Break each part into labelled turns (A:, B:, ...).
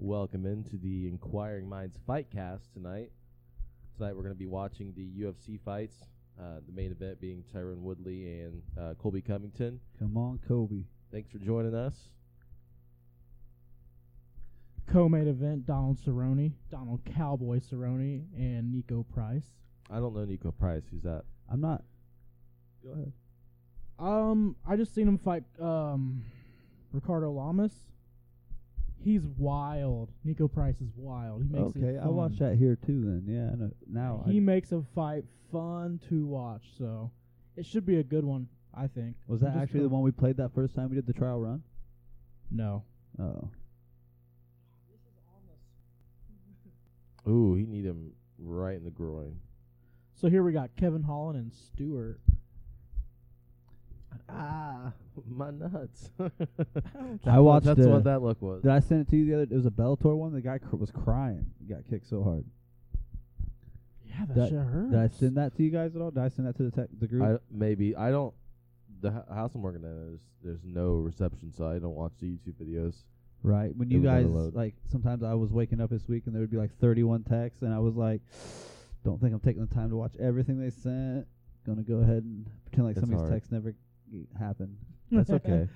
A: Welcome into the Inquiring Minds Fightcast tonight. Tonight we're going to be watching the UFC fights. Uh, the main event being Tyron Woodley and uh, Colby Covington.
B: Come on, Kobe.
A: Thanks for joining us.
C: Co-main event: Donald Cerrone, Donald Cowboy Cerrone, and Nico Price.
A: I don't know Nico Price. Who's that?
B: I'm not. Go ahead.
C: Um, I just seen him fight um Ricardo Lamas. He's wild. Nico Price is wild. He makes
B: Okay,
C: it
B: I watched
C: fun.
B: that here too. Then yeah, I know. now
C: He
B: I,
C: makes a fight fun to watch, so it should be a good one, I think.
B: was
C: I'm
B: that
C: just
B: actually the
C: kinda-
B: one we played that first time we did the trial run.
C: No.
B: Oh,
A: Ooh, he need him right in the groin.
C: So here we got Kevin Holland and Stewart.
A: Ah, my nuts.
B: I watched
A: That's
B: the-
A: what that look was.
B: did I send it to you the other? It was a Bellator one. The guy cr- was crying. He got kicked so hard.
C: Yeah, that,
B: That-
C: shit hurts.
B: Did I send that to you guys at all? Did I send that to the tech the group?
A: I maybe I don't. The h- house I'm working at is there's no reception, so I don't watch the YouTube videos.
B: right when
A: It
B: you
A: was
B: guys
A: overload.
B: like sometimes I was waking up this week and there would be like 31 texts and I was like, don't think I'm taking the time to watch everything they sent. Gonna go ahead and pretend like
A: It's
B: some of these
A: hard.
B: texts never g- happened.
A: That's okay.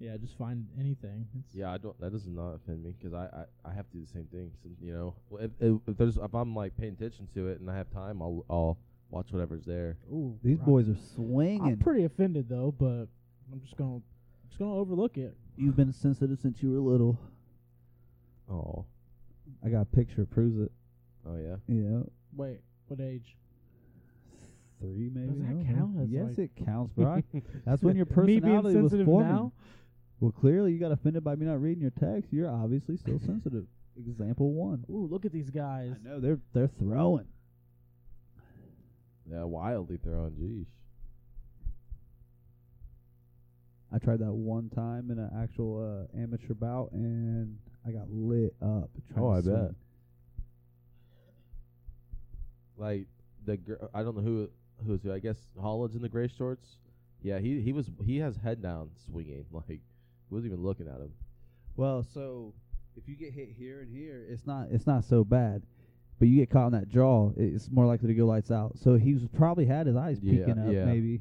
C: yeah, just find anything. It's
A: yeah, I don't. That does not offend me because I, I I have to do the same thing. So, you know, Well, if, if, if there's if I'm like paying attention to it and I have time, I'll I'll watch whatever's there.
C: Ooh,
B: These
C: I'm-
B: boys are
C: I'm
B: swinging.
C: pretty offended though, but I'm just gonna just gonna overlook it.
B: You've been sensitive since you were little.
A: Oh,
B: I got a picture proves it.
A: oh yeah.
B: Yeah,
C: Wait, what age?
B: three maybe.
C: that
B: I don't know.
C: count as,
B: yes,
C: like-
B: it counts, bro. That's when your
C: Me being
B: personality was
C: sensitive
B: forming.
C: now?
B: Well, clearly you got offended by me not reading your text. You're obviously still sensitive. Example one.
C: Ooh, look at these guys.
B: I know they're they're throwing.
A: yeah, wildly throwing. Jeez.
B: I tried that one time in an actual uh, amateur bout, and I got lit up. trying
A: Oh,
B: to
A: I
B: swing.
A: bet. Like the girl, I don't know who who's who. I guess Holland's in the gray shorts. Yeah, he he was he has head down swinging. Like he wasn't even looking at him.
B: Well, so if you get hit here and here, it's not it's not so bad, but you get caught in that jaw, i- it's more likely to go lights out. So he was probably had his eyes
A: Yeah,
B: peeking up,
A: yeah.
B: maybe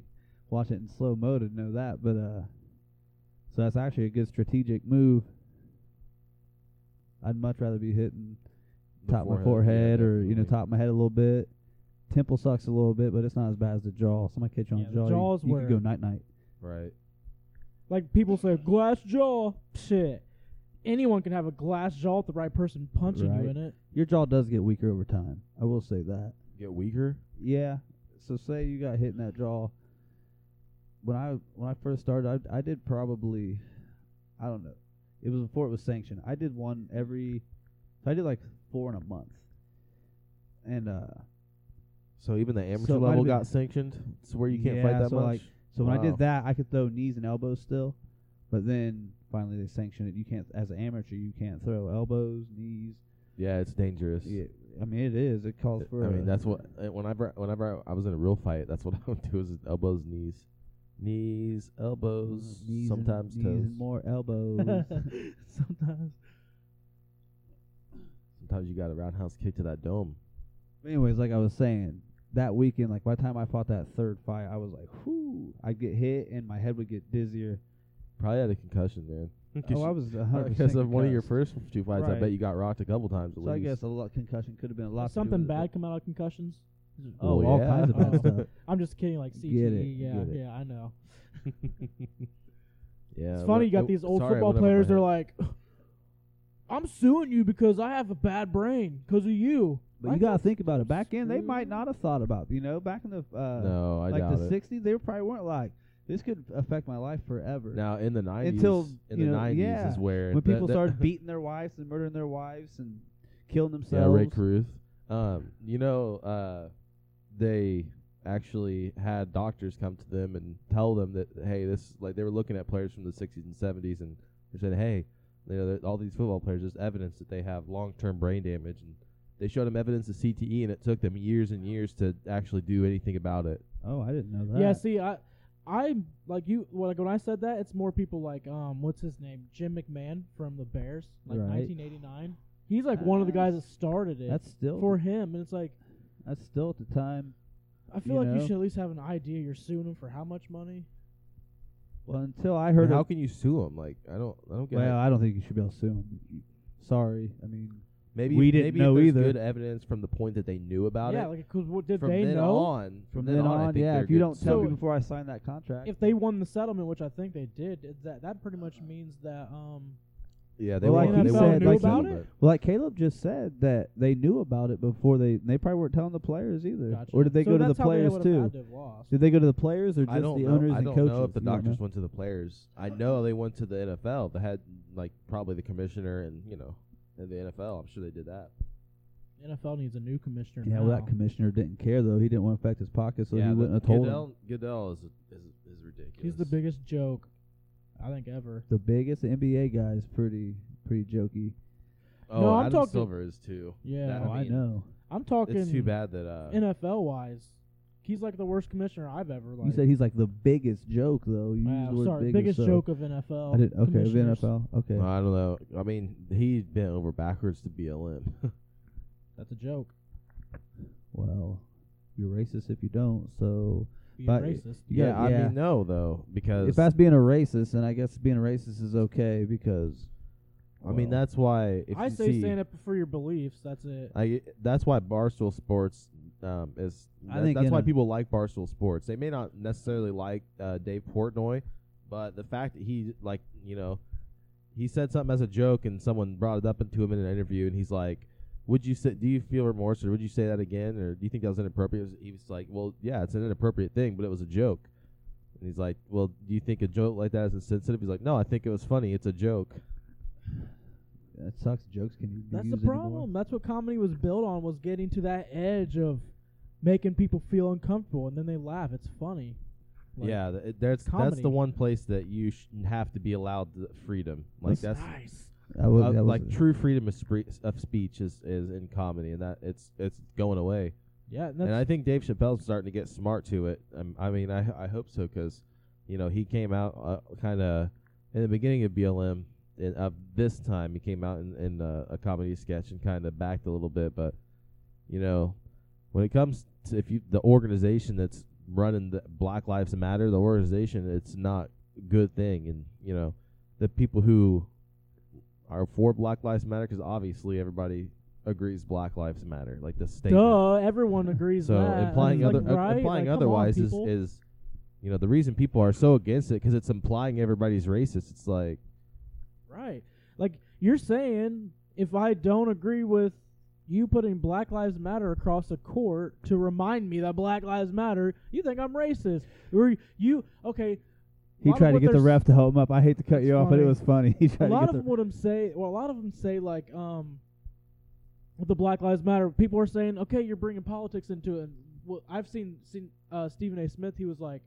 B: watch it in slow mo to know that. But uh, so that's actually a good strategic move. I'd much rather be hitting
A: The
B: top of my
A: yeah,
B: forehead or you know
A: definitely.
B: top of my head a little bit. Temple sucks a little bit, but it's not as bad as the jaw. Somebody catch you on
C: Yeah,
B: the jaw,
C: the jaw's
B: you, you
C: where-
B: could go night night.
A: Right.
C: Like people say, glass jaw. Shit, anyone can have a glass jaw if the right person punching you
B: Right.
C: in it.
B: Your jaw does get weaker over time. I will say that.
A: Get weaker.
B: Yeah. So say you got hit in that jaw. When I when I first started, I I did probably, I don't know, it was before it was sanctioned. I did one every, I did like four in a month, and uh,
A: So even the amateur
B: So it might
A: level
B: have been-
A: got sanctioned. It's where you can't
B: Yeah,
A: fight that
B: so,
A: much.
B: like, so when I
A: Wow.
B: did that, I could throw knees and elbows still, but then finally they sanctioned it. You can't as an amateur, you can't throw elbows, knees.
A: yeah, it's dangerous.
B: Yeah, I mean it is. It calls Oh, for.
A: I mean,
B: a-
A: that's what uh, whenever whenever I was in a real fight, that's what I would do is elbows, knees, knees, elbows,
B: uh, knees and-
A: sometimes
B: knees
A: toes.
B: and more elbows.
C: Sometimes.
A: Sometimes you got a roundhouse kick to that dome.
B: anyways, like I was saying, that weekend, like by the time I fought that third fight, I was like, whoo, I'd get hit and my head would get dizzier.
A: Probably had a concussion, man.
B: Oh, I was 100%
A: because of one of your
B: concussed.
A: first two fights. I
B: Right.
A: bet you got rocked a couple times at
B: So I
A: least.
B: guess a lot concussion could have been a lot. to do
C: Something
B: with it.
C: bad come out of concussions.
B: Oh,
A: Well,
B: all
A: yeah.
B: kinds of bad
C: Oh.
B: stuff.
C: I'm just kidding. Like
B: Get it,
C: CTE. yeah,
B: get it.
C: yeah, I know.
A: yeah,
C: It's funny,
A: but
C: you got
A: it-
C: these old
A: sorry, I
C: football
A: went over my
C: players. They're
A: head.
C: like, "I'm suing you because I have a bad brain because of you."
B: But you
C: Like,
B: gotta think about it. Back in, they
C: screw
B: might not have thought about. You know, back in the uh,
A: no, I
B: like
A: doubt
B: the
A: it.
B: '60s, they probably weren't like this could affect my life forever.
A: Now in the nineties,
B: Until,
A: in
B: you
A: the
B: know,
A: nineties
B: yeah,
A: is where
B: when
A: the-
B: people
A: the-
B: started beating their wives and murdering their wives and killing
A: yeah,
B: themselves.
A: Ray Cruz. Um, you know, uh, they actually had doctors come to them and tell them that hey, this like they were looking at players from the sixties and seventies, and they said hey, you know, all these football players, there's evidence that they have long-term brain damage, and they showed them evidence of E CTE, and it took them years and years to actually do anything about it.
B: Oh, I didn't know that.
C: Yeah, see, I I like you. Well, like when I said that, it's more people like um, what's his name, Jim McMahon from the Bears, like
B: Right.
C: 1989. He's like one of the guys that started it
B: That's still
C: for him, and it's like
B: that's still at the time.
C: I feel
B: You
C: like
B: know?
C: you should at least have an idea. You're suing him for how much money?
B: Well, until I heard.
A: how
B: of,
A: can you sue him? Like I don't I don't get.
B: well,
A: it.
B: I don't think you should be able to sue him. Sorry, I mean,
A: Maybe
B: we didn't
A: maybe
B: know
A: if there's
B: either.
A: Good evidence from the point that they knew about
C: yeah,
A: it.
C: like 'cause what did
A: from
C: they
A: then
C: know?
A: on,
B: from then
A: I
B: on,
A: think
B: yeah.
A: they're
B: If you
A: good
B: don't tell
C: So-
B: me before I sign that contract,
C: If they won the settlement, which I think they did, it- that that pretty much means that um,
A: Yeah, they
B: Well,
A: won't.
B: like you
A: they won't
B: said,
A: know
B: like-
A: about
C: About
A: it.
B: well, like Caleb just said that they knew about it before they they probably weren't telling the players either.
C: gotcha.
B: Or did they
C: So
B: go to the
C: that's how they
B: players
C: would've
B: too?
C: had to have lost.
B: Did they go to the players or just
A: I don't
B: the
A: know.
B: owners
A: I
B: and
A: don't
B: coaches?
A: know if the
B: You don't
A: doctors
B: know?
A: went to the players. I know they went to the NFL. They had like probably the commissioner and you know and the NFL. I'm sure they did that.
C: NFL needs a new commissioner
B: Yeah,
C: now.
B: well, that commissioner didn't care though. He didn't want to affect his pocket, so
A: yeah,
B: he
A: the-
B: wouldn't have told
A: Goodell,
B: him.
A: Goodell is, is is ridiculous.
C: He's the biggest joke, I think ever.
B: The biggest NBA guy is pretty pretty jokey.
A: Oh,
C: No, I'm
A: Adam
C: talking-
A: Silver is too.
C: Yeah,
A: That-
B: Oh, I
A: mean,
B: know.
C: I'm talking.
A: It's too bad that uh,
C: NFL wise, he's like the worst commissioner I've ever. Like,
B: you said he's like the biggest joke though. You
C: Wow,
B: used the word
C: sorry,
B: biggest,
C: biggest
B: so-
C: joke of NFL.
B: I did okay. Of
C: commissioners.
B: NFL. Okay.
A: I don't know. I mean, he bent over backwards to BLM.
C: That's a joke.
B: Well, you're racist if you don't. So
C: Being
B: But-
C: racist.
B: Yeah,
A: I
B: yeah.
A: mean no though because
B: if that's being a racist, then I guess being a racist is okay because
A: I mean
B: well,
A: that's why if
C: I
A: you
C: say
A: see,
C: stand up for your beliefs. That's it.
A: I that's why Barstool Sports um, is.
B: I
A: that-
B: think
A: that's
B: in
A: why
B: a-
A: people like Barstool Sports. They may not necessarily like uh, Dave Portnoy, but the fact that he like you know, he said something as a joke and someone brought it up into him in an interview, and he's like, "Would you say? Do you feel remorse, or would you say that again, or do you think that was inappropriate?" He was like, "Well, yeah, it's an inappropriate thing, but it was a joke." And he's like, "Well, do you think a joke like that is insensitive?" He's like, "No, I think it was funny. It's a joke."
B: that sucks. Jokes can be
C: That's the
B: used
C: problem.
B: Anymore.
C: That's what comedy was built on. Was getting to that edge of making people feel uncomfortable, and then they laugh. It's funny. Like,
A: yeah, th- it- that's that's
C: comedy.
A: the one place that you sh- have to be allowed the freedom. Like
B: That's-
A: that's
C: nice.
B: That was,
A: uh,
B: that was
A: like true freedom of, spree- of speech is is in comedy, and that it's it's going away.
C: Yeah, and that's
A: And I think Dave Chappelle's starting to get smart to it. Um, I mean, I I hope so because you know he came out uh, kind of in the beginning of BLM. And of this time, he came out in, in uh, a comedy sketch and kind of backed a little bit, but you know, when it comes to if you the organization that's running the Black Lives Matter, the organization, it's not a good thing, and you know, the people who are for Black Lives Matter, because obviously everybody agrees Black Lives Matter, like the state.
C: duh. Everyone agrees.
A: So
C: that.
A: implying
C: Like,
A: other uh,
C: right?
A: implying
C: Like, come on,
A: otherwise is
C: people.
A: is you know the reason people are so against it because it's implying everybody's racist. It's like
C: Right. Like you're saying, if I don't agree with you putting Black Lives Matter across a court to remind me that Black Lives Matter, you think I'm racist? Or you? Okay. a
B: he
C: lot of
B: tried to
C: what
B: get the
C: they're s-
B: ref to help him up. I hate to cut
C: It's
B: you off, but it
C: funny.
B: was funny. He
C: A
B: tried to
C: lot
B: get
C: of what I'm say, well, a lot of them say like, um, with the Black Lives Matter, people are saying, okay, you're bringing politics into it. And well, I've seen seen uh, Stephen A. Smith. He was like.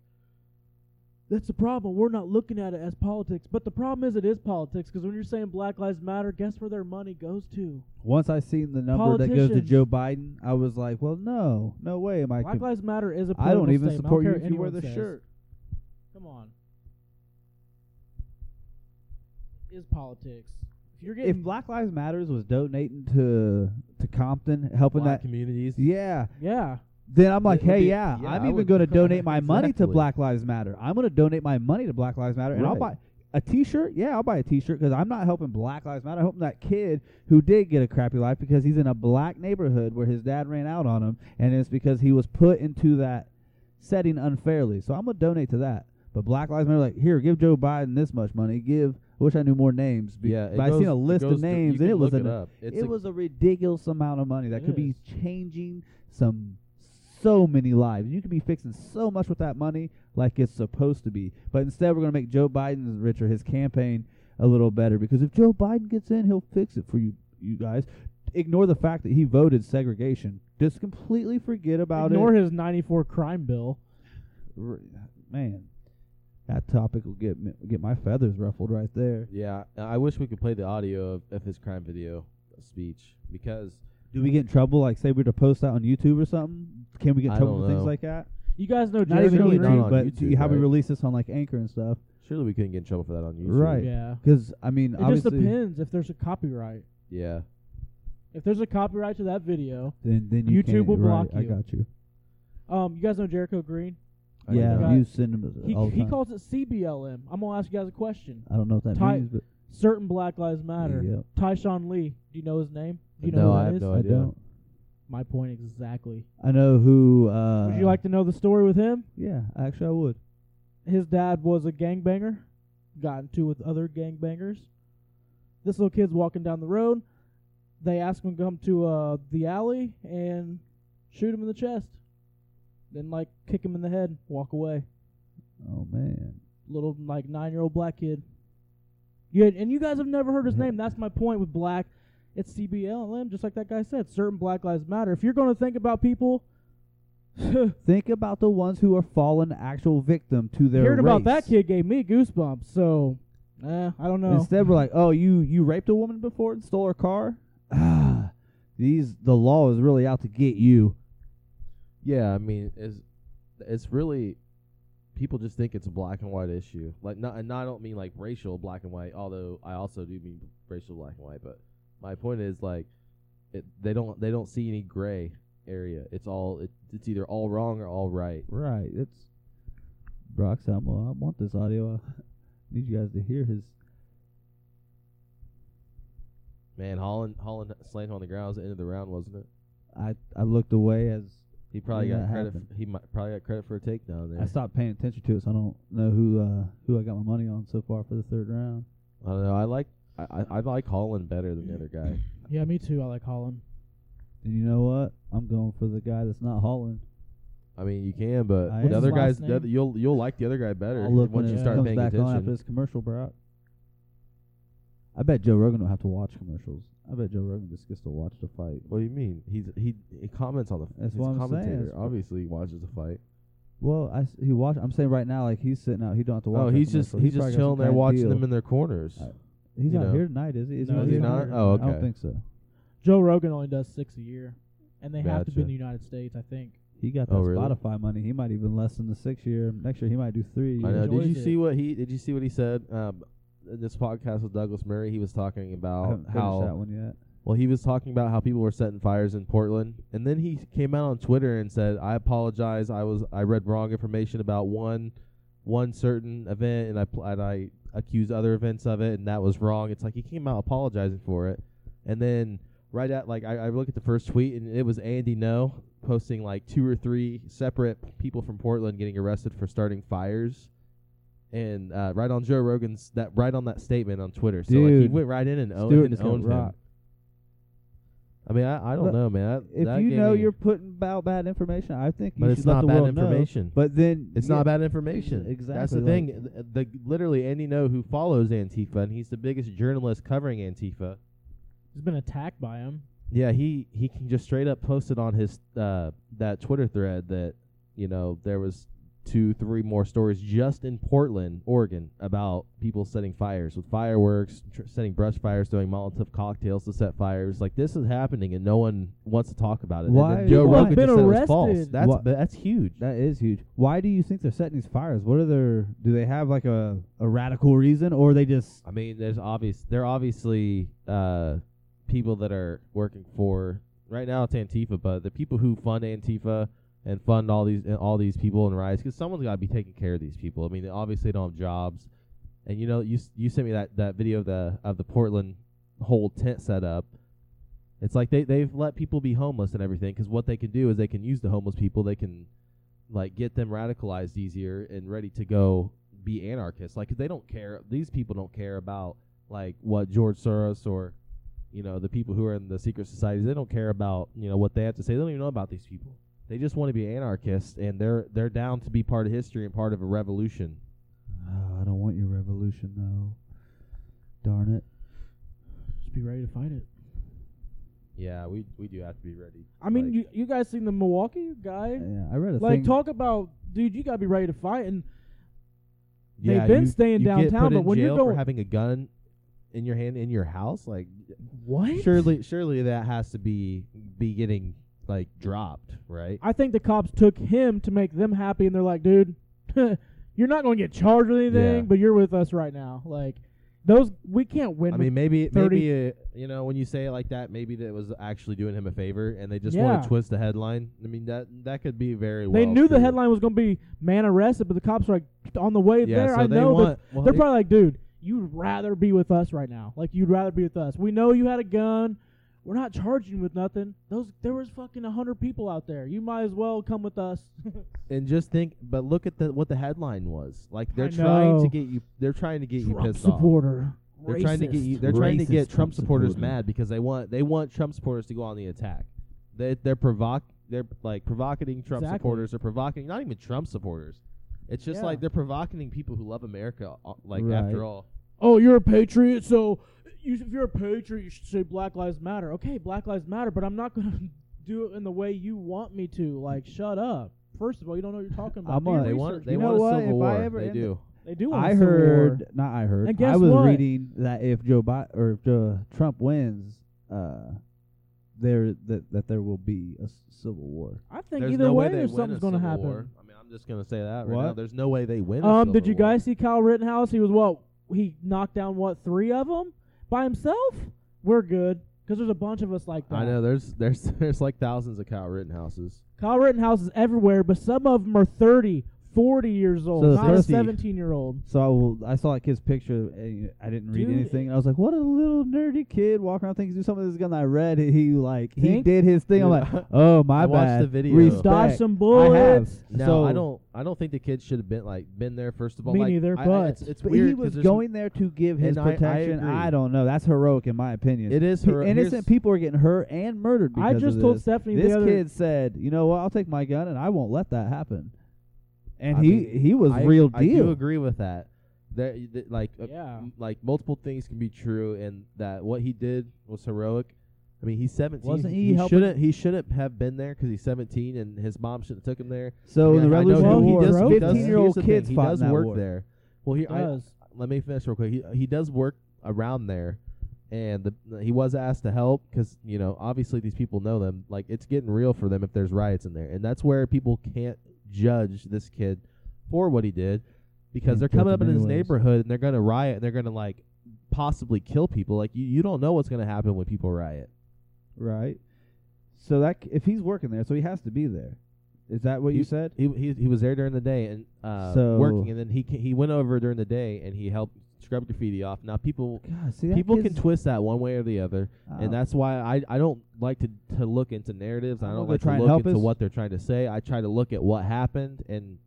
C: That's the problem. We're not looking at it as politics, but the problem is it is politics because when you're saying Black Lives Matter, guess where their money goes to?
B: the, once I seen the number that goes to
C: Politicians.
B: Joe Biden, I was like, well, no, no way am I.
C: Black
B: com-
C: Lives Matter is a
B: I
C: political
B: don't even
C: statement.
B: support
C: I
B: you
C: don't care
B: if you wear
C: what anyone
B: the
C: says.
B: shirt.
C: Come on. Is politics. If you're getting
B: If Black Lives Matters was donating to to Compton, helping
A: black
B: that,
A: communities.
B: yeah,
C: yeah,
B: then I'm like,
A: It would
B: hey,
A: be-
B: yeah,
A: yeah,
B: I'm
A: I
B: even
A: would-
B: going to donate my money to
A: Exactly.
B: Black Lives Matter. I'm going to donate my money to Black Lives Matter, and I'll
A: Right.
B: buy a T-shirt. Yeah, I'll buy a T-shirt because I'm not helping Black Lives Matter. I'm helping that kid who did get a crappy life because he's in a black neighborhood where his dad ran out on him, and it's because he was put into that setting unfairly. So I'm going to donate to that. But Black Lives Matter, like, here, give Joe Biden this much money. Give. I wish I knew more names. be-
A: Yeah, it
B: but I seen
A: goes-
B: a
A: it
B: list
A: goes
B: of
A: through- you
B: names,
A: can
B: and it was
A: look
B: an
A: up. It's
B: it
A: a-
B: was a ridiculous amount of money that
C: It
B: could be changing some so many lives. You could be fixing so much with that money, like it's supposed to be. But instead, we're going to make Joe Biden's richer, his campaign a little better. Because if Joe Biden gets in, he'll fix it for you, you guys. Ignore the fact that he voted segregation. Just completely forget about
C: ignore
B: it.
C: his '94 crime bill.
B: R- Man, that topic will get me, get my feathers ruffled right there.
A: Yeah, I wish we could play the audio of, of his crime video speech because
B: Do we get in trouble? Like, say we were to post that on YouTube or something? Can we get in
A: I
B: trouble
A: don't
B: for things
A: know.
B: like that?
C: You guys know
B: Not
C: Jeremy
B: even
A: really
B: really
C: Green?
A: not on
B: but
A: YouTube,
B: how we
A: right?
B: release this on like Anchor and stuff.
A: Surely we couldn't get in trouble for that on YouTube.
B: Right.
C: Yeah.
B: Because I mean,
C: It just
B: obviously,
C: depends if there's a copyright.
A: Yeah.
C: If there's a copyright to that video,
B: then then you
C: YouTube
B: can't-
C: will
B: right,
C: block
B: I
C: you.
B: got you.
C: um, you guys know Jericho Green.
A: I
B: yeah,
A: know.
C: Right.
B: you send them
C: He
B: all the
C: he
B: time.
C: calls it CBLM. I'm gonna ask you guys a question.
B: I don't know what that
C: Ty-
B: means, but
C: Certain Black Lives Matter.
B: Yep.
C: Tyshawn Lee. Do you know his name? Do you know
A: No,
C: who that
A: I have
C: is?
A: no
B: I
A: idea.
B: don't.
C: My point exactly.
B: I know who. Uh,
C: Would you like to know the story with him?
B: Yeah, actually, I would.
C: His dad was a gangbanger, got into with other gangbangers. This little kid's walking down the road. They ask him to come to uh, the alley and shoot him in the chest. Then, like, kick him in the head, walk away.
B: Oh man,
C: Little, like, nine year old black kid. Yeah, and you guys have never heard his
B: Mhm.
C: name. That's my point with black. It's CBLM, just like that guy said. Certain Black Lives Matter. If you're going to think about people,
B: think about the ones who are fallen actual victim to their.
C: hearing about that
B: race.
C: kid gave me goosebumps. So, eh, I don't know.
B: Instead, we're like, oh, you you raped a woman before and stole her car. Ah, these the law is really out to get you.
A: Yeah, I mean, it's it's really people just think it's a black and white issue. Like, not and I don't mean like racial black and white, although I also do mean racial black and white. But my point is like, it, they don't they don't see any gray area. It's all it, it's either all wrong or all right.
B: Right. It's Brock Samuel. I want this audio. I need you guys to hear his.
A: Man, Holland Holland slammed him on the ground. It was the end of the round, wasn't it?
B: I I looked away as
A: He probably
B: Yeah,
A: got
B: that
A: credit.
B: happened.
A: f- he might, probably got credit for a takedown there.
B: I stopped paying attention to it, so I don't know who uh, who I got my money on so far for the third round.
A: I don't know. I like I, I, I like Holland better than the other guy.
C: Yeah, me too. I like Holland.
B: And you know what? I'm going for the guy that's not hauling.
A: I mean, you can, but
B: I am.
A: the other
C: What's his
A: guys,
C: last
A: the other,
C: name?
A: you'll you'll like the other guy better
B: I'll look
A: once
B: when
A: you
B: it
A: start
B: comes
A: paying
B: back on after
A: attention.
B: this commercial, Brock. I bet Joe Rogan don't have to watch commercials. I bet Joe Rogan just gets to watch the fight.
A: What do you mean? He's he, he comments on the.
B: That's
A: he's
B: what
A: a
B: I'm saying.
A: commentator.
B: That's what-
A: Obviously, he watches the fight.
B: Well, I s he watch. I'm saying right now, like he's sitting out. He don't have to watch.
A: Oh,
B: that
A: he's just
B: commercial.
A: he's
B: He probably
A: just
B: got
A: chilling
B: some
A: there
B: kind of
A: watching
B: deal.
A: them in their corners.
B: I- He's
A: you
B: not
A: know.
B: here tonight, is he?
C: No,
B: he
C: he's
B: here
C: not.
B: tonight?
A: Oh,
B: I
A: okay.
B: don't think so.
C: Joe Rogan only does six a year, and they have
A: Gotcha.
C: to be in the United States, I think.
B: He got that
A: Oh, really?
B: Spotify money. He might even less than the six year. Next year, he might do three.
A: I
B: years.
A: know. Did you
C: enjoys
A: see
C: it.
A: what he? Did you see what he said? Um, in this podcast with Douglas Murray, he was talking
B: I
A: about
B: haven't finished
A: how
B: that one yet.
A: Well, he was talking about how people were setting fires in Portland, and then he came out on Twitter and said, "I apologize. I was I read wrong information about one one certain event, and I pl- and I accused other events of it, and that was wrong." It's like he came out apologizing for it, and then right at like I, I look at the first tweet, and it was Andy No posting like two or three separate people from Portland getting arrested for starting fires. And uh, right on Joe Rogan's that right on that statement on Twitter, so like, he
B: Dude.
A: went right in and owned,
B: Stewart
A: and
B: just got
A: owned him.
B: rocked.
A: I mean, I, I don't
B: But
A: know, man. That,
B: If
A: that
B: you
A: gave
B: know
A: me-
B: you're putting out bad information, I think you
A: but
B: should
A: it's
B: let
A: not
B: the
A: bad
B: world know.
A: information.
B: But then
A: it's
B: yeah,
A: not bad information. That's the
B: exactly,
A: thing.
B: like-
A: Th- The, literally Andy No who follows Antifa, and he's the biggest journalist covering Antifa.
C: He's been attacked by him.
A: Yeah, he he can just straight up post it on his uh that Twitter thread that you know there was two three more stories just in Portland, Oregon about people setting fires with fireworks, tr- setting brush fires, doing Molotov cocktails to set fires. Like this is happening, and no one wants to talk about it. And then
B: Why-
A: Joe
B: People have
A: Rogan
C: been
A: just said it was false.
C: arrested.
A: That's
B: Wha-
A: that's huge.
B: That is huge. Why do you think they're setting these fires? What are their? Do they have like a a radical reason, or they just?
A: I mean, there's obvious. They're obviously uh, people that are working for right now. It's Antifa, but the people who fund Antifa and fund all these and all these people in riots, because someone's got to be taking care of these people. I mean, they obviously don't have jobs, and you know, you s- you sent me that that video of the of the Portland whole tent setup. It's like they they've let people be homeless and everything, because what they can do is they can use the homeless people. They can like get them radicalized easier and ready to go be anarchists. Like 'cause they don't care. These people don't care about like what George Soros or you know the people who are in the secret societies. They don't care about you know what they have to say. They don't even know about these people. They just want to be anarchists and they're they're down to be part of history and part of a revolution.
B: Oh, I don't want your revolution though. Darn it.
C: Just be ready to fight it.
A: Yeah, we we do have to be ready.
C: I mean,
A: Like,
C: you you guys seen the Milwaukee guy?
B: Yeah, I read a
C: Like,
B: thing.
C: talk about, dude, you gotta be ready to fight. And
A: yeah,
C: they've been
A: you-
C: staying
A: you get
C: downtown,
A: put
C: but
A: in
C: when you're
A: jail for
C: going-
A: having a gun in your hand in your house, like
C: what?
A: surely surely that has to be be getting like dropped, right?
C: I think the cops took him to make them happy, and they're like, dude, you're not going to get charged with anything,
A: Yeah.
C: but you're with us right now. Like, those, we can't win.
A: I
C: with-
A: mean, maybe
C: 30
A: maybe uh, you know when you say it like that, maybe that was actually doing him a favor, and they just want
C: Yeah.
A: to twist the headline. I mean that that could be very.
C: they
A: well
C: knew the
A: true.
C: headline was going to be man arrested, but the cops are like, on the way
A: Yeah,
C: there,
A: so
C: I
A: they
C: know that
A: want. well,
C: They're
A: it-
C: probably like, dude, you'd rather be with us right now. Like, you'd rather be with us. We know you had a gun. We're not charging you with nothing. Those there was fucking a hundred people out there. You might as well come with us.
A: and just think, but look at the what the headline was. Like
C: I
A: they're trying
C: know.
A: to get you. They're trying to get you
C: Trump
A: pissed off.
C: supporter.
A: They're trying to get you. They're trying to
B: Racist
A: get Trump
B: Trump
A: supporters
B: supporter.
A: mad because they want they want Trump supporters to go on the attack. They they're provoc they're like provocating Trump
C: Exactly.
A: supporters. They're provocating not even Trump supporters. It's just
C: Yeah.
A: like they're provocating people who love America. uh, Like
B: Right.
A: after all,
C: Oh, you're a patriot, so you, if you're a patriot, you should say Black Lives Matter. Okay, Black Lives Matter, but I'm not gonna do it in the way you want me to. Like, shut up. First of all, you don't know what you're talking about.
B: I'm
C: Do
B: a-
C: your
A: they
C: research.
A: want they
C: you
A: want
C: know
A: a
C: what?
B: what?
A: civil
B: If I
A: war.
B: ever
A: they
B: end
A: do.
C: They do. Want
B: I
C: a civil war.
B: heard, not I heard.
C: And guess
B: I was
C: what?
B: reading that if Joe Bi- or if Joe Trump wins, uh, there that that there will be a s- civil war.
C: I think
A: There's
C: either
A: no
C: way,
A: way they
C: there's
A: win a
C: something's gonna
A: civil
C: happen.
A: war. I mean, I'm just gonna say that right
B: What?
A: now. There's no way they win. a
C: Um, did
A: civil
C: you
A: war.
C: guys see Kyle Rittenhouse? He was what? He knocked down what three of them by himself? We're good because there's a bunch of us like that.
A: I know there's there's there's like thousands of Kyle Rittenhouses.
C: Kyle Rittenhouse is everywhere, but some of them are 30, 40 years old,
B: So
C: not
B: 30.
C: a seventeen year old.
B: So I, will, I saw like his picture. And I didn't read
C: Dude,
B: anything. And I was like, "What a little nerdy kid walking around thinking he's doing something." This gun I read, and he like he
C: Think?
B: did his thing. I'm
A: Dude,
B: like, "Oh my
A: I watched
B: bad."
A: the video.
B: Respect.
C: Dodge some
B: I have.
C: bullets.
A: No,
B: so
A: I don't. I don't think the kids should have been like been there. First of all,
C: Me
A: like,
C: neither,
A: I- I-
C: but-
A: it's, it's
B: But
A: weird
B: he
A: 'cause
B: was
A: there's-
B: going there to give his
A: And I- I
B: protection.
A: agree.
B: I, don't know. That's heroic in my opinion.
A: It is
B: Pe-
A: her. here's-
B: innocent people are getting hurt and murdered
C: I
B: because
C: just
B: of
C: told
B: this.
C: Stephanie
B: this
C: the other.
B: kid said, "You know what? I'll take my gun and I won't let that happen." And
A: I
B: he
A: mean,
B: he was
A: I,
B: real
A: I
B: deal.
A: do agree with that. There, th- like, uh,
C: Yeah.
A: m- like multiple things can be true, and that what he did was heroic. I mean, he's 17.
B: Wasn't he helping-
A: shouldn't. He shouldn't have been there because he's 17, and his mom shouldn't have took him there.
B: So in Oh, the
A: I know
B: Revolutionary
C: Well,
A: he,
B: War,
A: he does. he does-
B: fifteen year
A: here's
B: old
A: the thing,
B: kids
A: he
B: fought
A: does
B: in that
A: work
B: war.
A: there. Well, he I,
C: does.
A: let me finish real quick. He he does work around there, and the, he was asked to help because you know obviously these people know them. Like it's getting real for them if there's riots in there, and that's where people can't judge this kid for what he did because
B: Can't
A: they're
B: judge
A: coming up in
B: him
A: his
B: anyways.
A: neighborhood and they're gonna riot and they're gonna like possibly kill people. Like you you don't know what's gonna happen when people riot.
B: right? So that c- if he's working there, so he has to be there. Is that what you,
A: You-
B: said?
A: He he he was there during the day and uh,
B: So-
A: working, and then he ca- he went over during the day and he helped scrub graffiti off. Now people.
B: God, see, that
A: People
B: kid's-
A: can twist that one way or the other.
B: oh.
A: and that's why I, I don't like to, to look into narratives. I
B: I
A: don't
B: wanna
A: like
B: try
A: to
B: and
A: look
B: help
A: into
B: us.
A: what they're trying to say. I try to look at what happened and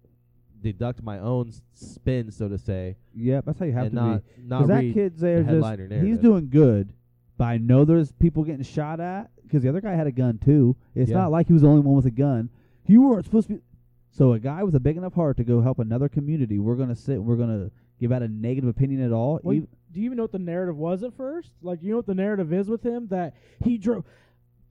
A: deduct my own s- spin, so to say,
B: yep. That's how you have
A: and
B: to be.
A: not not
B: 'Cause that
A: read.
B: kid's there
A: headliner
B: just he's
A: narrative.
B: doing good, but I know there's people getting shot at because the other guy had a gun too. It's
A: Yeah.
B: not like he was the only one with a gun. You weren't supposed to be. So a guy with a big enough heart to go help another community, we're gonna sit. and We're gonna give out a negative opinion at all. e-,
C: Well,
B: Ev-
C: do you even know what the narrative was at first? Like, you know what the narrative is with him that he drove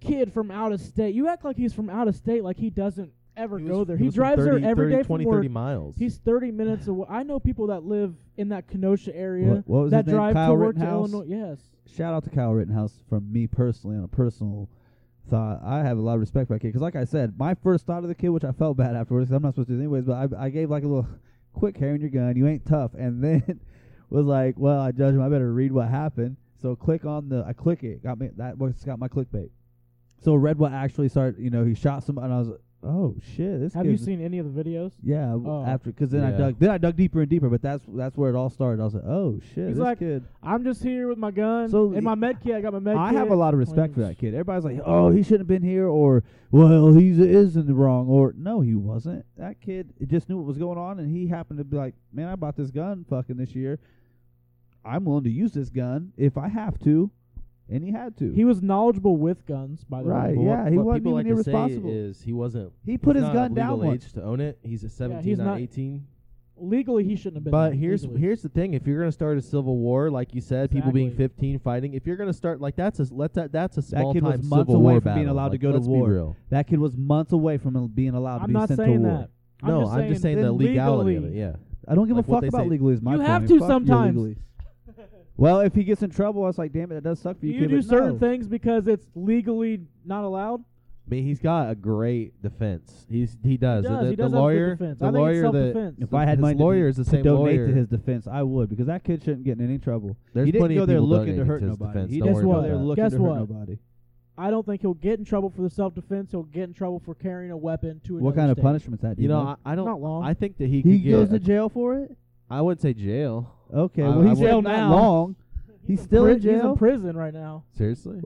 C: kid from out of state. You act like he's from out of state, like he doesn't ever
A: He
C: go
A: was-
C: there.
A: he
C: He,
A: was from
C: drives
A: 30,
C: there every
A: 30,
C: day
A: 20,
C: from work.
A: 30 miles.
C: He's 30 minutes away. I know people that live in that Kenosha area
B: what, what was
C: that
B: his name?
C: drive
B: Kyle
C: to work to
B: Rittenhouse?
C: Illinois. Yes.
B: Shout out to Kyle Rittenhouse from me personally on a personal thought. I have a lot of respect for that kid because, like I said, my first thought of the kid, which I felt bad afterwards, 'cause I'm not supposed to do it anyways, but I, I gave like a little quick carrying your gun, you ain't tough, and then was like, well, I judge him, I better read what happened. So click on the, I click it, got me that was got my clickbait. So read what actually started. You know, he shot somebody, and I was like, oh shit, this.
C: Have you
B: kid's-
C: seen any of the videos?
B: Yeah,
C: Oh.
B: after because then I
A: Yeah.
B: dug, then I dug deeper and deeper, but that's that's where it all started. I was like, oh shit,
C: He's
B: this
C: like,
B: kid.
C: I'm just here with my gun
B: So
C: and my med kit. I got my med
B: I
C: kit.
B: have a lot of respect for
C: Claims.
B: that kid. Everybody's like, "Oh, he shouldn't have been here," or "Well, he is in the wrong," or "No, he wasn't." That kid just knew what was going on, and he happened to be like, "Man, I bought this gun fucking this year. I'm willing to use this gun if I have to," and he had to.
C: He was knowledgeable with guns, by the
B: Right.
C: way.
A: But what-
B: yeah, he
A: what
B: wasn't
A: people
B: even
A: like to
B: irresponsible.
A: Say is he wasn't.
B: He put
A: he's
B: his
A: not
B: gun
A: of
B: down
A: legal
B: once.
A: age to own it. He's a 17,
C: he's
A: not,
C: not-
A: 18.
C: Legally, he shouldn't have been.
A: But
C: there,
A: here's
C: legally.
A: here's the thing: if you're gonna start a civil war, like you said, people being
C: Exactly.
A: 15 fighting, if you're gonna start like that's a let that that's a
B: That
A: small
B: kid was
A: time
B: months
A: civil
B: away
A: war
B: from being
A: battle.
B: allowed to
A: Like,
B: go to
A: let's be
B: war.
A: real.
B: That kid was months away from being allowed to
C: I'm
B: be
C: not
B: sent
C: saying
B: to war.
C: that. I'm
A: no,
C: just
A: I'm just saying the
C: legally-
A: legality of it. Yeah.
B: I don't give
A: Like
B: a
A: what
B: fuck
A: they
B: about
A: say.
B: legally is my
C: You
B: point.
C: have to
B: Fuck your
C: sometimes.
B: legalese. well, if he gets in trouble, I was like, "Damn it, that does suck for
C: Do
B: you."
C: you
B: kid,
C: do
B: but
C: certain
B: no.
C: things because it's legally not allowed?
A: I mean, he's got a great defense. He's he does.
C: does,
A: The,
C: he
A: the
C: does have good
A: lawyer,
C: defense.
A: the
C: I think it's
A: lawyer that
C: self-defense.
B: If I had
A: his
B: money to-
A: lawyer is the
B: to
A: same
B: donate
A: lawyer.
B: to his defense, I would because that kid shouldn't get in any trouble.
A: There's
B: he didn't
A: plenty
B: go
A: of
B: there
A: people
B: looking to
A: donating
B: hurt
A: to his
B: nobody.
A: defense.
B: He
A: Don't
B: didn't
C: worry
B: go
C: about
B: there
C: that.
B: looking
C: Guess
B: to hurt
C: what?
B: nobody.
C: I don't think he'll get in trouble for the self defense. He'll get in trouble for carrying a weapon to another
B: What kind of
C: state.
B: punishment's that? do
A: you know,
B: know?
A: I, I don't.
C: Not long.
A: I think that he,
B: he
A: could
B: goes
A: get.
B: to jail for it.
A: I wouldn't say jail.
B: Okay,
A: I-
B: well
A: I
B: he's
C: would-
B: jail
C: Now.
B: not long. He's still
C: Pri-
B: in jail.
C: He's in prison right now.
A: Seriously,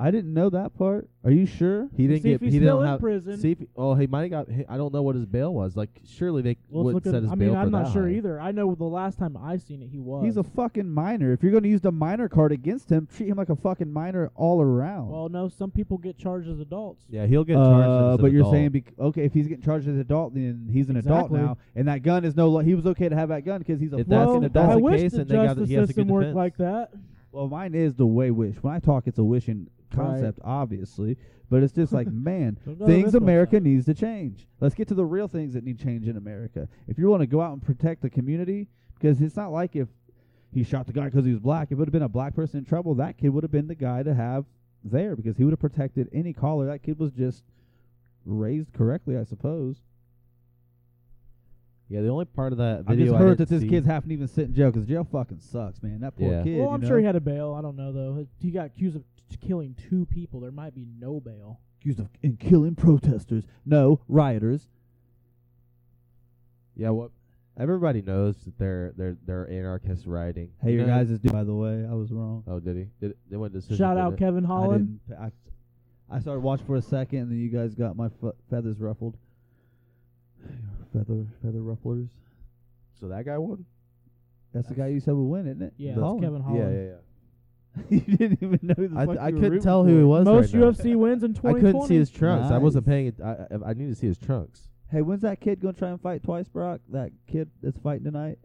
B: I didn't know that part. Are you sure?
A: he
C: We'll
A: didn't
C: see
A: get.
C: if he's
A: he
C: still
A: didn't
C: in
A: have.
C: prison.
A: See if, oh, he might have got. He, I don't know what his bail was. Like, surely they
C: Let's
A: would
C: look
A: set
C: at,
A: his
C: I
A: bail
C: mean,
A: for
C: I'm
A: that
C: not sure
A: high.
C: either. I know the last time I seen it, he was.
B: He's a fucking minor. If you're going to use the minor card against him, treat him like a fucking minor all around.
C: well, no, some people get charged as adults.
A: Yeah, he'll get charged.
B: uh,
A: as an
B: but you're
A: adult.
B: saying bec- okay, if he's getting charged as an adult, then he's an
C: Exactly.
B: adult now, and that gun is no. Lo- he was okay to have that gun because he's a
A: If that's-
B: fucking
C: well,
A: if that's
C: I
A: the
B: adult.
C: wish
A: case,
C: the
A: then they got-
C: justice
A: he has a good
C: system worked
A: defense.
C: like that.
B: well, mine is the way wish. When I talk, it's a wishing concept, obviously, but it's just like man,
C: There's nothing
B: things
C: this one's
B: America
C: not.
B: needs to change. Let's get to the real things that need change in America. If you want to go out and protect the community, because it's not like if he shot the guy because he was black, it would have been a black person in trouble. That kid would have been the guy to have there because he would have protected any caller. That kid was just raised correctly, I suppose.
A: Yeah, the only part of that
B: I
A: video
B: just heard that
A: didn't
B: this
A: see-
B: kid's haven't even sit in jail because jail fucking sucks, man. That poor
A: Yeah.
B: kid.
C: well,
B: you
C: I'm
B: know?
C: sure he had a bail. I don't know though. He got accused of t- killing two people. There might be no bail.
B: accused of in killing protesters. No rioters.
A: Yeah, what everybody knows that they're they're they're anarchist rioting.
B: Hey,
A: You
B: your
A: know-
B: guys is due. By the way, I was wrong.
A: Oh, did he? Did they went to decision,
C: Shout
A: didn't
C: out
A: it?
C: Kevin Holland.
B: I didn't. I, I started watching for a second, and then you guys got my fe- feathers ruffled. Feather feather rufflers.
A: So that guy won.
B: That's the guy you said would win, isn't it?
C: Yeah,
A: The-
C: that's Kevin Holland.
A: Yeah, yeah, yeah.
B: you didn't even know who the
A: I,
B: fuck
A: th- I
B: you were
A: couldn't
B: rooting
A: tell
B: for.
A: who he was.
C: Most
A: right now.
C: UFC wins in 2020.
A: I couldn't see his trunks. I wasn't
B: Nice.
A: paying. it- I, I I need to see his trunks.
B: Hey, when's that kid gonna try and fight twice, Brock? That kid that's fighting tonight.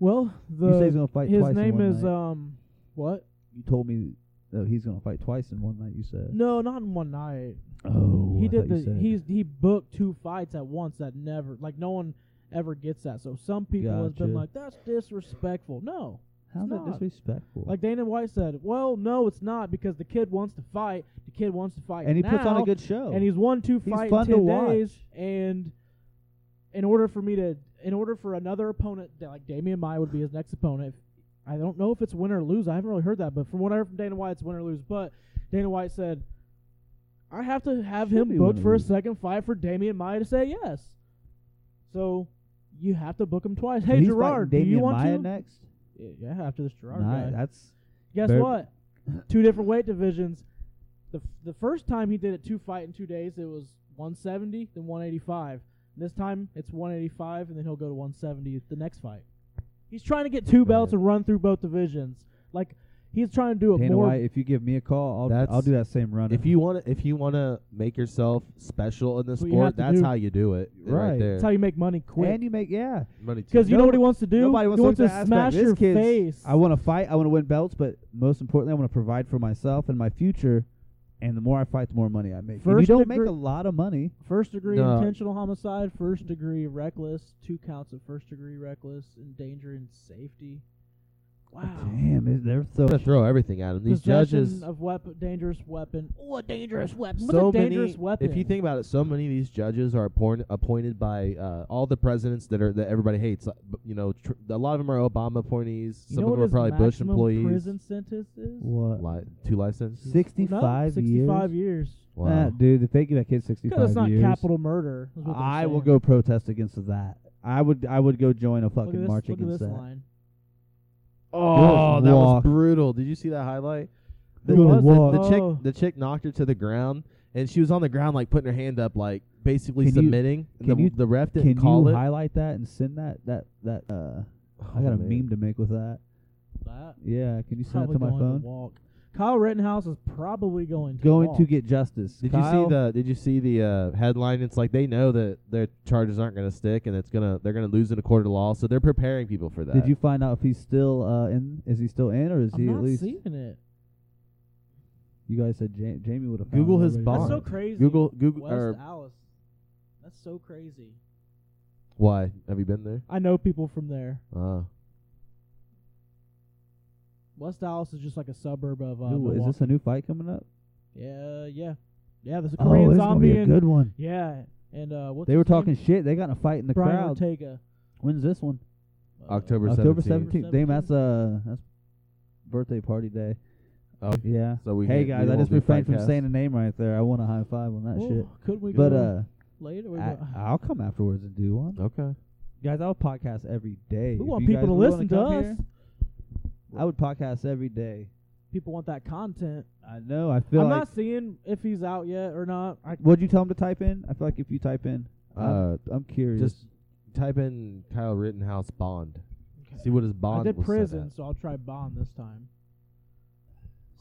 C: well,
B: you say he's
C: the
B: gonna fight
C: his
B: twice. in
C: name
B: one
C: is
B: night.
C: um what?
B: you told me that he's gonna fight twice in one night. You said.
C: No, not in one night.
B: Oh,
C: he
B: I thought
C: did
B: you
C: the
B: said.
C: he's he booked two fights at once that never like no one ever gets that. So some people has been
B: Gotcha.
C: like that's disrespectful. No.
B: How's that
C: not.
B: disrespectful?
C: Like Dana White said, well, no, it's not because the kid wants to fight. The kid wants to fight.
B: and he puts on
C: now,
B: a good show.
C: and he's won two
B: He's
C: fights
B: fun
C: in ten
B: to watch.
C: days. And in order for me to, in order for another opponent, that, like Damian Maya would be his next opponent. I don't know if it's win or lose. I haven't really heard that, but from what I heard from Dana White, it's win or lose. But Dana White said, I have to have
B: Should
C: him
B: be
C: booked
B: win or
C: for a
B: lose.
C: second fight for Damian Maya to say yes. So you have to book him twice.
B: So
C: Hey
B: he's
C: Gerard, do
B: fighting
C: you
B: Damian
C: want
B: Maia
C: to?
B: next?
C: Yeah, after this Gerard
B: Nah,
C: guy.
B: that's
C: Guess
B: Very-
C: what? two different weight divisions. The f- the first time he did it two fight in two days, it was 170 then 185. This time it's 185 and then he'll go to 170 the next fight. He's trying to get two belts
A: Man.
C: and run through both divisions. Like he's trying to do it
B: Dana
C: more.
B: White. If you give me a call, I'll
A: That's-
B: I'll do that same run.
A: If you want to, if you want to make yourself special in the
C: That's what you have
A: sport,
C: to
A: that's
C: do.
A: how you do it. Right,
B: Right.
A: there.
C: That's how you make money
B: and
C: quick.
B: you make yeah,
A: Money too.
C: Because you know
B: No-
C: what he wants to do.
B: nobody
C: he wants
B: wants to look at
C: to
B: that
C: smash
B: aspect. This
C: your
B: kid's-
C: face.
B: I want to fight. I want to win belts, but most importantly, I want to provide for myself and my future. And the more I fight, the more money I make. and
C: First
B: you don't make
C: degree-
B: a lot of money.
C: First degree
A: No.
C: intentional homicide, first degree reckless, two counts of first degree reckless, endangering safety. Wow.
B: Damn, it- they're
A: I'm
B: so.
A: gonna throw everything at him. These
C: Possession
A: judges,
C: of weapon, dangerous weapon. Oh, a dangerous weapon. What's
A: so
C: a dangerous
A: many.
C: weapon?
A: If you think about it, so many of these judges are appoint, appointed by uh, all the presidents that are that everybody hates. Like, b- You know, tr- a lot of them are Obama appointees.
C: you
A: some
C: know
A: of
C: what
A: them are
C: his
A: probably Bush
C: maximum
A: employees.
C: prison uh, sentence is
B: What?
A: Li- two life sentences.
C: No,
B: Sixty-five years.
C: 65 years.
A: Wow.
C: uh,
B: Ah, dude, if they give that kid sixty-five
C: Because it's not
B: years,
C: capital murder. is what they're
B: I will
C: saying.
B: go protest against that. I would. I would go join a
C: Look
B: fucking
C: at this,
B: march
C: look at
B: against
C: this
B: that.
C: line.
A: Oh,
B: Good
A: that was
B: walk.
A: brutal. Did you see that highlight? The,
B: Good
A: was it-
B: walk.
A: the
C: Oh.
A: chick the chick knocked her to the ground and she was on the ground like putting her hand up like basically
B: Can you-
A: submitting.
B: can
A: the,
B: you-
A: the ref didn't
B: Can
A: call
B: you
A: it.
B: highlight that and send that that that? Uh, I
A: Oh,
B: got a
A: man.
B: meme to make with that.
C: That
B: Yeah, can you send
C: probably
B: that to my
C: going
B: phone?
C: walk. Kyle Rittenhouse is probably going to
B: Going
C: walk.
B: to get justice.
A: Did you
B: Kyle,
A: see the did you see the uh, headline? It's like they know that their charges aren't gonna stick and it's gonna they're gonna lose in a court of law, so they're preparing people for that.
B: Did you find out if he's still uh, in? Is he still in, or is
C: I'm
B: he
C: not
B: at least?
C: seeing it.
B: You guys said ja- Jamie would have.
A: Google his
C: That's
A: bond.
C: so crazy.
A: Google Google
C: West
A: or
C: Alice. That's so crazy.
A: why? Have you been there?
C: I know people from there.
A: Uh,
C: West Dallas is just like a uh, suburb of uh,
B: Ooh, is
C: Milwaukee.
B: this a new fight coming up?
C: Yeah, yeah. Yeah, there's a
B: Oh,
C: Korean
B: this is gonna
C: zombie.
B: be a
C: and,
B: good one.
C: yeah, and uh, what's
B: They were
C: his name?
B: talking shit. They got in a fight in the
C: Brian
B: crowd.
C: Ortega.
B: When's this one?
C: Uh,
A: October
B: October
A: 17th.
B: seventeenth. Damn,
C: 17th.
B: that's uh, that's birthday party day.
A: Oh.
B: Yeah.
A: So we
B: hey
A: hit- we
B: guys, I
A: won't
B: just
A: do
B: refrained from
A: podcasts.
B: saying a name right there. I want a high five on that
C: Ooh,
B: shit.
C: Could we
B: But
C: go
B: uh,
C: later? We're
B: I,
C: go-
B: I'll come afterwards and do one.
A: Okay.
B: Guys, I'll podcast every day.
C: we
B: If
C: want
B: you
C: people
B: guys
C: to
B: wanna
C: listen to
B: come
C: us.
B: here, I would podcast every day.
C: People want that content.
B: I know. I feel
C: I'm
B: like.
C: not seeing if he's out yet or not. I,
B: Would you tell them to type in? I feel like if you type in,
A: Uh,
B: I'm, I'm curious.
A: just type in Kyle Rittenhouse Bond.
C: okay.
A: See what his bond
C: I did
A: was set
C: prison,
A: at.
C: so I'll try bond this time.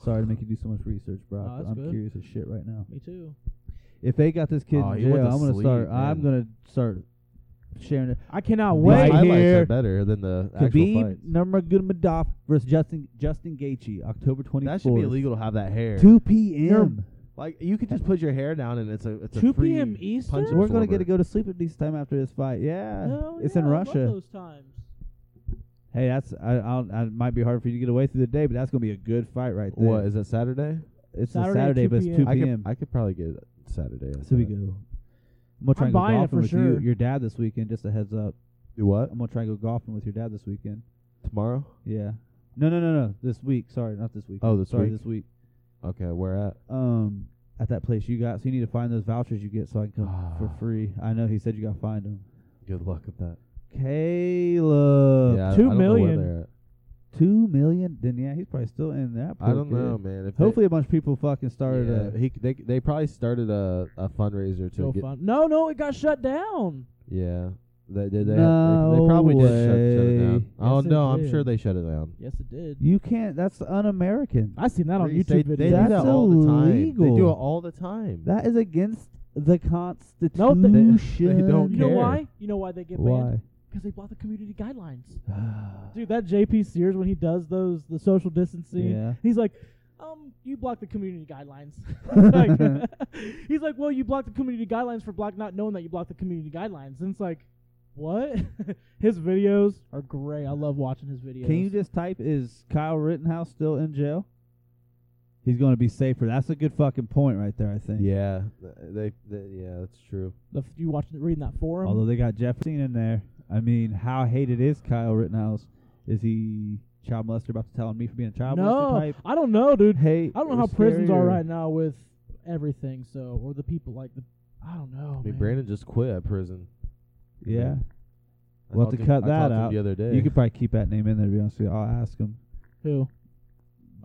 B: sorry to make you do so much research, bro.
C: No, that's
B: I'm
C: good.
B: curious as shit right now.
C: Me too.
B: If they got this kid
A: Oh,
B: in
A: he went
B: jail,
A: to
B: I'm gonna
A: sleep,
B: start.
A: man.
B: I'm gonna start sharing it.
C: I cannot
B: The
A: These
C: wait.
B: Right
A: highlights
B: here.
A: are better than the actual
B: Khabib
A: fights.
B: Nurmagomedov versus Justin Justin Gaethje, October 24th.
A: That should be illegal to have that hair.
B: 2 p.m.
A: Like you could just put your hair down and it's a it's a
C: 2
A: free
C: p.m. Eastern?
A: punch
B: We're gonna get
A: absorber.
B: to go to sleep at least time after this fight. Yeah,
C: Hell
B: it's
C: yeah,
B: in
C: I love
B: Russia.
C: those times.
B: Hey, that's I, I'll, I. It might be hard for you to get away through the day, but that's gonna be a good fight right there.
A: What is it Saturday?
B: It's
C: Saturday,
B: a Saturday, but it's
C: 2
B: 2
A: I
B: p.m.
A: could I could probably get it Saturday. I
B: So we
A: thought.
B: go. I'm gonna try
C: I'm
B: and go
C: buying it
B: golfing
C: for
B: with you,
C: sure.
B: your dad this weekend. Just a heads up.
A: do what
B: I'm gonna try and go golfing with your dad this weekend.
A: tomorrow?
B: Yeah. No, no, no, no. This week. Sorry, not this week.
A: Oh, this
B: sorry,
A: week?
B: this week.
A: Okay, where at?
B: Um, at that place you got. So you need to find those vouchers you get so I can come
A: Ah.
B: for free. I know he said you got to find them.
A: Good luck with that.
B: Caleb,
A: yeah, I-
C: two
A: I don't know where
C: million.
A: they're at.
B: two million. Then yeah, he's probably still in that.
A: I don't
B: pool,
A: know,
B: kid.
A: man. If they-
B: Hopefully, a bunch of people fucking started.
A: yeah,
B: uh,
A: he c- they they probably started a a fundraiser to
C: Go
A: get
C: fun. No, no, it got shut down.
A: yeah. They did. They,
B: No
A: they, they probably did shut, shut it down.
B: way.
A: oh
C: Yes, it
A: no, I'm
C: did.
A: sure they shut it down.
C: Yes, it did.
B: You can't. That's un-American.
C: I seen that on
A: They-
C: YouTube
A: they,
C: videos.
A: they do
B: That's
A: that all the time. They do
B: illegal.
A: it all the time.
B: That is against the Constitution.
A: don't
C: you know
A: care.
C: why? You know why they get banned?
B: Why?
C: Because they bought the community guidelines. Dude, that JP Sears when he does those the social distancing,
B: Yeah.
C: he's like, um, you blocked the community guidelines. Like, he's like, well, you blocked the community guidelines for black not knowing that you blocked the community guidelines, and it's like, what? his videos are great. I love watching his videos.
B: Can you just type is Kyle Rittenhouse still in jail? He's going to be safer. That's a good fucking point right there, I think.
A: Yeah, th- they, they yeah, that's true.
C: the, f- you watching reading that forum?
B: Although they got Jefferson in there. I mean, how hated is Kyle Rittenhouse? Is he child molester about to tell on me for being a child molester
C: no,
B: type?
C: I don't know, dude.
B: Hey,
C: I don't know how prisons are right now with everything, so or the people like the I don't know.
A: I mean,
C: man.
A: Brandon just quit at prison.
B: Yeah.
A: I
B: We'll have
A: talked
B: to
A: him-
B: cut
A: I
B: that
A: talked to him
B: out.
A: the other day.
B: You could probably keep that name in there, to be honest with you. I'll ask him.
C: Who?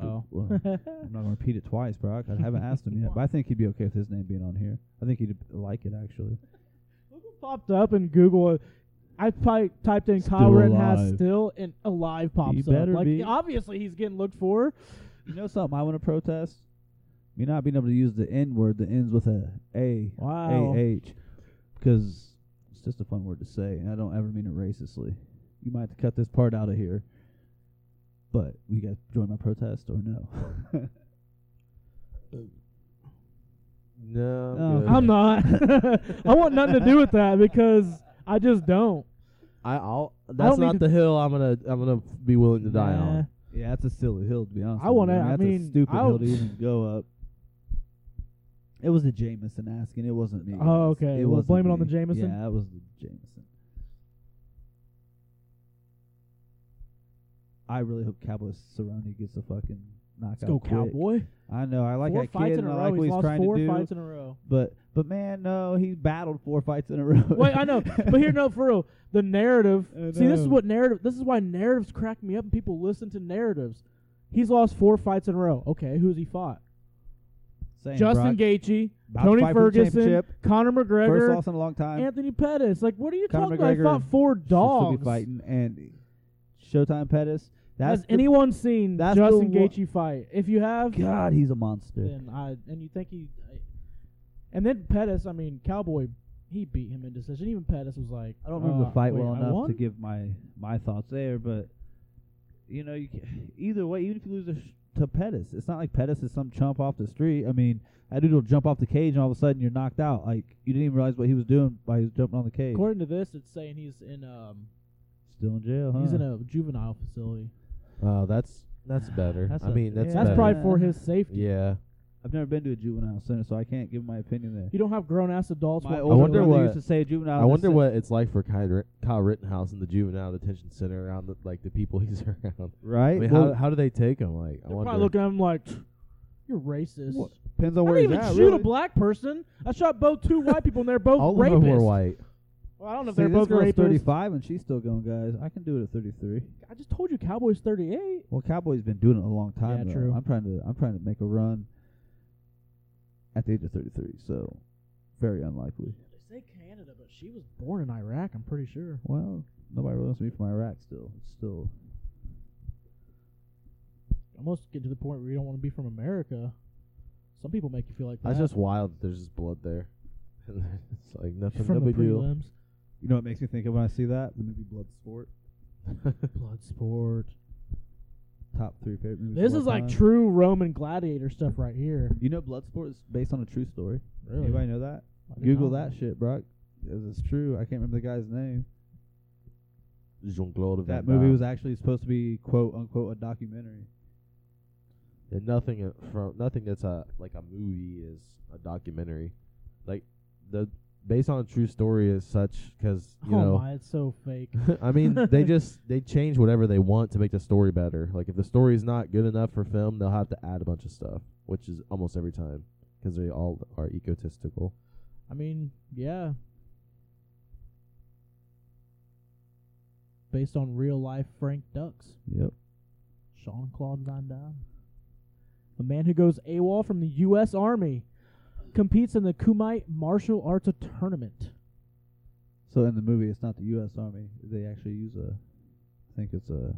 C: Oh.
B: Well, I'm not going to repeat it twice, Brock. I haven't asked him yet. But I think he'd be okay with his name being on here. I think he'd like it, actually.
C: popped up in Google. I probably typed in Kyle
B: Still
C: Rittenhouse
B: alive.
C: still, and alive pops
B: He
C: up.
B: better
C: like
B: be.
C: obviously he's getting looked for.
B: You know something I want to protest? Me not being able to use the N word that ends with a A
C: Wow.
B: A H because it's just a fun word to say, and I don't ever mean it racistly. You might have to cut this part out of here. But you guys join my protest or no?
A: No,
B: Oh.
A: I'm,
C: I'm
A: good.
C: not. I want nothing to do with that because I just don't.
A: I, I'll, that's
C: don't need
A: not
C: to-
A: the hill I'm gonna I'm gonna be willing to die
C: Nah.
A: on.
B: yeah, that's a silly hill to be honest.
C: I
B: with you.
C: wanna-
B: I mean,
C: I
B: that's
C: mean,
B: a stupid
C: I
B: hill to
C: w-
B: even go up. It was the Jameson asking. It wasn't me.
C: Oh,
B: guys.
C: okay.
B: It
C: Well,
B: wasn't
C: blame it on
B: me.
C: the Jameson.
B: Yeah, it was the Jameson. I really hope Cowboy Cerrone gets a fucking knockout.
C: Let's go
B: quick.
C: Cowboy.
B: I know. I like
C: four
B: that
C: fights
B: kid.
C: in
B: And
C: a
B: I
C: row.
B: like
C: he's
B: what he's
C: lost
B: trying
C: four
B: to do.
C: fights in a row.
B: But but man, no, he battled four fights in a row.
C: Wait, I know, but here, no, for real, the narrative.
B: I
C: See, this is
B: know.
C: what narrative. This is why narratives crack me up, and people listen to narratives. He's lost four fights in a row. Okay, who's he fought?
B: Same, Brock.
C: Justin Gaethje,
B: About to
C: Tony
B: fight for the
C: Ferguson,
B: championship.
C: Conor
B: first
C: McGregor,
B: loss in a long time.
C: Anthony Pettis. Like, what are you
B: Conor
C: talking about? I
B: McGregor
C: fought four
B: Should still
C: dogs.
B: be fighting Andy. Showtime Pettis. That's
C: Has
B: the-
C: anyone seen
B: that's the
C: Justin
B: one-
C: Gaethje fight? If you have,
B: God, he's a monster.
C: then I and you think he, I, and then Pettis. I mean, Cowboy, he beat him in decision. Even Pettis was like,
B: I don't remember
C: uh,
B: the fight
C: wait,
B: well
C: I
B: enough to
C: won?
B: give my my thoughts there, but you know, you can, either way, even if you lose to, Sh- to Pettis, it's not like Pettis is some chump off the street. I mean, that dude will jump off the cage, and all of a sudden you're knocked out. Like you didn't even realize what he was doing by he was jumping on the cage.
C: According to this, it's saying he's in um
B: Still in jail, huh?
C: he's in a juvenile facility.
A: Oh, that's that's better.
B: That's
A: I
B: a-
A: mean, that's
B: yeah.
C: That's
A: better.
C: probably for his safety.
A: yeah.
B: I've never been to a juvenile center, so I can't give my opinion there.
C: You don't have grown ass adults.
B: My
C: walking
B: older
A: wonder
B: brother
A: what-
B: used to say juvenile.
A: I wonder
B: cen-
A: what it's like for Kyle, Rit- Kyle Rittenhouse in the juvenile detention center around the, like the people he's around. I
B: Right?
A: mean,
B: well,
A: how how do they take him? Like, I
C: They're
A: wonder.
C: probably looking at him like, "You're racist."
B: What? depends on
C: I
B: where
C: didn't
B: he's
C: even
B: at.
C: shoot
B: really.
C: a black person. I shot both two white people, and they're both
A: All
C: rapists.
A: of them were white.
C: Well, I don't know if
B: See,
C: they're
B: this
C: both
B: girl's
C: rapists.
B: 35 and she's still going, guys. I can do it at 33.
C: I just told you, Cowboys thirty-eight.
B: Well, Cowboys been doing it a long time.
C: Yeah,
B: though.
C: true.
B: I'm trying to I'm trying to make a run at the age of 33, so very unlikely.
C: They say Canada, but she was born in Iraq. I'm pretty sure.
B: Well, nobody really wants me from Iraq still. It's still
C: Almost get to the point where you don't want to be from America. Some people make you feel like that.
A: That's just wild. That there's just blood there. And it's like nothing,
C: from
A: no
C: the
A: big deal.
C: prelims.
B: You know what makes me think of when I see that? The movie Bloodsport.
C: Bloodsport.
B: Top three favorite movies.
C: This
B: of
C: is
B: all
C: like
B: time.
C: true Roman gladiator stuff right here.
B: You know Bloodsport is based on a true story.
C: Really?
B: Anybody know that?
C: I did
B: Google
C: not
B: that shit, Brock. Because it's true. I can't remember the guy's name.
A: Jean-Claude Van
B: That movie
A: Damme.
B: was actually supposed to be quote unquote a documentary.
A: And nothing uh, from nothing that's a like a movie is a documentary. Like the based on a true story is such because you
C: oh
A: know.
C: my, it's so fake.
A: I mean, they just they change whatever they want to make the story better. Like if the story is not good enough for film, they'll have to add a bunch of stuff, which is almost every time because they all are egotistical.
C: I mean, yeah. Based on real life Frank Ducks,
B: Yep.
C: Sean Claude Van Damme. A man who goes AWOL from the U.S. Army competes in the Kumite Martial Arts Tournament.
B: So in the movie, it's not the U.S. Army. They actually use a, I think it's a,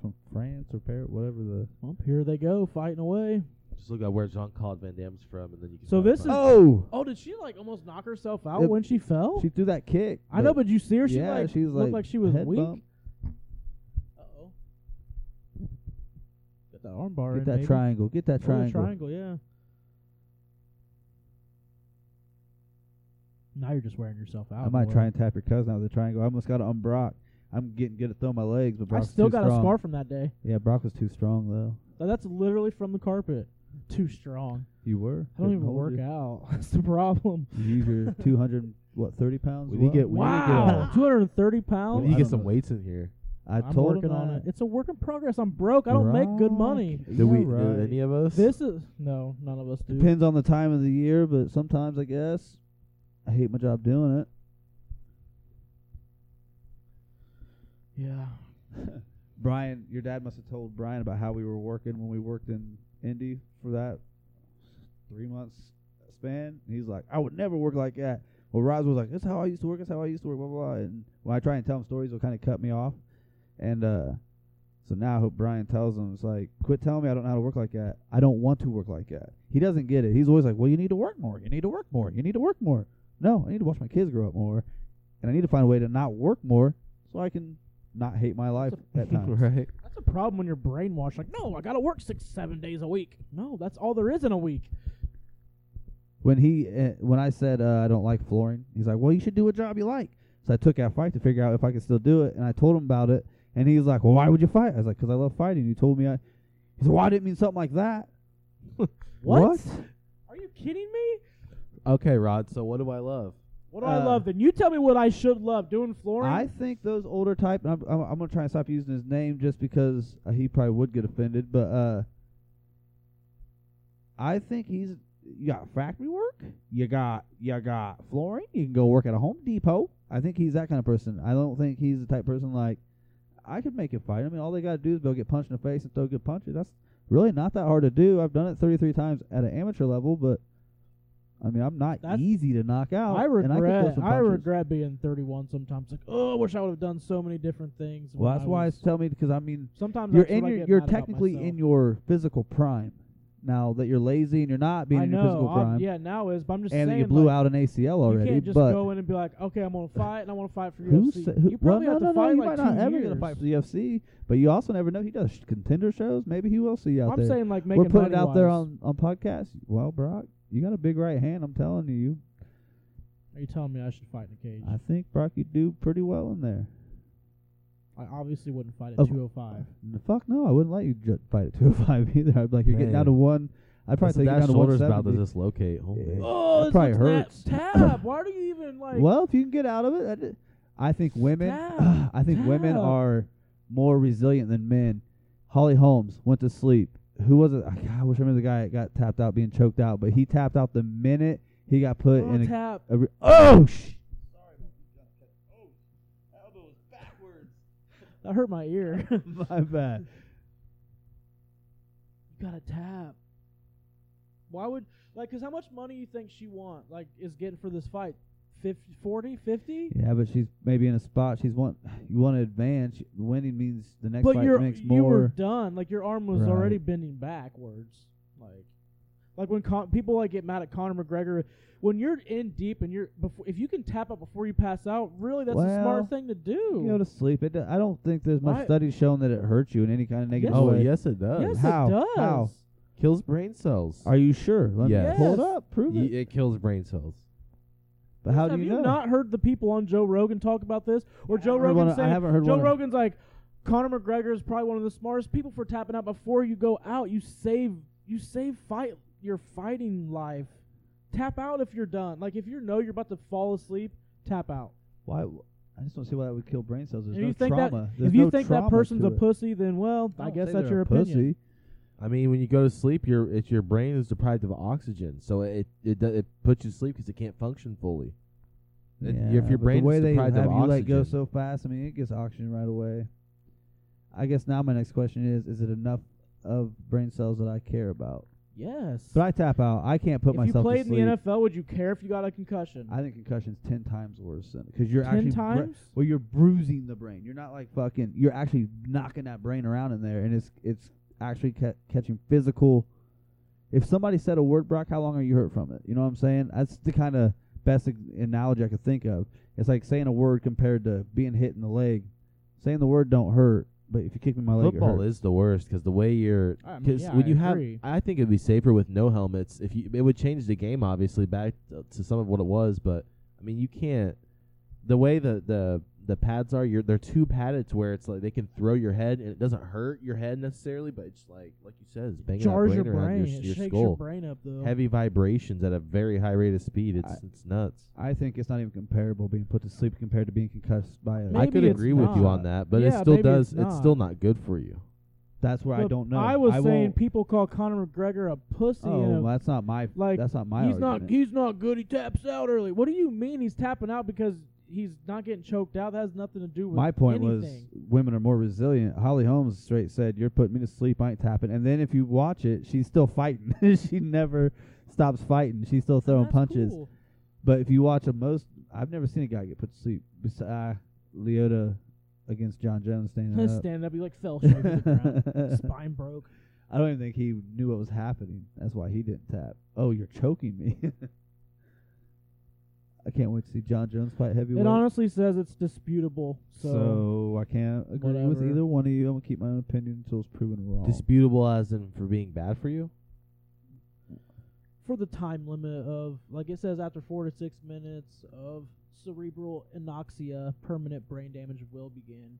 B: from France or Paris, whatever the.
C: Well, here they go, fighting away.
A: Just look at where Jean-Claude Van Damme's from, and then you can.
C: So
A: probably
C: this is-
A: find-
B: Oh,
C: Oh, did she like almost knock herself out
B: Yep.
C: when she fell?
B: she threw that kick.
C: I know, but you see her. She
B: yeah,
C: like
B: she's
C: looked
B: like,
C: like she was
B: head
C: weak.
B: bump.
C: Uh-oh. Get that armbar
B: Get
C: in,
B: that
C: maybe.
B: triangle. Get that
C: Oh, the
B: triangle.
C: triangle, yeah. Now you're just wearing yourself out.
B: I might
C: Oh, boy.
B: try and tap your cousin out with a triangle. I almost got to unbrock. I'm getting good at throwing my legs, but
C: I
B: Brock's
C: still
B: too
C: got
B: strong.
C: a scar from that day.
B: Yeah, Brock was too strong though.
C: Th- That's literally from the carpet. Too strong.
B: You were.
C: I don't
B: Couldn't
C: even
B: hold
C: work
B: you.
C: out. That's the problem.
B: You use your 200 what 30 pounds.
A: We
B: as
A: need
B: well?
A: to get we need
C: Wow,
A: to
C: 230
A: get, we
C: pounds.
A: need to
B: I
A: get
B: don't
A: some
B: know.
A: weights in here.
B: I
C: I'm
B: told
C: working
B: him
C: on
B: that.
C: it. It's a work in progress. I'm broke. I don't make good money.
B: Brock,
A: Did we?
B: yeah, right.
A: Did any of us?
C: This is no, none of us do.
B: Depends on the time of the year, but sometimes I guess I hate my job doing it.
C: Yeah.
B: Brian, your dad must have told Brian about how we were working when we worked in Indy for that three months span. And he's like, I would never work like that. Well, Roz was like, That's how I used to work. That's how I used to work. Blah blah. blah. And when I try and tell him stories, he'll kind of cut me off. And uh so now I hope Brian tells him, it's like, quit telling me I don't know how to work like that. I don't want to work like that. He doesn't get it. He's always like, well, you need to work more. You need to work more. You need to work more. No, I need to watch my kids grow up more, and I need to find a way to not work more so I can not hate my life at times.
A: right?
C: That's a problem when you're brainwashed. Like, no, I gotta work six, seven days a week. No, that's all there is in a week.
B: When he uh, when I said uh, I don't like flooring, he's like, "Well, you should do a job you like." So I took out fight to figure out if I could still do it, and I told him about it, and he's like, "Well, why would you fight?" I was like, "Cause I love fighting." He told me I. He said, "Well, I didn't mean something like that."
C: Are you kidding me?
A: Okay, Rod. So what do I love?
C: What do I
B: Uh,
C: love? Then you tell me what I should love. Doing flooring.
B: I think those older type. I'm, I'm, I'm gonna try and stop using his name just because uh, he probably would get offended. But uh, I think he's you got factory work. You got you got flooring. You can go work at a Home Depot. I think he's that kind of person. I don't think he's the type of person like I could make it fight. I mean, all they gotta do is go get punched in the face and throw good punches. That's really not that hard to do. I've done it 33 times at an amateur level, but. I mean, I'm not
C: That's-
B: easy to knock out.
C: I
B: and I, could throw
C: regret.
B: some
C: I,
B: punches.
C: regret being 31 sometimes. Like, oh, I wish I would have done so many different things.
B: Well,
C: when
B: that's
C: I
B: why
C: was-
B: it's telling me because I mean
C: sometimes
B: you're
C: that's what
B: in
C: I
B: your,
C: get
B: you're
C: mad about
B: technically
C: myself.
B: in your physical prime now that you're lazy and you're not being
C: I
B: in
C: know.
B: your physical
C: ob-
B: prime
C: yeah, now is. But I'm just
B: and
C: saying.
B: you blew
C: like,
B: out an ACL already.
C: You can't just
B: but
C: go in and be like, okay, I'm gonna fight, and I want to fight for
B: who
C: UFC.
B: sa- who-
C: you
B: well,
C: probably
B: no,
C: have
B: no,
C: to
B: no,
C: fight
B: you
C: like
B: might
C: two
B: not ever
C: years.
B: gonna fight for the UFC, but you also never know. He does contender shows. Maybe he will see you out
C: I'm
B: there.
C: saying like making
B: We're putting it out there
C: money-wise.
B: on on podcasts. Well, Brock, you got a big right hand. I'm telling you,
C: Are you telling me I should fight in a cage?
B: I think Brock, you do pretty well in there.
C: I obviously wouldn't fight at
B: Of-
C: 205.
B: N- Fuck no, I wouldn't let you ju- fight at 205 either. I'd be like, you're
A: Man.
B: getting down to one. I'd probably take it down
A: that
B: to
A: shoulder's about to
B: 170.
A: dislocate. Oh,
B: Yeah.
A: man.
C: Oh,
B: It
C: it's
B: probably
C: a
B: hurts.
C: Tap. tap. Why do you even like?
B: Well, if you can get out of it, I d- I think women.
C: Tap.
B: I think women
C: Tap.
B: are more resilient than men. Holly Holmes went to sleep. Who was it? Ah, God, I wish I remember the guy that got tapped out being choked out, but he tapped out the minute he got put
C: oh,
B: in a.
C: tap.
B: a re- oh sh!
C: That hurt my ear. you
B: My bad.
C: gotta tap. Why would like? Cause how much money you think she want? Like, is getting for this fight? 50, 40, 50?
B: Yeah, but she's maybe in a spot. She's want you want to advance. Winning means the next
C: but
B: fight
C: you're
B: makes
C: you were
B: more.
C: done. Like your arm was
B: Right.
C: already bending backwards. Like, like when Con- people like get mad at Conor McGregor when you're in deep and you're before if you can tap out before you pass out. Really, that's a
B: Well,
C: smart thing to
B: You go
C: do.
B: to sleep. It. do- I don't think there's much
C: Why-
B: studies showing that it hurts you in any kind of negative
A: Oh,
B: way.
A: yes, it does.
C: yes,
B: How?
C: it does.
B: How?
A: Kills brain cells.
B: Are you sure? Let
A: Yes.
B: me pull it up. Prove
A: Y-
B: it.
A: it kills brain cells.
B: But how
C: Have
B: do you,
C: you,
B: know?
C: not heard the people on Joe Rogan talk about this? Or Joe
B: heard one
C: Rogan
B: of- I
C: saying,
B: haven't heard
C: Joe
B: one of-
C: Rogan's like, Conor McGregor is probably one of the smartest people for tapping out before you go out. You save, you save fight your fighting life. Tap out if you're done. Like if you know you're about to fall asleep, tap out.
B: Why? w- I just don't see why that would kill brain cells. There's
C: If
B: no
C: you think that-
B: trauma. There's
C: if you
B: no
C: think that
B: trauma
C: person's
B: to
C: a
B: it.
C: pussy, then well, I,
B: don't
C: guess
B: say
C: that's
B: they're
C: your
B: a
C: opinion.
B: pussy.
A: I mean, when you go to sleep, your it's your brain is deprived of oxygen, so it it do- it puts you to sleep because it can't function fully. It-
B: Yeah,
A: if your
B: but
A: brain
B: the way
A: is
B: they
A: deprived
B: have
A: of
B: you let go
A: oxygen,
B: so fast, I mean, it gets oxygen right away. I guess now my next question is: Is it enough of brain cells that I care about?
C: Yes.
B: But I tap out. I can't put
C: if you
B: myself
C: played
B: to
C: in the
B: sleep.
C: NFL, would you care if you got a concussion?
B: I think concussions ten times worse than because you're
C: Ten
B: actually bru-
C: times.
B: well, you're bruising the brain. You're not like fucking. You're actually knocking that brain around in there, and it's it's actually ca- catching physical. If somebody said a word, Brock, how long are you hurt from it? You know what I'm saying? That's the kind of best ex- analogy I could think of. It's like saying a word compared to being hit in the leg. Saying the word don't hurt, but if you kick me in my leg, it
A: football
B: hurts.
A: is the worst because the way you're
C: I mean,
A: because
C: yeah,
A: when
C: I
A: you
C: agree.
A: have I think it'd be safer with no helmets. If you it would change the game obviously back to, to some of what it was, but I mean you can't the way the the the pads are you're they're too padded to where it's like they can throw your head and it doesn't hurt your head necessarily, but it's like like you said, it's banging that
C: Jars
A: brain
C: your
A: around
C: brain.
A: your,
C: it
A: s- your
C: shakes
A: skull.
C: your brain up though.
A: heavy vibrations at a very high rate of speed. It's it's nuts.
B: I think it's not even comparable being put to sleep compared to being concussed by a.
C: Maybe
A: I could
C: it's
A: agree with you
C: not.
A: on that, but
C: Yeah,
A: it still
C: maybe
A: does.
C: it's
A: It's still not good for you.
B: That's where I
C: Look,
B: don't know.
C: I was saying
B: won't-
C: people call Conor McGregor a pussy. and a-
B: Oh, well, that's not my.
C: like,
B: that's not my.
C: he's
B: argument.
C: not. He's not good. He taps out early. What do you mean he's tapping out because he's not getting choked out? That has nothing to do with
B: My point
C: anything.
B: was women are more resilient. Holly Holmes straight said, "You're putting me to sleep. I ain't tapping." And then if you watch it, she's still fighting. she never stops fighting. She's still throwing
C: That's
B: punches.
C: cool.
B: But if you watch a most, I've never seen a guy get put to sleep. Besides Leota against John Jones standing up.
C: Standing up, he like fell straight to the ground. Spine broke.
B: I don't even think he knew what was happening. That's why he didn't tap. Oh, you're choking me. I can't wait to see John Jones fight heavyweight.
C: It honestly says it's disputable. So,
B: So I can't agree with
C: Whatever.
B: either one of you. I'm gonna keep my own opinion until it's proven wrong.
A: Disputable as in for being bad for you.
C: for the time limit of like it says after four to six minutes of cerebral anoxia, permanent brain damage will begin,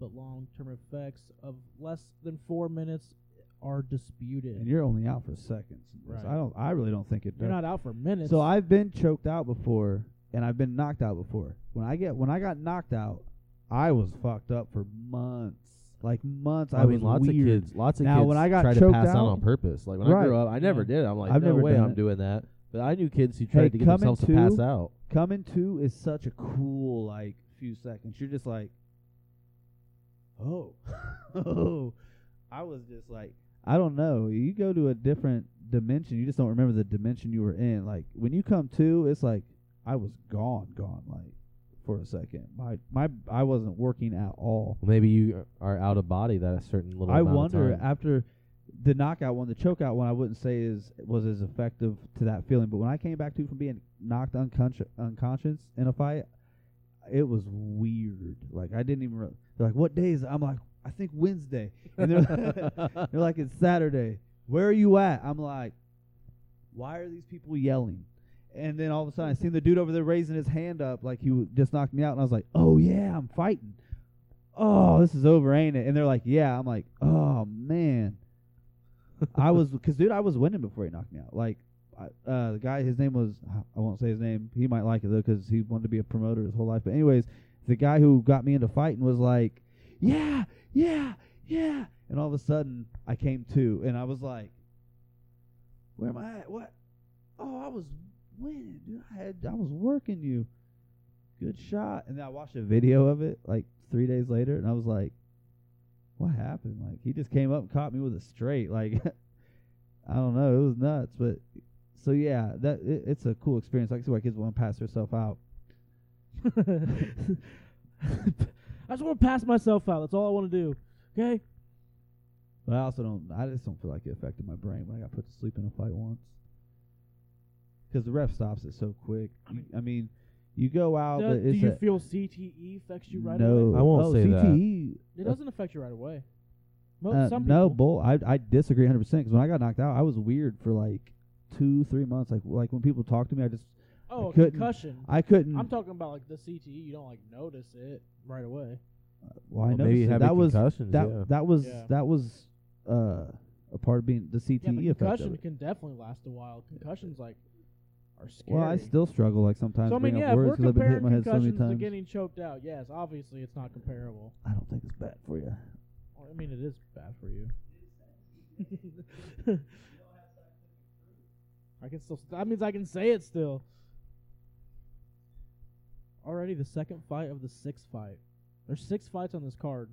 C: but long-term effects of less than four minutes are disputed.
B: and you're only out for seconds.
C: Right.
B: I don't. I really don't think it
C: You're
B: does.
C: not out for minutes.
B: So I've been choked out before, and I've been knocked out before. When I get when I got knocked out, I was fucked up for months, like months. I,
A: I mean,
B: was
A: lots
B: weird.
A: of kids. Lots of
B: Now,
A: kids
B: when I got
A: try to
B: choked
A: pass out,
B: out-
A: on purpose. Like when I
B: Right.
A: grew up, I never
C: Yeah.
A: did. I'm like,
B: I've
A: no
B: never
A: way,
B: done
A: I'm
B: it.
A: doing that. But I knew kids who tried to get
B: coming
A: themselves to
B: to-
A: pass out.
B: coming to is such a cool like few seconds. You're just like, oh, oh. I was just like, I don't know. You go to a different dimension. You just don't remember the dimension you were in. Like when you come to, it's like I was gone, gone. Like for a second, my my I wasn't working at all.
A: Well, maybe you are out of body that a certain little.
B: I
A: amount of
B: wonder
A: time.
B: after the knockout one, the chokeout one, I wouldn't say is was as effective to that feeling. But when I came back to from being knocked unconscious, unconscious in a fight, it was weird. Like I didn't even. Re- they're like, "What days?" I'm like, "I think Wednesday," and they're, they're like, "It's Saturday." Where are you at? I'm like, "Why are these people yelling?" And then all of a sudden, I seen the dude over there raising his hand up like he w- just knocked me out, and I was like, "Oh yeah, I'm fighting." Oh, this is over, ain't it? And they're like, "Yeah." I'm like, "Oh man." I was because dude, I was winning before he knocked me out. Like, I, uh, the guy, his name was I won't say his name. He might like it though because he wanted to be a promoter his whole life. But anyways, the guy who got me into fighting was like, yeah, yeah, yeah, and all of a sudden I came to, and I was like, where am I at? What? Oh, I was winning, dude. I had I was working you. Good shot. And then I watched a video of it like three days later, and I was like what happened? Like he just came up and caught me with a straight. Like I don't know, it was nuts. But so yeah, that it, it's a cool experience. I can see why kids want to pass herself out.
C: I just want to pass myself out. That's all I want to do. Okay.
B: But I also don't. I just don't feel like it affected my brain when I got put to sleep in a fight once. Because the ref stops it so quick.
C: I
B: You-
C: mean-
B: I mean, you go out.
C: Do,
B: but
C: do
B: it's
C: you
B: a-
C: feel CTE affects you right
B: no.
C: away?
A: I won't
B: oh,
A: say that.
B: CTE,
C: It doesn't affect you right away. Mo-
B: Uh,
C: some
B: no, bull.
C: people.
B: I I disagree 100 percent because when I got knocked out, I was weird for like two, three months. Like like when people talk to me, I just I
C: oh, a
B: couldn't-
C: concussion.
B: I couldn't.
C: I'm talking about like the CTE. You don't like notice it right away.
B: well, I
A: Well,
B: know
A: maybe having
B: that was
A: concussions.
B: that
A: yeah.
B: that was
C: Yeah.
B: that was uh, a part of being the
C: Yeah,
B: CTE
C: but
B: effect.
C: concussion
B: Of it.
C: can definitely last a while. Concussions like are scary.
B: Well, I still struggle like sometimes.
C: so I mean,
B: bringing
C: yeah,
B: up
C: if
B: words
C: we're
B: 'cause I've been
C: comparing
B: hitting my head so many
C: concussions to
B: times.
C: getting choked out, yes, obviously it's not comparable.
B: I don't think it's bad for you.
C: Well, I mean, it is bad for you. I can still. That means I can say it still. Already the second fight of the sixth fight. There's six fights on this card.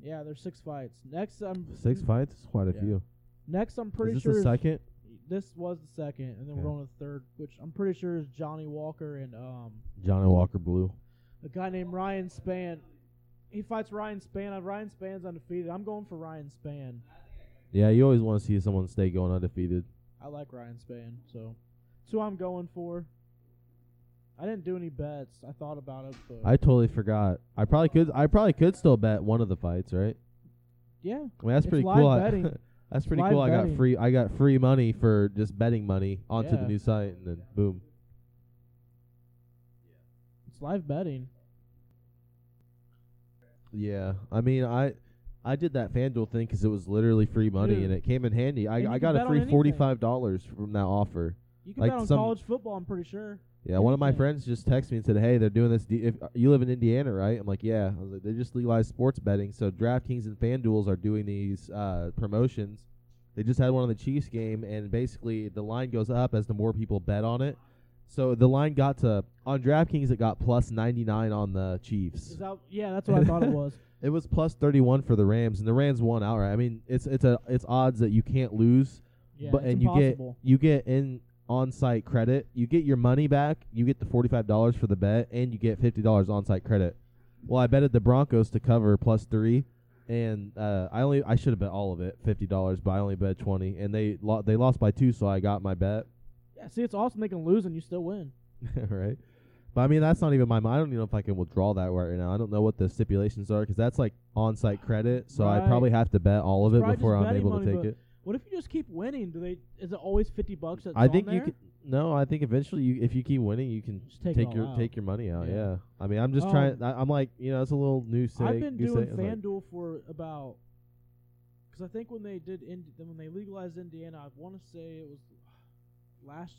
C: Yeah, there's six fights. Next, I'm
A: Six fights is quite a
C: Yeah.
A: few.
C: Next, I'm pretty
A: is this
C: sure
A: the
C: is-
A: second?
C: this was the second, and then
A: Yeah.
C: we're going to the third, which I'm pretty sure is Johnny Walker and um
A: Johnny Walker Blue.
C: a guy named Ryan Span. He fights Ryan Span. Uh, Ryan Span's undefeated. I'm going for Ryan Span.
A: Yeah, you always want to see someone stay going undefeated.
C: I like Ryan Span, so that's who I'm going for. I didn't do any bets. I thought about it, but
A: I totally forgot. I probably could. I probably could still bet one of the fights, right?
C: yeah,
A: I mean, that's
C: It's
A: pretty
C: live
A: cool. I-
C: betting.
A: that's pretty
C: Live
A: cool. I
C: betting.
A: got free. I got free money for just betting money onto
C: Yeah.
A: the new site, and then boom.
C: it's live betting.
A: Yeah, I mean, I I did that FanDuel thing because it was literally free money,
C: Dude.
A: and it came in handy.
C: And
A: I
C: you
A: I
C: can
A: got
C: bet
A: a
C: on
A: free
C: anything.
A: forty five dollars from that offer.
C: You can
A: Like
C: bet on
A: some-
C: college football. I'm pretty sure.
A: Yeah, one of my
C: Anything.
A: friends just texted me and said, "Hey, they're doing this. De- if uh, you live in Indiana, right?" I'm like, "Yeah." I was like, "They just legalized sports betting, so DraftKings and FanDuel's are doing these uh, promotions. They just had one on the Chiefs game, and basically the line goes up as the more people bet on it. So the line got to on DraftKings, it got plus 99 on the Chiefs.
C: Is that, yeah, that's what I thought it was.
A: It was plus 31 for the Rams, and the Rams won outright. I mean, it's it's a it's odds that you can't lose
C: Yeah,
A: but
C: it's
A: and
C: impossible.
A: you get you get in on-site credit. You get your money back. You get the forty-five dollars for the bet, and you get fifty dollars on-site credit. Well, I betted the Broncos to cover plus three, and uh, I only I should have bet all of it fifty dollars, but I only bet twenty, and they lo- they lost by two, so I got my bet
C: yeah, see, it's awesome they can lose and you still win.
A: right. But I mean, that's not even my. mo- I don't even know if I can withdraw that right now. I don't know what the stipulations are because that's like on-site credit, so I
C: Right.
A: probably have to bet all of
C: It's
A: it
C: probably
A: before
C: just
A: I'm
C: betting
A: able
C: money,
A: to take
C: but
A: it.
C: What if you just keep winning? Do they? Is it always fifty bucks? That's
A: I
C: on
A: think you
C: there?
A: could. No, I think eventually, you if you keep winning, you can
C: Just take it all
A: your
C: out.
A: take your money out.
C: Yeah.
A: Yeah. I mean, I'm just
C: Um,
A: trying. I, I'm like, you know, it's a little new. Sick,
C: I've been
A: goose egg.
C: doing
A: It's like-
C: FanDuel for about because I think when they did Ind- then when they legalized Indiana, I want to say it was last.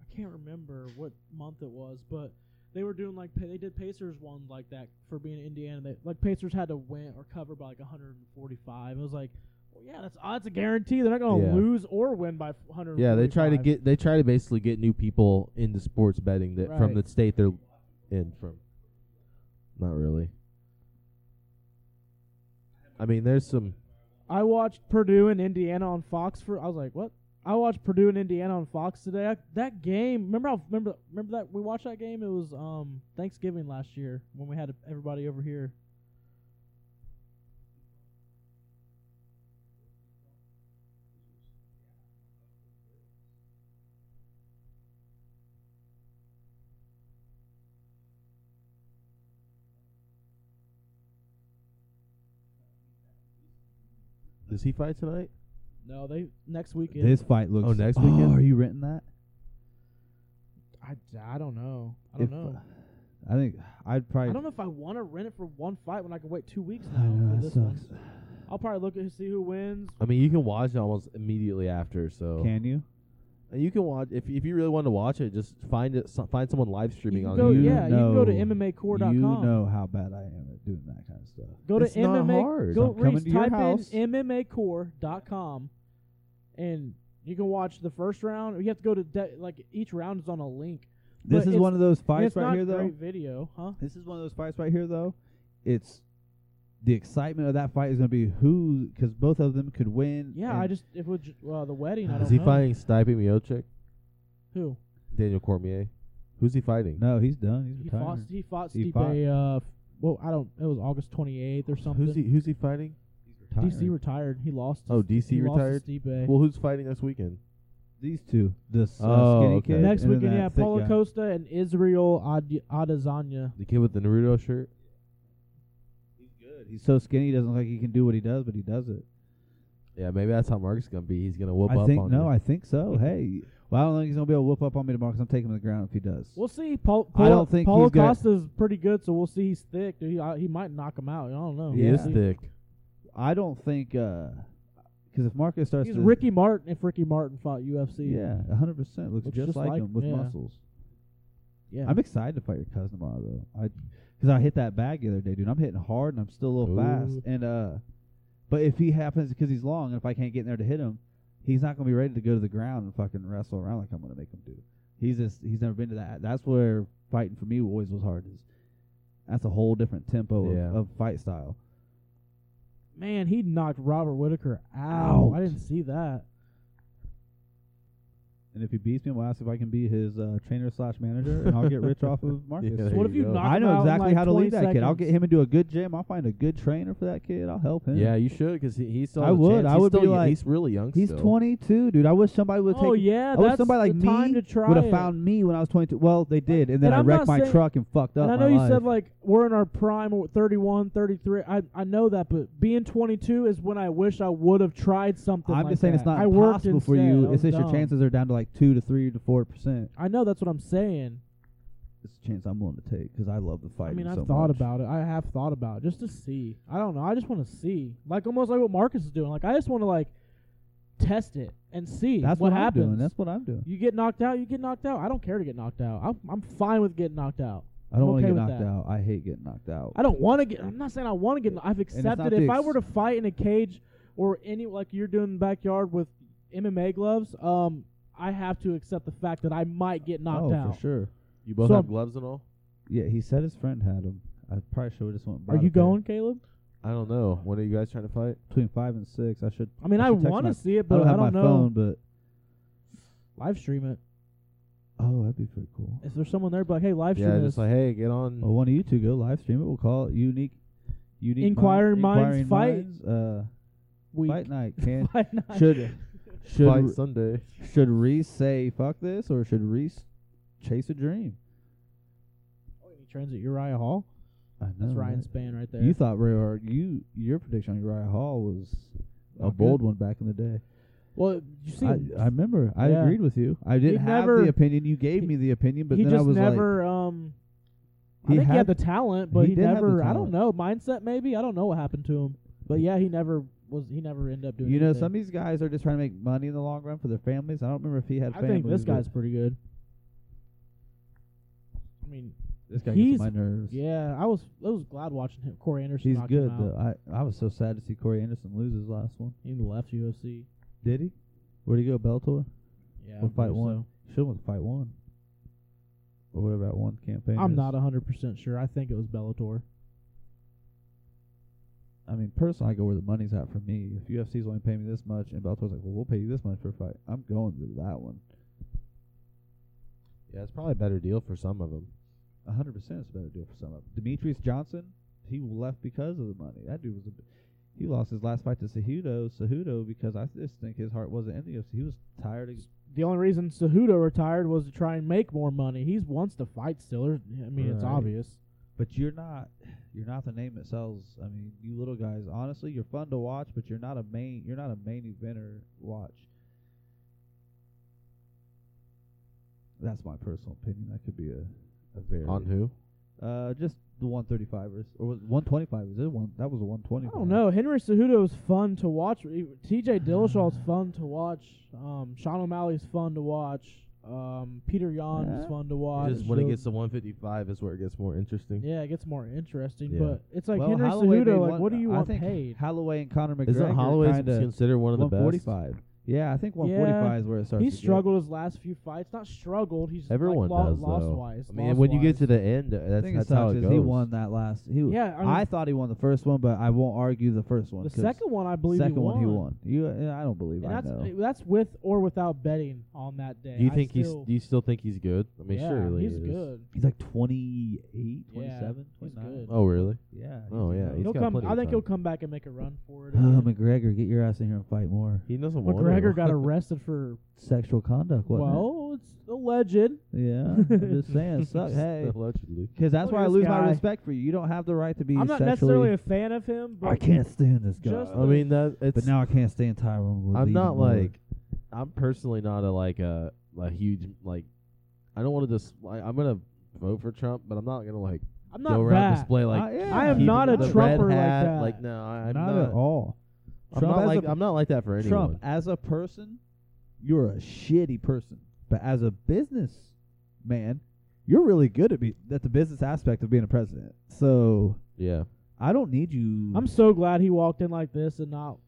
C: I can't remember what month it was, but they were doing like pa- they did Pacers one like that for being in Indiana. They, like Pacers had to win or cover by like 145. It was like, well, yeah, that's that's a guarantee. They're not going to
A: Yeah.
C: lose or win by 145.
A: yeah, they try to get. They try to basically get new people into sports betting that from
C: Right.
A: the state they're in from. Not really. I mean, there's some.
C: I watched Purdue and Indiana on Fox for. I was like, what? I watched Purdue and Indiana on Fox today. I, that game, remember? How, remember? Remember that we watched that game. It was um Thanksgiving last year when we had everybody over here.
A: Does he fight tonight?
C: No, they next weekend.
B: This fight looks.
A: Oh, next weekend?
B: are you renting that?
C: I, I don't know. I don't
B: If,
C: know.
B: I think I'd
C: I
B: probably.
C: don't know if I want to rent it for one fight when I can wait two weeks
B: I
C: now
B: know,
C: for
B: that
C: this
B: sucks.
C: one. I'll probably look at see who wins.
A: I mean, you can watch it almost immediately after. So
B: Can you?
A: And you can watch if if you really want to watch it, just find it so, find someone live streaming
C: You
A: on
C: can go,
A: YouTube.
B: You
C: yeah, you can go to
B: know-
C: MMAcore.com.
B: You know how bad I am at doing that kind of stuff.
C: Go to
A: It's not
C: MMA.
A: hard.
C: Go
B: I'm coming
C: Reese,
B: to your
C: type
B: house.
C: in MMAcore.com, and you can watch the first round. You have to go to de- like each round is on a link.
B: This
C: But
B: is
C: it's-
B: one of those
C: And
B: fights
C: it's
B: right
C: not
B: here, though.
C: great video, huh?
B: This is one of those fights right here, though. It's the excitement of that fight is going to be who, because both of them could win.
C: Yeah,
B: and
C: I just it was uh, the wedding. I
A: Is
C: don't
A: he
C: know.
A: fighting Stipe Miocic?
C: who?
A: Daniel Cormier? Who's he fighting?
B: no, he's done. He's
C: He
B: retired.
C: fought. He fought
B: He
C: Stipe.
B: fought.
C: Uh, f- well, I don't. It was August 28th or something.
A: Who's he? Who's he fighting?
B: Retired.
C: DC retired. He lost. to
A: Oh,
C: St-
A: DC
C: he lost to
A: retired?
C: Stipe.
A: Well, who's fighting this weekend?
B: These two, this uh,
A: Oh,
B: skinny
A: okay.
B: kid.
C: Next
B: and then
C: weekend,
B: that
C: yeah,
B: thick
C: Paulo
B: guy.
C: Costa and Israel Ad- Adesanya.
A: The kid with the Naruto shirt.
B: He's good. He's so skinny, he doesn't look like he can do what he does, but he does it.
A: Yeah, maybe that's how Mark's gonna be. He's gonna whoop
B: I
A: up
B: think
A: on
B: no,
A: you.
B: I think so. hey, well, I don't think he's gonna be able to whoop up on me tomorrow 'cause I'm taking him to the ground if he does.
C: We'll see. Paul,
B: I don't think
C: Paulo
B: he's gonna-
C: Costa's pretty good, so we'll see. He's thick. Dude. He, I, he might knock him out. I don't know.
A: he
B: Yeah.
A: is thick.
B: I don't think because if Marcus starts,
C: He's
B: to,
C: Ricky Martin. If Ricky Martin fought UFC,
B: yeah, 100 percent looks, just, like, him with
C: yeah.
B: muscles.
C: yeah.
B: I'm excited to fight your cousin tomorrow though. I because I hit that bag the other day, dude. I'm hitting hard and I'm still a little
A: Ooh.
B: fast. And uh, but if he happens because he's long, and if I can't get in there to hit him, he's not gonna be ready to go to the ground and fucking wrestle around like I'm gonna make him do. He's just he's never been to that. That's where fighting for me always was hard. Is that's a whole different tempo
A: Yeah.
B: of, of fight style.
C: Man, he knocked Robert Whitaker out. I
B: Out.
C: didn't see that.
B: And if he beats me, we'll ask if I can be his uh, trainer slash manager, and I'll get rich off of Marcus.
A: Yeah, There
C: what if
A: you
C: you
A: go.
C: knock
B: I
C: him
B: know
C: out in,
B: exactly
C: like,
B: how to
C: 20
B: lead that kid. I'll get
C: seconds?
B: him into a good gym. I'll find a good trainer for that kid. I'll help him.
A: Yeah, you should because he, he still.
B: I
A: has a
B: would.
A: chance.
B: I
A: He's
B: would
A: still
B: be
A: young-
B: like,
A: he's really young.
B: He's
A: still.
B: 22, dude. I wish somebody would
C: Oh
B: take.
C: yeah,
B: I
C: that's
B: wish somebody like
C: the time
B: me
C: to try
B: would have
C: it.
B: found me when I was 22. Well, they did, and then
C: And
B: I
C: I'm
B: wrecked
C: not
B: my
C: saying-
B: truck and fucked up.
C: And I
B: my
C: know you
B: life.
C: said like we're in our prime, we're 31, 33. I I know that, but being 22 is when I wish I would have tried something.
B: I'm
C: like
B: just saying
C: that.
B: it's not
C: I worked
B: impossible for
C: instead.
B: you.
C: I
B: It's
C: was
B: just your
C: dumb.
B: chances are down to like two to three to four percent.
C: I know that's what I'm saying.
B: It's a chance I'm willing to take because I love the fight.
C: I mean, I've thought about it. I have thought about it just to see. I don't know. I just want to see, like almost like what Marcus is doing. Like I just want to like test it and see
B: That's
C: what,
B: what,
C: happens.
B: I'm doing. That's what I'm doing.
C: you get knocked out, you get knocked out. I don't care to get knocked out. I'm, I'm fine with getting knocked out.
B: I don't
C: I'm
B: want
C: okay
B: to get
C: with
B: knocked
C: that.
B: out. I hate getting knocked out.
C: I don't want to get. I'm not saying I want to get. kno- I've
B: it's not
C: accepted.
B: the
C: If I
B: ex-
C: were to fight in a cage or any like you're doing in the backyard with MMA gloves, um, I have to accept the fact that I might get knocked
B: oh,
C: out.
B: for sure.
A: You both
C: So
A: have
C: I'm-
A: gloves and all.
B: Yeah, he said his friend had him. I probably should have just went. and
C: Are
B: bought
C: you
B: a pair.
C: going, Caleb?
A: I don't know. When are you guys trying to fight?
B: between five and six? I should.
C: I mean, I,
B: should text
C: want
B: my-
C: to see it,
B: I
C: but
B: don't have my
C: know.
B: phone, but
C: Live stream it.
B: oh, that'd be pretty cool.
C: If there's someone there, but hey, live stream
A: yeah,
C: this.
A: just like hey, get on.
B: Well, one of you two go live stream it. We'll call it unique, unique
C: Inquiring
B: Mind-
C: Minds
B: Inquiring Minds,
C: Fight
B: uh,
C: week.
B: fight night. Can
C: Fight night.
B: should should
A: fight
B: Re-
A: Sunday.
B: should Reese say fuck this or should Reese chase a dream?
C: Oh, he trains at Uriah Hall.
B: I know
C: Uh, That's Ryan
B: right?
C: Span right there.
B: You thought Ray, or you your prediction on Uriah Hall was a
C: Not
B: bold
C: good.
B: one back in the day.
C: well, you see,
B: I, I remember. I
C: Yeah.
B: agreed with you. I didn't have
C: never-
B: the opinion. You gave
C: he-
B: me the opinion, but
C: he
B: then I
C: just
B: was like,
C: never. um, I
B: He
C: think he
B: had-
C: had the talent, but
B: he
C: he,
B: did have the
C: never. I
B: talent.
C: don't know mindset. Maybe I don't know what happened to him, but yeah, he never was. He never ended up doing.
B: you know,
C: anything.
B: some of these guys are just trying to make money in the long run for their families. I don't remember if he had.
C: I
B: families,
C: think this
B: but
C: guy's pretty good. I mean,
B: This guy
C: he's-
B: gets on my nerves.
C: yeah, I was. I was glad watching him. Corey Anderson.
B: He's
C: knocked him
B: good
C: out.
B: though. I I was so sad to see Corey Anderson lose his last one.
C: He left UFC.
B: Did he? Where'd he go? Bellator.
C: Yeah, I
B: Or fight
C: believe
B: one. Should have fight one. Or whatever that one
C: so.
B: campaign.
C: I'm
B: is.
C: not hundred percent sure. I think it was Bellator.
B: I mean, personally, I go where the money's at for me. If UFC's only paying me this much, and Bellator's like, well, we'll pay you this much for a fight, I'm going to that one.
A: Yeah, it's probably a better deal for some of them.
B: 100 percent is a better deal for some of them. Demetrius Johnson, he left because of the money. That dude was a. b- He lost his last fight to Cejudo, Cejudo, because I just think his heart wasn't in the UFC. He was tired. Of,
C: The only reason Cejudo retired was to try and make more money. He wants to fight still. There's- I mean, it's
B: Right.
C: obvious.
B: but you're not, you're not the name that sells. I mean, you little guys. Honestly, you're fun to watch, but you're not a main. You're not a main eventer. Watch. That's my personal opinion. That could be a, a very
A: On who?
B: Uh, just the 135ers or was 125ers. It one that was a 120.
C: I don't know. Henry Cejudo is fun to watch. E- T.J. Dillashaw's fun to watch. Um, Sean O'Malley's fun to watch. Um, Peter Yan is
B: Yeah.
C: fun to watch.
A: Just when it
C: So-
A: gets to 155 is where it gets more interesting.
C: yeah, it gets more interesting.
A: Yeah.
C: But it's like
B: well,
C: Henry
B: Holloway made
C: Cejudo. Like,
B: one-
C: what do you
B: I
C: want
B: think
C: paid?
B: Holloway and Conor McGregor.
A: Isn't Holloway
B: kinda
A: considered one of the best?
B: 145. Yeah, I think 145 is where it starts.
C: He
B: to get-
C: struggled his last few fights. Not struggled. He's
A: Everyone
C: like, lo-
A: does
C: lost
A: though.
C: wise.
A: I mean,
C: lost
A: and when you
C: wise.
A: get to the end, uh,
B: I
A: that's
B: think it
A: that's how
B: sucks
A: it
B: is
A: goes.
B: he won that last. He w-
C: yeah, I, mean,
B: I thought he won the first one, but I won't argue the first one.
C: the
B: 'cause
C: second one I believe
B: second
C: he won.
B: one he won. You, yeah, I don't believe
C: And
B: I
C: that's
B: know.
C: that's with or without betting on that day.
A: Do you
C: I
A: think he's?
C: still-
A: Do you still think he's good? I mean,
C: yeah,
A: surely
C: he's
A: he is.
C: good.
B: He's like 28,
C: Yeah,
B: 27,
C: he's
B: 29.
C: good.
A: Oh really?
B: Yeah.
A: Oh,
B: he's
A: yeah,
B: good.
A: he's
C: he'll
A: got
C: come.
A: plenty
C: I
A: of
C: think
A: time. Um,
C: he'll come back and make a run for it.
B: Oh, McGregor, get your ass in here and fight more.
A: He doesn't want.
C: McGregor
A: to.
C: got arrested for
B: Sexual conduct, wasn't
C: well, it's alleged.
B: it? Yeah, I'm just saying, suck.
A: Just
B: Hey,
A: Allegedly.
B: because that's
C: Look
B: why
C: at
B: I
C: this
B: lose my
C: guy.
B: respect for you. You don't have the right to be
C: I'm not necessarily
B: sexually.
C: a fan of him, but
B: I can't stand this guy. Oh,
C: Just
A: I mean that. It's.
B: but now I can't stand Tyrone. Woodley
A: I'm
B: even
A: not
B: more.
A: like. I'm personally not a like a a huge like. I don't want to just. Like, I'm gonna vote for Trump, but I'm not gonna like
C: I'm
A: go
C: not
A: around
C: that.
A: display like.
B: I am.
A: keep
C: I am not a
A: the red
C: Trumper like
A: hat,
C: that.
A: Like no, I, I'm
B: not,
A: not.
B: at all.
A: I'm
B: Trump
A: not
B: as
A: like.
B: a-
A: I'm not like that for anyone.
B: Trump as a person, you're a shitty person. But as a business man, you're really good at be at the business aspect of being a president. So
A: Yeah.
B: I don't need you.
C: I'm so glad he walked in like this and not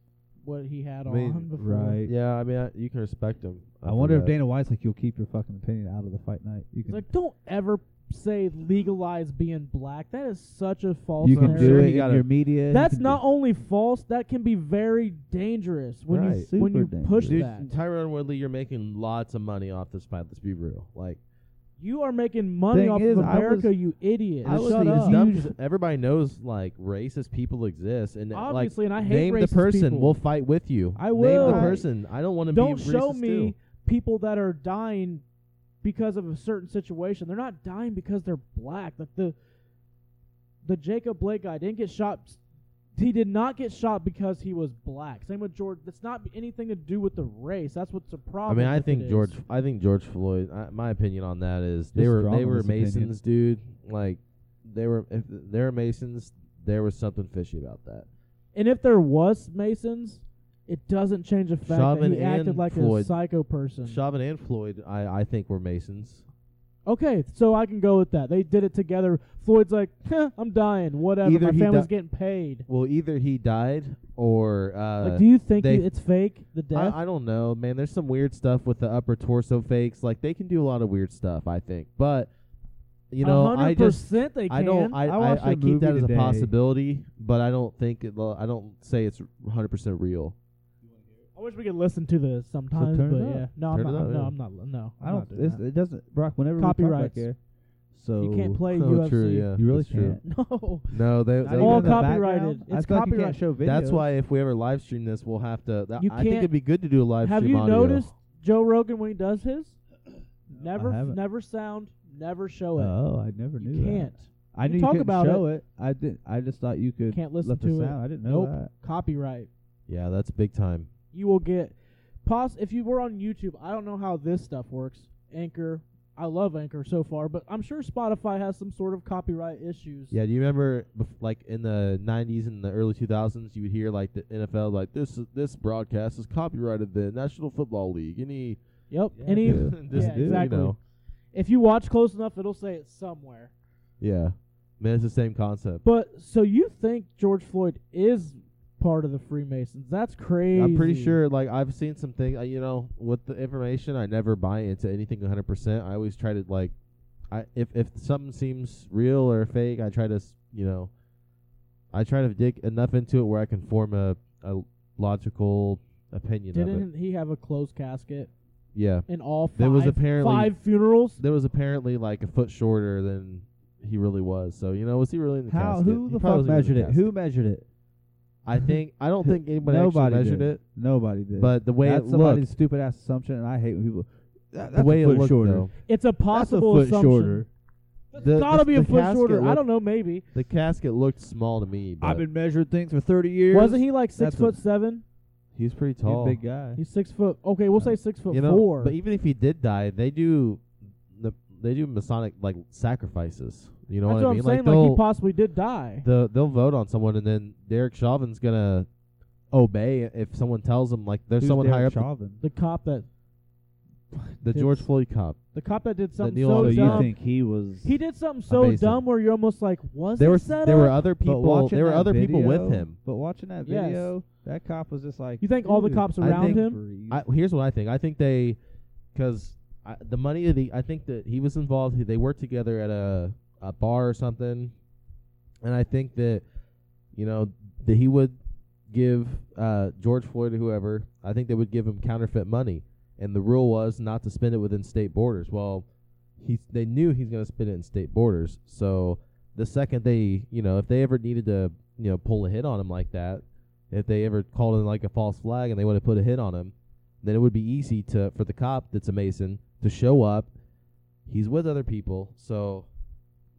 C: what he had
A: I mean,
C: on before.
B: right.
A: Yeah. I mean, I, you can respect him.
B: I wonder if
A: they.
B: Dana White's like, you'll keep your fucking opinion out of the fight night. You
C: It's
B: can,
C: like, don't ever say legalize being black. That is such a false.
B: you can
A: I'm
B: do
A: sure
B: it
A: he
B: in
A: got a-
B: your media. you
C: That's
B: can
C: not
B: do-
C: only false. That can be very dangerous when
A: Right.
C: you when
B: Super
C: you push
A: Dude,
C: that.
A: Tyron Woodley, you're making lots of money off this fight. Let's be real. Like,
C: You are making money
B: Thing
C: off
B: is,
C: of
B: I was-
C: America, you idiot.
B: I
A: it's
B: was
C: Shut
B: the-
A: it's
C: up.
A: dumb 'cause everybody knows like racist people exist, and uh, like
C: Obviously, and I hate
A: name the
C: racist
A: person.
C: people.
A: We'll fight with you.
C: I
A: Name
C: will.
A: the
B: Right.
A: person. I don't want to be.
C: Don't show
A: racist
C: me
A: too.
C: people that are dying because of a certain situation. They're not dying because they're black. Like the the Jacob Blake guy didn't get shot. He did not get shot because he was black. Same with George. That's not anything to do with the race. That's what's the
A: I
C: problem.
A: mean, I
C: if it
A: think
C: is.
A: George. I think George Floyd. I, my opinion on that is they
B: Just
A: were
B: draw
A: they
B: on
A: were
B: this opinion.
A: Masons, dude. Like they were if they were Masons. There was something fishy about that.
C: And if there was Masons, it doesn't change the fact
A: Chauvin
C: that he acted
A: and
C: like a
A: Floyd.
C: psycho person.
A: Chauvin and Floyd, I I think were Masons.
C: Okay, so I can go with that. They did it together. Floyd's like, "Huh, I'm dying. Whatever.
A: Either
C: My
A: he
C: family's
A: di-
C: getting paid.
A: Well, either he died or uh,
C: like, do you think
A: they-
C: he- it's fake? The death?
A: I, I don't know, man. There's some weird stuff with the upper torso fakes. Like they can do a lot of weird stuff, I think. But you know, I just
C: 100% they can.
A: I don't I
B: I
A: I,
B: watched
A: I,
B: a
A: keep that
B: movie
A: as
B: today.
A: a possibility, but I don't think it, lo- I don't say it's 100 percent real.
C: I wish we could listen to this sometimes,
B: turn it
C: but
B: up.
C: yeah, no,
A: Turn
C: I'm
A: it
C: not.
A: up,
C: no,
A: yeah.
C: I'm not. li- No, I'm
B: I
C: not
B: don't.
C: doing
B: It's,
C: that.
B: it doesn't. Brock. Whenever we talk back
C: Copyrights.
B: here, so
C: You can't play
A: Oh,
C: UFC.
A: true, yeah.
B: You really
A: That's true.
B: can't.
C: No,
A: No, they,
B: Not
A: they
B: even
C: All
B: in the
C: copyrighted.
B: background? I
C: It's
B: thought you
C: copyright.
B: can't show videos.
A: that's why if we ever live stream this, we'll have to. That,
C: You
A: I think
C: can't-
A: it'd be good to do a live
C: have
A: stream.
C: you
A: audio.
C: noticed Joe Rogan when he does his? Never,
B: haven't.
C: never sound, never show
A: Uh,
C: it.
B: Oh, I never knew
C: you can't.
B: that. I
C: You
B: knew
C: talk
B: you couldn't
C: about
B: show it. I did. I just thought you could
C: Can't listen
B: let the
C: to it.
B: sound. I didn't know
C: Nope.
B: that.
C: Copyright.
A: Yeah, that's big time.
C: you will get pos if you were on YouTube. I don't know how this stuff works. Anchor, I love Anchor so far, but I'm sure Spotify has some sort of copyright issues.
A: Yeah, do you remember bef- like in the 90s and the early 2000s you would hear like the NFL like this this broadcast is copyrighted the National Football League. Any
C: Yep.
B: Yeah,
C: Any
B: dude.
A: Just,
C: yeah,
A: you
C: exactly.
A: know.
C: if you watch close enough, it'll say it somewhere.
A: Yeah. Man, it's the same concept.
C: But so you think George Floyd is part of the Freemasons? That's crazy.
A: I'm pretty sure, like, I've seen some things, uh, you know, with the information, I never buy into anything 100%. I always try to, like, I if, if something seems real or fake, I try to, s you know, I try to dig enough into it where I can form a, a logical opinion of it.
C: Didn't he have a closed casket
A: Yeah.
C: in all five?
A: There was apparently-
C: five funerals.
A: There was apparently, like, a foot shorter than he really was. So, you know, was he really in the
B: How?
A: casket?
B: Who
A: He
B: the
A: probably wasn't
B: fuck
A: even
B: measured
A: in
B: it?
A: the
B: Who
A: casket.
B: measured it?
A: I think, I don't think anybody
B: Nobody
A: actually measured
B: did.
A: it.
B: Nobody did.
A: But the way
B: that's
A: it
B: somebody's
A: looked,
B: stupid ass assumption, and I hate when people. That,
A: the way it
B: a foot
A: looked,
B: shorter.
A: though,
C: It's a
B: That's a
C: possible
B: foot
C: assumption.
B: shorter.
C: That's
A: The-
C: gotta
A: the-
C: be a
A: the
C: foot
A: casket
C: shorter. I
A: looked-
C: don't know. Maybe
A: The casket looked small to me, but
B: I've been measuring things for thirty years.
C: wasn't he like six
B: That's a-
C: foot seven?
A: he's pretty
B: He's a
A: tall.
B: big guy.
C: He's six foot. Okay, we'll say six foot
A: you know,
C: four.
A: but even if he did die, they do the they do Masonic like sacrifices. You know
C: That's
A: what, I
C: what
A: mean?
C: am saying.
A: like
C: Like, he
A: they'll
C: possibly did die.
A: the, they'll vote on someone, and then Derek Chauvin's gonna obey if someone tells him like there's
B: Who's
A: someone higher
B: Derek
A: up. the-
B: Chauvin?
C: The cop that
A: The,
C: It's-
A: George Floyd cop.
C: the cop that did something
A: Neil
C: so
B: so
A: Armstrong.
C: dumb.
B: you think he was?
C: he did something so
A: Amazing.
C: dumb where you're almost like, was
A: There
C: it
A: were
C: set
A: there were
C: up?
A: other
B: But
A: people.
B: watching
A: There were
B: that
A: other people with
B: video-
A: him.
B: But watching that
C: Yes.
B: video, that cop was just like.
C: You think all the
B: "Dude,
C: cops
B: I
A: around
B: think
C: him-
B: breathe."
A: I, here's what I think. I think they, because the money that he, I think that he was involved. He, they worked together at a a bar or something, and I think that, you know, that he would give uh, George Floyd or whoever. I think they would give him counterfeit money, and the rule was not to spend it within state borders. Well, he they knew he's going to spend it in state borders, so the second they, you know, if they ever needed to, you know, pull a hit on him like that, if they ever called in like a false flag and they would have put a hit on him, then it would be easy to for the cop that's a Mason to show up. He's with other people, so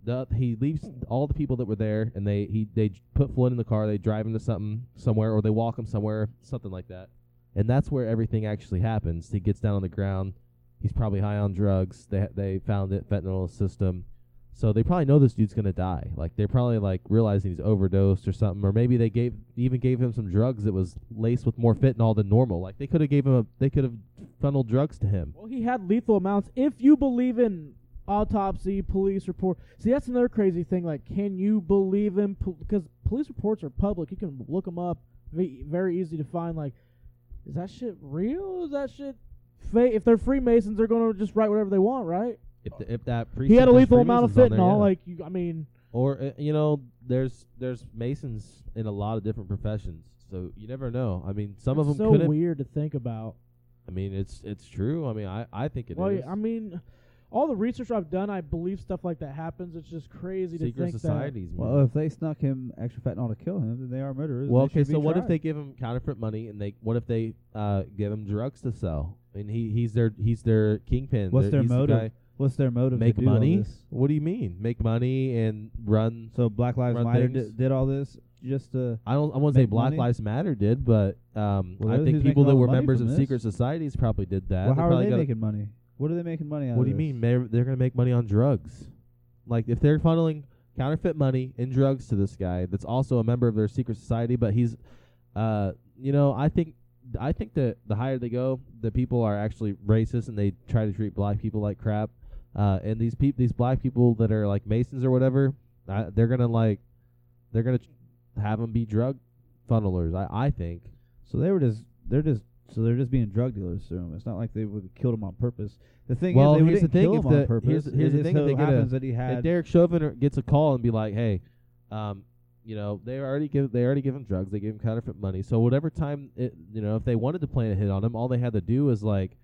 A: the he leaves all the people that were there, and they he they j- put Floyd in the car. They drive him to something somewhere, or they walk him somewhere, something like that. And that's where everything actually happens. He gets down on the ground. He's probably high on drugs. They they found it fentanyl in his system. So they probably know this dude's gonna die. Like they're probably like realizing he's overdosed or something, or maybe they gave even gave him some drugs that was laced with more fentanyl than normal. Like they could have gave him a they could have funneled drugs to him.
C: Well, he had lethal amounts. If you believe in autopsy, police report. See, that's another crazy thing. Like, can you believe in? Because police reports are public. You can look them up. Ve- Very easy to find. Like, is that shit real? Is that shit fake? If they're Freemasons, they're gonna just write whatever they want, right?
A: If th- if that
C: He had a
A: precinct has
C: lethal amount of
A: Freemasons on there,
C: fentanyl.
A: yeah.
C: Like, you, I mean,
A: or uh, you know there's there's masons in a lot of different professions, so you never know. I mean, some of them
C: it's so
A: couldn't.
C: weird to think about.
A: I mean, it's it's true. I mean, I I think it is.
C: Well, yeah, I mean, all the research I've done, I believe stuff like that happens. It's just crazy to
A: secret
C: think
A: societies. man.
B: Well, if they snuck him extra fentanyl to kill him, then they are murderers. and
A: Well,
B: they
A: okay.
B: should be
A: So what if
B: tried.
A: they give him counterfeit money, and they what if they uh, give him drugs to sell, and he he's their he's their kingpin.
B: What's
A: They're-
B: their
A: he's the
B: motive?
A: guy-
B: What's their motive? to
A: Make
B: do all
A: money.
B: this?
A: What do you mean? Make money and run.
B: So Black Lives
A: Run
B: Matter
A: things?
B: did, did all this just to.
A: I don't. I won't say
B: Make
A: Black
B: money?
A: Lives Matter did, but um,
B: Well,
A: I think
B: those who's making
A: people
B: all
A: that
B: the
A: were
B: money
A: members of
B: from this?
A: secret societies probably did that.
B: Well, how
A: probably
B: are they
A: got a-
B: making money? What are they making money out of?
A: What do you
B: this?
A: mean? They're, they're gonna make money on drugs. Like if they're funneling counterfeit money and drugs to this guy that's also a member of their secret society, but he's, uh, you know, I think I think that the higher they go, the people are actually racist and they try to treat black people like crap. Uh, and these peop these black people that are like masons or whatever, I, they're gonna like, they're gonna tr- have them be drug funnelers. I I think.
B: So they were just they're just so they're just being drug dealers through him. It's not like they would have killed him on purpose. The thing
A: Well,
B: is, they
A: here's the
B: didn't
A: thing,
B: kill
A: if
B: him
A: the-
B: on purpose.
A: here's- here's the
B: it just
A: thing, if
B: so
A: they get a-
B: happens that he
A: if
B: had.
A: Derek Chauvin or- gets a call and be like, "Hey, um, you know, they already give they already give him drugs, they gave him counterfeit money. So whatever time it, you know, if they wanted to plan a hit on him, all they had to do is like,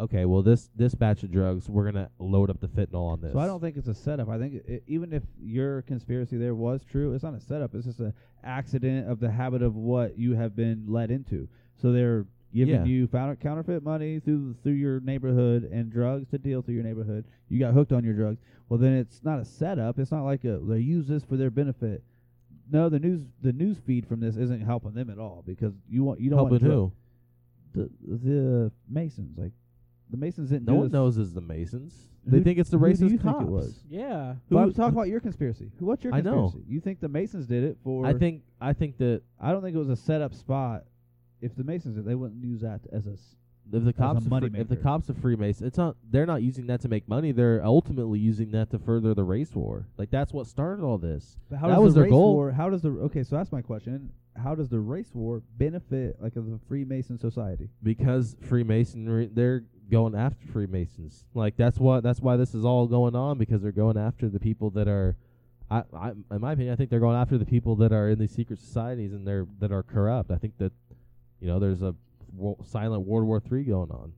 A: okay, well this this batch of drugs, we're gonna load up the fentanyl on this.
B: So I don't think it's a setup. I think i even if your conspiracy there was true, it's not a setup. It's just an accident of the habit of what you have been led into. So they're giving
A: Yeah.
B: you found counterfeit money through through your neighborhood and drugs to deal through your neighborhood. You got hooked on your drugs. Well, then it's not a setup. It's not like a, they use this for their benefit. No, the news the news feed from this isn't helping them at all because you want you don't
A: helping
B: want drug-
A: who?
B: the the Masons like the Masons didn't.
A: No
B: do
A: one
B: this.
A: knows is the Masons. They
B: Who-
A: think it's the
B: who do
A: racist
B: you think it
A: cops.
B: was?
C: that. Yeah.
B: But I'm
A: Who-
B: talking about your conspiracy. Who- What's your
A: I
B: conspiracy?
A: know.
B: You think the Masons did it for?
A: I think I think that
B: I don't think it was a setup spot. If the Masons did, they wouldn't use that as a. s-
A: if the cops are free, if the
B: moneymaker.
A: cops are Freemason, it's not they're not using that to make money. They're ultimately using that to further the race war. Like that's what started all this.
B: But how
A: That
B: does
A: was
B: the
A: their
B: race
A: goal.
B: War, how does the okay? So that's my question. How does the race war benefit like of the Freemason society?
A: because Freemasonry they're going after Freemasons. Like that's what that's why this is all going on because they're going after the people that are I, I in my opinion I think they're going after the people that are in these secret societies and they're that are corrupt. I think that you know there's a wo- silent World War 3 going on.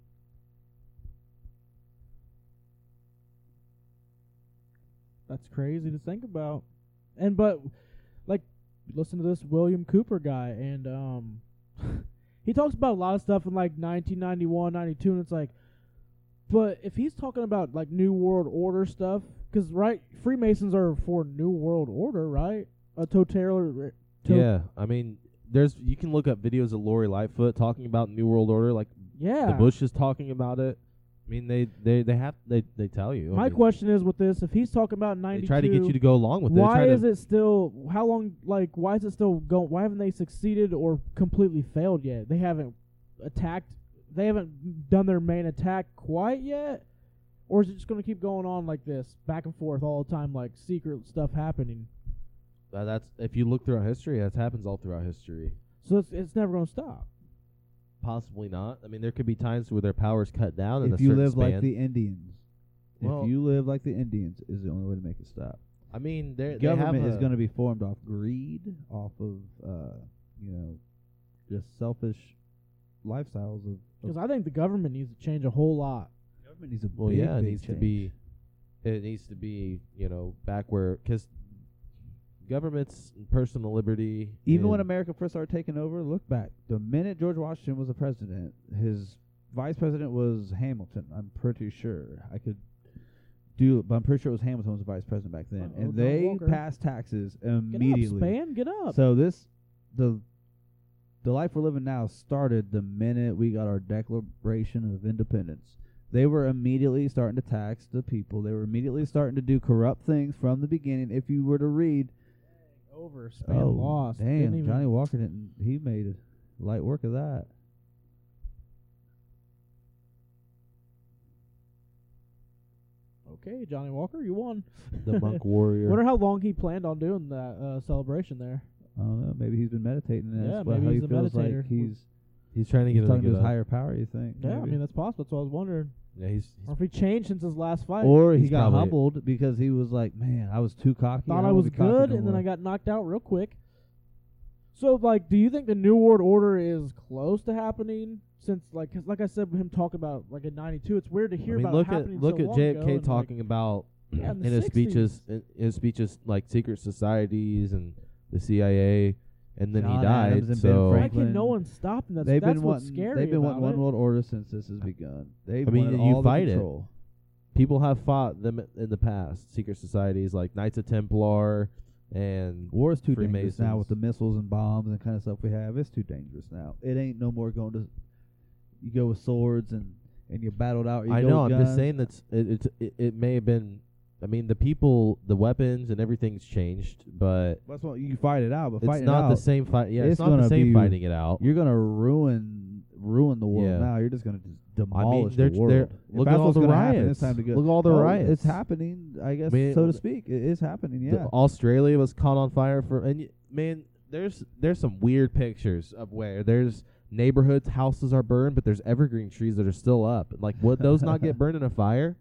C: That's crazy to think about. And but like listen to this William Cooper guy and um he talks about a lot of stuff in like 1991, 92 and it's like but if he's talking about like new world order stuff cuz right Freemasons are for new world order, right? A uh, totalitarian
A: yeah, I mean there's you can look up videos of Lori Lightfoot talking about New World Order like
C: yeah.
A: the Bush is talking about it. I mean, they they they have they they tell you. I
C: My
A: mean,
C: question is with this: if he's talking about
A: They
C: ninety-two,
A: try to get you to go along with it.
C: why
A: They try
C: is
A: to,
C: it still? How long? Like, why is it still going? Why haven't they succeeded or completely failed yet? They haven't attacked. They haven't done their main attack quite yet. Or is it just going to keep going on like this, back and forth all the time, like secret stuff happening?
A: Uh, that's if you look throughout history, that happens all throughout history.
C: So it's it's never going to stop.
A: Possibly not. I mean, there could be times where their powers cut down. in a
B: if you
A: certain
B: live
A: span.
B: like the Indians,
A: Well-
B: if you live like the Indians, is the only way to make it stop.
A: I mean, they're- they have
B: Government is
A: a-
B: going to be formed off greed, off of uh, you know, just selfish lifestyles of.
C: Because I think the government needs to change a whole lot.
B: government needs a
A: Well,
B: big,
A: yeah, it
B: big
A: needs to
B: change.
A: be. It needs to be, you know, back where because governments, personal liberty,
B: Even when
A: and-
B: America first started taking over, look back. The minute George Washington was the president, his vice president was Hamilton. I'm pretty sure. I could do, but I'm pretty sure it was Hamilton was the vice president back then,
C: Uh-oh, John
B: and they
C: Walker.
B: passed taxes
C: Uh, Get
B: immediately.
C: up, Span. Get up.
B: So this the the life we're living now started the minute we got our Declaration of Independence. They were immediately starting to tax the people. They were immediately starting to do corrupt things from the beginning. If you were to read,
C: Over. Span lost. Didn't
B: Oh, damn,
C: even-
B: Johnny Walker didn't. He made light work of that.
C: Okay, Johnny Walker, you won.
A: the monk warrior.
C: Wonder how long he planned on doing that uh, celebration there.
B: I don't know. Maybe he's been meditating. And
C: Yeah,
B: that's why-
C: maybe
B: how
C: he's
B: he
C: a
B: feels
C: meditator.
B: like he's,
A: He's trying to
B: he's
A: get him
B: talking
A: to
B: to
A: get up.
B: his higher power. You think?
C: Yeah, I
B: maybe.
C: mean that's possible. That's what I was wondering.
A: Yeah, he's, he's
C: Or if he changed since his last fight.
B: or he
A: He's
B: got
A: probably-
B: humbled because he was like, "Man, I was too cocky.
C: thought
B: don't
C: I
B: wanna
C: was
B: be cocky
C: good,
B: no
C: and then
B: more."
C: I got knocked out real quick. So, like, do you think the New World Order is close to happening? Since, like, 'cause like I said, with him talking about like in '92, it's weird to hear
A: I mean,
C: about
A: look
C: it happening
A: at look
C: so
A: at
C: long ago and,
A: JFK
C: like,
A: talking about
C: Yeah, in the
A: his
C: 60s.
A: speeches, in his speeches like secret societies and the CIA, and then he
B: John
A: died.
B: Adams and Ben
A: so
C: why
B: Franklin.
C: can no one stop him? That's,
B: they've
C: that's
B: been
C: what's
B: wanting,
C: scary.
B: They've been
C: about
B: wanting one
C: it.
B: world order since this has begun. They've
A: I mean,
B: wanted
A: you
B: all
A: fight it.
B: the control.
A: people have fought them in the past. Secret societies like Knights of Templar, and
B: War is too dangerous now
A: Freemasons.
B: with the missiles and bombs and kind of stuff we have. It's too dangerous now. It ain't no more going to. You go with swords and and you battled out. or You
A: I
B: go
A: know.
B: With
A: I'm just
B: guns.
A: saying that's it, it's it, it may have been. I mean, the people, the weapons, and everything's changed, but
B: That's what you fight it out, but
A: it's
B: fighting
A: not
B: it out,
A: the same fight. Yeah, it's,
B: It's
A: not the
B: gonna
A: same
B: be-
A: fighting it out.
B: You're gonna ruin ruin the world
A: Yeah.
B: now. You're just gonna just demolish
A: they're-
B: the world.
A: they're-
B: If
A: look at
B: that's
A: all
B: what's
A: the
B: gonna happen,
A: riots.
B: It's time to go.
A: Look at all the
B: Oh,
A: riots.
B: It's happening. I guess
A: Man,
B: so to
A: look-
B: speak. It is happening.
A: The-
B: Yeah.
A: Australia was caught on fire for and y- man, there's there's some weird pictures of where there's neighborhoods, houses are burned, but there's evergreen trees that are still up. Like would those not get burned in a fire?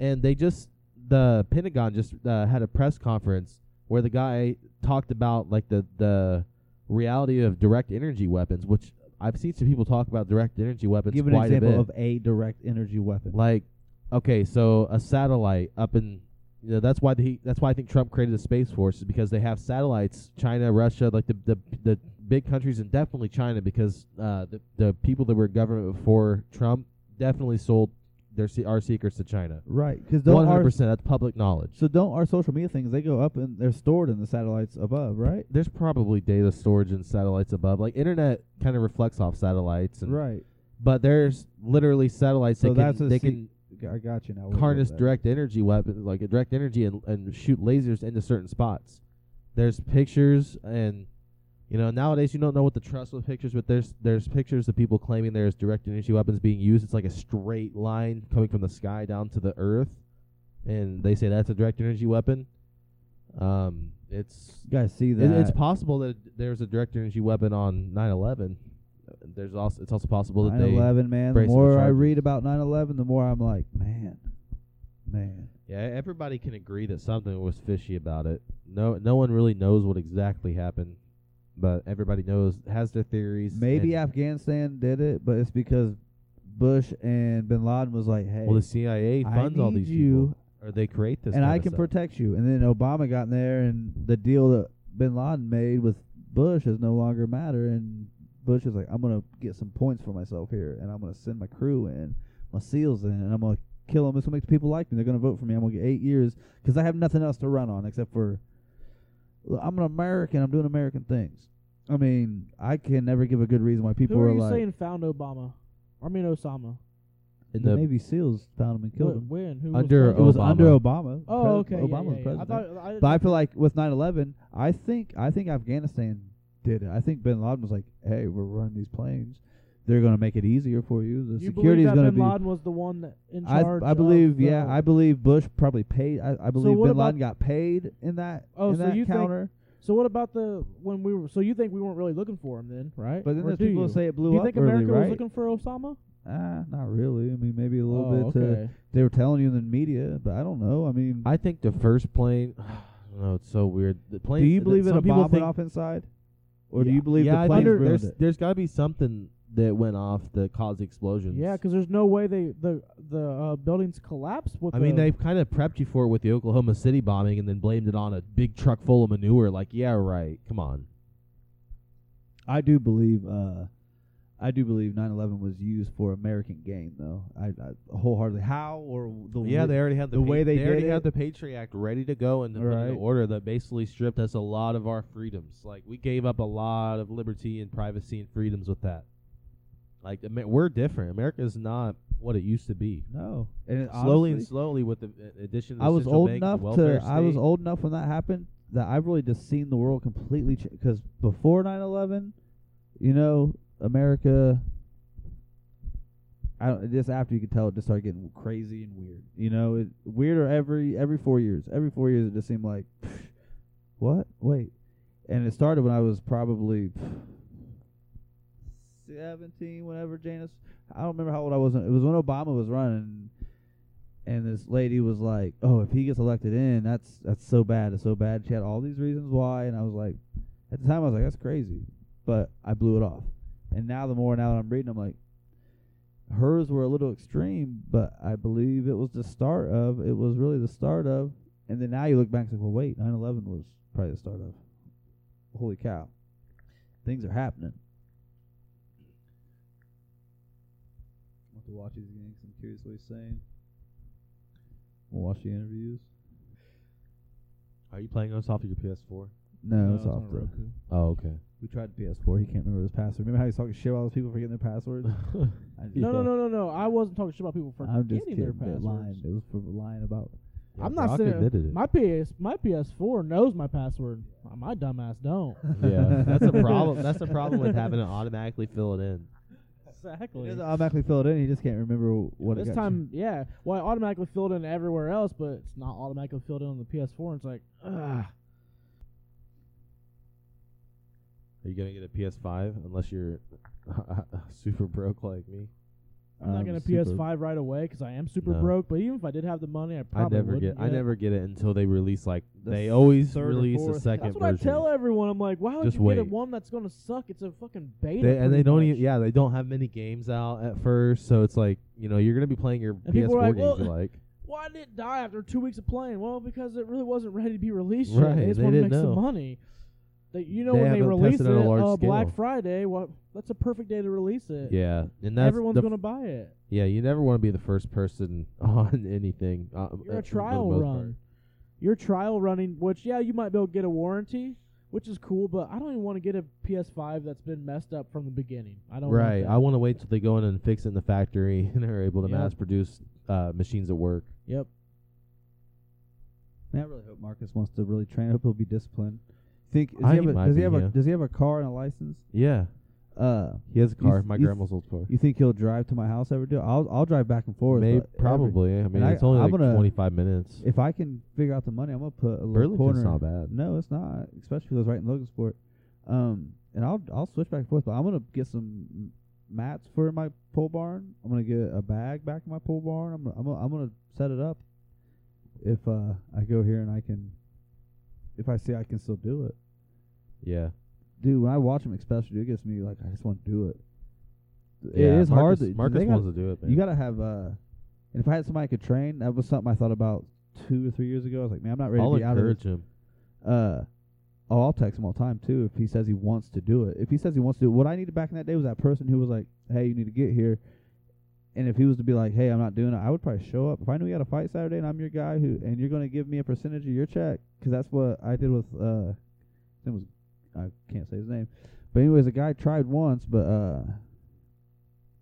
A: And they just the Pentagon just uh, had a press conference where the guy talked about like the the reality of direct energy weapons, which I've seen some people talk about direct energy weapons
B: Give an
A: quite a bit.
B: example of a direct energy weapon.
A: Like, okay, so a satellite up in you know that's why the that's why I think Trump created the space force is because they have satellites. China, Russia, like the the the big countries, and definitely China because uh, the the people that were in government before Trump definitely sold their se- our secrets to China.
B: Right, because
A: One
B: don't
A: hundred
B: our
A: percent. That's public knowledge.
B: so don't our social media things they go up and they're stored in the satellites above, right?
A: There's probably data storage in satellites above. Like internet kind of reflects off satellites, and
B: Right.
A: but there's literally satellites
B: So
A: that
B: that's
A: can
B: a
A: they
B: se-
A: can
B: G- I got you now. We'll go
A: harness
B: with that.
A: direct energy weapons, like a direct energy, and, and shoot lasers into certain spots. There's pictures, and you know nowadays you don't know what to trust with pictures, but there's there's pictures of people claiming there's direct energy weapons being used. It's like a straight line coming from the sky down to the earth, and they say that's a direct energy weapon. Um, it's
B: You guys see
A: it-
B: that?
A: it's possible that there's a direct energy weapon on 9/11. Uh, There's also it's also possible that they
B: 9/11, man. The
A: brace them with
B: more I
A: charges.
B: read about 9/11, the more I'm like, man, man.
A: Yeah, e-, everybody can agree that something was fishy about it. No, no one really knows what exactly happened, but everybody knows has their theories.
B: Maybe
A: and-
B: Afghanistan did it, but it's because Bush and Bin Laden was like, hey,
A: well, the CIA
B: I
A: funds all
B: need
A: these
B: you,
A: people, or they create this.
B: and
A: kinda
B: I can
A: stuff.
B: protect you. And then Obama got in there, and the deal that Bin Laden made with Bush is no longer matter. And Bush is like, I'm gonna get some points for myself here, and I'm gonna send my crew in, my SEALs in, and I'm gonna kill them. It's gonna make the people like me. They're gonna vote for me. I'm gonna get eight years because I have nothing else to run on except for well, I'm an American. I'm doing American things. I mean, I can never give a good reason why people
C: Who are
B: are
C: you
B: like.
C: saying found Obama? I mean Osama.
A: in
B: the,
A: the
B: Navy SEALs found him and killed
C: Wh-
B: him.
C: When? Who?
A: Under
C: Was
B: It was
A: Obama.
B: under Obama.
C: oh, okay.
B: Pres-
C: yeah,
B: Obama
C: yeah,
B: was
C: yeah.
B: president.
C: I thought. I didn't
B: But I feel like with 9/11, I think I think Afghanistan did it. I think Bin Laden was like, "Hey, we're running these planes. They're going to make it easier for you. The
C: you
B: security
C: believe
B: is
C: that
B: going to
C: Bin
B: be."
C: Laden was the one that in
B: I
C: charge.
B: I believe
C: of
B: yeah.
C: the-
B: I believe Bush probably paid. I, I believe
C: what
B: Bin
C: about-
B: Laden got paid in that
C: Oh,
B: in
C: so
B: that
C: you think-
B: counter.
C: So what about the when we were? So you think we weren't really looking for him then, right?
B: But then
C: Or
B: there's
C: do
B: people
C: you?
B: that say it blew
C: Do you
B: up
C: think
B: early,
C: America
B: right?
C: was looking for Osama?
B: Ah, not really. I mean, maybe a little
C: oh,
B: bit. Uh,
C: Okay.
B: they were telling you in the media, but I don't know. I mean,
A: I think the first plane. I don't know. It's so weird. The plane.
B: do you believe in
A: some
B: a
A: people
B: bomb
A: think,
B: went off inside, or do
A: Yeah.
B: you believe
A: yeah,
B: the
A: I
B: planes
A: think
B: ruined
A: there's,
B: it?
A: There's got to be something that went off that caused explosions.
C: Yeah, 'cause there's no way they the the uh, buildings collapse with.
B: uh,
A: I mean,
C: the-
A: they've kind of prepped you for it with the Oklahoma City bombing and then blamed it on a big truck full of manure. Like, yeah, right. Come on.
B: I do believe. uh I do believe 9/11 was used for American gain, though. I, I wholeheartedly how or the
A: Yeah,
B: way-
A: they already had the,
B: the
A: pa-
B: way they
A: already
B: did
A: had
B: it.
A: the Patriot Act ready to go in the, in the
B: Right.
A: order that basically stripped us a lot of our freedoms. Like we gave up a lot of liberty and privacy and freedoms with that. Like Amer- we're different. America's not what it used to be.
B: no. And it
A: slowly
B: honestly-
A: and slowly with the uh, addition of the
B: I was
A: central
B: old
A: bank,
B: enough
A: the
B: to
A: welfare
B: I was
A: state.
B: old enough when that happened that I've really just seen the world completely because before 9/11, you know, America. I don't, just after you could tell it just started getting crazy and weird. You know, it weirder every every four years. Every four years, it just seemed like, what? Wait, and it started when I was probably seventeen. Whenever Janice, I don't remember how old I was. It was when Obama was running and this lady was like, "Oh, if he gets elected in, that's that's so bad, it's so bad." She had all these reasons why, and I was like, at the time, I was like, "That's crazy," but I blew it off. And now, the more now that I'm reading, I'm like, hers were a little extreme, but I believe it was the start of. It was really the start of. And then now you look back and say, "Well, wait, 9/11 was probably the start of." Holy cow, things are happening. I want to watch these games. I'm curious what he's saying. We'll watch the interviews.
A: Are you playing this off of your PS4?
B: No,
C: No,
B: it's
C: it's
B: off
C: on
B: the.
C: Roku.
A: Oh, okay.
B: We tried PS4. He can't remember his password. Remember how he's talking shit about those people forgetting their passwords? I just-
C: No, no, no, no, no. I wasn't talking shit about people for
B: I'm just
C: getting
B: kidding.
C: their
B: but
C: passwords.
B: Lying. It was for lying about.
A: Yeah,
C: I'm not
A: Brock
C: saying
A: admitted it.
C: my PS my PS4 knows my password. Uh, My dumbass don't.
A: yeah, that's a problem. That's a problem with having to automatically fill it in.
B: He
C: exactly.
B: doesn't automatically fill it in. He just can't remember what it
C: this
B: got
C: time, yeah. Well, I automatically filled in everywhere else, but it's not automatically filled in on the PS4. And it's like, ugh.
A: Are you gonna get a PS5 unless you're super broke like me?
B: you.
C: I'm not gonna
B: um, super-
C: PS5 right away because I am super
A: No.
C: broke. But even if I did have the money, I
A: I
C: probably
A: never
C: wouldn't
A: get, I never get it until they release like
B: The
A: they always
B: third or
A: release a
B: fourth.
A: second
C: That's what
A: version.
C: I tell everyone. I'm like, why would
A: Just
C: you get a
A: wait.
C: one that's gonna suck? It's a fucking beta.
A: They, and
C: pretty
A: they don't
C: much.
A: even yeah they don't have many games out at first so it's like you know you're gonna be playing your PS4
C: And people are like,
A: games
C: "Well,
A: you like
C: Why did it die after two weeks of playing? Well, because it really wasn't ready to be released.
A: Right,
C: Yet. They just
A: they
C: want to
A: didn't
C: make some
A: know.
C: money. That you know
A: They
C: when they
A: haven't
C: release
A: tested
C: it,
A: it on a large
C: uh, Black
A: scale.
C: Friday. What? That's a perfect day to release it.
A: yeah and that's
C: eh, Everyone's
A: the,
C: gonna buy it.
A: yeah you never want to be the first person on anything uh,
C: You're
A: uh, for
C: a
A: the
C: trial
A: most
C: run.
A: part.
C: You're trial running, which yeah, you might be able to get a warranty, which is cool. But I don't even want to get a PS5 that's been messed up from the beginning. I don't. want
A: right
C: that.
A: I want to wait till they go in and fix it in the factory and are able to
C: Yeah.
A: mass produce uh, machines at work
C: yep.
B: Man, I really hope Marcus wants to really train. I hope he'll be disciplined. Think does
A: I
B: he
A: think
B: have a,
A: he might
B: does he
A: be,
B: have
A: yeah.
B: a does he have a car and a license?
A: yeah
B: Uh,
A: he has a car
B: th-
A: my
B: you th-
A: grandma's old car
B: you think he'll drive to my house every day? I'll I'll drive back and forth.
A: May-
B: but every-
A: probably I mean
B: I-
A: it's only
B: I'm
A: like
B: gonna-
A: 25 minutes
B: if I can figure out the money, I'm gonna put a little corner.
A: Burlington's not bad
B: No, it's not. Especially those right in Logan Sport. Um, and I'll I'll switch back and forth, but I'm gonna get some m- mats for my pole barn. I'm gonna get a bag back in my pole barn. I'm gonna, I'm gonna, I'm gonna set it up. If uh, I go here and I can, if I see I can still do it,
A: yeah
B: dude. When I watch them, especially, dude, it gets me like I just want to do it.
A: Yeah,
B: it is hard.
A: Marcus,
B: To,
A: Marcus
B: they gotta-
A: wants to do it man.
B: you gotta have uh, and if I had somebody I could train, that was something I thought about two or three years ago. I was like, man, I'm not ready
A: I'll
B: to be out of
A: encourage
B: this
A: him
B: uh, oh, I'll text him all the time too if he says he wants to do it. If he says he wants to do it, what I needed back in that day was that person who was like, "Hey, you need to get here." And if he was to be like, "Hey, I'm not doing it," I would probably show up. If I knew you had a fight Saturday and I'm your guy who and you're going to give me a percentage of your check, because that's what I did with uh, it was I can't say his name, but anyways, a guy tried once, but uh,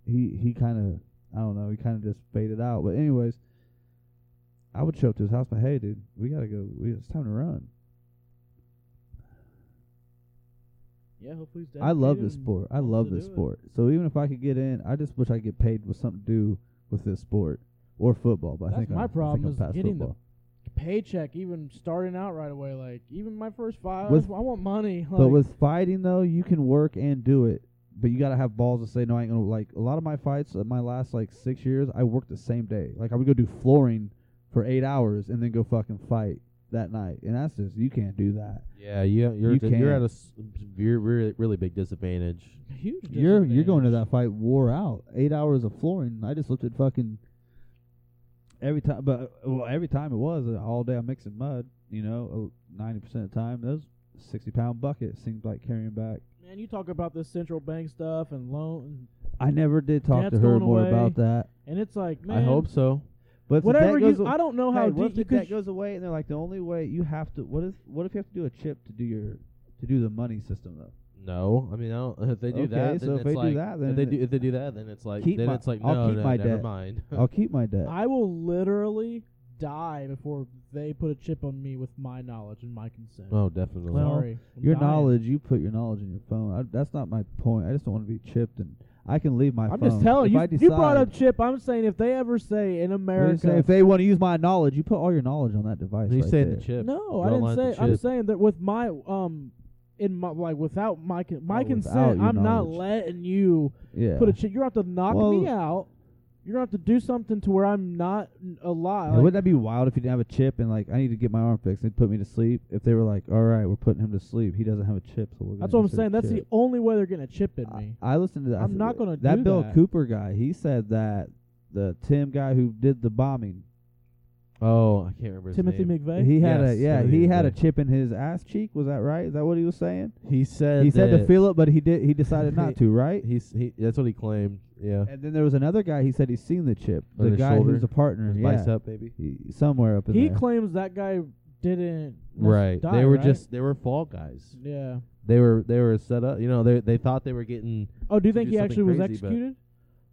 B: he he kind of I don't know. He kind of just faded out. But anyways, I would show up to his house, but hey, dude, we gotta go. We, it's time to run.
C: Yeah, hopefully he's
B: I love
C: dedicated
B: this
C: and
B: sport. I
C: wants
B: love
C: to
B: this
C: do it.
B: sport. So even if I could get in, I just wish I could get paid with something to do with this sport or football. But I
C: That's
B: think
C: my
B: I'm,
C: problem
B: I think
C: is
B: I'm past
C: getting the-
B: football.
C: Paycheck, even starting out right away. Like even my first five,
B: With-
C: I want money. Like,
B: but with fighting though, you can work and do it. But you gotta have balls to say no. I ain't gonna like a lot of my fights. uh, My last like six years, I worked the same day. Like I would go do flooring for eight hours and then go fucking fight that night. And that's just you can't do that.
A: Yeah, you, you're
B: You
A: di- you're at a
B: can't.
A: s- you're really really big disadvantage.
C: huge,
B: You're you're going to
C: disadvantage.
B: that fight wore out. Eight hours of flooring. I just looked at fucking every time, but uh, well, every time it was uh, all day. I'm mixing mud. You know, oh, ninety percent of the time, those sixty pound bucket seems like carrying back.
C: Man, you talk about this central bank stuff and loan,
B: I never did talk
C: Dad's
B: to her
C: going
B: more
C: away.
B: about that.
C: and it's like, man,
A: I hope so.
B: But if the
C: whatever
B: debt goes
C: you,
B: aw-
C: I don't know
B: hey,
C: how
B: what if
C: deep
B: the
C: you could.
B: debt goes away, and they're like the only way you have to. What if what if you have to do a chip to do your to do the money system though?
A: No, I mean, I don't, if they do
B: Okay,
A: that,
B: so
A: then
B: if
A: it's
B: they do
A: like,
B: that,
A: if
B: then
A: they
B: it-
A: do if they do that, then it's like
B: Keep
A: then
B: my-
A: it's like
B: I'll
A: no,
B: keep
A: no,
B: my
A: never
B: debt.
A: mind.
B: I'll keep my debt.
C: I will literally die before they put a chip on me with my knowledge and my consent.
A: oh, definitely.
B: Well,
C: Sorry, I'm
B: Your
C: dying.
B: knowledge, you put your knowledge in your phone. I, that's not my point. I just don't want to be chipped, and I can leave my
C: I'm
B: phone.
C: just telling
B: if
C: you.
B: I decide,
C: you brought up chip. I'm saying if they ever say in
B: What do you
C: America,
B: say? if they want to use my knowledge, you put all your knowledge on that device.
A: you
B: right
A: said
B: there.
A: the chip.
C: no,
A: Draw
C: I
A: a line
C: didn't
A: at the
C: say. I'm
A: chip.
C: saying that with my um, in my like without my con-
B: Oh,
C: my
B: without
C: consent,
B: your
C: I'm not
B: knowledge.
C: letting you
B: Yeah.
C: put a chip. You're gonna have to knock me
B: Well-
C: out. You're gonna have to do something to where I'm not n-
B: Yeah,
C: alive. Like,
B: wouldn't that be wild if you didn't have a chip and like I need to get my arm fixed? They'd put me to sleep. If they were like, "All right, we're putting him to sleep. He doesn't have a chip, so we're."
C: that's what
B: gonna
C: I'm
B: just put a
C: saying. That's the
B: chip."
C: only way they're gonna chip at me.
B: I, I listened to that. I
C: I'm
B: said
C: not gonna
B: that
C: do
B: Bill
C: that.
B: Cooper guy. He said that the Tim guy who did the bombing
A: Oh, I can't remember his
C: Timothy
A: name.
C: McVeigh.
B: He had a
A: Yes,
B: yeah,
A: Timothy
B: he had a
A: McVeigh.
B: chip in his ass cheek. Was that right? Is that what he was saying?
A: He said
B: he said
A: that
B: to feel it, but he did. He decided not to, right?
A: He's he. That's what he claimed. Yeah,
B: And then there was another guy. He said he's seen the chip.
A: On
B: The
A: his
B: guy
A: shoulder?
B: who's a partner,
A: his
B: yeah,
A: bicep maybe.
B: He- somewhere up in
C: he
B: there.
C: claims that guy didn't nec-
A: Right.
C: die,
A: they were
C: right?
A: just they were fall guys.
C: yeah.
A: They were they were set up. You know, they they thought they were getting.
C: Oh, do you think
A: do
C: he
A: something
C: actually was
A: crazy, but-
C: executed?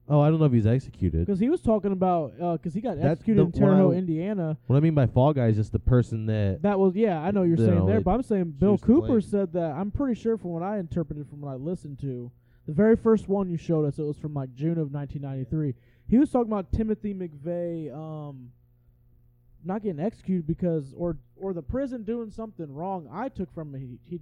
A: Oh, I don't know if he's executed.
C: Because he was talking about because he got
A: That's
C: executed
A: the
C: in Terre
A: one I-
C: Haute, Indiana.
A: What I mean by fall guy is just the person that
C: That was yeah, I know you're
A: You know,
C: saying there,
A: they
C: but I'm saying Bill
A: choose to blame.
C: Cooper said that. I'm pretty sure from what I interpreted from what I listened to, the very first one you showed us, it was from like June of 1993. He was talking about Timothy McVeigh um not getting executed because or or the prison doing something wrong. I took from he he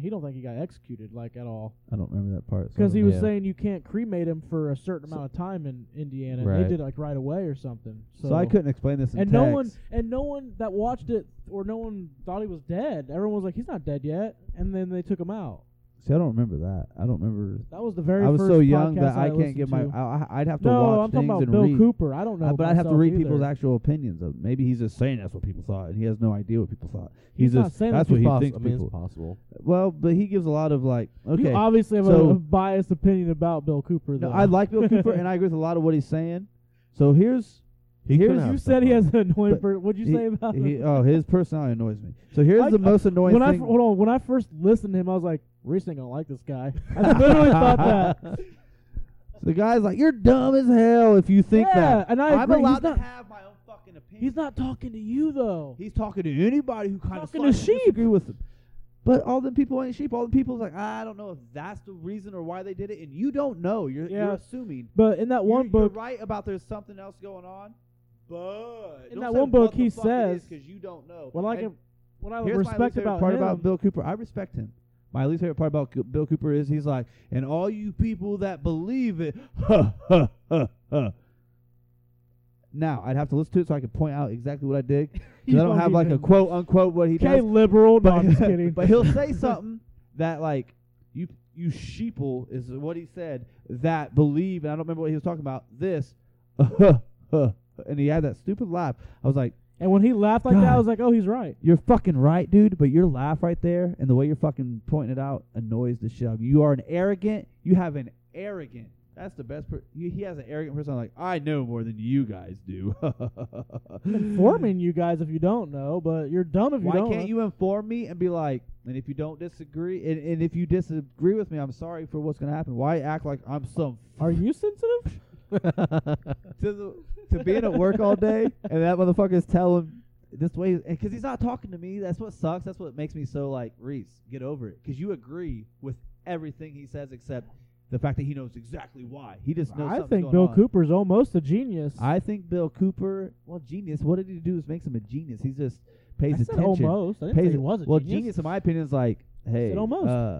C: he don't think he got executed like at all.
B: I don't remember that part. so
C: Because
B: I
C: he
B: don't
C: was
A: Yeah.
C: saying you can't cremate him for a certain amount of time in Indiana. and
A: Right.
C: They did it like right away or something. So,
B: know. so I couldn't explain this. In
C: And no one
B: text.
C: and no one that watched it or no one thought he was dead. Everyone was like, he's not dead yet. And then they took him out.
B: See, I don't remember that. I don't remember.
C: That was the very
B: I was
C: first
B: so young
C: podcast
B: that I can't
C: listened
B: get my.
C: to.
B: I, I- I'd have to
C: no,
B: watch
C: I'm
B: things
C: talking about
B: and
C: Bill
B: read.
C: Cooper. I don't know.
B: Uh, but I'd have to
C: myself
B: read
C: either.
B: people's actual opinions of. Maybe he's just saying that's what people thought, and he has no idea what people thought.
C: He's not
B: just
C: saying
B: that's
C: that's
B: what he
A: Poss-
B: thinks
A: I mean, it's
B: people.
A: possible.
B: Well, but he gives a lot of like. Okay,
C: You obviously have
B: so-
C: a, a biased opinion about Bill Cooper.
B: No,
C: Though
B: I like Bill Cooper, and I agree with a lot of what he's saying. So here's
A: He could
B: here's
A: have
C: you said he has
A: somehow.
C: an annoying.
B: But
C: Per- what'd you
B: he-
C: say about
B: he,
C: him?
B: oh his personality annoys me. So here's
C: I-
B: the most annoying
C: when I
B: thing.
C: f- hold on, when I first listened to him, I was like, Reese ain't gonna like this guy. I literally thought that.
B: the guy's like, "You're dumb as hell if you think
C: yeah,
B: that."
C: and I
B: am
C: agree.
B: allowed
C: he's not,
B: to have my own fucking opinion.
C: He's not talking to you though.
B: He's talking to anybody who kind
C: Talking to
B: of
C: sheep.
B: disagree with him. But all the people ain't sheep. All the people's like, I don't know if that's the reason or why they did it, and you don't know. You're you're
C: Yeah.
B: assuming.
C: but in that one
B: you're,
C: book,
B: you're right about there's something else going on, but
C: In that one book, he says-
B: because you don't know.
C: what I
B: And
C: can, what I
B: here's my least
C: respect
B: favorite
C: about
B: part
C: him,
B: about Bill Cooper. I respect him. My least favorite part about Coo- Bill Cooper is he's like, and all you people that believe it, ha ha ha ha. Now I'd have to listen to it so I could point out exactly what I did. 'cause
C: You
B: I don't
C: don't
B: have like a
C: even-
B: quote unquote what he
C: okay,
B: does.
C: liberal. No, I'm just kidding.
B: but he'll say something that like you you sheeple is what he said that believe and I don't remember what he was talking about this and he had that stupid laugh. I was like,
C: and when he laughed like that,
B: God.
C: I was like, oh, he's right.
B: "You're fucking right, dude." But your laugh right there and the way you're fucking pointing it out annoys the shit out of me. You are an arrogant. You have an arrogant. That's the best. Per- he he has an arrogant person. I'm like I know more than you guys do.
C: Informing you guys if you don't know, but you're dumb if you
B: Why
C: don't.
B: can't you inform me and be like, and if you don't disagree, and, and if you disagree with me, I'm sorry for what's going to happen. Why act like I'm some.
C: Are you sensitive?
B: to the, to being at work all day, and that motherfucker's telling this way because he's not talking to me. That's what sucks. That's what makes me so like Reese, get over it. Because you agree with everything he says except the fact that he knows exactly why. He just knows.
C: I
B: something's
C: think
B: going
C: Bill
B: on.
C: Cooper's almost a genius.
B: I think Bill Cooper, well, genius. What did he do? Is makes him a genius. He just pays
C: I said
B: attention.
C: almost. I didn't
B: pays
C: say he was a
B: well,
C: genius.
B: in my opinion is like, hey,
C: almost.
B: Uh,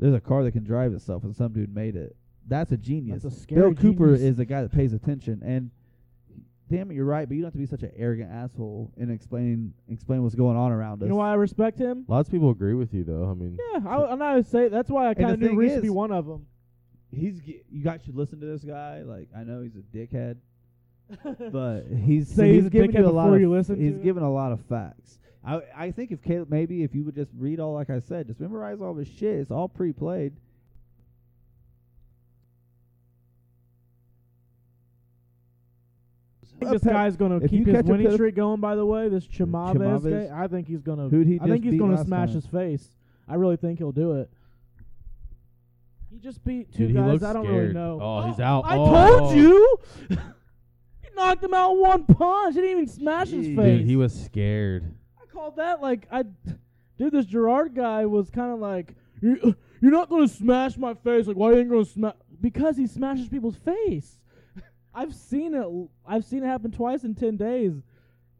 B: there's a car that can drive itself, and some dude made it. That's a genius.
C: That's a scary
B: Bill Cooper
C: genius.
B: is the guy that pays attention, and damn it, you're right. But you don't have to be such an arrogant asshole and explain explain what's going on around us.
C: You know why I respect him?
A: Lots of people agree with you though. I mean,
C: Yeah, I, and I would say that's why I
B: And the
C: kind of knew
B: thing
C: Reese would be
B: is-
C: one of them.
B: He's ge- you guys should listen to this guy. Like I know he's a dickhead, but he's
C: Say
B: he's,
C: he's a
B: giving
C: dickhead
B: you a lot
C: before
B: of
C: you listen
B: he's
C: to it?
B: giving a lot of facts. I I think if Caleb maybe if you would just read all like I said, just memorize all this shit. It's all pre-played.
C: I think this
B: Pep-
C: guy's going to
B: if you
C: keep his
B: catch a
C: winning
B: pedoph-
C: streak going. By the way, this Chimaves,
B: Chimaves?
C: guy, I think he's going to.
B: Who'd he
C: I think
B: just
C: he's
B: beat
C: gonna
B: last
C: smash
B: time?
C: his face. I really think he'll do it. He just beat two
A: Dude, he
C: guys.
A: looks
C: I don't really
A: scared.
C: know.
A: Oh, he's out.
C: I
A: Oh.
C: told you. he knocked him out in one punch. He didn't even smash his
B: Jeez.
C: face.
A: dude, he was scared.
C: I called that like I, dude. This Gerard guy was kind of like, you, uh, you're not gonna smash my face. Like, why you ain't gonna smash? Because he smashes people's face. I've seen it. I've seen it happen twice in ten days,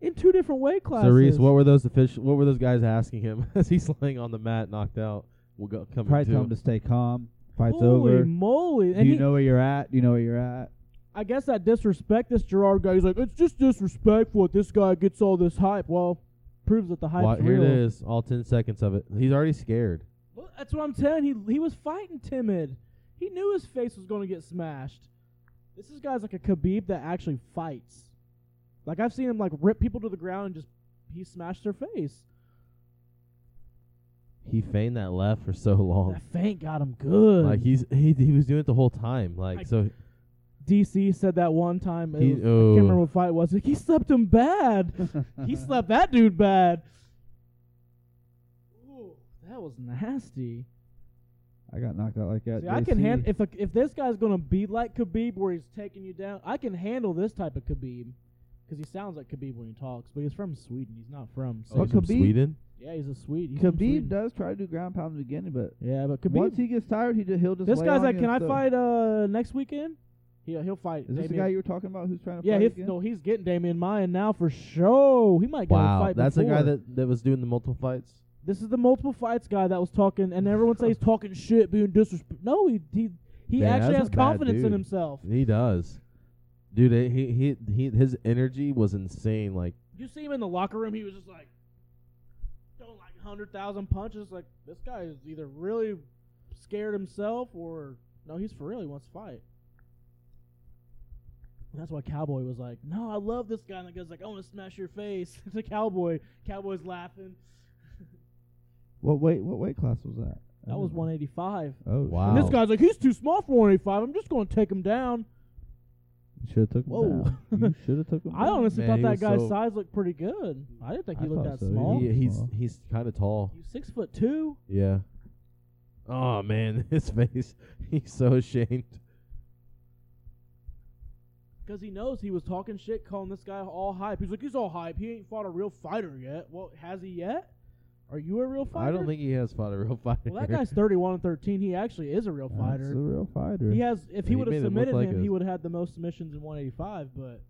C: in two different weight classes.
A: So Reese, what were those official? What were those guys asking him as he's laying on the mat, knocked out? We'll go coming
B: Probably
A: to.
B: tell him to stay calm. Fight's
C: Holy
B: over.
C: moly!
B: Do
C: And
B: you
C: he,
B: know where you're at? Do you know where you're at?
C: I guess that disrespect this Gerard guy. He's like, it's just disrespectful. that This guy gets all this hype. Well, proves that the hype's
A: Wa- here
C: real.
A: it is, all ten seconds of it. He's already scared.
C: Well, that's what I'm telling. you. He he was fighting timid. He knew his face was going to get smashed. This is guy's like a Khabib that actually fights. Like I've seen him like rip people to the ground and just he smashed their face.
A: He feigned that left for so long.
C: That faint got him good.
A: Oh. Like he's he he was doing it the whole time. Like
C: Like-
A: so
C: DC said that one time. It
A: He-
C: was- I
A: oh.
C: can't remember what fight it was. He slept him bad. he slept that dude bad. Ooh, that was nasty.
B: I got knocked out like that.
C: See, I can
B: JC.
C: handle if a, if this guy's gonna be like Khabib, where he's taking you down. I can handle this type of Khabib, because he sounds like Khabib when he talks, but he's from Sweden. He's not from.
A: oh,
C: Sweden.
A: he's from
B: Khabib-
A: Sweden.
C: yeah, he's a Swede. He's from
B: Khabib
C: Sweden.
B: does try to do ground pound in the beginning, but
C: Yeah, but Khabib.
B: once he gets tired, he just, he'll just.
C: this
B: lay
C: guy's
B: on
C: like,
B: you
C: can
B: and
C: I
B: stuff."
C: fight uh next weekend? He'll he'll fight.
B: Is this the
C: Damian-
B: guy you were talking about who's trying to
C: Yeah,
B: fight
C: he's,
B: again?
C: no, he's getting Damian Mayan now for sure. He might get a
A: Wow,
C: fight.
A: that's the guy
C: before.
A: that that was doing the multiple fights.
C: This is the multiple fights guy that was talking, and everyone says he's talking shit, being disrespectful. No, he he he
A: Man,
C: actually
A: that's
C: has
A: a bad
C: confidence in
A: dude.
C: himself.
A: He does, dude. eh, He he he his energy was insane. Like
C: You see him in the locker room. He was just like throwing like hundred thousand punches. Like this guy is either really scared himself or no, he's for real. He wants to fight. And that's why Cowboy was like, "No, I love this guy." And the guy's like, "I want to smash your face." it's a cowboy. Cowboy's laughing.
B: What weight? What weight class was that? I
C: That was
B: didn't-
C: 185.
B: Oh
A: Mm.
B: shit.
A: Wow.
C: And this guy's like, "He's too small for 185. I'm just going to take him down."
B: You should have took him
C: Whoa.
B: down. You should have took him
C: I
B: down.
C: honestly
A: Man, he
C: thought that
A: was
C: guy's
A: so-
C: size looked pretty good. I didn't think he
B: I
C: looked
B: thought
C: that
B: so, yeah.
C: small.
A: he, he's
B: Small.
A: he's kind of tall.
C: He's six foot two.
A: Yeah. Oh man, his face. He's so ashamed.
C: Because he knows he was talking shit, calling this guy all hype. He's like, he's all hype. He ain't fought a real fighter yet. Well, has he yet? Are you a real fighter?
A: I don't think he has fought a real fighter.
C: Well, that guy's 31 and 13. He actually is a real
B: That's
C: fighter.
B: a real fighter.
C: He has. If he,
A: He
C: would
A: made
C: have
A: him look
C: submitted
A: like
C: him,
A: a-
C: he would have had the most submissions in 185. But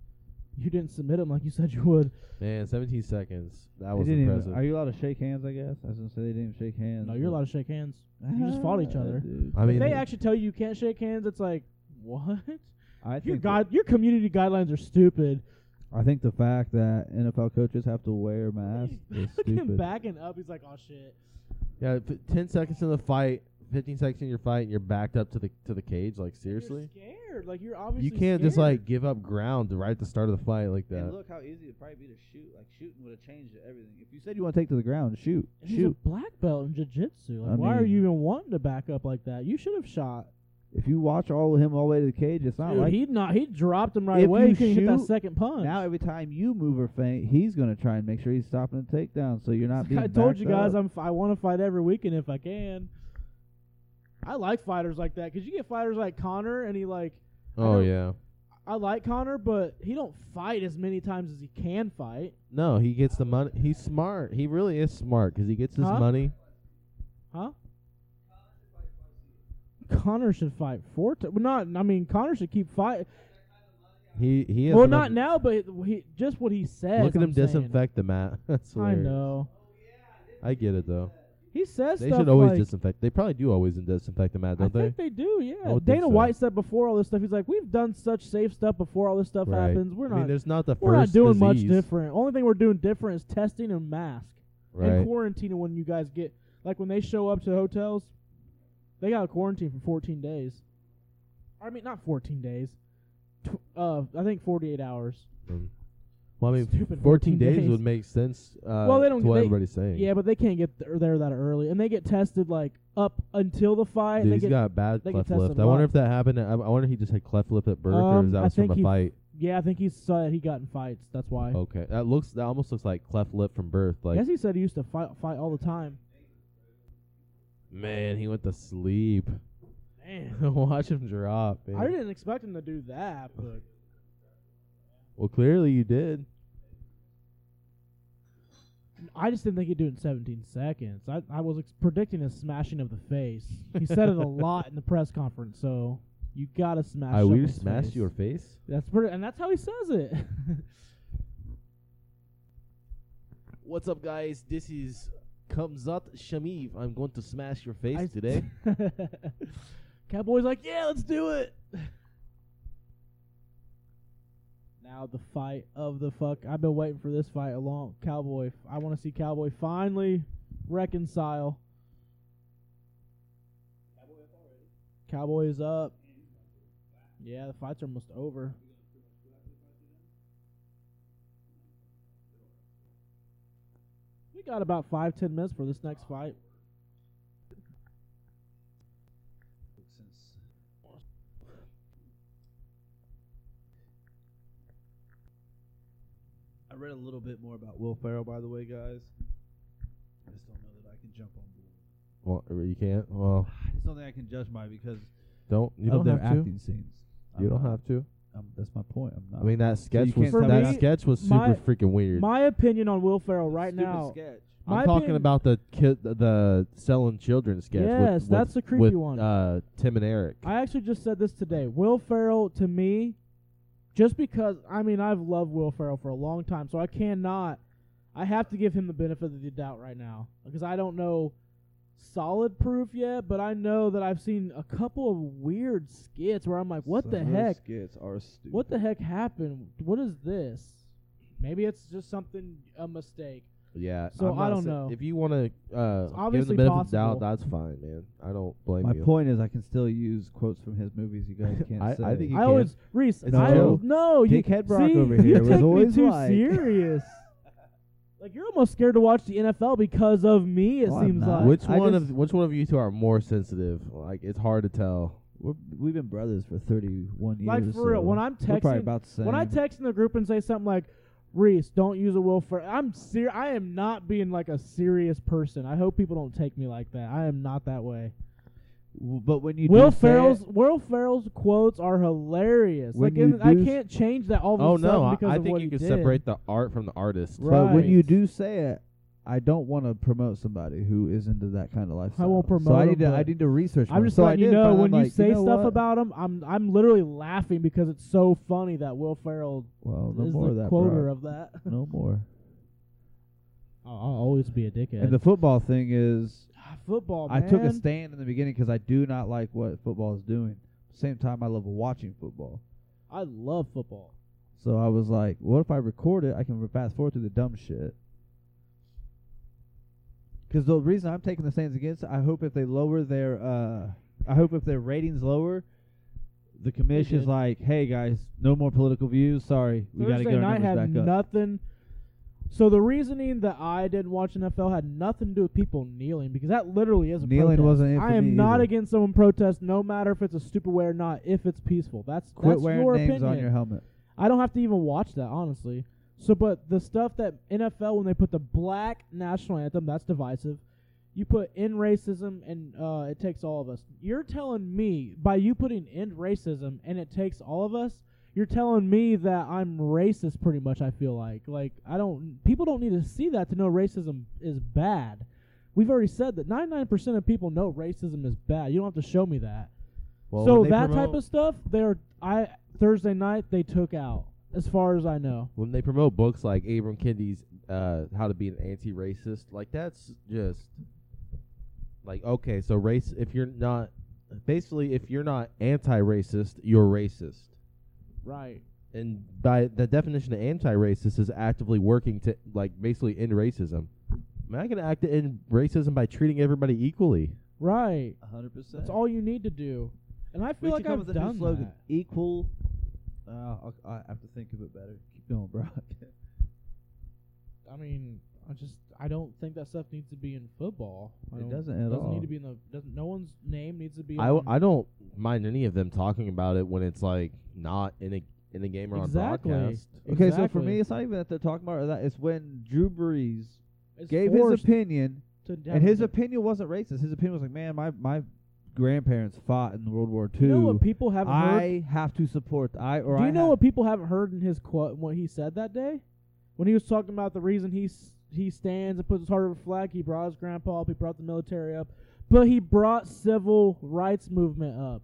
C: you didn't submit him like you said you would.
A: man, 17 seconds. That
B: They
A: was
B: didn't even-
A: impressive.
B: are you allowed to shake hands? I guess I was gonna say they didn't shake hands.
C: No, you're allowed to shake hands. You just fought each other.
A: I mean,
C: if they
A: it-
C: actually tell you you can't shake hands, it's like what?
B: I
C: Your
B: think that-
C: god, your community guidelines are stupid.
B: I think the fact that NFL coaches have to wear masks is
C: Look at him
B: stupid.
C: backing up. He's like, oh shit.
A: yeah, f- 10 seconds in the fight, 15 seconds in your fight, and you're backed up to the to the cage. Like seriously,
C: You're scared. Like you're
A: you
C: obviously.
A: can't just
C: scared.
A: like give up ground right at the start of the fight like that.
B: And look how easy it'd probably be to shoot. Like shooting would have changed everything. If you said you want to take to the ground, shoot,
C: And He's a
B: shoot.
C: black belt in jiu-jitsu. Like,
B: I
C: why are
B: mean-
C: you even wanting to back up like that? You should have shot.
B: If you watch all of him all the way to the cage, it's not
C: Dude,
B: like
C: he not he dropped him right
B: If
C: away. He
B: you
C: couldn't hit that
B: shoot,
C: second punch.
B: now. Every time you move or faint, he's gonna try and make sure he's stopping the takedown. So you're not being.
C: I told
B: backed
C: you guys,
B: up.
C: I'm f- I want to fight every weekend if I can. I like fighters like that because you get fighters like Connor, and he like I
A: oh
C: don't-
A: yeah,
C: I like Connor, but he don't fight as many times as he can fight,
A: No, he gets the money. He's smart. He really is smart because he gets his
C: Huh?
A: money.
C: huh? Connor should fight four times. Not, I mean, Connor should keep fight.
A: He he. Has
C: Well,
A: the
C: not
A: money.
C: now, but he just what he says.
A: Look at
C: I'm
A: him
C: saying.
A: disinfect the mat. That's
C: I
A: hilarious.
C: know.
A: I get it though.
C: He says
A: They
C: stuff
A: should always
C: like,
A: disinfect. They probably do always disinfect the mat,
C: I
A: don't they?
C: think they do, yeah.
A: I would think
C: Dana
A: so.
C: White said before all this stuff, he's like, we've done such safe stuff before all this stuff
A: Right.
C: happens. We're
A: I mean,
C: not,
A: there's not the
C: we're not
A: first
C: doing much
A: disease,
C: different. Only thing we're doing different is testing and mask
A: Right.
C: and quarantining when you guys get like when they show up to hotels, they got to quarantine for 14 days. I mean, not 14 days. Tw- uh, I think 48 hours.
A: Mm. Well, I mean,
C: Stupid
A: 14, days, would make sense. Uh,
C: Well, they don't
A: to what
C: get- they-
A: everybody's saying.
C: Yeah, but they can't get th- there that early, and they get tested like up until the fight.
A: Dude,
C: they
A: he's
C: get,
A: got bad
C: they get
A: cleft lip.
C: tested
A: I
C: a
A: wonder
C: lot.
A: if that happened. at- I, I wonder if he just had cleft lip at birth, or
C: Um,
A: if that
C: I
A: was from
C: think
A: a
C: he-
A: fight.
C: yeah, I think he saw that he got in fights. That's why.
A: Okay, that looks. That almost looks like cleft lip from birth. Oh, Like,
C: Yes, he said he used to fight fight all the time.
A: man, he went to sleep.
C: Man,
A: Watch him drop. Man.
C: I didn't expect him to do that, but
A: Well, clearly you did.
C: I just didn't think he'd do it in 17 seconds. I I was ex- predicting a smashing of the face. He said it a lot in the press conference, so you gotta smash.
A: I we
C: someone's
A: smashed
C: face.
A: your face.
C: That's pretty, and that's how he says it.
A: What's up, guys? This is Kamzat Shamiv. I'm going to smash your face
C: I- Cowboy's like, yeah, let's do it. Now the fight of the fuck. I've been waiting for this fight a long. Cowboy, I want to see Cowboy finally reconcile. Cowboy is up. Yeah, the fight's almost over. We got about five, ten minutes for this next fight.
B: Since I read a little bit more about Will Ferrell, by the way, guys. I just don't know that I can jump on board.
A: Well, uh, you can't. Well,
B: I just don't think I can judge by because
A: don't. You
B: of
A: don't
B: their
A: have to.
B: acting scenes.
A: You
B: I'm
A: don't
B: not-
A: have to.
B: I'm- that's my point. I'm not.
A: I mean, that sketch
B: Uh, you
A: was
B: can't tell
A: that
C: me-
A: sketch was super
C: my-
A: freaking weird.
C: My opinion on Will Ferrell right
B: Stupid
C: now.
B: sketch.
C: my
A: I'm talking
C: opinion-
A: about the kid, the, the selling children sketch. with-
C: Yes,
A: with,
C: that's the creepy
A: with,
C: one.
A: Uh, Tim and Eric.
C: I actually just said this today. Will Ferrell to me, just because I mean I've loved Will Ferrell for a long time, so I cannot. I have to give him the benefit of the doubt right now because I don't know solid proof yet, but I know that I've seen a couple of weird skits where I'm like, what the
B: Some of those
C: heck?
B: Skits are stupid.
C: What the heck happened? What is this? Maybe it's just something a mistake.
A: yeah.
C: So
A: I'm
C: I
A: not
C: don't
A: sa-
C: know.
A: If you want to uh, give him the
C: obviously
A: benefit
C: possible.
A: of the doubt, that's fine, man. I don't blame
B: My
A: you.
B: point is, I can still use quotes from his movies. You guys can't
A: I-
B: say.
A: I think You
C: I
A: can.
C: always Reese.
A: It's
C: I
A: a
C: al-
A: joke.
C: no, you
B: Dickhead Brock
C: see,
B: over
C: you
B: here was
C: take me
B: always
C: too
B: like-
C: serious. like you're almost scared to watch the NFL because of me. It
B: Oh, I'm
C: seems
B: not.
C: like
A: Which
B: I
A: one
B: just-
A: of which one of you two are more sensitive? Like it's hard to tell.
B: We're, we've been brothers for 31 years.
C: Like, for real, when
B: so
C: I'm
B: we're probably
C: texting-
B: about the same.
C: when I text in the group and say something like, "Reese, don't use a will for," I'm ser- I am not being like a serious person. I hope people don't take me like that. I am not that way.
B: W- but when you
C: Will
B: do say
C: Ferrell's
B: it,
C: Will Ferrell's quotes are hilarious.
B: When
C: like
B: you
C: and I
B: do s-
C: can't change that all of a
A: Oh
C: sudden
A: no, I,
C: because
A: I
C: of
A: think
C: what
A: you
C: he
A: can
C: did.
A: separate the art from the artist.
C: Right.
B: but when you do say it, I don't want to promote somebody who is into that kind of lifestyle. So
C: promote
B: I
C: 'em,
B: need to I
C: but
B: need to research.
C: I'm
B: more.
C: just
B: so I
C: letting you
B: did
C: know
B: find out,
C: when you
B: like,
C: say
B: know
C: stuff
B: what?
C: about him, I'm I'm literally laughing because it's so funny that Will Ferrell
B: Well, Oh, no
C: is
B: more
C: the
B: of that.
C: quoter
B: Brock.
C: of that.
B: No more.
C: I'll, always be a dickhead.
B: And the football thing is,
C: Ah, football,
B: I
C: Oh, man.
B: took a stand in the beginning because I do not like what football is doing. Same time, I love watching football.
C: I love football.
B: So I was like, what if I record it? I can fast forward through the dumb shit. Because the reason I'm taking the stands against, it, I hope if they lower their, uh, I hope if their ratings lower, the commission's
C: did.
B: like, hey guys, no more political views. Sorry, we got to
C: Thursday
B: get our
C: night
B: numbers
C: had
B: back up.
C: nothing. So the reasoning that I didn't watch NFL had nothing to do with people kneeling because that literally is a
B: Kneeling
C: protest.
B: wasn't it for
C: I
B: me
C: am not
B: either.
C: against someone protest, no matter if it's a stupid way or not. If it's peaceful, that's
B: Quit
C: that's
B: wearing
C: your
B: names
C: opinion.
B: on your helmet.
C: I don't have to even watch that, honestly. So, but the stuff that NFL when they put the black national anthem, that's divisive. You put in racism, and uh, it takes all of us. You're telling me by you putting in racism, and it takes all of us. you're telling me that I'm racist pretty much I feel like like I don't people don't need to see that to know racism is bad. We've already said that 99% of people know racism is bad. You don't have to show me that.
A: Well,
C: so
A: when they
C: that
A: promote,
C: type of stuff they're I Thursday night they took out as far as I know.
A: when they promote books like Abram Kendi's uh, "How to Be an Anti-Racist," like that's just like okay. So race, if you're not basically if you're not anti-racist, you're racist.
C: Right.
A: And by the definition of anti-racist is actively working to like basically end racism. I mean, I can act in racism by treating everybody equally.
C: Right.
B: hundred percent.
C: That's all you need to do. And I
B: We
C: feel
B: should
C: like
B: come
C: I've
B: up with a new
C: done
B: slogan.
C: that.
B: Equal. Uh, I'll- I have to think of it better. Keep going, bro.
C: I mean, I just I don't think that stuff needs to be in football. I
B: it
C: don't-
B: doesn't at
C: doesn't
B: all.
C: need to be in the doesn't no one's name needs to be.
A: I,
C: on,
A: w- I don't mind any of them talking about it when it's like not in a in a game or
C: Exactly.
A: on broadcast.
B: okay, so for
C: Exactly.
B: me, it's not even that they're talking about that. It's when Drew Brees
C: It's
B: gave his
C: forced
B: opinion,
C: to have
B: and his
C: a-
B: opinion wasn't racist. His opinion was like, "Man, my my grandparents fought in World War
C: Do
B: II.
C: you know what people haven't heard?
B: I have to support. I or
C: Do
B: I
C: you know
B: have-
C: what people haven't heard in his quote? What he said that day, when he was talking about the reason he s- he stands and puts his heart over the flag. He brought his grandpa up. He brought the military up, but he brought civil rights movement up.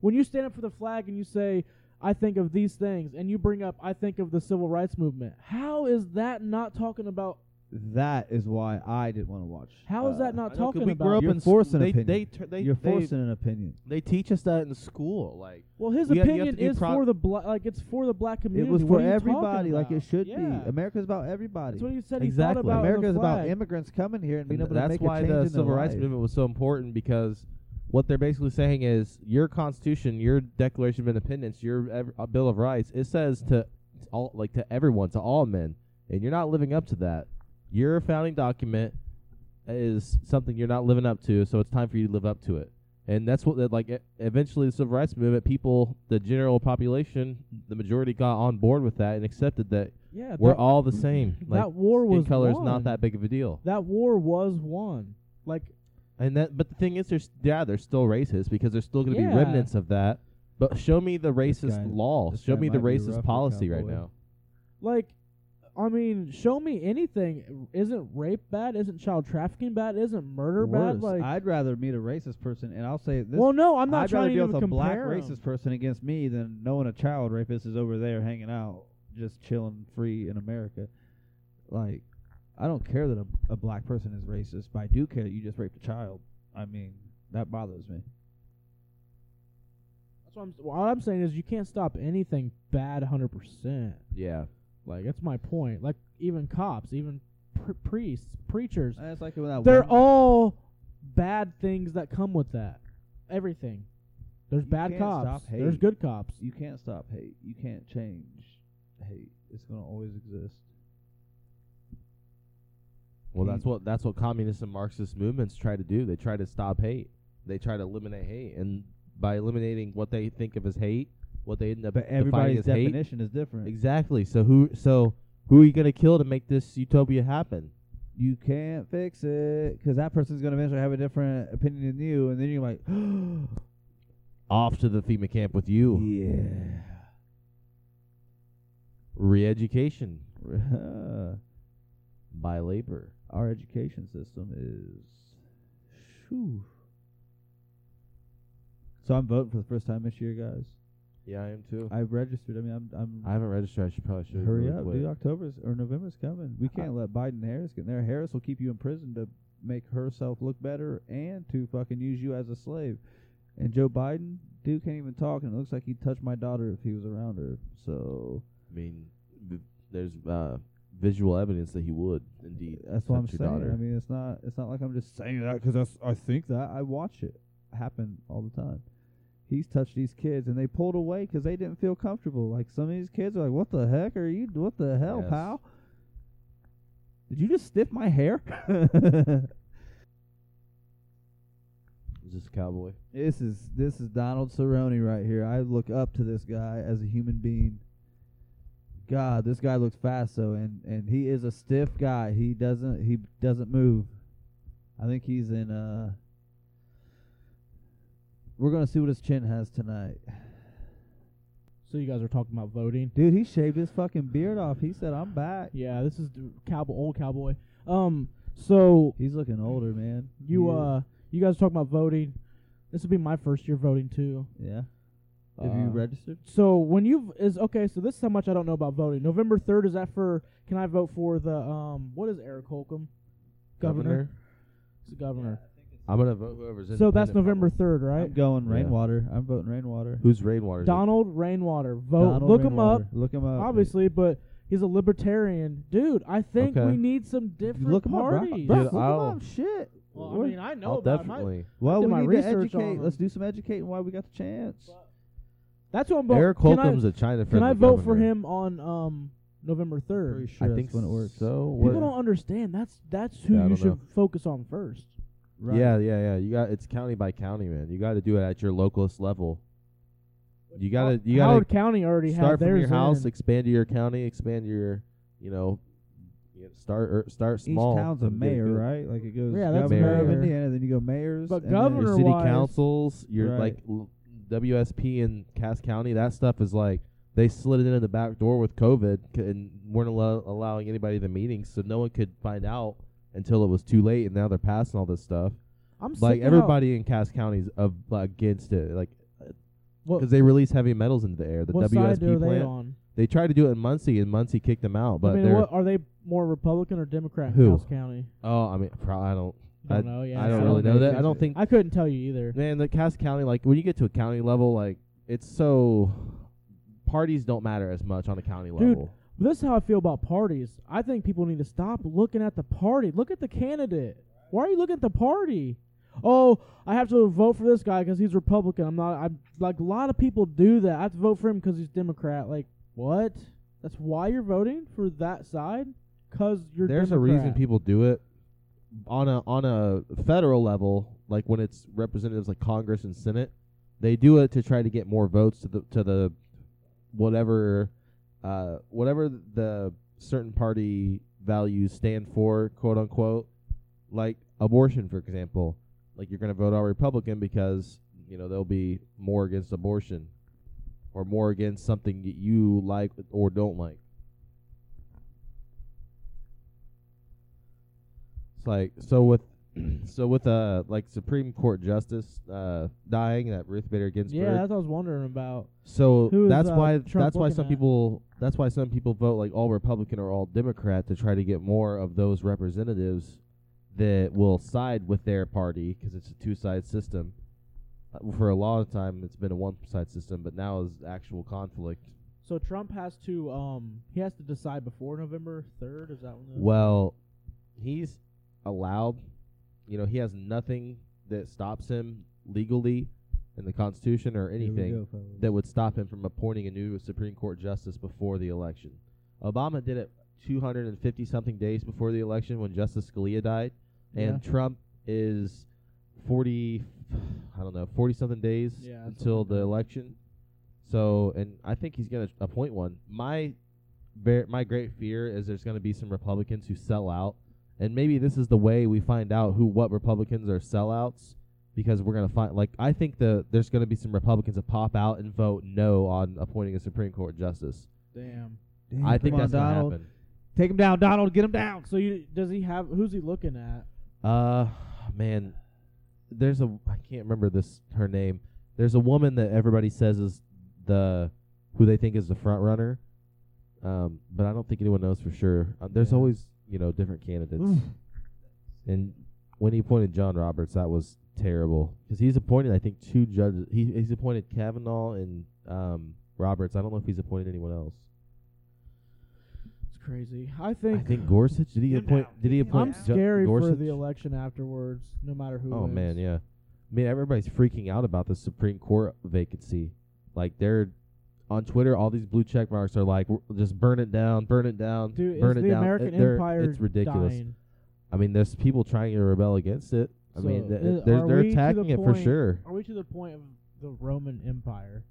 C: When you stand up for the flag and you say, "I think of these things," and you bring up, "I think of the civil rights movement," how is that not talking about?
B: that is why I didn't want to watch.
C: How is that
B: Uh,
A: Uh,
C: not talking
A: we
C: about?
A: grew up
B: You're
A: in s-
B: forcing
A: they,
B: opinion.
A: they, tur- they,
B: You're
A: they-
B: forcing an opinion.
A: They teach us that in school. Like
C: Well, his
A: You have- you have
C: opinion
A: to be
C: is
A: pro-
C: for the black. Like it's for the black
B: It
C: community.
B: was
C: What
B: for
C: are you talking
B: everybody, like
C: about?
B: it should
C: Yeah.
B: be. America's about everybody.
C: That's what he said.
A: Exactly.
C: He thought about in the
B: America's about
C: flag.
B: immigrants coming here and being
A: and
B: able to
A: that's
B: make
A: why
B: a change
A: the
B: in their
A: civil rights
B: life.
A: movement was so important because what they're basically saying is your Constitution, your Declaration of Independence, your ev- uh, Bill of Rights. It says to all like to everyone, to all men, and you're not living up to that. Your founding document is something you're not living up to, so it's time for you to live up to it. And that's what that like e- eventually the civil rights movement, people, the general population, the majority got on board with that and accepted that
C: Yeah,
A: we're
C: that,
A: all the same. Like
C: that war
A: skin
C: was
A: color is
C: won.
A: not that big of a deal.
C: That war was won. Like
A: And that, but the thing is, there's yeah, they're still racist because there's still going to
C: Yeah.
A: be remnants of that. But show me the
B: This
A: racist
B: guy-
A: law.
B: this
A: Show
B: guy
A: me the
B: might be rough
A: racist
B: with
A: policy right
B: Cowboy.
A: now.
C: like I mean, show me anything. Isn't rape bad? Isn't child trafficking bad? Isn't murder bad?
B: Worse.
C: Like
B: I'd rather meet a racist person, and I'll say this.
C: Well, no, I'm not
B: I'd
C: trying
B: rather
C: to
B: deal
C: even
B: with a black
C: compare 'em.
B: racist person against me than knowing a child rapist is over there hanging out, just chilling free in America. Like, I don't care that a, a black person is racist, but I do care that you just raped a child. I mean, that bothers me.
C: That's what I'm, well, all I'm saying is you can't stop anything bad 100%.
A: Yeah,
C: Like that's my point. Like even cops, even pr- priests, preachers,
B: That's like when that
C: they're
B: one-
C: all bad things that come with that. Everything. There's
B: You
C: bad
B: can't
C: cops.
B: stop
C: There's
B: hate.
C: good cops.
B: You can't stop hate. You can't change hate. It's gonna always exist.
A: well,
B: He-
A: that's what that's what communist and Marxist movements try to do. They try to stop hate. They try to eliminate hate, and by eliminating what they think of as hate, what they end up
B: But
A: defining
B: everybody's
A: as hate.
B: definition is different.
A: Exactly. So who so who are you going to kill to make this utopia happen?
B: you can't fix it because that person's gonna eventually have a different opinion than you, and then you're like,
A: Off to the FEMA camp with you.
B: yeah.
A: Re-education
B: Uh,
A: by labor.
B: our education system is. Shoo. So I'm voting for the first time this year, guys.
A: Yeah, I am too.
B: I've registered. I mean, I'm.
A: I
B: I'm
A: haven't registered. I should probably should.
B: hurry
A: really
B: up,
A: quick.
B: dude. October's or November's coming. We can't let Biden and Harris get in there. Harris will keep you in prison to make herself look better and to fucking use you as a slave. And Joe Biden, dude, can't even talk, and it looks like he'd touch my daughter if he was around her. So
A: I mean, th- there's uh, visual evidence that he would indeed.
B: That's what I'm
A: touch
B: saying.
A: your daughter.
B: I mean, it's not it's not like I'm just saying that because I think that I watch it happen all the time. He's touched these kids and they pulled away because they didn't feel comfortable. Like some of these kids are like, "What the heck are you? What the hell,
A: Yes.
B: pal? Did you just sniff my hair?"
A: Is this a cowboy?
B: this is this is Donald Cerrone right here. I look up to this guy as a human being. God, this guy looks fast though, and and he is a stiff guy. He doesn't he doesn't move. I think he's in. uh We're gonna see what his chin has tonight.
C: So you guys are talking about voting?
B: Dude, he shaved his fucking beard off. He said, "I'm back."
C: Yeah, this is the cowboy, old cowboy. Um, so
B: He's looking older, man.
C: you
B: Yeah.
C: uh, you guys are talking about voting. This will be my first year voting too.
B: yeah. Have you
C: Uh,
B: registered?
C: So when you is okay, so this is how much I don't know about voting. November third is that for? Can I vote for the um? What is Eric Holcomb? Governor. It's the governor.
A: I'm gonna vote whoever's in.
C: So that's November third, right?
B: I'm going
A: Yeah.
B: rainwater. I'm voting rainwater.
A: Who's Rainwater?
C: Donald Rainwater. Vote.
B: Donald
C: Look him up.
B: Rainwater. Look him up.
C: Obviously, but he's a libertarian, dude. I think
A: Okay.
C: we need some different
B: Look him up, bro.
C: parties.
B: Bro,
A: Dude,
B: look him
A: I'll-
B: up. Shit.
C: Well,
B: We're-
C: I mean, I know
A: I'll
C: about him. I-
A: definitely.
B: well,
C: did
B: we
C: my
B: need to
C: research on
B: educate.
C: him.
B: Let's do some educating while we got the chance.
C: that's what I'm. voting.
A: Eric
C: can I-
A: Holcomb's a China friend.
C: Can I vote for him on um November
B: Pretty
C: third?
B: sure
A: I think
B: that's when it works.
A: So
C: People
A: What-
C: don't understand. That's that's who
A: Yeah, I
C: you
A: don't
C: should
A: know.
C: focus on first.
B: Right.
A: Yeah, yeah, yeah. You got it's county by county, man. You got to do it at your localist level. You gotta, you gotta
C: Howard County already had
A: start from
C: theirs
A: your house,
C: in.
A: expand to your county, expand to your, you know, you know, start er, start
B: Each
A: small.
B: town's a
A: and get
B: mayor,
A: good-
B: right? Like it goes
C: Yeah, that's
B: governor of
A: mayor.
B: Indiana, then you go mayors.
C: But
B: and then-
C: governor-
A: Your city
C: Otherwise-
A: councils, your
B: Right.
A: like l- WSP in Cass County, that stuff is like they slid it in the back door with COVID c- and weren't allow- allowing anybody the meetings, so no one could find out until it was too late. And now they're passing all this stuff.
C: I'm sick
A: Like
C: of how-
A: everybody in Cass County's of against it, like
C: What,
A: because they release heavy metals into the air. The
C: what
A: WSP
C: side are they
A: plant.
C: on?
A: They tried to do it in Muncie, and Muncie kicked them out. But
C: I mean,
A: they're
C: what, are they more Republican or Democrat in
A: Who?
C: House County?
A: oh, I mean, pro- I don't,
C: I don't know. Yeah,
A: I don't
C: so-
A: really know that. I
B: It's-
A: don't think
C: I couldn't tell you either.
A: man, the Cass County, like when you get to a county level, like it's so parties don't matter as much on a county
C: Dude,
A: level.
C: This is how I feel about parties. I think people need to stop looking at the party. Look at the candidate. Why are you looking at the party? Oh, I have to vote for this guy because he's Republican. I'm not. I'm like a lot of people do that. I have to vote for him because he's Democrat. Like what? That's why you're voting for that side? Cause you're
A: There's a
C: Democrat.
A: reason people do it on a on a federal level, like when it's representatives like Congress and Senate, they do it to try to get more votes to the to the whatever uh whatever the certain party values stand for, quote unquote. Like abortion, for example. Like you're gonna vote all Republican because, you know, they'll be more against abortion or more against something that you like or don't like. It's like so with so with uh like Supreme Court justice uh dying that Ruth Bader Ginsburg.
C: Yeah, that's what I was wondering about.
A: so
C: who is,
A: that's
C: uh,
A: why
C: Trump
A: that's why
C: looking
A: some
C: at?
A: people that's why some people vote like all Republican or all Democrat to try to get more of those representatives that will side with their party because it's a two side system. Uh, For a long time, it's been a one side system, but now is actual conflict.
C: So Trump has to um he has to decide before November third. Is that when? the-
A: Well, he's allowed. You know, he has nothing that stops him legally in the Constitution or
B: Here we
A: anything
B: go, fellas.
A: that would stop him from appointing a new Supreme Court justice before the election. Obama did it 250 something days before the election when Justice Scalia died, and Trump is 40, I don't know, 40 something days
C: Yeah, that's
A: until
C: something
A: the
C: like that.
A: election. So, and I think he's going to appoint one. My ver- my great fear is there's going to be some Republicans who sell out, and maybe this is the way we find out who what Republicans are sellouts because we're going to find like I think the there's going to be some Republicans that pop out and vote no on appointing a Supreme Court justice.
C: damn.
B: Damn,
A: I think
B: come on,
A: that's going to
B: Donald.
A: happen.
B: Take him down, Donald. Get him down.
C: So you does he have? Who's he looking at?
A: Uh, man, there's a I can't remember this her name. There's a woman that everybody says is the who they think is the front runner. Um, but I don't think anyone knows for sure. Uh, there's
B: Yeah.
A: always you know different candidates. and when he appointed John Roberts, that was terrible because he's appointed I think two judges. He he's appointed Kavanaugh and um Roberts. I don't know if he's appointed anyone else.
C: It's crazy. I
A: I
C: think.
A: think Gorsuch did he
B: You're
A: appoint?
B: down.
A: Did he
B: You're
A: appoint?
C: I'm
A: Ju-
C: scary for
A: Gorsuch?
C: the election afterwards, no matter who.
A: Oh
C: wins.
A: man, yeah. I mean, everybody's freaking out about the Supreme Court vacancy. Like they're on Twitter, all these blue check marks are like, "We're- "Just burn it down, burn it down,
C: Dude,
A: burn
C: is
A: it
C: the
A: down."
C: American
A: It- they're-
C: Empire
A: it's ridiculous.
C: dying?
A: I mean, there's people trying to rebel against it. I mean,
C: So,
A: th-
C: is-
A: they're
C: are
A: they're
C: we to the
A: attacking it for
C: point-
A: sure.
C: Are we to the point of the Roman Empire?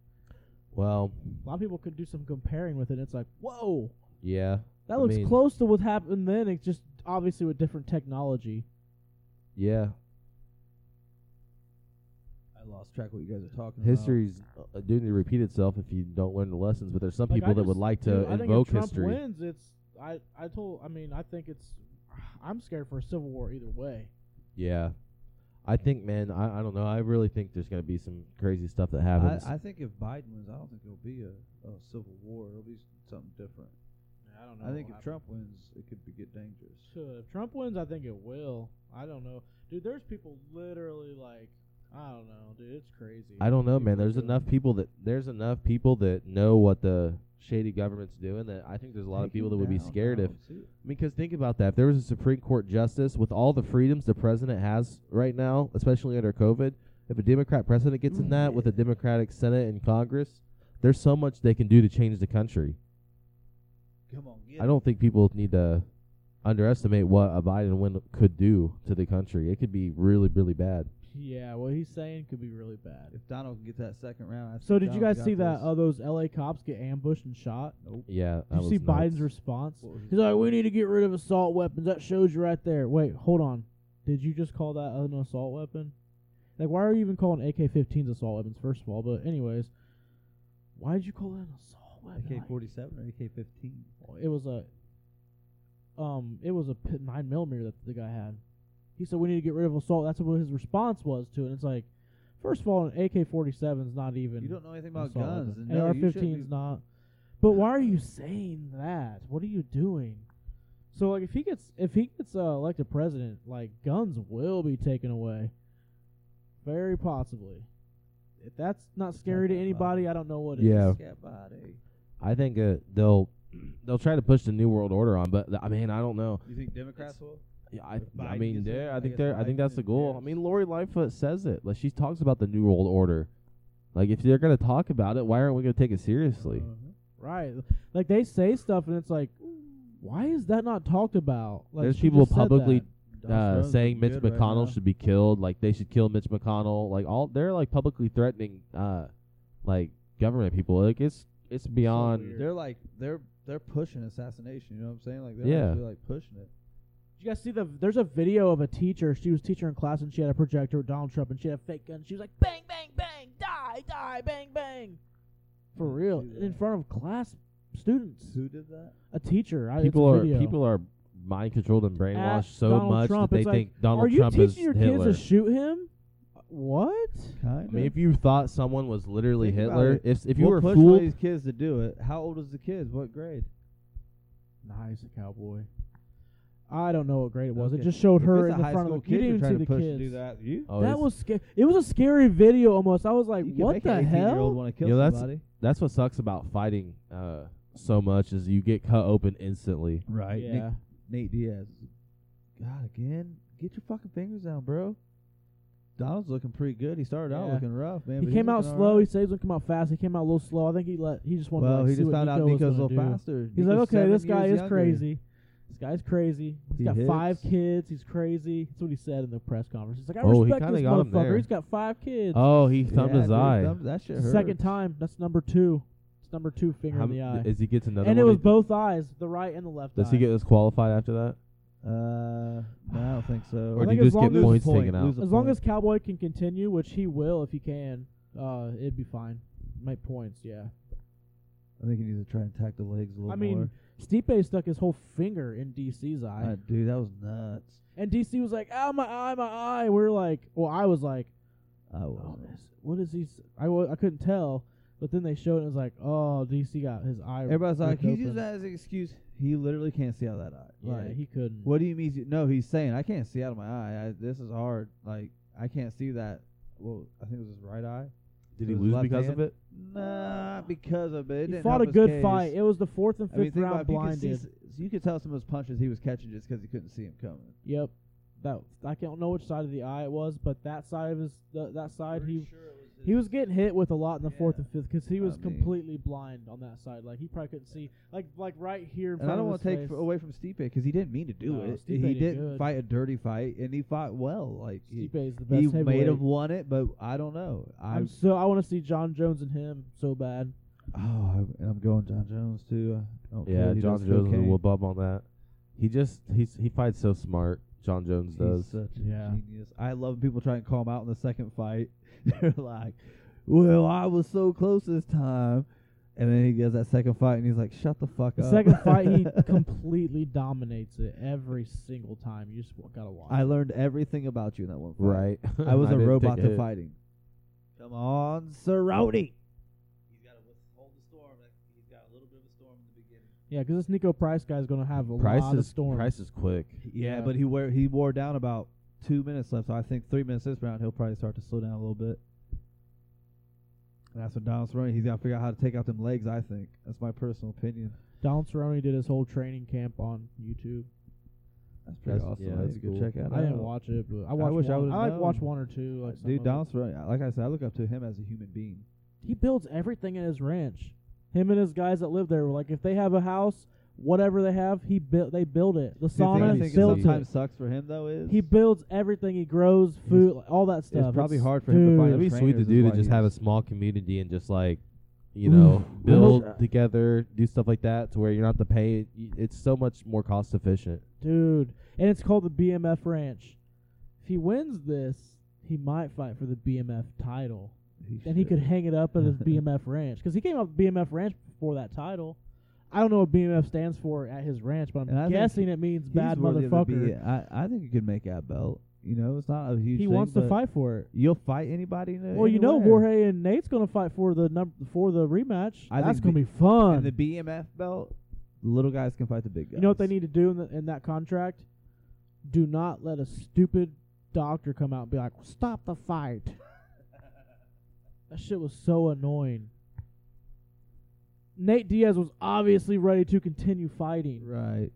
A: Well,
C: A lot of people could do some comparing with it. It's like, whoa,
A: yeah,
C: that
A: I
C: looks
A: mean-
C: close to what happened then. It's just obviously with different technology.
A: yeah.
B: I I lost track of what you guys are talking
A: History's uh, doomed to repeat itself if you don't learn the lessons. But there's some
C: Like,
A: people
C: I
A: that would
C: just-
A: like to
C: dude, I think if
A: invoke
C: Trump
A: history.
C: Wins, it's I. I told. I mean, I think it's. I'm scared for a civil war either way.
A: Yeah, I think, man, I, I don't know. I really think there's gonna be some crazy stuff that
B: about.
A: happens.
B: I, I think if Biden wins, I don't think it'll be a, a civil war. It'll be s- something different.
C: I don't
B: I think if Trump wins, it could be, get dangerous.
C: Should. If Trump wins, I think it will. I don't know, dude. There's people literally like, I don't know, dude. It's crazy.
A: I don't know,
C: People
A: man.
C: are
A: There's
C: doing-
A: enough people that there's enough people that know what the shady government's doing that I think there's a lot of
B: Take
A: people
B: him
A: that would be
B: down. I
A: scared if.
B: don't see it.
A: I mean, because think about that. If there was a Supreme Court justice with all the freedoms the president has right now, especially under COVID, if a Democrat president gets
C: Mm.
A: in that with a Democratic Senate and Congress, there's so much they can do to change the country.
B: Come on, get
A: I don't think people need to underestimate what a Biden win could do to the country. It could be really, really bad.
C: Yeah, what he's saying could be really
B: it.
C: bad.
B: If Donald can get that second round, I
C: So
B: think
C: did you
B: Donald's
C: guys see
B: got
C: that?
B: this.
C: Uh, those L.A. cops get ambushed and shot.
A: Yeah,
C: Did
A: that
C: you
A: was
C: see
A: nuts.
C: Biden's response?
B: What was his
C: He's like, "We need to get rid of assault weapons." That shows you right there. Wait, hold on. Did you just call that an assault weapon? Like, why are you even calling AK-15s assault weapons? First of all, but anyways, why did you call that an assault weapon?
B: AK forty seven or AK fifteen?
C: Like, it was a, um, it was a p- nine millimeter that the guy had. He said we need to get rid of assault. That's what his response was to it. And it's like, first of all, an AK-47 is not even.
B: You don't know anything about
C: assault
B: guns.
C: weapon.
B: and no, you shouldn't
C: AR-15's
B: be-
C: not. But why are you saying that? What are you doing? So like, if he gets if he gets uh, elected president, like guns will be taken away, very possibly. If that's not
B: It's
C: scary
B: not
C: to
B: that
C: anybody,
B: bad.
C: I don't know what is.
A: Yeah.
B: Scat body.
A: I think uh, they'll they'll try to push the new world order on, but th- I mean, I don't know.
B: You think Democrats will?
A: Yeah, I, I
B: Biden
A: mean,
B: gets in,
A: there. I
B: I
A: think
B: guess
A: there. I think
B: Biden
A: that's the
B: and
A: goal. I
B: Harris.
A: mean, Lori Lightfoot says it. Like she talks about the new world order. Like if they're gonna talk about it, why aren't we gonna take it seriously?
B: Uh-huh.
C: Right. Like they say stuff, and it's like, why is that not talked about? Like
A: There's
C: she
A: people
C: just said
A: publicly
C: that.
B: Donald
A: uh,
B: Trump's
A: saying
B: doing
A: Mitch
B: good right
A: McConnell
B: now.
A: should be killed. Like they should kill Mitch McConnell. Like all they're like publicly threatening, uh, like government people. Like it's it's beyond.
C: weird.
B: They're like they're they're pushing assassination. You know what I'm saying? Like they're
A: Yeah.
B: actually like pushing it.
C: Did you guys see the? There's a video of a teacher. She was teacher in class, and she had a projector with Donald Trump, and she had a fake gun. She was like, "Bang, bang, bang, die, die, bang, bang," for
B: Didn't
C: real,
B: see
C: in
B: that.
C: front of class students.
B: Who did that?
C: A teacher. I,
A: people
C: it's
A: are
C: a video.
A: people are mind controlled and brainwashed
C: At
A: so
C: Donald
A: much
C: Trump,
A: that they
C: it's like,
A: think Donald
C: Are you
A: Trump
C: teaching
A: is
C: your
A: Hitler.
C: kids to shoot him? What?
B: Kind
A: I mean, if you thought someone was literally
B: Think about
A: Hitler,
B: it.
A: if if you
B: We'll
A: were
B: push
A: fooled,
B: all these kids to do it. How old is the kids? What grade?
C: Nice cowboy. I don't know what grade it was. It
B: Okay.
C: just showed
B: If
C: her
B: it's
C: in
B: a
C: the
B: high
C: front of
B: school
C: the.
B: kid,
C: You
B: you're
C: didn't even
B: trying
C: see
B: to
C: the
B: push
C: kids.
B: to do that. You
A: Oh,
C: that
A: it's-
C: was scary. It was a scary video almost. I was like,
B: you can
C: what
B: make
C: the
B: an 18 year
C: hell?
B: old want to kill
A: You know, that's-
B: somebody?
A: that's what sucks about fighting uh, so much is you get cut open instantly.
B: Right.
C: yeah.
B: Nate, Nate Diaz. God again. Get your fucking fingers down, bro. Donald's looking pretty good. He started out
C: Yeah.
B: looking rough, man.
C: He
B: but
C: came
B: he's
C: out
B: looking
C: slow.
B: alright.
C: He said he was gonna come out fast. He came out a little slow. I think he let he just wanted
B: well,
C: to like,
B: he
C: see
B: just
C: what
B: found out
C: Nico was
B: Nico's a
C: gonna
B: little
C: do.
B: faster.
C: He's
B: Nico's
C: like, okay,
B: seven
C: this guy
B: years
C: is
B: younger.
C: crazy. This guy's crazy. He's
B: He
C: got
B: hits.
C: five kids. He's crazy. That's what he said in the press conference. He's like, I
A: Oh, he
C: respect
A: kinda
C: this
A: got him
C: motherfucker.
A: there.
C: He's got five kids.
A: Oh, he thumbed
B: Yeah,
A: his
B: dude,
A: eye.
B: thumb- that shit hurts.
C: Second time. That's number two. It's number two finger
A: How
C: in the
A: m-
C: eye.
A: Is he gets another
C: And it
A: one?
C: was both eyes, the right and the left.
A: Does
C: eye.
A: he get disqualified after that?
B: Uh, no, I don't think so.
A: Or do you
C: think as
A: just get
C: long as-
A: points
B: Lose a
A: taken
B: point,
A: out?
B: lose a-
C: As long
B: point.
C: as Cowboy can continue, which he will if he can, uh, it'd be fine. Make points, yeah.
B: I think he needs to try and tack the legs a little
C: I mean,
B: more.
C: Stipe stuck his whole finger in DC's eye.
B: Uh, dude, that was nuts.
C: And DC was like, "Ow, my eye, my eye." We were like, "Well, I was like,
B: I
C: oh,
B: was.
C: this, what is he?" s- I wa- I couldn't tell, but then they showed it. and It was like, "Oh, DC got his eye."
B: Everybody's like,
C: ripped
B: he's
C: open."
B: using that as an excuse. He literally can't see out of that eye.
C: Yeah,
B: Like,
C: he couldn't.
B: what do you mean? you- No, he's saying I can't see out of my eye. I, this is hard. Like I can't see that. Well, I think it was his right eye.
A: Did
B: It
A: he
B: was
A: lose
B: left
A: because
B: hand.
A: of it?
B: Nah, because of it. it
C: He
B: didn't
C: fought
B: help
C: a
B: his
C: good
B: case.
C: fight. It was the fourth and
B: I mean,
C: fifth
B: think about
C: round
B: it, you could see
C: blinded.
B: s- you could tell some of those punches he was catching just because he couldn't see him coming.
C: Yep, that I don't know which side of the eye it was, but that side of his th- that side he He was getting hit with a lot in the fourth
B: Yeah.
C: and fifth because he
B: I
C: was
B: mean-
C: completely blind on that side. Like he probably couldn't see, like like right here. In
B: And I don't
C: want to
B: take f- away from Stipe because he didn't mean to do
C: No,
B: it.
C: Stipe
B: he
C: did
B: didn't
C: good.
B: fight a dirty fight, and he fought well. Like he,
C: Stipe is the best
B: he may
C: heavyweight.
B: have won it, but I don't know. I
C: I'm so I want to see John Jones and him so bad.
B: oh, I'm, and I'm going John Jones too. I don't care
A: Yeah,
B: if he
A: John
B: does
A: Jones will
B: cocaine.
A: whoop up on that. He just he's he fights so smart. John Jones
B: He's
A: does.
B: such a
C: Yeah.
B: genius. I love when people try and call him out in the second fight. They're like, "Well, I was so close this time," and then he gets that second fight, and he's like, "Shut the fuck
C: The
B: up."
C: second fight, he completely dominates it every single time. You just w- gotta watch.
B: I learned everything about you in that one. Fight.
A: Right.
B: I was
A: a
B: a robot to fighting. Come on, Cerrone. He's got to withhold the storm. He's got a little bit of a storm in the beginning.
C: Yeah, because this Nico Price guy's gonna have a
A: Price
C: lot
A: is
C: of storms.
A: Price is quick.
B: Yeah,
C: Yeah.
B: but he wore he wore down about two minutes left. So I think three minutes this round he'll probably start to slow down a little bit. And that's when Donald's running. He's got to figure out how to take out them legs. I think that's my personal opinion.
C: Donald Cerrone did his whole training camp on YouTube.
B: That's pretty
A: That's-
B: awesome.
A: yeah,
B: I
A: that's
B: need to go
A: cool.
B: check that
C: I didn't
B: out.
C: watch it, but I watched.
B: wish I
C: one,
B: would've
C: I like watch
B: known.
C: one or two. Like some
B: Dude,
C: of
B: Donald's running. Like I said, I look up to him as a human being.
C: it. He builds everything in his ranch. Him and his guys that live there were like, if they have a house, whatever they have, he built. They build it. The
B: Do you think-
A: Sauna
B: I
C: sauna
B: think it
A: built
C: builds it.
B: sometimes sucks for him though. Is
C: He builds everything. He grows food, like, all that stuff.
B: probably
C: It's-
B: hard for him to find
A: It'd
C: dude,
A: be
B: Trainers
A: sweet to
B: is
A: do to
B: why
A: just
B: he
A: have a
B: is-
A: small community and just like, you
C: Oof.
A: know,
C: I
A: build
C: wish I-
A: together, do stuff like that to where you're not the pay. It's so much more cost efficient.
C: dude. And it's called the BMF Ranch. If he wins this, he might fight for the BMF title. Then he
B: should.
C: could hang it up at his BMF Ranch because he came up with BMF Ranch before that title. I don't know what BMF stands for at his ranch, but
B: And I
C: I'm
B: think
C: guessing it means
B: He's
C: bad
B: worthy of the
C: motherfucker.
B: beat. I, I think you could make that belt. You know, it's not a huge.
C: He
B: thing,
C: wants to
B: but
C: fight for it.
B: You'll fight anybody. in a-
C: Well, you know,
B: anywhere.
C: Jorge and Nate's gonna fight for the number for the rematch.
B: I
C: That's
B: think
C: gonna
B: the-
C: be fun.
B: And the BMF belt, little guys can fight the big guys.
C: You know what they need to do in, the, in that contract? Do not let a stupid doctor come out and be like, "Stop the fight." that shit was so annoying. Nate Diaz was obviously ready to continue fighting,
B: Right.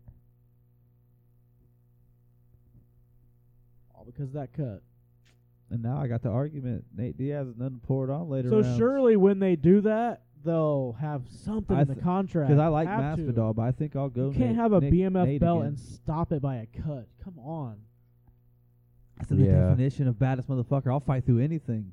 C: all because of that cut.
B: And now I got the argument. Nate Diaz is nothing to pour it on later.
C: So surely, when they do that, they'll have something
B: I
C: in the
B: th-
C: contract.
B: because I like
C: Have to.
B: Masvidal, but I think I'll go.
C: You can't
B: Nate-
C: have a
B: Nick-
C: BMF
B: Nate
C: belt
B: again.
C: and stop it by a cut. Come on.
B: That's in the
A: Yeah.
B: definition of baddest motherfucker. I'll fight through anything.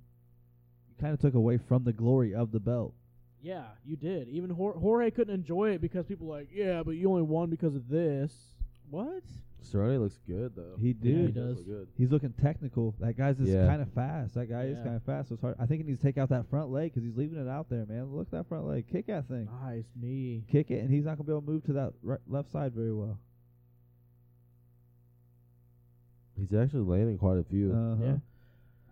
B: You kind of took away from the glory of the belt.
C: Yeah, you did. Even Jor- Jorge couldn't enjoy it because people were like, yeah, but you only won because of this. What?
A: Cerrone looks good though.
B: He
C: Yeah, he
B: did.
C: does.
A: look good.
B: He's looking technical. That guy's just
A: Yeah.
B: kind of fast. That guy is
C: Yeah.
B: kind of fast. So it's hard. I think he needs to take out that front leg because he's leaving it out there, man. Look at that front leg. Kick that thing.
C: Nice knee.
B: Kick it, and he's not gonna be able to move to that right, left side very well.
A: He's actually landing quite a few.
B: Uh-huh.
C: Yeah.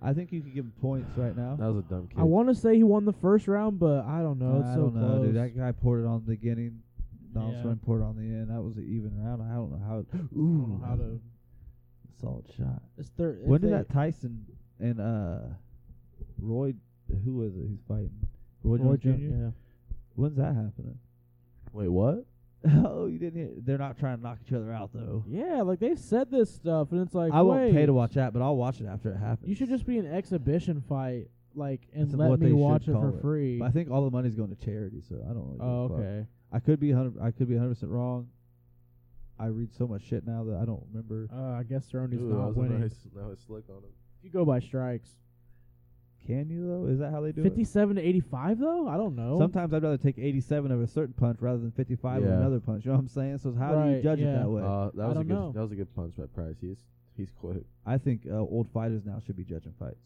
B: I think you can give him points right now.
A: that was a dumb kick.
C: I want to say he won the first round, but I don't know. It's
B: I
C: so
B: don't know,
C: close.
B: dude. That guy poured it on the beginning. Donald
C: Yeah.
B: Cerrone poured it on the end. That was an even round. I don't know how.
C: I
B: Ooh,
C: don't know how to.
B: solid shot.
C: It's third.
B: when did that Tyson and uh, Roy, who was it? He's fighting Roy,
C: Roy
B: Jones
C: Jr.
B: Jr.?
C: Yeah.
B: When's that happening?
A: Wait, what?
B: oh, you didn't hear? They're not trying to knock each other out though.
C: Yeah, like they've said this stuff, and it's like
B: I won't pay
C: wait,
B: to watch that, but I'll watch it after it happens.
C: You should just be an exhibition fight, like, and
B: That's
C: let
B: what they
C: me
B: should
C: watch it
B: call
C: for
B: it.
C: free.
B: But I think all the money's going to charity, so I don't. Really give a
C: oh,
B: fuck.
C: okay.
B: I could be hundred. I could be hundred percent wrong. I read so much shit now that I don't remember.
C: Uh, I guess Cerrone's not winning.
A: that was slick on him.
C: If you go by strikes,
B: Can you though? Is that how they do it?
C: fifty-seven to eighty-five though. I don't know.
B: Sometimes I'd rather take 87 of a certain punch rather than 55 of
A: Yeah.
B: another punch. You know what I'm saying? So it's how do you
C: Right,
B: judge it
C: yeah.
B: that way?
A: Uh,
C: I
A: that was a
C: don't
A: good.
C: know.
A: That was a good punch by Price. He's he's quick.
B: I think uh, old fighters now should be judging fights.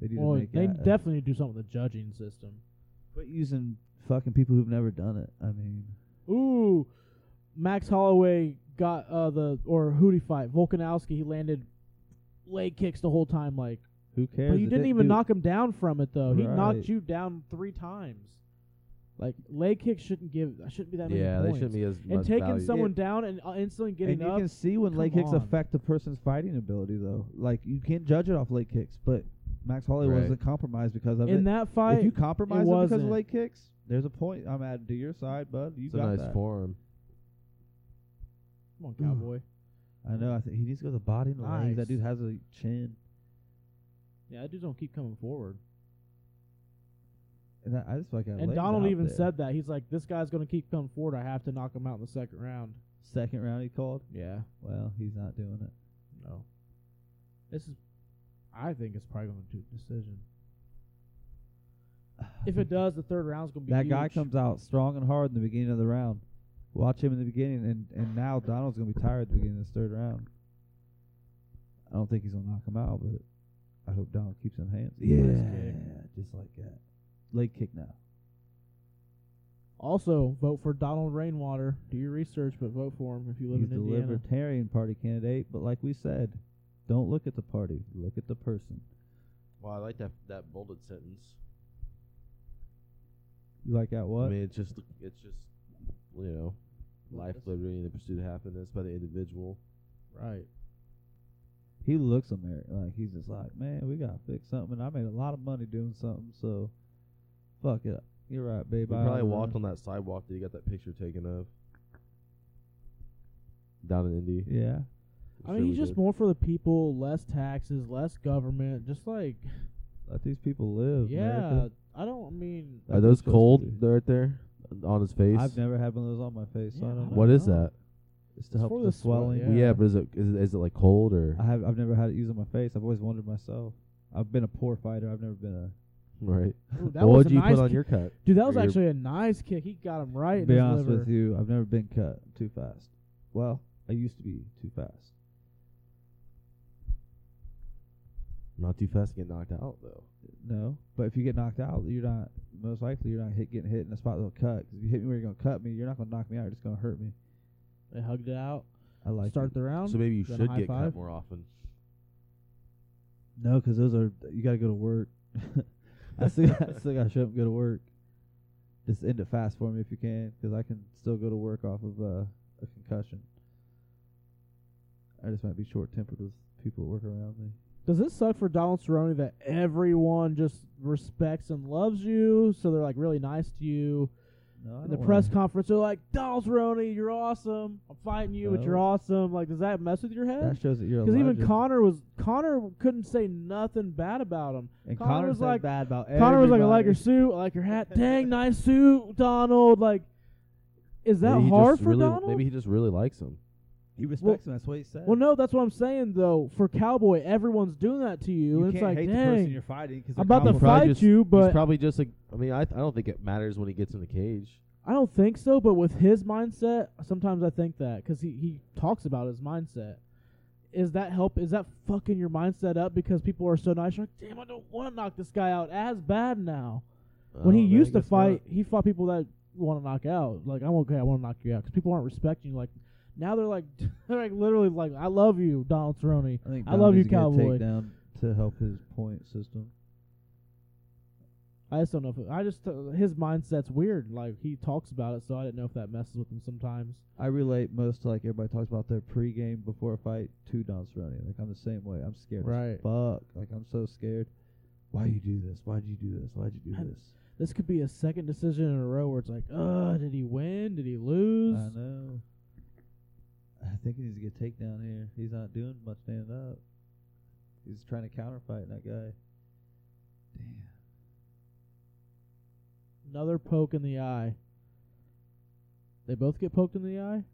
B: They need
C: Well,
B: to make
C: they
B: that, uh,
C: definitely do something with the judging system.
B: quit using fucking people who've never done it. I mean,
C: Ooh, Max Holloway got uh the or who did he fight? Volkanowski. He landed leg kicks the whole time. Like,
B: who cares?
C: but you
B: It
C: didn't even
B: do-
C: knock him down from it though. He
B: Right.
C: knocked you down three times. Like leg kicks shouldn't give. Shouldn't be that many.
A: yeah, they
C: points.
A: shouldn't be as
C: And
A: much
C: taking
A: value.
C: someone down and uh, instantly getting
B: and you
C: up.
B: can see when leg
C: Come
B: kicks
C: on.
B: affect a person's fighting ability, though. Like you can't judge it off leg kicks, but Max Holloway
A: Right.
B: wasn't compromised because of
C: in
B: it.
C: that fight,
B: if you compromise it, because of
C: wasn't.
B: leg kicks, there's a point I'm adding to your side, bud. You
A: It's a
B: got
A: nice
B: that.
A: form.
C: come on, cowboy.
B: I know. I think he needs to go to the body and the legs. That
C: Nice.
B: dude has a chin.
C: Yeah, that dude's gonna keep coming forward.
B: And I, I just fucking.
C: And Donald even said that he's like, "This guy's gonna keep coming forward. I have to knock him out in the second round."
B: second round he called.
C: Yeah,
B: Well, he's not doing it.
C: no. This is, I think it's probably going to do decision. If it does, the third round's going to be
B: that guy
C: huge.
B: comes out strong and hard in the beginning of the round. Watch him in the beginning, and and now Donald's gonna be tired at the beginning of this third round. I don't think he's gonna knock him out, but I hope Donald keeps him hands.
C: Yeah.
B: just like that. Leg kick now.
C: Also, vote for Donald Rainwater. Do your research, but vote for him if you live
B: he's
C: in
B: the
C: Indiana.
B: libertarian party candidate, but like we said, don't look at the party, look at the person.
A: Well, I like that that bolded sentence.
B: You like at what?
A: I mean, it's just it's just you know, life, liberty, and the pursuit of happiness by the individual.
C: Right.
B: he looks American. Like he's just like, man, we gotta fix something. And I made a lot of money doing something, so fuck it. You're right,
A: He
B: babe. I
A: probably
B: oughta
A: walked
B: run."
A: on that sidewalk that he got that picture taken of down in Indy.
B: Yeah,
C: I mean, he's just more for the people, less taxes, less government, just like
B: let these people live.
C: yeah.
B: America.
C: I don't mean
B: That's
A: Are
B: what
A: those
B: it's supposed to
A: cold
B: be.
A: right there on his face?
B: I've never had one of those on my face, so
C: Yeah,
B: I
C: I
B: don't know.
A: what is
C: know.
A: that?
B: It's to
C: It's
B: help
C: for
B: with the
C: the sweat,
B: swelling.
A: Yeah.
C: Yeah.
A: but is it is it, is it like cold or
B: I have. I've never had it used on my face. I've always wondered myself. I've been a poor fighter. I've never been a.
A: right?
C: Ooh, that
A: What
C: was
A: would
C: a
A: you
C: nice
A: put on
C: kick.
A: your cut?
C: dude. That was
A: your-
C: actually a nice kick. He got him right.
B: be
C: in his
B: honest
C: liver.
B: with you, I've never been cut too fast. Well, I used to be too fast.
A: Not too fast to get knocked out though.
B: No, but if you get knocked out, you're not most likely you're not hit getting hit in a spot that'll cut. 'Cause if you hit me where you're gonna cut me, you're not gonna knock me out. You're just gonna hurt me.
C: They hugged it out.
B: I like
C: start
B: it.
C: the round.
A: So maybe you
C: Then a
A: should
C: high
A: get cut
C: five?
A: more often.
B: No, 'cause those are you gotta go to work. I still I still gotta show up and go to work. Just end it fast for me if you can, 'cause I can still go to work off of uh, a concussion. I just might be short tempered with people that work around me.
C: Does this suck for Donald Cerrone that everyone just respects and loves you, so they're like really nice to you?
B: No, I
C: In the
B: don't
C: press
B: wanna-
C: conference, they're like, "Donald Cerrone, you're awesome. I'm fighting you, but you're
B: No.
C: awesome." Like, does that mess with your
B: That
C: head?
B: shows that you're a
C: Because even
B: legend.
C: Connor was Connor couldn't say nothing bad about him.
B: and
C: Connor was
B: said
C: like-
B: bad about
C: Connor was like, "I like your
B: everybody.
C: suit. I like your hat. Dang, nice suit, Donald." Like, is that
A: maybe he
C: hard
A: just
C: for
A: really,
C: Donald?
A: Maybe he just really likes him.
B: He respects him. That's what he said.
C: well, no, that's what I'm saying though. For Cowboy, everyone's doing that to you,
B: you
C: and
B: can't
C: it's like,
B: hate the person
C: dang,
B: you're fighting because
C: I'm about to
A: He's probably
C: fight
A: just-
C: you, but
A: he's probably just like I mean, I I don't think it matters when he gets in the cage.
C: I don't think so, but with his mindset, sometimes I think that because he, he talks about his mindset. Is that help? Is that fucking your mindset up because people are so nice? You're like, damn, I don't want to knock this guy out as bad now.
A: I
C: when he
A: don't know, I
C: used to
A: guess not.
C: fight, he fought people that want to knock out. Like, I'm okay, I want to knock you out because people aren't respecting you. Like, now they're like, they're like literally like, I love you, Donald Cerrone.
B: I, think
C: I
B: Don
C: love
B: needs to
C: you,
B: get a
C: Cowboy.
B: takedown to help his point system.
C: I just don't know. If I just uh, his mindset's weird. Like he talks about it, so I didn't know if that messes with him sometimes.
B: I relate most to like everybody talks about their pregame before a fight to Don Cerrone. Like I'm the same way. I'm scared. As
C: Right.
B: fuck. Like I'm so scared. Why you do this? Why would you do this? Why would you do
C: I-
B: this?
C: this could be a second decision in a row where it's like, uh, did he win? Did he lose?
B: I know. I think he needs to get takedown here. He's not doing much standing up. He's trying to counterfight that guy. Damn.
C: Another poke in the eye. They both get poked in the eye.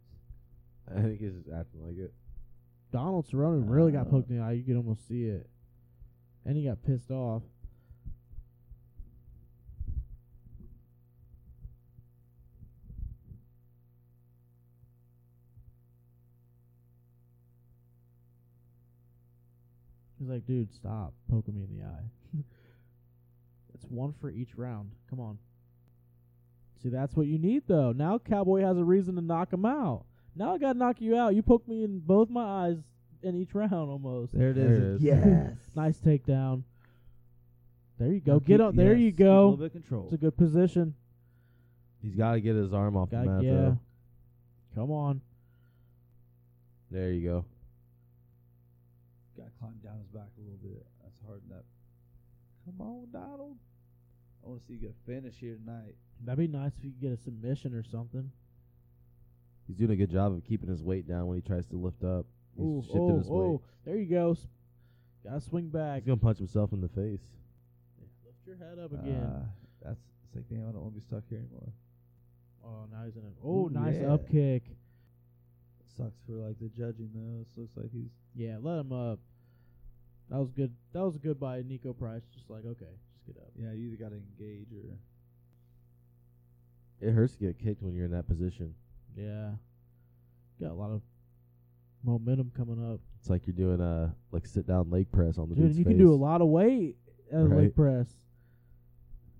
A: I think he's just acting like it.
C: Donald Cerrone really
B: Uh.
C: got poked in the eye. You could almost see it, and he got pissed off. He's like, dude, stop poking me in the eye. it's one for each round. Come on. See, that's what you need, though. Now Cowboy has a reason to knock him out. Now I got to knock you out. You poked me in both my eyes in each round almost.
B: There it is.
A: There it is.
B: Yes.
C: Nice takedown. There you go.
B: Now
C: Get
B: keep-
C: up. There
B: yes,
C: you
B: keep A little
C: go.
B: bit of control.
C: It's a good position.
A: He's got to get his arm off the
C: Got
A: mat.
C: yeah.
A: though.
C: Come on.
A: There you go.
B: Got to climb down his back a little bit. That's hard enough. Come on, Donald. I want to see you get a finish here tonight.
C: That'd be nice if you could get a submission or something.
A: He's doing a good job of keeping his weight down when he tries to lift up. He's
C: Ooh,
A: shifting
C: oh,
A: his weight.
C: oh, there you go. S- Gotta swing back.
A: He's gonna punch himself in the face.
C: Lift your head up again.
B: Uh, that's it's like damn. I don't want to be stuck here anymore.
C: oh, now he's in a. Oh,
B: Ooh,
C: nice
B: yeah.
C: up kick.
B: It sucks for like the judging though. It looks like he's
C: Yeah, let him up. That was good. That was good by Nico Price. Just like okay, just get up.
B: yeah. You either got to engage or
A: It hurts to get kicked when you're in that position.
C: Yeah, got a lot of momentum coming up.
A: It's like you're doing a like sit down leg press on the
C: Dude,
A: dude's
C: you
A: face.
C: can do a lot of weight at a
A: Right.
C: leg press.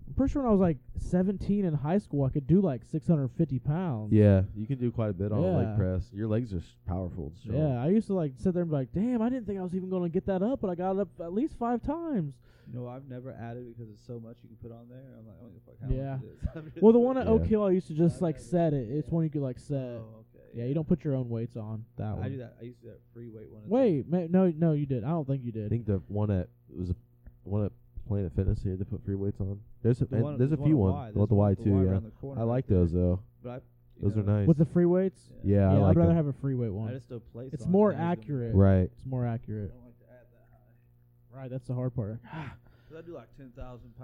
C: I'm pretty sure when I was like 17 in high school, I could do like 650 pounds.
A: Yeah, you can do quite a bit on a
C: Yeah.
A: leg press. Your legs are s- powerful. and strong.
C: Yeah, I used to like sit there and be like, "Damn, I didn't think I was even going to get that up, but I got it up at least five times."
B: You know, I've never added because it's so much you can put on there. I'm like, I don't give a fuck how
C: Yeah.
B: much it is. I'm just
C: Well, the one at
A: Yeah.
C: Oak Hill, I used to just
B: I've
C: like
B: never
C: set
B: done
C: it. It's
B: that.
C: one you could like
B: Oh,
C: set.
B: okay.
C: Yeah, you don't put your own weights on that
B: I
C: one.
B: do that. I used to do that free weight one. at the-
C: Wait, ma- no, no, you did. I don't think you
A: I
C: did.
A: think the one at it was a, one at Planet Fitness here. They put free weights on. There's a
B: the
A: and
B: one-
A: there's a
B: one
A: few
B: at
A: ones.
B: Y,
A: The one
B: there's
A: at the Y too.
B: around
A: Yeah,
B: the corner
A: I
B: right
A: like
B: there.
A: those though.
B: But I, you
A: Those are
B: know,
A: nice.
C: With the free weights,
A: yeah, I
C: I'd
A: like
C: rather
A: 'em.
C: have a free weight
B: I
C: one.
B: just don't place.
C: It's
B: on it.
C: more
B: I just don't-
C: accurate.
A: Right.
C: It's more
B: I
C: accurate.
B: don't like to add that high.
C: Right, that's the hard part.
B: Cause I do like ten thousand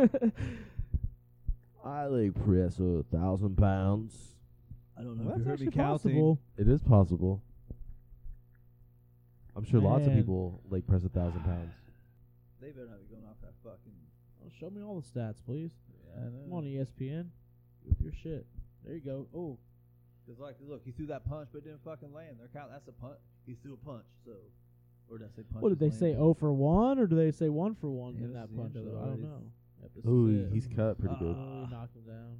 B: pounds.
A: I leg press a thousand pounds.
B: I don't
C: Well,
B: if you
C: that's
B: heard me
C: actually
B: counting.
C: possible.
A: It is possible. I'm sure lots of
C: Man.
A: people leg press a thousand pounds.
B: They better not be going off that fucking.
C: Oh, show me all the stats, please.
B: I know.
C: I'm on E ESPN. With your shit. There you go. Oh,
B: Cause like, look, he threw that punch, but it didn't fucking land. They're count. That's a punch. He threw a punch. So, or did I say punch?
C: what did they
B: is
C: say?
B: land?
C: Oh for one, or do they say one for one
B: Yeah,
C: in
B: this
C: that
B: is the
C: punch?
B: answer
C: though? I don't
B: already.
C: know. Yep, this is
A: Ooh,
C: it. Uh,
A: he's cut pretty good.
B: Ah.
C: Really knocked him down.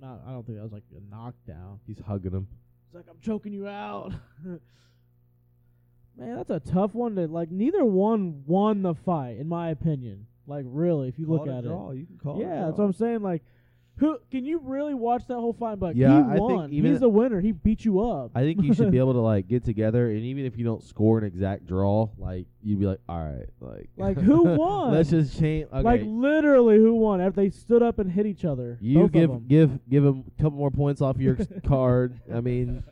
C: Not, I don't think that was like a knockdown.
A: He's hugging him.
C: It's like I'm choking you out. Man, that's a tough one to like. Neither one won the fight, in my opinion. Like really, if you
B: Call
C: look
B: it a
C: at
B: draw. You can call
C: it,
B: it. a
C: yeah, that's
B: draw.
C: what I'm saying. Like, who can you really watch that whole fight? But
A: Yeah, I
C: he
A: think
C: won.
A: even-
C: He's the winner. He beat you up.
A: I think you should be able to like get together, and even if you don't score an exact draw, like you'd be like, all right, like
C: Like, who won?
A: Let's just change. Okay,
C: Like literally, who won? After they stood up and hit each other.
A: you
C: Both of
A: give
C: them.
A: give give him a couple more points off your card. I mean,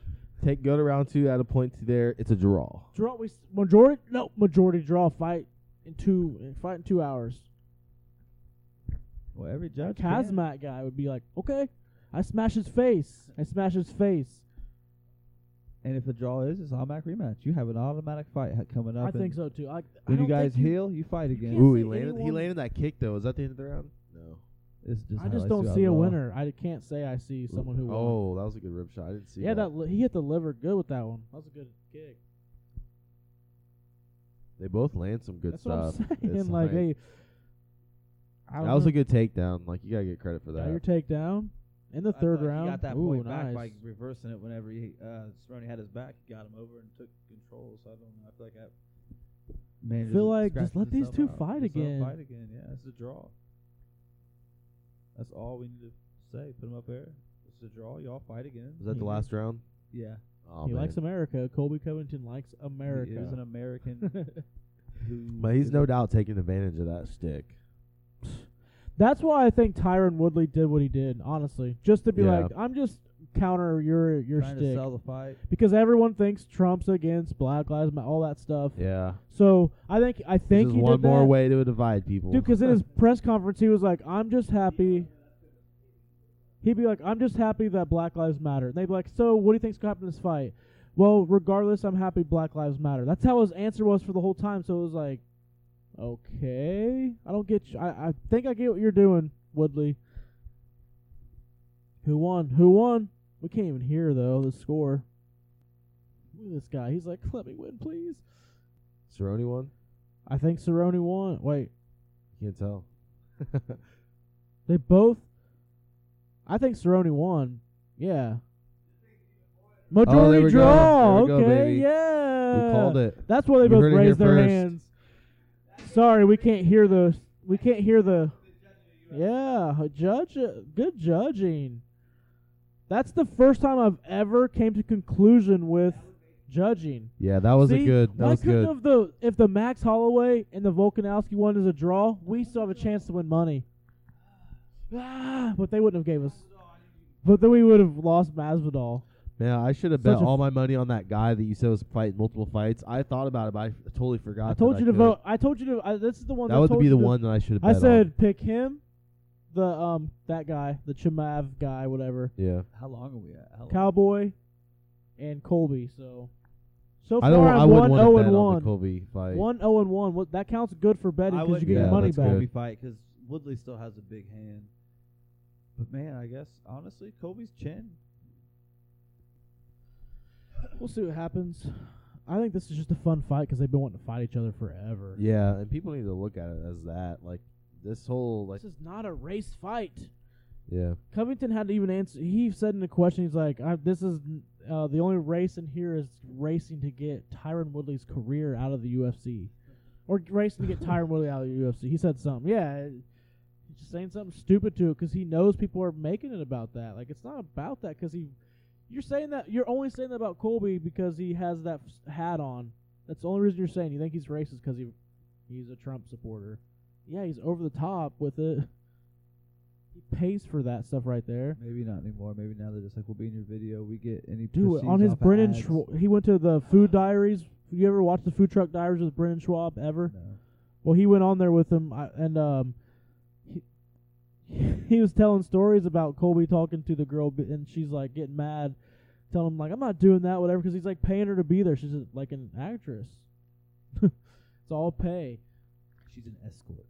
A: take go to round two, add a point to there. It's a draw.
C: draw. We s- majority no majority draw fight in two eh, fight in two hours.
B: Well, every judge. can.
C: Kazmat guy would be like, okay, I smash his face. I smash his face.
B: And if the draw is, it's automatic rematch. You have an automatic fight ha- coming up.
C: I think
B: and
C: so too. I, I
B: When you
C: don't
B: guys
C: think
B: heal, you fight again.
C: can't
A: Ooh, he
C: say
A: landed. He
C: anyone-
A: landed that kick though. Is that the end of the round? No.
B: It's just
C: I just
B: highlights
C: don't
B: throughout
C: see
B: the draw.
C: a winner. I can't say I see someone who won.
A: Oh, that was a good rib shot. I didn't see.
C: yeah,
A: that.
C: that li- he hit the liver good with that one. That was a good kick.
A: they both land some good
C: That's
A: stuff.
C: what I'm saying.
A: It's
C: Like,
A: like-
C: hey, I
A: that
C: don't
A: was
C: know.
A: a good takedown. Like you gotta get credit for
C: Got
A: that.
C: your takedown in the
B: I
C: third
B: thought
C: round.
B: He got that
C: Ooh,
B: point
C: nice.
B: back by reversing it whenever he uh, Cerrone had his back. He got him over and took control. So I don't know. I feel like that. Man,
C: Feel like just let these two fight again.
B: Fight again. Yeah, it's a draw. That's all we need to say. Put him up there. It's a draw. Y'all fight again.
A: Was that the
C: Yeah.
A: last round?
B: Yeah.
A: Oh,
C: he
A: man.
C: likes America. Colby Covington likes America.
B: He is an American who.
A: But he's no doubt taking advantage of that stick.
C: That's why I think Tyron Woodley did what he did. Honestly, just to be
A: Yeah.
C: like, I'm just counter your your
B: trying to
C: stick
B: sell the fight.
C: because everyone thinks Trump's against Black Lives Matter, all that stuff.
A: Yeah.
C: So I think I think
A: this
C: he
A: is one
C: did
A: more
C: that.
A: way to divide people.
C: Dude, because in his press conference, he was like, "I'm just happy." He'd be like, "I'm just happy that Black Lives Matter," and they'd be like, "So, what do you think's gonna happen in this fight?" Well, regardless, I'm happy Black Lives Matter. That's how his answer was for the whole time. So it was like, okay, I don't get you. I, I think I get what you're doing, Woodley. Who won? Who won? We can't even hear though the score. Look at this guy. He's like, "Let me win, please."
A: Cerrone won.
C: I think Cerrone won. Wait,
A: Can't tell.
C: They both. I think Cerrone won. Yeah. Majority
A: Oh, we go.
C: draw.
A: There we go,
C: okay.
A: baby.
C: yeah.
A: we called it.
C: That's why they
A: You
C: both
A: heard it here
C: raised their
A: first.
C: hands. Sorry, we can't hear the. We can't hear the. Yeah, a judge. uh, Good judging. That's the first time I've ever came to conclusion with judging.
A: Yeah, that was
C: See,
A: a good. That
C: why
A: was
C: couldn't
A: good.
C: Have the, if the Max Holloway and the Volkanovski one is a draw, we still have a chance to win money. Ah, but they wouldn't have gave us. But then we would have lost Masvidal.
A: Man, I should have
C: Such
A: bet
C: a
A: all my money on that guy that you said was fighting multiple fights. I thought about it, but I f- totally forgot.
C: I
A: that
C: told you to
A: could.
C: vote. I told you to. I, this is the one
A: That
C: I
A: would
C: told
A: be the
C: you to-
A: one that I should have.
C: I
A: bet on.
C: said pick him, the um that guy, the Chimav guy, whatever,
A: Yeah.
B: How long are we at? How long?
C: Cowboy, and Colby. So, so far
A: I don't.
C: I'm
A: I
C: one
A: wouldn't
C: zero
A: want to bet
C: and
A: on the
C: one.
A: Colby fight.
C: One zero and one. What that counts good for betting
B: I
C: because
B: would-
C: you get your
A: yeah,
C: money
A: that's
C: back.
B: Kobe fight because Woodley still has a big hand. But man, I guess honestly, Kobe's chin.
C: We'll see what happens. I think this is just a fun fight because they've been wanting to fight each other forever.
A: Yeah, and people need to look at it as that. Like this whole like
C: This is not a race fight.
A: yeah
C: Covington had to even answer. He said in the question, he's like, I, "This is uh, the only race in here is racing to get Tyron Woodley's career out of the UFC, or racing to get Tyron Woodley out of the UFC." He said something. Yeah, he's just saying something stupid to it because he knows people are making it about that. Like it's not about that because he. You're saying that you're only saying that about Colby because he has that f- hat on. That's the only reason you're saying you think he's racist because he he's a Trump supporter. Yeah, he's over the top with it. He pays for that stuff right there.
B: Maybe not anymore. Maybe now they're just like, we'll be in your video. We get any
C: Dude,
B: proceeds
C: on his
B: off of
C: Brennan,
B: ads.
C: Schwa- he went to the Food Diaries. You ever watched the Food Truck Diaries with Brennan Schwab ever?
B: No.
C: Well, he went on there with him, I, and um, he, he was telling stories about Colby talking to the girl, b- and she's like getting mad, telling him like I'm not doing that, whatever, because he's like paying her to be there. She's a, like an actress. it's all pay.
B: She's an escort.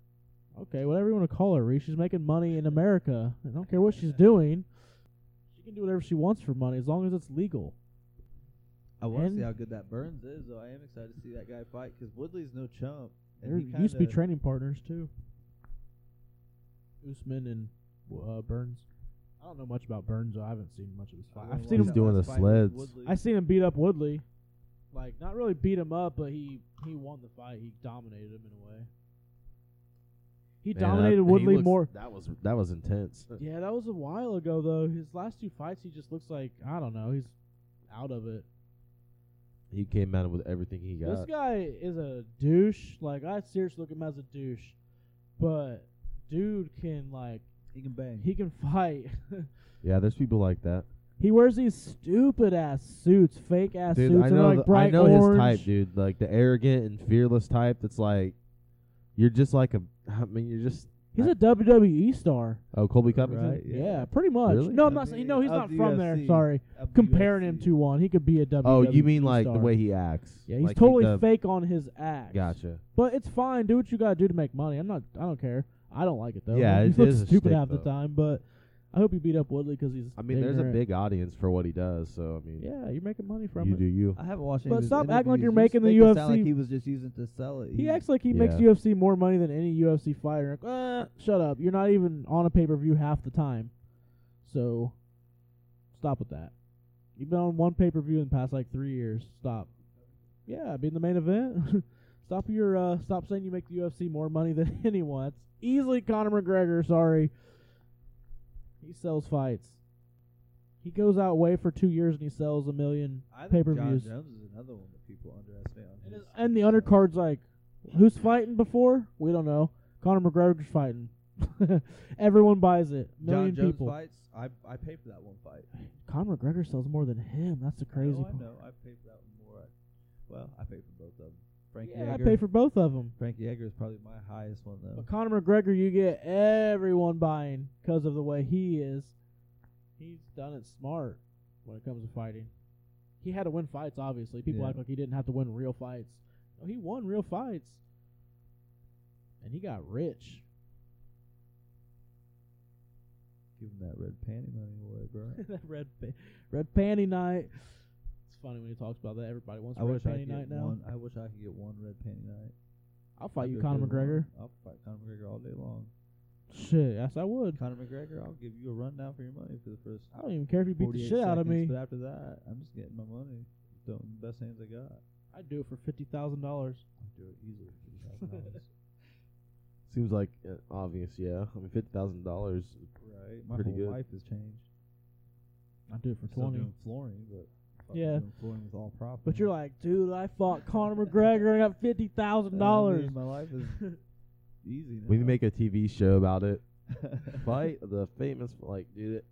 C: Okay, whatever you want to call her, Reese. She's making money in America. I don't care what she's doing. She can do whatever she wants for money as long as it's legal.
B: I want to
C: And-
B: see how good that Burns is, though. I am excited to see that guy fight because Woodley's no chump.
C: There
B: And he
C: used to be
B: kinda-
C: training partners too. Usman and uh, Burns. I don't know much about Burns. though. I haven't seen much of his
B: I
C: fight.
B: really
C: I've
B: want
C: seen
A: He's
C: him.
B: that
A: doing
B: last
A: the
B: fight with
A: sleds.
B: Woodley.
C: I seen him beat up Woodley. Like not really beat him up, but he he won the fight. He dominated him in a way. He
A: Man, that-
C: dominated
A: he
C: Woodley
A: looks-
C: more.
A: That was that was intense.
C: Yeah, that was a while ago though. His last two fights, he just looks like I don't know. He's out of it.
A: He came at him with everything he got.
C: This guy is a douche. Like I seriously look at him as a douche, but dude can like
B: He can bang.
C: he can fight.
A: yeah, there's people like that.
C: he wears these stupid ass suits, fake ass
A: Dude,
C: suits,
A: I
C: and they're
A: know
C: like
A: the,
C: bright
A: I know
C: orange.
A: his type, dude. Like the arrogant and fearless type. That's like you're just like a. I mean, you're just
C: He's a WWE star.
A: oh Colby Covington.
B: Right,
C: Yeah,
B: Yeah.
C: pretty much.
A: Really?
C: No, I'm
B: I
C: not saying.
B: mean,
C: No, he's
B: of
C: not
B: the
C: from there.
B: UFC.
C: Sorry,
B: Of
C: comparing him
B: UFC.
C: to one. He could be a WWE.
A: Oh, you mean like
C: star.
A: the way he acts?
C: Yeah, he's
A: Like, he-
C: totally
A: the-
C: fake on his act.
A: Gotcha.
C: But it's fine. Do what you gotta do to make money. I'm not. I don't care. I don't like it though.
A: Yeah,
C: he
A: it
C: looks
A: is a
C: stupid
A: shtick,
C: half the
A: though.
C: time. But I hope you beat up Woodley because he's.
A: I mean, there's a
C: ignorant.
A: big audience for what he does. So I mean,
C: Yeah, you're making money from
A: you
C: it.
A: do you.
B: I haven't watched. any
C: But
B: of his
C: stop acting like
B: interviews.
C: you're
B: You
C: making the
B: make it sound
C: UFC
B: like he was just using it to sell it.
C: He acts like he makes
A: Yeah.
C: UFC more money than any UFC fighter. Like, "Uh, shut up. You're not even on a pay per view half the time. So stop with that. You've been on one pay per view in the past like three years. Stop. Yeah, be in the main event. stop your uh stop saying you make the UFC more money than anyone. That's easily Conor McGregor, sorry. He sells fights. He goes out way for two years and he sells a million
B: I think
C: pay-per-views.
B: John Jones is another one that people underestimate. on
C: and,
B: his-
C: and the undercard's like, who's fighting before? We don't know. Conor McGregor's fighting. Everyone buys it. Million
B: John Jones
C: people.
B: fights. I I pay for that one fight.
C: Conor McGregor sells more than him. That's the crazy
B: Oh,
C: part.
B: I know. I pay for that one more. I, well, I pay for both of them. Frankie
C: Yeah, I
B: Edgar.
C: pay for both of them.
B: Frankie Edgar is probably my highest one though.
C: But Conor McGregor, you get everyone buying because of the way he is. He's done it smart when it comes to fighting. He had to win fights, obviously. People
B: Yeah.
C: act like he didn't have to win real fights. No, he won real fights, and he got rich.
B: Give him that red panty money away, bro.
C: that red pa- red panty night. It's funny when he talks about that. Everybody wants
B: I wish
C: red
B: I
C: panty
B: could
C: night
B: get
C: now.
B: one. I wish I could get one red panty night.
C: I'll fight
B: I'd
C: you,
B: go
C: Conor
B: through the
C: McGregor.
B: line. I'll fight Conor McGregor all day long.
C: Shit, yes, I would.
B: Conor McGregor, I'll give you a rundown for your money for the first.
C: I don't even care if you beat
B: 48
C: the shit out of
B: seconds,
C: me.
B: But after that, I'm just getting my money. Doing the best hands I got.
C: I'd do it for fifty thousand dollars.
B: I do it easily. for $50,000.
A: Seems like uh, obvious. Yeah, I mean, fifty thousand dollars.
B: right, my
A: Pretty
B: whole
A: good.
B: life has changed.
C: I'd do it for
B: Still
C: twenty.
B: doing flooring, but fucking
C: Yeah.
B: doing flooring with all profit.
C: But you're like, dude, I fought Conor McGregor and got fifty thousand dollars.
B: My life is easy. Now.
A: We need to make a TV show about it. fight
B: fight.
A: the famous like dude. it-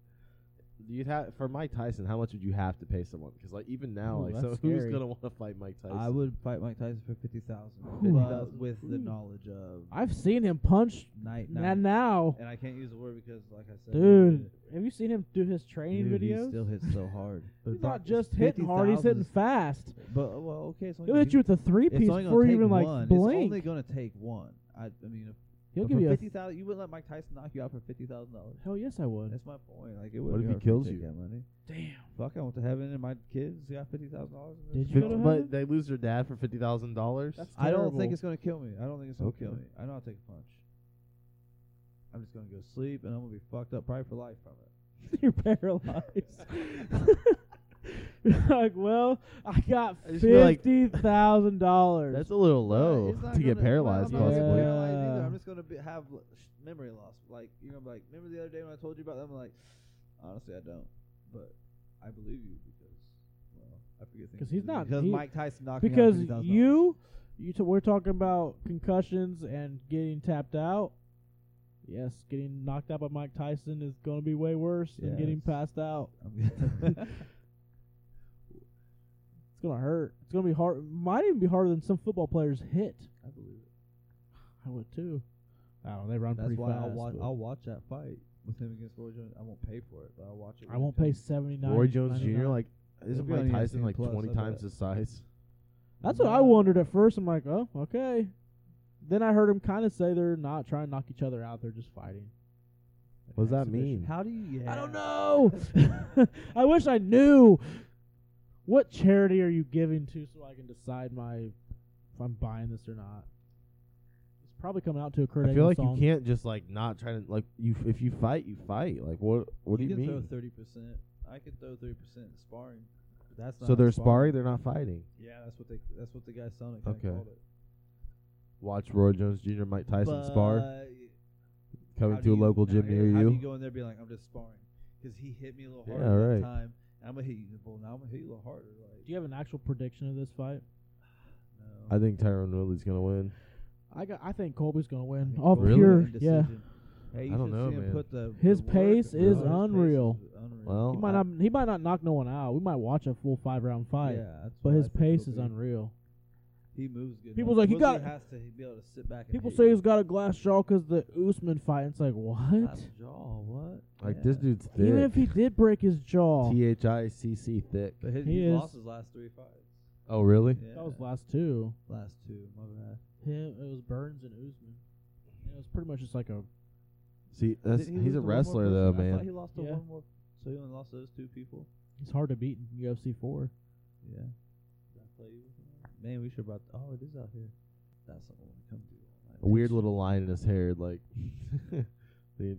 A: You'd have for Mike Tyson. How much would you have to pay someone? Because like even now,
C: Ooh,
A: like
C: that's
A: so
C: scary.
A: who's gonna want to fight Mike Tyson?
B: I would fight Mike Tyson for fifty thousand,
C: Ooh.
B: with the
C: Ooh.
B: knowledge of
C: I've seen him punch.
B: night night.
C: And now,
B: And I can't use the word because, like I said,
C: dude, have you seen him do his training
B: dude, he
C: videos?
B: still hits so hard. But
C: he's
B: Brock-
C: not
B: it's
C: just hitting hard; he's
B: 50,000
C: hitting fast.
B: But well, okay, it's only
C: He'll
B: gonna
C: hit you with a three
B: give-
C: piece
B: it's only gonna
C: before you
B: take
C: even like
B: one. It's
C: blink.
B: only gonna take one. I, I mean, if
C: He'll He'll
B: But for
C: give you a
B: fifty thousand. You wouldn't let Mike Tyson knock you out for fifty thousand dollars.
C: hell yes I would.
B: That's my point. Like it
A: What
B: wouldn't
A: if
B: be
A: he
B: hard
A: kills
B: for me to
A: you?
B: take that money.
C: Damn.
B: Fuck, I went to heaven and my kids got fifty thousand dollars.
C: Did you go
D: Fifty-
C: to heaven?
D: but they lose their dad for fifty thousand dollars.
C: That's
B: I don't
C: terrible.
B: think it's gonna kill me. I don't think it's gonna kill
A: Okay.
B: me. I know I'll take a punch. I'm just gonna go sleep and I'm gonna be fucked up probably for life from it.
C: You're paralyzed. You're like, well, I got
D: I just feel like-
C: fifty thousand dollars.
D: That's a little
B: But
D: low
B: it's not
D: to get
B: gonna-
D: paralyzed,
B: I'm not gonna get
D: possibly.
C: Yeah.
B: paralyzed either.
C: Yeah.
B: I'm just gonna be, have l- sh- memory loss. Like you're gonna be like, remember the other day when I told you about them? Like, honestly, I don't, but I believe you because well, I forget things.
C: 'Cause he's not-
B: because
C: he-
B: Mike Tyson knocked me out
C: because
B: $50,000.
C: you, you t- we're talking about concussions and getting tapped out. Yes, getting knocked out by Mike Tyson is going to be way worse than getting
B: Yes.
C: passed out.
B: I'm gonna-
C: It's going to hurt. It's going to be hard. Might even be harder than some football players hit.
B: I believe it.
C: I would too. I don't know. They run
B: That's
C: pretty
B: why
C: fast.
B: I'll watch.
C: but
B: I'll watch that fight with him against Roy Jones. I won't pay for it, but I'll watch it.
C: I won't pay seventy nine.
D: Roy Jones Jr. Like,
B: It'll
D: isn't
B: be on
D: Mike Tyson
B: ESPN
D: like
B: Plus,
D: twenty
B: I bet.
D: times his size?
C: That's what I wondered at first. I'm like, oh, okay. Then I heard him kind of say they're not trying to knock each other out; they're just fighting.
D: What does that
B: Exhibition.
D: mean?
B: How do you? Yeah.
C: I don't know. I wish I knew. What charity are you giving to so I can decide my if I'm buying this or not? It's probably coming out to a Kurt
D: I feel
C: Angle
D: like you
C: song.
D: can't just like not try to like you. If you fight, you fight. Like what? What do you
B: can
D: mean?
B: throw thirty percent. I could throw thirty percent sparring. but That's not
D: So they're
B: sparring.
D: sparring. They're not fighting.
B: Yeah, that's what they. That's what the guy Sonic kinda
D: Okay.
B: called it.
D: Watch Roy Jones Jr. Mike Tyson spar
B: But
D: coming
B: how
D: to
B: do
D: a
B: you-
D: local
B: now
D: gym
B: here,
D: near
B: how Do you
D: you.
B: go in there and be like, I'm just sparring because he hit me a little
D: Yeah,
B: harder
D: right.
B: that time. and I'm gonna hit you. Well, now I'm gonna hit you a little harder. Like,
C: Do you have an actual prediction of this fight?
B: no.
D: I think Tyrone Woodley's gonna win.
C: I got. I think Colby's gonna
B: I
C: win.
B: think
C: Off
B: Colby
D: Really?
C: pure,
B: made a
C: yeah.
B: decision. Hey, you
D: I don't
B: should
D: know,
B: see him
D: man.
B: Put the,
C: His
B: the work,
C: pace
B: bro.
C: is
B: His pace
C: unreal.
B: is unreal.
D: Well,
C: He might not. He might not knock no one out. We might watch a full five round fight,
B: yeah, that's
C: but
B: what I
C: his
B: think
C: pace
B: it'll
C: is
B: be.
C: unreal.
B: He moves good.
C: People's
B: enough.
C: like, you
B: Woodley
C: gotta-
B: has to be able to sit back. And
C: People
B: hit
C: say
B: you.
C: he's got a glass jaw 'cause the Usman fight. It's like what?
B: Glass jaw. What?
D: like
B: Yeah.
D: this dude's
C: Even if
D: thick.
C: he did break his jaw,
D: T H I C C thick.
B: But his,
C: He
B: he's
C: is-
B: lost his last three fights.
D: Oh really?
B: Yeah.
C: that was last two.
B: last two. My bad.
C: Him, it was Burns and Usman. And it was pretty much just like a
D: See, that's,
B: Didn't
D: he's
B: he lose
D: a
B: to one more
D: wrestler
B: person?
D: though,
B: I thought he
D: man.
B: lost to
C: Yeah.
B: one more. So he only lost those two people.
C: it's hard to beat in UFC four.
B: Yeah. Did I play you with him? Man, we should about. Oh, it is out here. That's what we come to.
D: A weird little line in his hair, like you,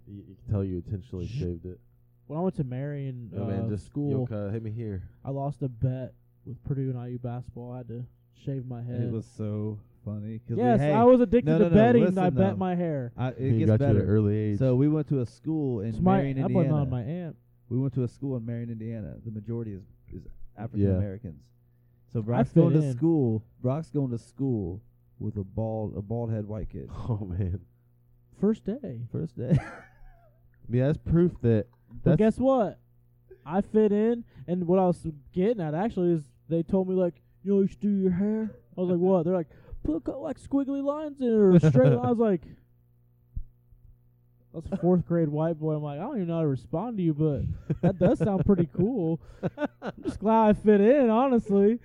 D: you can tell you intentionally shaved it.
C: When I went to Marion
D: Oh
C: uh,
D: man, just
C: school,
B: uh,
D: Yoka, hit me here.
C: I lost a bet with Purdue and IU basketball. I had to shave my head.
B: It was so funny. 'cause
C: yes,
B: we, hey,
C: I was addicted
B: no,
C: to
B: no, no,
C: betting.
B: listen,
C: I bet
B: though.
C: my hair.
B: I, it
D: He
B: gets
D: got you
B: better.
D: at an early age.
B: So we went to a school in
C: It's my,
B: Marion,
C: I
B: Indiana.
C: bought on my aunt.
B: We went to a school in Marion, Indiana. The majority is, is African Americans. So Brock's
C: fit
B: going to
C: in.
B: school. Brock's going to school with a bald, a bald head white kid.
D: oh man,
C: First day.
B: First day.
D: yeah, that's proof that
C: But
D: that's
C: guess what? I fit in, and what I was getting at actually is they told me like, you know, you should do your hair. I was like, what? They're like, put co- like squiggly lines in it or straight. lines. I was like, that's a fourth grade white boy. I'm like, I don't even know how to respond to you, but that does sound pretty cool. I'm just glad I fit in, honestly.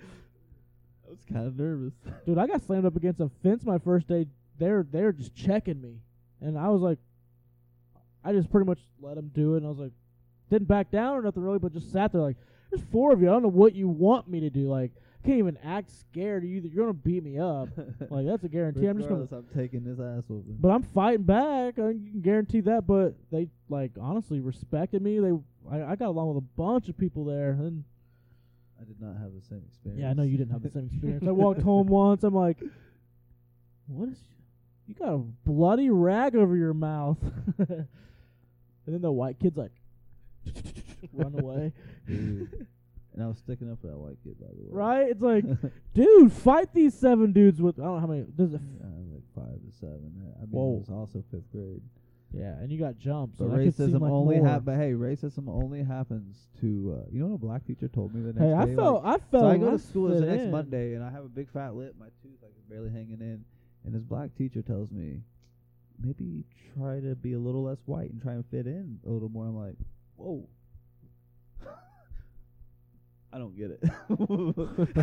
B: I was kind of nervous.
C: Dude, I got slammed up against a fence my first day. They're they're just checking me, and I was like, I just pretty much let them do it. And I was like, didn't back down or nothing really, but just sat there like, there's four of you. I don't know what you want me to do. Like, I can't even act scared. You you're gonna beat me up. Like that's a guarantee. Uh, I'm just gonna.
B: Regardless, I'm taking this ass whooping.
C: But I'm fighting back. I can guarantee that. But they like honestly respected me. They I, I got along with a bunch of people there, and
B: I did not have the same experience.
C: yeah, I know you didn't have the same experience. I walked home once. I'm like, what is? You got a bloody rag over your mouth. and then the white kid's like, run away.
B: Dude. and I was sticking up for that white kid, by the way.
C: Right? It's like, dude, fight these seven dudes with I don't know how many. Does it?
B: I was like five to seven. I mean,
C: Whoa.
B: I was also fifth grade.
C: Yeah, and you got jumped. So
B: But
C: that could seem
B: racism
C: like
B: only
C: more.
B: hap- But hey, racism only happens to uh, you know what a black teacher told me the next
C: Hey, I
B: day.
C: felt, I felt.
B: Like, so I go to school the
C: fit
B: next
C: in.
B: Monday, and I have a big fat lip, my tooth like is barely hanging in, and this black teacher tells me, maybe try to be a little less white and try and fit in a little more. I'm like, whoa. I don't get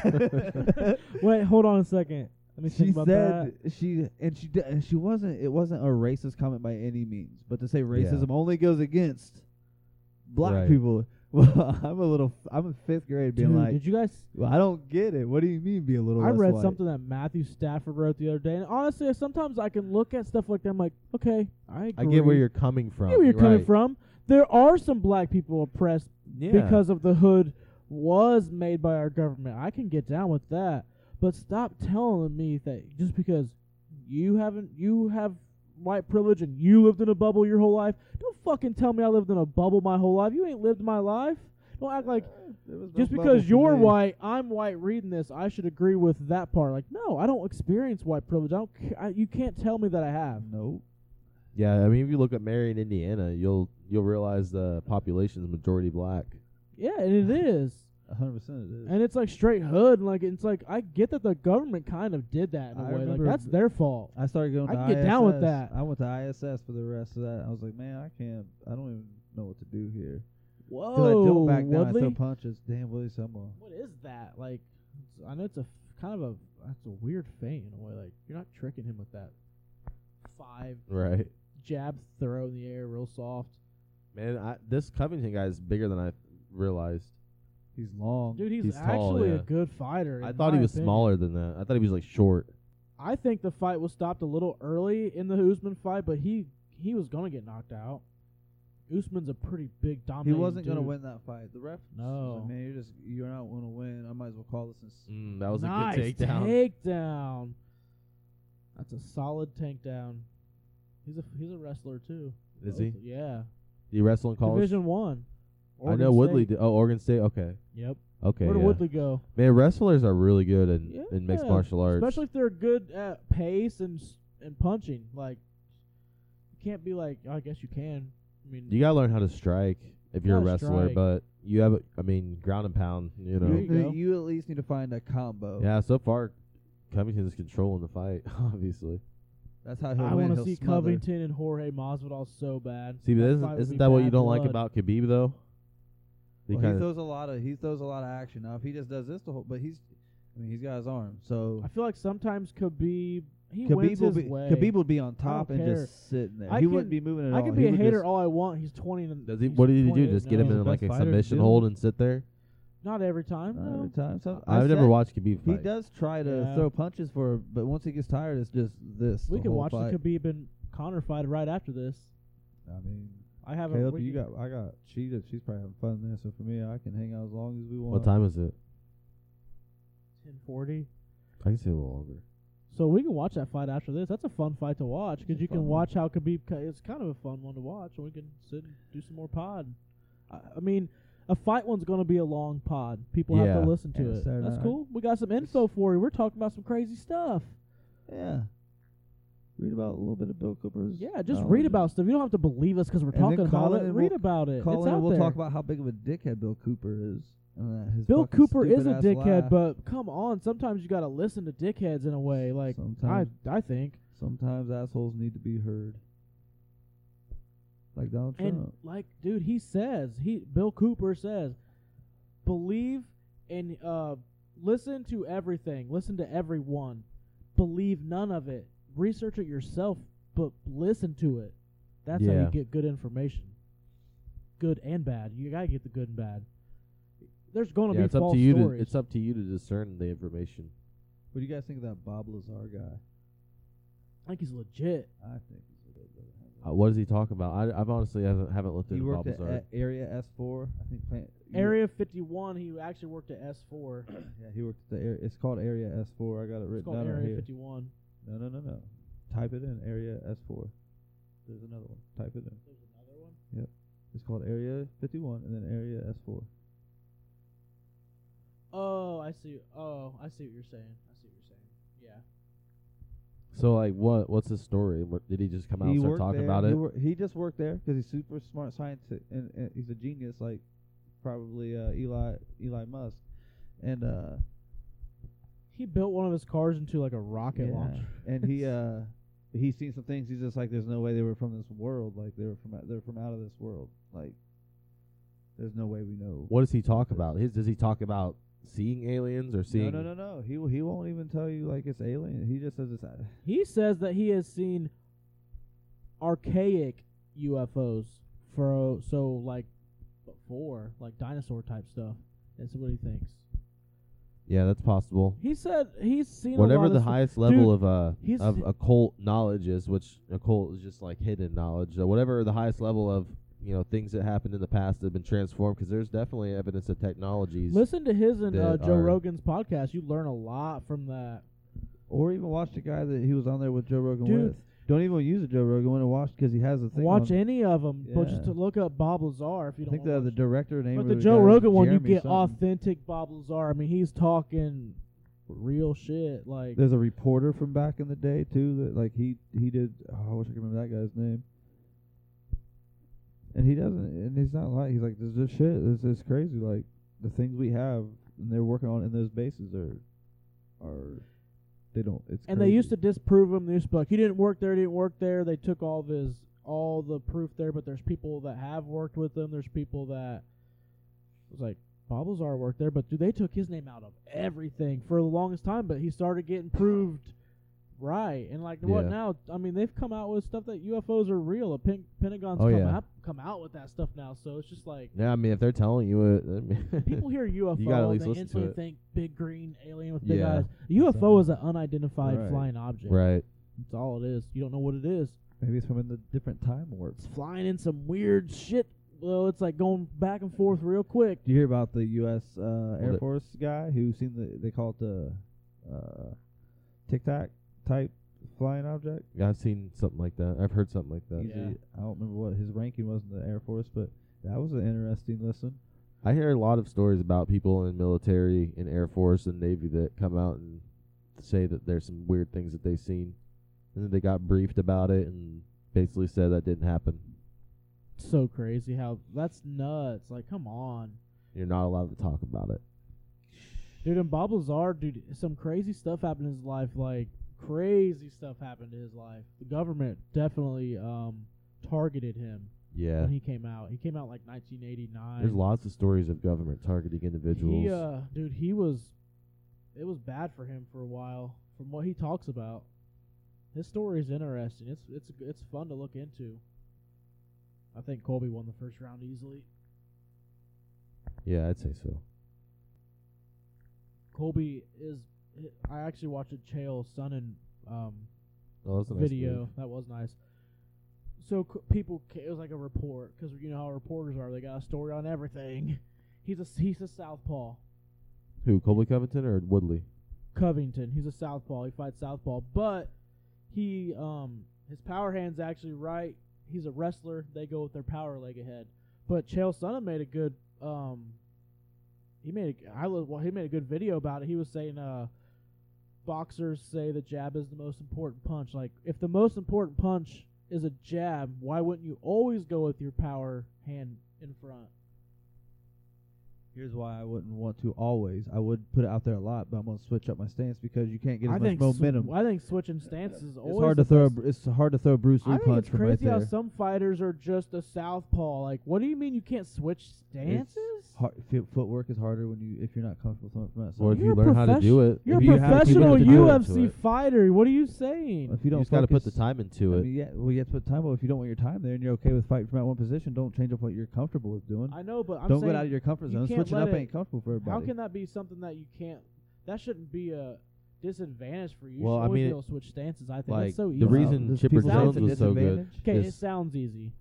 B: it.
C: Wait, hold on a second. Let me
B: she
C: think about that.
B: said she and she di- and she wasn't. It wasn't a racist comment by any means. But to say racism only goes against black
A: Right.
B: people. Well, I'm a little. I'm in fifth grade being
C: Dude,
B: like,
C: did you guys?
B: well, I don't get it. What do you mean be a little?
C: I
B: less
C: read
B: white?
C: something that Matthew Stafford wrote the other day, and honestly, sometimes I can look at stuff like that. I'm like, okay, I
A: I get where
C: agree.
A: you're coming from.
C: I get where you're coming
A: right.
C: from. There are some black people oppressed
A: Yeah.
C: because of the hood was made by our government. I can get down with that, but stop telling me that just because you haven't you have white privilege and you lived in a bubble your whole life, don't fucking tell me I lived in a bubble my whole life. You ain't lived my life. Don't act like
B: There was no
C: just
B: bubble
C: because
B: for
C: you're
B: me.
C: white, I'm white. Reading this, I should agree with that part. Like, no, I don't experience white privilege. I don't. c I you can't tell me that I have.
B: No.
A: Yeah, I mean, if you look at Marion, Indiana, you'll you'll realize the population's majority black.
C: Yeah, and it is.
B: A hundred percent it is.
C: And it's like straight hood, and like it's like I get that the government kind of did that in a
B: I
C: way. Like
B: remember
C: that's
B: b-
C: their fault.
B: I started going.
C: I
B: to
C: can get down with
B: ISS.
C: that.
B: I went to ISS for the rest of that. I was like, man, I can't. I don't even know what to do here. 'Cause
C: Whoa,
B: I don't back down. I
C: Oh, Woodley,
B: throw punches. Damn, Willie Sumwell.
C: what is that? Like, it's- I know it's a f- kind of a that's a weird feint in a way. Like you're not tricking him with that five
A: Right.
C: jab throw in the air, real soft.
A: Man, I, this Covington guy is bigger than I realized.
B: He's long.
C: Dude, he's,
A: He's tall,
C: actually a
A: yeah.
C: good fighter.
A: I
C: in
A: thought he
C: my
A: was
C: opinion.
A: smaller than that. I thought he was like short.
C: I think the fight was stopped a little early in the Usman fight, but he he was gonna get knocked out. Usman's a pretty
B: he
C: big dominating.
B: wasn't gonna
C: dude.
B: win that fight. The ref. was
C: No.
B: Like, man, you're just you're not gonna win. I might as well call this. And s-
A: Mm, that was
C: nice
A: a good takedown.
C: takedown. That's a solid takedown. He's a he's a wrestler too.
A: Is
C: Both-
A: he?
C: Yeah.
A: He wrestled in college.
C: Division one.
A: I
C: Oregon
A: know Woodley.
C: State.
A: Did, oh, Oregon State. Okay.
C: Yep.
A: Okay.
C: Where did
A: yeah.
C: Woodley go?
A: Man, wrestlers are really good in,
C: Yeah,
A: in mixed martial arts.
C: especially if they're good at pace and s and punching. Like, you can't be like, "Oh, I guess you can. I mean,
A: you gotta learn how to strike if you're a
C: Gotta
A: wrestler,
C: strike.
A: but you have, a, I mean, ground and pound. You know.
C: There you
B: you,
C: go.
B: you at least need to find a combo.
A: Yeah. So far, Covington's controlling the fight, obviously.
B: That's how he'll
C: I
B: win.
C: want to
B: He'll
C: see
B: smother.
C: Covington and Jorge Masvidal so bad.
A: See, but
C: That fight
A: isn't,
C: would
A: isn't
C: be
A: that what
C: bad
A: you don't like
C: blood.
A: about Khabib though? He
B: Well, he
A: kinda-
B: throws a lot of he throws a lot of action. Now if he just does this the whole, but he's I mean he's got his arm. So
C: I feel like sometimes Khabib he
B: Khabib
C: wins
B: will
C: his
B: be
C: way.
B: Khabib will be on top and
C: care.
B: just sitting there.
C: I
B: he wouldn't
C: can-
B: be moving at
C: I
B: all.
C: could
B: He
C: be a
B: would
C: hater
B: just-
C: all I want. He's twenty and
A: Does he?
C: he's
A: What did he do?
C: 28
A: Just get him
C: now.
A: in
B: the
A: like
B: best
A: a
B: fighter to
A: submission
B: do
A: hold
B: it.
A: and sit there?
C: Not every time.
B: Not every
C: No.
B: time. So I
A: I've never
B: said
A: watched Khabib
B: He
A: fight.
B: does try to
C: Yeah.
B: throw punches for, her, but once he gets tired, it's just this.
C: We
B: the
C: could
B: whole
C: watch
B: fight.
C: the Khabib and Connor fight right after this.
B: I mean,
C: I haven't.
B: Caleb,
C: we
B: you
C: can-
B: got I got cheated. She's probably having fun there. So for me, I can hang out as long as we want.
A: What time is it?
C: ten forty.
A: I can say a little longer.
C: So we can watch that fight after this. That's a fun fight to watch
B: It's
C: because
B: a
C: you
B: fun
C: can
B: one.
C: watch how Khabib. ca- It's kind of a fun one to watch, and we can sit and do some more pod. I, I mean, a fight one's going to be a long pod. People have
A: Yeah.
C: to listen to
B: Yeah,
C: it.
B: Saturday
C: That's
B: night.
C: cool. We got some info for you. We're talking about some crazy stuff.
B: Yeah. Read about a little bit of Bill Cooper's.
C: Yeah, just
B: knowledge
C: read
B: and-
C: about stuff. You don't have to believe us because we're
B: Um, And then
C: talking about
B: call
C: it.
B: in and
C: Read
B: we'll-
C: about it.
B: Call
C: it's
B: in
C: out
B: and we'll
C: there.
B: talk about how big of a dickhead Bill Cooper is. and that his
C: Bill
B: fucking
C: Cooper is a
B: stupid-ass
C: dickhead,
B: laugh.
C: but come on. Sometimes you got to listen to dickheads in a way. Like
B: sometimes,
C: I, I think,
B: sometimes assholes need to be heard. Like Donald
C: and
B: Trump.
C: like, dude, he says he Bill Cooper says, believe and uh, listen to everything. Listen to everyone. Believe none of it. Research it yourself, but listen to it. That's how you
A: Yeah.
C: get good information. Good and bad. You gotta get the good and bad. There's gonna
A: Yeah,
C: be
A: it's up
C: false
A: to you
C: stories.
A: to it's up to you to discern the information.
B: What do you guys think of that Bob Lazar guy?
C: I think he's legit.
B: I think he's a little bit of a
A: Uh, what does he talk about? I I've honestly haven't haven't looked
B: He
A: into
B: worked
A: Bob
B: at,
A: Lazar.
B: at Area S four. I think plant, you-
C: Area 51, he actually worked at S4.
B: Yeah, he worked at the area. It's called Area S four. I got it
C: It's
B: written
C: called
B: down right
C: Area
B: here.
C: 51.
B: No, no, no, no. Type it in. Area S four. There's another one. Type it in.
C: There's another one.
B: It's called Area fifty one, and then Area S four.
C: Oh, I see. Oh, I see what you're saying. I see what you're saying. Yeah.
A: So like, what what's his story? What, did he just come out and start talking
B: there.
A: about
B: he
A: it?
B: wor- he just worked there because he's super smart scientist and, and he's a genius, like probably uh, Eli Eli Musk. And uh,
C: He built one of his cars into like a rocket
B: Yeah.
C: launcher.
B: and he uh he's seen some things he's just like there's no way they were from this world like they were from they're from out of this world like there's no way we know
A: What does he talk about? His does he talk about seeing aliens or
B: No,
A: seeing
B: no, no, no. He w- he won't even tell you like it's alien. He just says it's. a-
C: He says that he has seen archaic UFOs for so like before, like dinosaur type stuff. That's what he thinks.
A: yeah that's possible
C: He said he's seen a lot
A: whatever
C: of
A: the
C: stuff-
A: highest level
C: Dude,
A: of uh
C: he's-
A: of occult knowledge is, which occult is just like hidden knowledge. So whatever the highest level of you know things that happened in the past that have been transformed, because there's definitely evidence of technologies.
C: Listen to his and uh,
A: that
C: Joe
A: are-
C: Rogan's podcast. You learn a lot from that.
B: Or even watch the guy that he was on there with Joe Rogan
C: Dude.
B: with. Don't even use a Joe Rogan one to watch because he has a thing.
C: Watch
B: on,
C: any of them, but just
B: Yeah.
C: to look up Bob Lazar if you
B: I
C: don't.
B: think
C: wanna
B: the the
C: watch-
B: director name.
C: but
B: of
C: the
B: guy
C: Joe
B: is
C: Rogan one, you
B: Jeremy
C: get
B: something.
C: authentic Bob Lazar. I mean, he's talking real shit. Like
B: There's a reporter from back in the day too that like he he did. Oh, I wish I could remember that guy's name. And he doesn't, and he's not like he's like this is shit. This is crazy. Like the things we have, and they're working on in those bases are, are, they don't. It's
C: and they
B: crazy.
C: used to disprove him. They used to be like, he didn't work there, he didn't work there. They took all of his all the proof there, but there's people that have worked with him. There's people that was like Bob Lazar worked there, but dude, they took his name out of everything for the longest time. But he started getting proved right, and like what
A: Yeah.
C: now? I mean, they've come out with stuff that UFOs are real. The Pen- Pentagon's
A: Oh,
C: come
A: yeah.
C: out come out with that stuff now, so it's just like.
A: yeah, I mean if they're telling you it, I mean
C: People hear UFO
A: gotta at
C: and
A: least
C: they
A: listen to
C: instantly
A: it.
C: think big green alien with big
A: Yeah.
C: eyes. A UFO is an unidentified
B: Right.
C: flying object.
A: right.
C: That's all it is. You don't know what it is.
B: Maybe it's from in the different time warp.
C: It's flying in some weird shit. Well, it's like going back and forth real quick.
B: Do you hear about the U.S. Uh, Air
A: the-
B: Force guy who seen the they call it the uh, Tic Tac type flying object?
A: Yeah, I've seen something like that. I've heard something like that.
B: He's a- I don't remember what his ranking was in the Air Force, but that was an interesting listen.
A: I hear a lot of stories about people in military and Air Force and Navy that come out and say that there's some weird things that they've seen, and that they got briefed about it and basically said that didn't happen.
C: It's so crazy how that's nuts. Like, come on.
A: You're not allowed to talk about it.
C: Dude, and Bob Lazar, dude, some crazy stuff happened in his life. Like, crazy stuff happened in his life. The government definitely um targeted him
A: Yeah.
C: when he came out. He came out like 1989.
A: There's lots of stories of government targeting individuals.
C: He, uh, dude, he was. It was bad for him for a while, from what he talks about. His story is interesting. It's it's it's fun to look into. I think Colby won the first round easily.
A: yeah, I'd say so.
C: Colby is. I actually watched a Chael Sonnen um,
A: Oh, that's a nice
C: video.
A: move.
C: that was nice. So c- people, ca- it was like a report because you know how reporters are. They got a story on everything. He's a he's a southpaw.
A: Who, Colby Covington or Woodley?
C: Covington. He's a southpaw. He fights southpaw, but he um his power hand's actually right. He's a wrestler. They go with their power leg ahead. But Chael Sonnen made a good um he made a, I lo- well he made a good video about it. He was saying uh boxers say the jab is the most important punch. Like if the most important punch is a jab, why wouldn't you always go with your power hand in front?
B: Here's why I wouldn't want to always. I would put it out there a lot, but I'm gonna switch up my stance because you can't get as
C: I
B: much
C: think
B: momentum.
C: Sw- I think switching stances is always
B: it's hard
C: the
B: to throw. A,
C: best
B: br- it's hard to throw a Bruce
C: I
B: Lee
C: think
B: punch
C: it's
B: from right
C: crazy how
B: there.
C: some fighters are just a southpaw. Like, what do you mean you can't switch stances?
B: Hard, fi- footwork is harder when you if you're not comfortable throwing from that
A: Well,
B: side.
A: if
C: You're
A: you
C: a
A: learn how to do it,
C: You're
A: if
C: a
A: you have to- you
C: professional
A: have to do it to
C: UFC
A: it.
C: fighter. What are you
B: Well,
C: saying?
B: if you
A: You
B: don't,
A: just got to put the
B: focus-
A: time
B: I
A: into it.
B: mean, yeah, well, you have to put time. Well, if you don't want your time there and you're okay with fighting from that one position, don't change up what you're comfortable with doing.
C: I know, but I'm
B: don't
C: saying
B: get out of your comfort
C: you
B: zone.
C: can't
B: Switching
C: let
B: up
C: it-
B: ain't comfortable for everybody.
C: how can that be something that you can't? That shouldn't be a disadvantage for you. you
A: Well,
C: should
A: I
C: always
A: mean,
C: be able to switch stances. I think
A: like,
C: that's so
A: the
C: easy.
A: reason Chipper
C: Jones
A: was so good
C: okay, it
A: is-
C: sounds easy.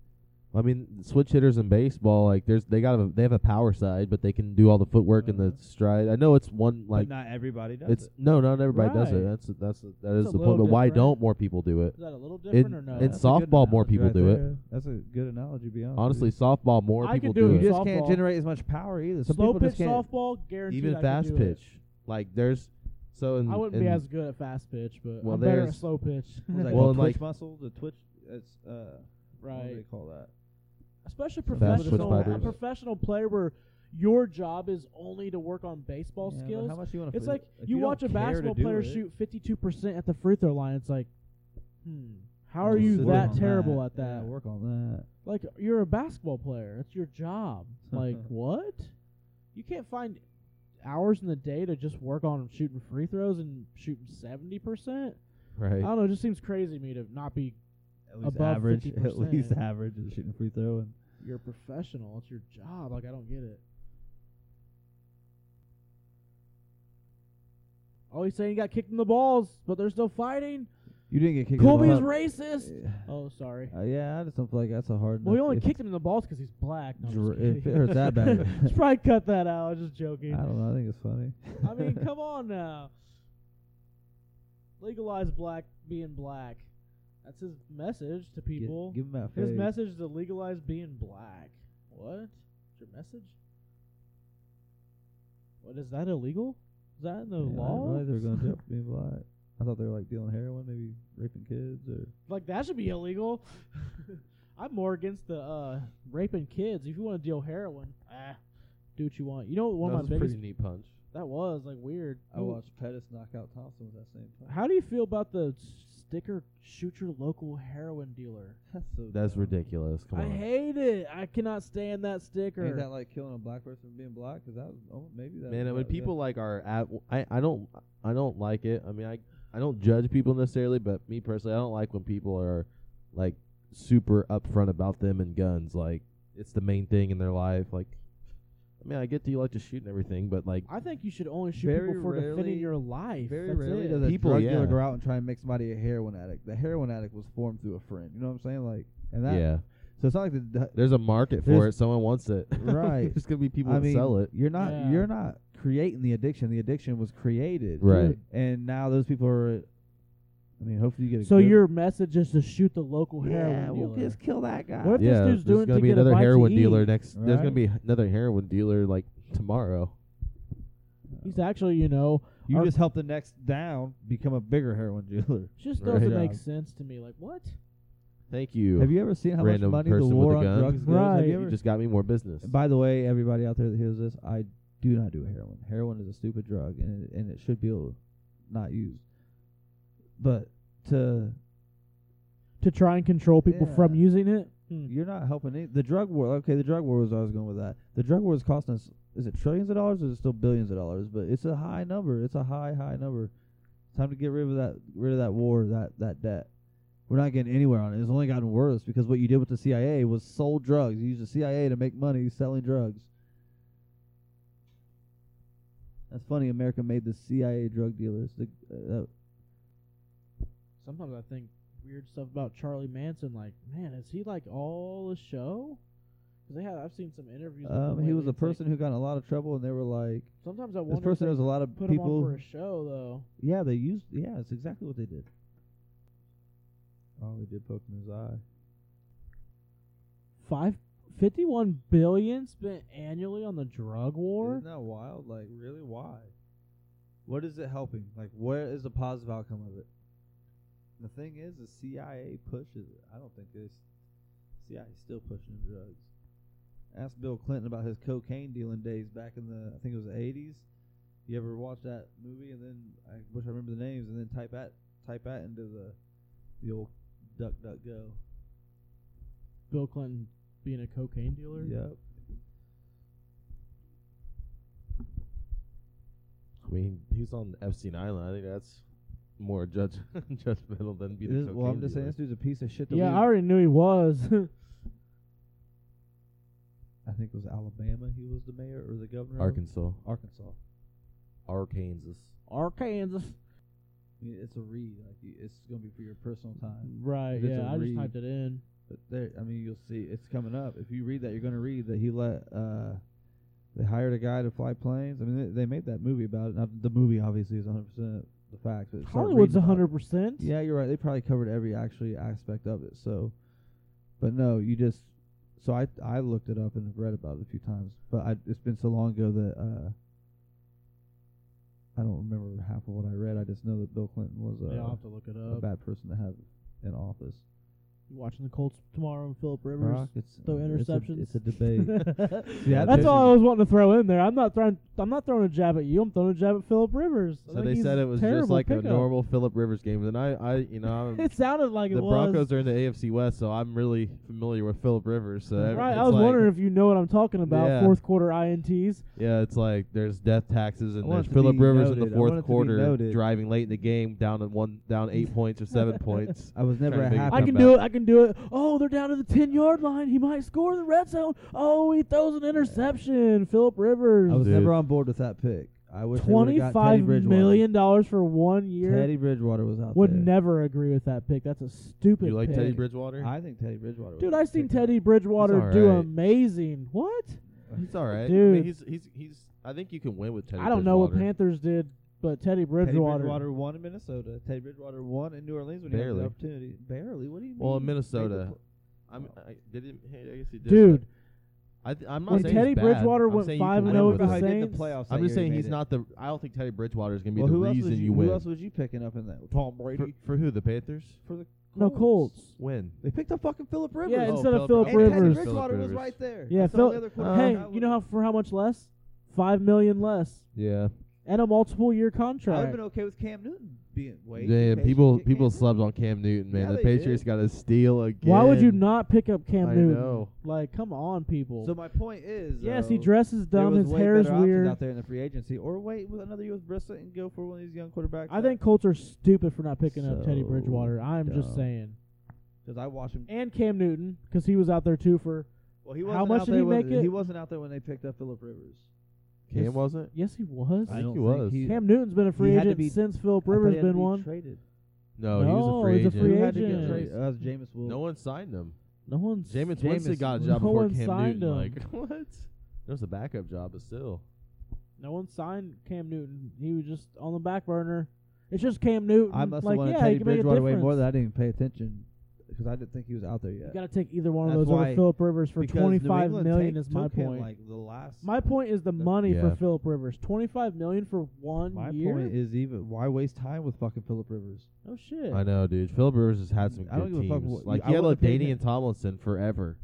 A: I mean, switch hitters in baseball, like there's they got a, they have a power side, but they can do all the footwork and the
B: Uh-huh.
A: stride. I know it's one like
B: not everybody does
A: it's no, not everybody does it.
C: Right.
A: That's that's that is
C: It's a
A: the
C: little
A: point. But why
C: different.
A: don't more people do it?
C: Is that a little different or no?
A: in
B: That's a good
A: softball, more
B: analogy
A: people
B: right
A: do it.
B: there. That's a good analogy, to be honest.
A: Honestly,
B: with
A: softball, more
C: I
A: people
C: could do
B: you.
C: it.
B: you
A: do
B: just can't
C: softball-
B: generate as much power either. Some
C: Slow
B: people
C: pitch
B: just can't.
C: softball, guaranteed.
A: even
C: I could
A: fast
C: do
A: pitch.
C: It.
A: Like there's so in,
C: I wouldn't
A: in
C: be as good at fast pitch, but
A: Well,
C: I'm better at
A: there's-
C: slow pitch.
B: What was that
A: Well,
B: called?
A: and,
B: twitch
A: like-
B: muscle, the twitch. It's uh, What do
C: right.
B: they call that?
C: especially
B: Fast
C: professional
A: switch
C: a
A: fighters.
C: professional player where your job is only to work on baseball
B: Yeah, but
C: skills.
B: How much you want to?
C: It's like you, watch a basketball player shoot 52% at the free throw line. It's like, hmm, how are
B: Just work
C: you that
B: on
C: terrible at that?
B: Yeah, work on that.
C: Like you're a basketball player. It's your job. like what? You can't find hours in the day to just work on shooting free throws and shooting seventy percent. I
A: right?
C: don't know. It just seems crazy to me to not be.
B: At least
C: Above
B: average. At
C: 50%.
B: least average is shooting free throw. And
C: You're a professional. It's your job. Like I don't get it. Oh, he's saying he got kicked in the balls, but they're still fighting.
B: you didn't get kicked. in the
C: Colby is
B: butt.
C: racist.
B: Yeah.
C: Oh, sorry.
B: Uh, yeah, I just don't feel like that's a hard.
C: Well, he
B: enough
C: only
B: if-
C: kicked him in the balls because he's black. No, I'm just
B: Dr- if it
C: kidding.
B: hurts that bad.
C: Let's probably cut that out. I'm just
B: I
C: joking.
B: don't know. I think it's funny.
C: I mean, come on now. Legalize black being black. That's his message to
B: Gi-
C: people.
B: give him that
C: his
B: fade.
C: message is to legalize being black. What? Your message? What is that illegal? Is that in the
B: Yeah, I
C: law?
B: didn't realize they were going to jail for being black. I thought they were like dealing heroin, maybe raping kids or.
C: like that should be illegal. I'm more against the uh, raping kids. If you want to deal heroin, ah, do what you want. You know what one
A: that
C: of
A: was
C: my
A: a
C: biggest
A: pretty neat punch.
C: that was like weird.
B: I
C: Ooh.
B: watched Pettis knock out Thompson with that same punch.
C: How do you feel about the sticker shoot your local heroin dealer?
B: That's so.
A: That's
B: dumb.
A: ridiculous. Come
C: I
A: on.
C: hate it. I cannot stand that sticker.
B: Ain't that like killing a black person for being black? Because that was oh, maybe
A: Man,
B: that. was
A: and when
B: that- that-
A: people like are at, I I don't I don't like it. I mean, I I don't judge people necessarily, but me personally, I don't like when people are like super upfront about them and guns. Like it's the main thing in their life. Like, I mean, I get that you like to shoot and everything, but like,
C: I think you should only shoot
B: Very
C: people for defending
B: rarely-
C: your life.
B: Very
C: That's
B: rarely
C: it.
B: does a
A: People,
B: drug
A: yeah.
B: dealer go out and try and make somebody a heroin addict. The heroin addict was formed through a friend. You know what I'm saying? Like, and that.
A: yeah,
B: So it's not like the. d-
A: there's a market for it.
B: There's-
A: Someone wants it.
B: Right.
A: There's gonna be people
B: I
A: that
B: mean,
A: sell it.
B: you're not
C: Yeah.
B: you're not creating the addiction. The addiction was created.
A: Right.
B: And now those people are. I mean, hopefully you get. A
C: So
B: good
C: your message is to shoot the local
B: yeah,
C: heroin
B: we'll
C: dealer.
B: just kill that guy.
C: What if
A: yeah,
C: this dude's doing
A: there's
C: it
A: gonna
C: to
A: be
C: get a
A: another
C: bite to
A: heroin
C: eat?
A: dealer next. There's gonna
B: Right.
A: be another heroin dealer like tomorrow.
C: He's actually, you know,
B: You
C: Our-
B: just help the next down become a bigger heroin dealer.
C: just
A: Right.
C: doesn't make
B: Yeah.
C: sense to me. Like what?
A: Thank you.
B: Have you ever seen how
A: Random
B: much money the
A: person with
B: war
A: a
B: on
A: gun.
B: drugs goes? Have
C: Right.
B: you
A: You
B: ever-
A: just got me more business.
B: By the way, everybody out there that hears this, I do not do heroin. Heroin is a stupid drug, and it, and it should be l- not used. But to
C: To try and control people
B: Yeah.
C: from using it? Hmm.
B: you're not helping any, the drug war. Okay, the drug war was always going with that. The drug war is costing us. Is it trillions of dollars? Or is it still billions of dollars? But it's a high number. It's a high high number. Time to get rid of that rid of that war that that debt. We're not getting anywhere on it. It's only gotten worse because what you did with the CIA was sold drugs. You used the CIA to make money selling drugs. That's funny. America made the CIA drug dealers. The, uh, uh,
C: Sometimes I think weird stuff about Charlie Manson. Like, man, is he like all a show? Because they had, I've seen some interviews. with him
B: um, he was a
C: lately. It's like,
B: person who got in a lot of trouble, and they were like,
C: sometimes I
B: "This
C: wonder. if
B: person
C: they
B: has a lot of
C: put him
B: people."
C: on for a show though.
B: Yeah, they used. Yeah, it's exactly what they did. Oh, they did poke him in his eye.
C: Five fifty-one billion spent annually on the drug war.
B: Isn't that wild? Like, really? Why? What is it helping? Like, where is the positive outcome of it? The thing is, the CIA pushes it. I don't think this CIA still pushing drugs. Ask Bill Clinton about his cocaine dealing days back in the, I think it was the eighties. You ever watch that movie? And then I wish I remember the names. And then type at type at into the the old duck duck go.
C: Bill Clinton being a cocaine dealer.
B: Yep.
A: I mean, he's on Epstein Island. I think that's more judge judgmental than be the
B: This- well, I'm
A: cocaine
B: just saying
A: dealer.
B: this dude's a piece of shit. That
C: Yeah,
B: we-
C: I already knew he was.
B: I think it was Alabama. He was the mayor or the governor. of?
A: Arkansas,
B: Arkansas.
A: Arkansas.
C: Arkansas.
B: I mean, it's a read. Like you, it's gonna be for your personal time.
C: Right.
B: It's
C: yeah,
B: a
C: I just
B: read.
C: typed it in.
B: But there, I mean, you'll see. It's coming up. If you read that, you're gonna read that he let. uh They hired a guy to fly planes. I mean, they, they made that movie about it. Now, the movie obviously is 100 percent the fact. But start
C: Hollywood's
B: reading
A: uh,
B: about it.
C: hundred percent.
B: Yeah, you're right. They probably covered every actually aspect of it. So, but no, you just. So I I looked it up and read about it a few times, but I, it's been so long ago that uh, I don't remember half of what I read. I just know that Bill Clinton was
C: Yeah, I'll
B: a,
C: have to look it
B: a
C: up.
B: bad person to have in office.
C: You watching the Colts tomorrow and Philip Rivers
A: Uh-huh.
B: Brock, it's
C: throw
B: it's a-
C: interceptions?
B: It's a, debate. Yeah,
C: That's
B: there's
C: all
B: a-
C: I was wanting to throw in there. I'm not throwing. I'm not throwing a jab at you. I'm throwing a jab at Philip Rivers. I
A: So
C: think
A: they
C: he's
A: said it was just
C: terrible
A: like
C: pickup.
A: a normal Philip Rivers game. And I, I, you know, I'm,
C: It sounded like
A: the
C: it was.
A: Broncos are in the AFC West, so I'm really familiar with Philip Rivers. So
C: right.
A: it's
C: I was
A: like,
C: wondering if you know what I'm talking about.
A: Yeah.
C: Fourth quarter ints.
A: Yeah, it's like there's death taxes
B: I
A: and
B: want
A: there's
B: it to
A: Philip
B: be
A: Rivers in
B: noted.
A: the
B: I want it
A: fourth
B: to
A: quarter
B: be noted.
A: driving late in the game, down to one, down eight points or seven points.
B: I was never
A: Trying to
B: happy.
A: think
C: I
A: Come
C: can
A: back.
C: do it. I can do it. Oh, they're down to the ten yard line. He might score in the red zone. Oh, he throws an interception. Philip Rivers.
B: I was
A: Dude.
B: never on board with that pick. I wish they would've got Teddy
C: Twenty-five
B: Bridgewater.
C: million dollars for one year.
B: Teddy Bridgewater was out
C: Would
B: there.
C: never agree with that pick. That's a stupid.
A: You like
C: pick.
A: Teddy Bridgewater?
B: I think Teddy Bridgewater. was
C: Dude,
B: the
C: I've seen
B: pick.
C: Teddy Bridgewater
A: He's
C: do
A: alright.
C: amazing. What?
A: he's all right. I mean,
C: Dude.
A: he's he's he's. I think you can win with Teddy.
C: I don't know what
A: Bridgewater.
C: Panthers did, but Teddy
B: Teddy
C: Bridgewater.
B: Bridgewater won in Minnesota. Teddy Bridgewater won in New Orleans when he had
A: Barely.
B: the opportunity. Barely. What do you mean?
A: Well, in
B: They were
A: Minnesota.
B: pl-
A: I'm, I didn't. I guess he did.
C: Dude,
A: but I th- I'm not
C: when
A: saying
C: Teddy
A: he's bad.
C: Bridgewater
A: I'm
C: went
A: saying you can
C: 5 and
A: win
B: I don't
C: over
A: with
C: the
A: him.
B: remember how he did in
C: Saints.
B: the playoffs. that
A: I'm just
B: year he
A: saying
B: made
A: he's
B: it.
A: not the. I don't think Teddy Bridgewater is going to be
B: Well,
A: the
B: who else
A: reason
B: was
A: you
B: Who
A: win.
B: else was you picking up in that? Tom Brady
A: For, for who? The Panthers?
B: for the
C: no Colts.
A: When?
B: They picked up fucking Philip Rivers.
C: Yeah,
A: Oh,
C: instead of
A: Phillip
C: Philip
B: and
A: Rivers.
B: Teddy
A: Phillip
C: Rivers.
B: Bridgewater was
A: Rivers.
B: right there.
C: Yeah,
B: That's the only
C: Phil-
B: other quarterback
C: hey,
B: I
C: you
B: would-
C: know how for how much less? Five million less,
A: Yeah.
C: and a
B: I
C: multiple-year
B: would have
C: contract.
B: been okay with Cam Newton being way.
A: Yeah, people people slept on Cam Newton, man.
B: Yeah,
A: the
B: they
A: Patriots
B: did.
A: got to steal again.
C: Why would you not pick up Cam
A: I
C: Newton?
A: know.
C: Like, come on, people.
B: So my point is,
C: yes,
B: though,
C: he dresses
B: there
C: dumb.
B: was
C: His
B: way
C: hair's
B: better options
C: weird.
B: out there in the free agency, or wait with another year with Brissett and go for one of these young quarterbacks.
C: I think Colts are stupid for not picking up Teddy
B: So
C: Bridgewater. I'm just
B: dumb.
C: saying.
B: because I watched him.
C: And Cam Newton, because he was out there too for.
B: Well, he
C: how
B: wasn't
C: much
B: out
C: did
B: there
C: he
B: when-
C: make it?
B: He wasn't out there when they picked up Philip Rivers.
A: Cam
C: Yes.
A: wasn't.
C: Yes, he was.
A: I think he
B: don't
A: was.
B: he-
C: Cam Newton's been a free
B: had to
C: agent
B: be-
C: since
B: I
C: Philip
B: thought he
C: Rivers
B: had to
C: been
B: be
C: one.
B: Traded.
A: No,
C: No,
A: he was a
C: he's a
A: free
C: free
B: Who
A: agent.
B: had to get
C: agent.
B: traded? That was Jameis Wilson.
A: No one signed him.
C: No one's
A: Jameis
B: Jameis
A: Winston got a
C: Wilson.
A: job
C: No
A: before
C: one
A: Cam
C: signed
A: Newton.
C: him.
A: Like what? There was a backup job, but still.
C: No one signed Cam Newton. He was just on the back burner. It's just Cam Newton.
B: I must
C: like,
B: have wanted
C: yeah,
B: Teddy
C: he can make a
B: Bridgewater way
C: difference.
B: more than I didn't even pay attention because I didn't think he was out there
C: You
B: yet.
C: got to take either one
B: That's
C: of those over
B: why-
C: Philip Rivers for
B: Because New
C: twenty-five
B: England
C: million.
B: take-
C: Is my
B: took him,
C: point.
B: like the last.
C: my point is the money
A: Yeah.
C: for Philip Rivers. Twenty-five million for one
B: my
C: year.
B: point is even why waste time with fucking Philip Rivers?
C: oh shit.
A: I know, dude. Philip Rivers has had some
B: I don't
A: good
B: give a fuck
A: teams.
B: what-
A: like
B: I
A: he had
B: wouldn't have paid
A: Ladainian
B: him.
A: Tomlinson forever.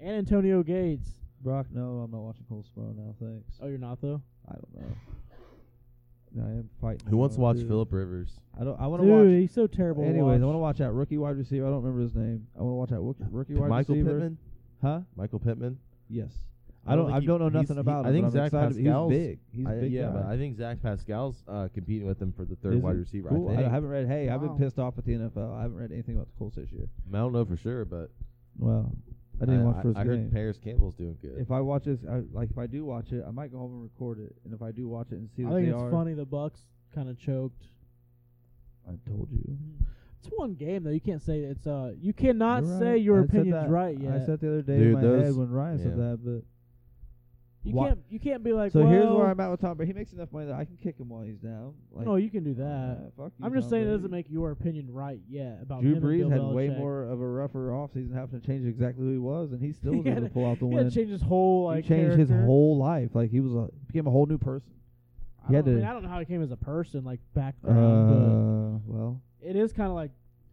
C: And Antonio Gates.
B: Brock, no, I'm not watching Colts tomorrow now. Thanks.
C: Oh, you're not though.
B: I don't know. No, I am fighting.
A: Who wants to
B: tomorrow,
A: watch
B: Oh, dude.
A: Philip Rivers?
B: I don't. I want to
C: Dude,
B: watch.
C: he's so terrible. to
B: Anyways, I
C: watch.
B: want to watch that rookie wide receiver. I don't remember his name. I want to watch that rookie- rookie wide
A: Michael
B: receiver.
A: Pittman.
B: Huh?
A: Michael Pittman.
B: Yes.
A: I
B: I
A: don't
B: don't.
A: think
B: I
A: he-
B: don't know
A: he's-
B: nothing
A: he-
B: about
A: I
B: him.
A: think
B: but
A: Zach
B: I'm excited. He's
A: Pascal's-
B: big. He's a
A: I-
B: big.
A: yeah,
B: guy.
A: but I think Zach Pascal's uh, competing with him for the third
B: Is
A: wide
B: he?
A: receiver.
B: Cool.
A: I
B: I
A: think.
B: haven't read. Hey, I've
C: Wow.
B: been pissed off at the NFL. I haven't read anything about the Colts this year.
A: I don't know for sure, but
B: Well, I didn't watch first
A: I heard
B: game.
A: Paris Campbell's doing good.
B: if I watch this, I, like if I do watch it, I might go home and record it. And if I do watch it and see
C: I
B: that
C: think
B: they
C: it's
B: are,
C: funny the Bucks kind of choked.
B: I told you.
C: It's one game though. You can't say it's uh. You cannot
B: You're
C: say
B: right.
C: your
B: I said
C: opinion's
B: that-
C: right yet.
B: I said the other day
A: Dude,
B: in my head
A: those-
B: when Ryan said
A: yeah.
B: that, but
C: you
B: wha-
C: can't. You can't be like.
B: so
C: well,
B: here's where I'm at with Tom Brady. He makes enough money that I can kick him while he's down. Like,
C: No, you can do that.
B: yeah, Mm-hmm. fuck you,
C: I'm just
B: Tom
C: saying it
B: Brady.
C: doesn't make your opinion right yet about
B: Drew
C: him
B: Brees
C: and Bill
B: had way
C: Belichick.
B: more of a rougher offseason, having to change exactly who he was, and he still
C: He
B: was able to
C: had-
B: pull out the
C: He
B: win.
C: had to change his whole like.
B: he changed his
C: character.
B: whole life. Like he was a became a whole new person.
C: I
B: he had
C: don't- I mean,
B: to-
C: I don't know how he came as a person, like background.
B: Uh, well,
C: but it is kind of like,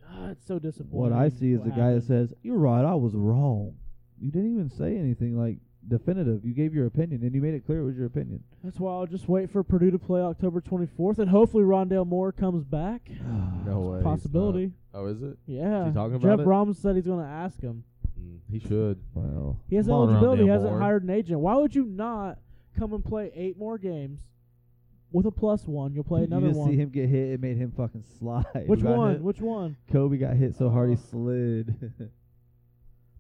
C: ah, it's so disappointing.
B: what I see is
C: what
B: the guy that
C: happened.
B: says, "You're right, I was wrong." You didn't even say anything like definitive. You gave your opinion, and you made it clear it was your opinion.
C: That's why I'll just wait for Purdue to play October 24th, and hopefully Rondell Moore comes back.
A: no
C: It's a
A: way. he's not.
C: possibility.
A: Oh, is it?
C: Yeah.
A: Is he talking
C: Jeff
A: about it?
C: Brom said he's going to ask him.
A: Mm, he should.
B: Well,
C: He has
A: Come on,
C: eligibility. He
A: Rondale
C: hasn't
A: Moore.
C: hired an agent. Why would you not come and play eight more games with a plus one? You'll play
B: you
C: another
B: just
C: one.
B: see him get hit. It made him fucking slide.
C: Which
A: Who got
C: one?
A: hit?
C: Which one?
B: Kobe got hit so hard
C: Oh.
B: he slid.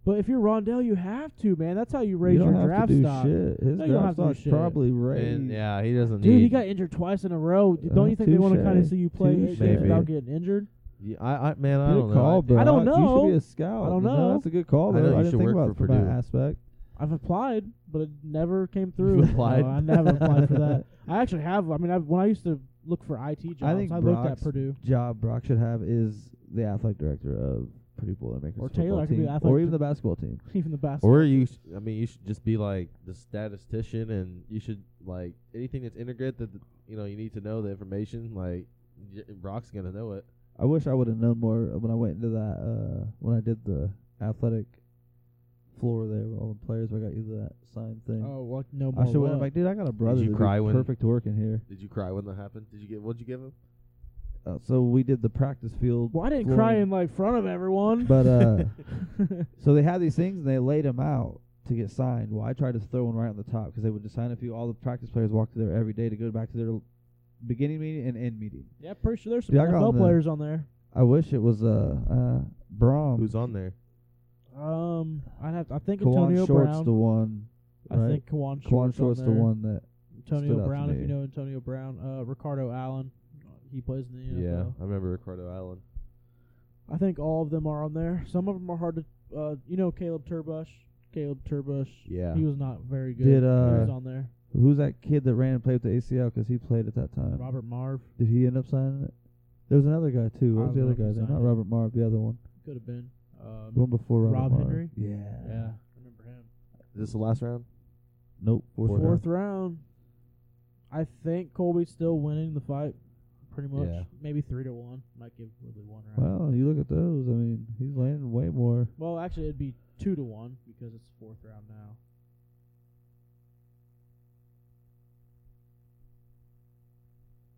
C: But if you're Rondell, you have to, man. That's how you raise
B: you don't
C: your
B: have
C: draft
B: to do
C: stock.
B: Shit. His
C: No, you don't
B: draft
C: have to do
B: stock's
C: shit.
B: probably raised.
A: And yeah, he doesn't
C: Dude,
A: need.
C: he got injured twice in a row. D- Don't
B: Uh,
C: you think they want to
B: touche.
C: kind of see you play eight
B: Touche.
C: games without
B: Maybe.
C: getting injured?
A: Yeah, I, I man, I
B: Good
A: don't know.
B: call, bro.
C: I don't know.
B: You should be a scout.
C: I don't
B: You
C: know.
B: That's a good call,
A: I
B: bro.
A: know, you
B: didn't
A: should
B: think
A: work
B: about
A: for
B: that
A: Purdue.
B: aspect.
C: I've applied, but it never came through.
A: You applied?
C: No, I never applied for that. I actually have. I mean, I've, when I used to look for IT jobs, I,
B: think
C: looked at
B: Brock's
C: Purdue.
B: Job Brock should have is the athletic director of Purdue Boilermakers
C: Or
B: football
C: Taylor. I could be
B: team,
C: athletic
B: or even
C: di-
B: the basketball team.
C: Even the basketball.
A: Or you, sh- I mean, you should just be like the statistician, and you should like anything that's integrated that you know you need to know the information. Like y- Brock's gonna know it.
B: I wish I would have known more when I went into that uh when I did the athletic floor there with all the players where I got you that sign thing.
C: Oh, what? No more.
B: I should went
C: what?
B: like, dude, I got a brother
A: you
B: that'd be
A: cry when-
B: perfect to work in here.
A: Did you cry when that happened? Did you get? What'd you give him? Oh.
B: Uh, so we did the practice field.
C: Well, I didn't
B: floor.
C: cry in like front of everyone.
B: But uh so they had these things and they laid them out to get signed. Well, I tried to throw one right on the top because they would just sign a few. All the practice players walked there every day to go back to their beginning meeting and end meeting.
C: yeah, pretty sure there's some
B: Dude, I got
C: NFL
B: the-
C: players on there.
B: I wish it was uh uh Brom.
A: Who's on there?
C: Um, I'd have. To, I think
B: Kawan
C: Antonio
B: Short's
C: Brown.
B: the one.
C: I
B: right?
C: think Kawan
B: Kawan
C: Short's, on
B: Short's the
C: there.
B: one that stood out
C: Antonio
B: to
C: Brown, if you
B: me.
C: know Antonio Brown, uh, Ricardo Allen, he plays in the
A: yeah,
C: NFL.
A: I remember Ricardo Allen.
C: I think all of them are on there. Some of them are hard to, uh, you know, Caleb Turbush. Caleb Turbush.
A: Yeah.
C: He was not very good.
B: did.
C: he
B: Uh,
C: was on there.
B: who's that kid that ran and played with the ACL? Because he played at that time.
C: Robert Marv
B: Did he end up signing it? There was another guy too.
C: I
B: What was the other
C: don't know
B: guy?
C: if he
B: There?
C: signed
B: Not
C: it.
B: Robert Marr. The other one.
C: could have been.
B: The
C: Um,
B: one before Robert
C: Rob
B: Marr.
C: Henry?
B: Yeah.
C: yeah, I remember him.
A: Is this the last round?
B: Nope. Fourth.
A: Fourth
B: round.
C: Fourth round. I think Colby's still winning the fight, pretty much.
A: Yeah.
C: Maybe three to one. Might give Woodley one round.
B: Well, you look at those. I mean, he's landing way more.
C: Well, actually, it'd be two to one because it's fourth round now.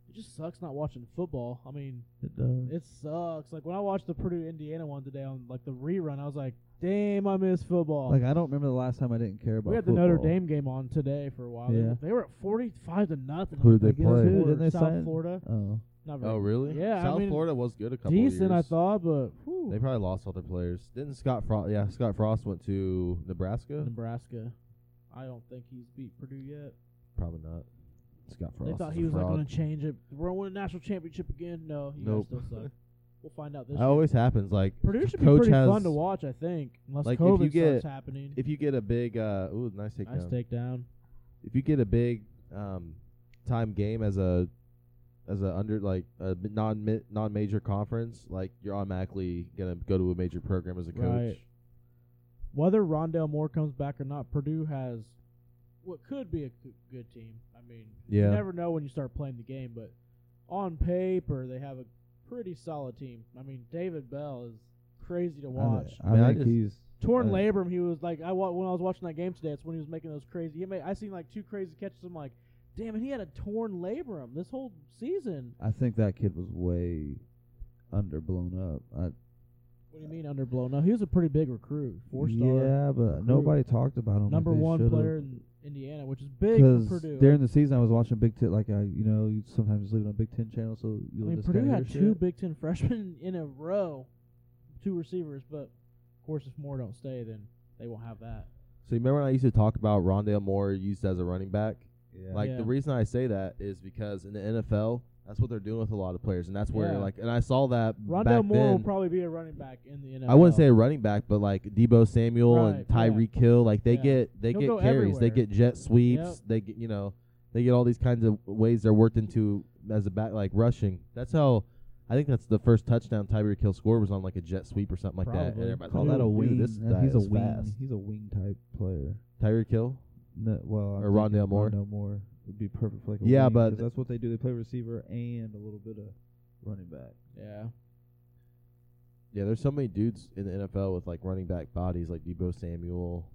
C: It just sucks not watching football. I mean,
B: It does.
C: it sucks. Like when I watched the Purdue Indiana one today on like the rerun, I was like, "Damn, I miss football."
B: Like I don't remember the last time I didn't care about.
C: we had the
B: football.
C: Notre Dame game on today for a while. They-
B: Yeah.
C: They, were at forty-five to nothing.
A: Who did
C: I'm
A: they
C: like,
A: play?
C: "Good
B: Dude,
C: Lord,
B: didn't they
C: South
B: sign-
C: Florida.
B: Oh,
C: Not very
A: Oh, really?
C: Yeah, I
A: South
C: mean,
A: Florida was good a couple of
C: decent, I
A: years.
C: thought, but whew,
A: They probably lost all their players. Didn't Scott Frost? Yeah, Scott Frost went to Nebraska.
C: Mm-hmm. Nebraska. I don't think he's beat Purdue yet.
A: Probably not. Scott Frost.
C: They thought
A: is
C: he
A: a
C: was like
A: fraud.
C: going to change it. We're going to win a national championship again. No, you
A: Nope.
C: guys still suck. we'll find out this.
A: That
C: year.
A: always happens. Like
C: Purdue should be
A: coach
C: pretty
A: has-
C: fun to watch, I think, unless
A: Like, if
C: COVID
A: you get-
C: starts happening.
A: if you get a big uh ooh nice takedown.
C: nice takedown.
A: if you get a big um time game as a as a under like a non non major conference, like you're automatically gonna go to a major program as a coach.
C: Right. Whether Rondell Moore comes back or not, Purdue has what could be a g- good team. I mean,
A: Yeah.
C: you never know when you start playing the game, but on paper they have a pretty solid team. I mean, David Bell is crazy to watch.
B: I,
A: Man, I
B: think
A: just-
B: he's
C: Torn
B: I-
C: labrum, he was like, I wa- when I was watching that game today, it's when he was making those crazy. He made, I seen like two crazy catches. I'm like, damn, and he had a torn labrum this whole season.
B: I think that kid was way underblown up. I,
C: What do you mean underblown? No, he was a pretty big recruit, four star,
B: Yeah, but nobody talked about him.
C: number
B: like they
C: one
B: should've.
C: player in Indiana, which is big for
B: Because
C: Purdue.
B: during the season, I was watching Big Ten. Like I, you know, you sometimes just leave it on Big Ten channel, so
C: I
B: you'll
C: mean,
B: just
C: Purdue
B: kinda
C: had
B: hear
C: two
B: shit.
C: Big Ten freshmen in a row, two receivers, but of course, if Moore don't stay, then they won't have that.
A: So you remember when I used to talk about Rondale Moore used as a running back?
B: Yeah.
A: Like
C: Yeah.
A: the reason I say that is because in the NFL, that's what they're doing with a lot of players, and that's where
C: Yeah.
A: like, and I saw that
C: Rondell
A: back
C: Moore will
A: then.
C: probably be a running back in the NFL.
A: I wouldn't say a running back, but like Debo Samuel and
C: Right, yeah.
A: Tyreek Hill, like they
C: Yeah.
A: get they
C: He'll
A: get
C: go
A: carries, they
C: everywhere.
A: get jet sweeps,
C: Yep.
A: they get you know, they get all these kinds of ways they're worked into as a back like rushing. That's how I think that's the first touchdown Tyreek Hill scored was on like a jet sweep or something like that. And
C: Probably.
A: everybody's
B: call
A: like,
B: that a
A: "Dude,
B: wing.
A: This
B: That-
A: guy
B: he's a
A: is
B: wing.
A: fast.
B: He's a wing type player.
A: Tyreek Hill.
B: No, well, I'm
A: Or Rondale
B: thinking
A: Moore.
B: Rondale Moore would be perfect for like a
A: Yeah,
B: wing,
A: but
B: 'cause that's what they do. They play receiver and a little bit of running back.
C: yeah.
A: Yeah, there's so many dudes in the NFL with like running back bodies, like Debo Samuel,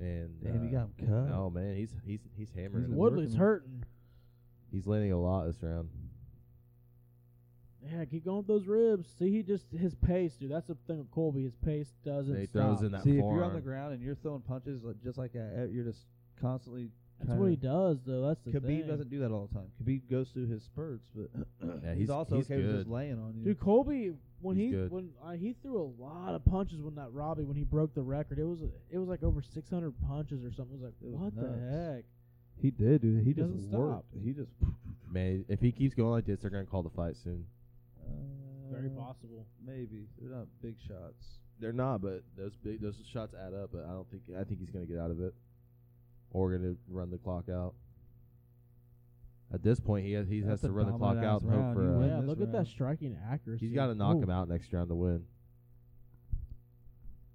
A: and
B: Damn, you
A: uh,
B: got him cut.
A: oh man, he's he's he's hammering.
B: He's
A: it.
B: wood- working.
C: Woodley's hurting.
A: He's landing a lot this round.
C: Yeah, keep going with those ribs. See, he just his pace, dude. That's the thing with Colby. His pace doesn't
A: He
C: stop.
A: throws in that
B: See, if you're on the
A: forearm.
B: ground and you're throwing punches like, just like that, you're just constantly.
C: That's
B: trying
C: what
B: to-
C: he does, though. That's the
B: Khabib
C: thing.
B: doesn't do that all the time. Khabib goes through his spurts, but
A: Yeah,
B: he's,
A: he's-
B: also
A: he's
B: okay with just
A: good.
B: laying on you.
C: Dude, Colby when
A: He's
C: he
A: good.
C: when uh, he threw a lot of punches when that Robbie when he broke the record. It was it was like over 600 punches or something. It was like
B: It was
C: what
B: nuts.
C: the heck?
B: he did, dude. He,
C: he
B: just
C: doesn't stop.
B: worked. He just
A: Man, if he keeps going like this, they're gonna call the fight soon.
C: Very
B: Uh,
C: possible.
B: Maybe they're not big shots.
A: They're not, but those big those shots add up. But I don't think I think he's gonna get out of it, or gonna run the clock out. At this point, he has, he has
B: That's
A: to
B: a
A: run the clock
B: dominant
A: out.
B: ass
A: and Hope
B: round. You
A: for a,
B: win
C: yeah,
B: this
C: look at that
B: round.
C: striking accuracy.
A: he's got to knock
C: Ooh.
A: him out next round to win.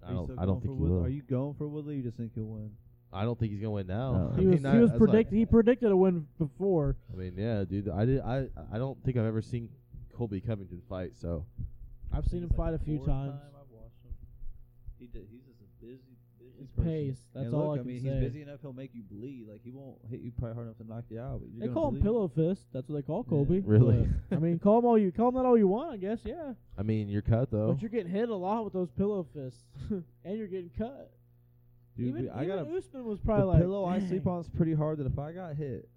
A: I
B: Are you
A: don't.
B: still
A: I don't
B: going for
A: think he
B: Woodley?
A: will.
B: Are you going for Woodley? Or you just think he'll win?
A: I don't think he's gonna win now.
B: No.
A: I
C: He was
A: mean,
C: he
A: I-
C: was
A: that's like-
C: predict he predicted a win before.
A: I mean, yeah, dude. I did. I I don't think I've ever seen Colby Covington fight, so
C: I've seen him fight a few times.
E: He did, he's just a busy, busy
C: His
E: person.
C: pace. That's
B: and
C: all
B: look,
C: I
B: I,
C: can
B: mean,
C: say.
B: he's busy enough. He'll make you bleed. Like he won't hit you probably hard enough to knock you out. But you're
C: They
B: gonna
C: call him
B: bleed.
C: Pillow Fist. That's what they call Colby.
A: really.
C: but, I mean, call him all you call him that all you want. I guess, yeah.
A: I mean, you're cut though.
C: But you're getting hit a lot with those pillow fists, and you're getting cut.
B: Dude,
C: even
B: we- I
C: even
B: got a
C: Usman was
B: the
C: probably like
B: pillow I sleep
C: "Dang."
B: on is pretty hard. That if I got hit,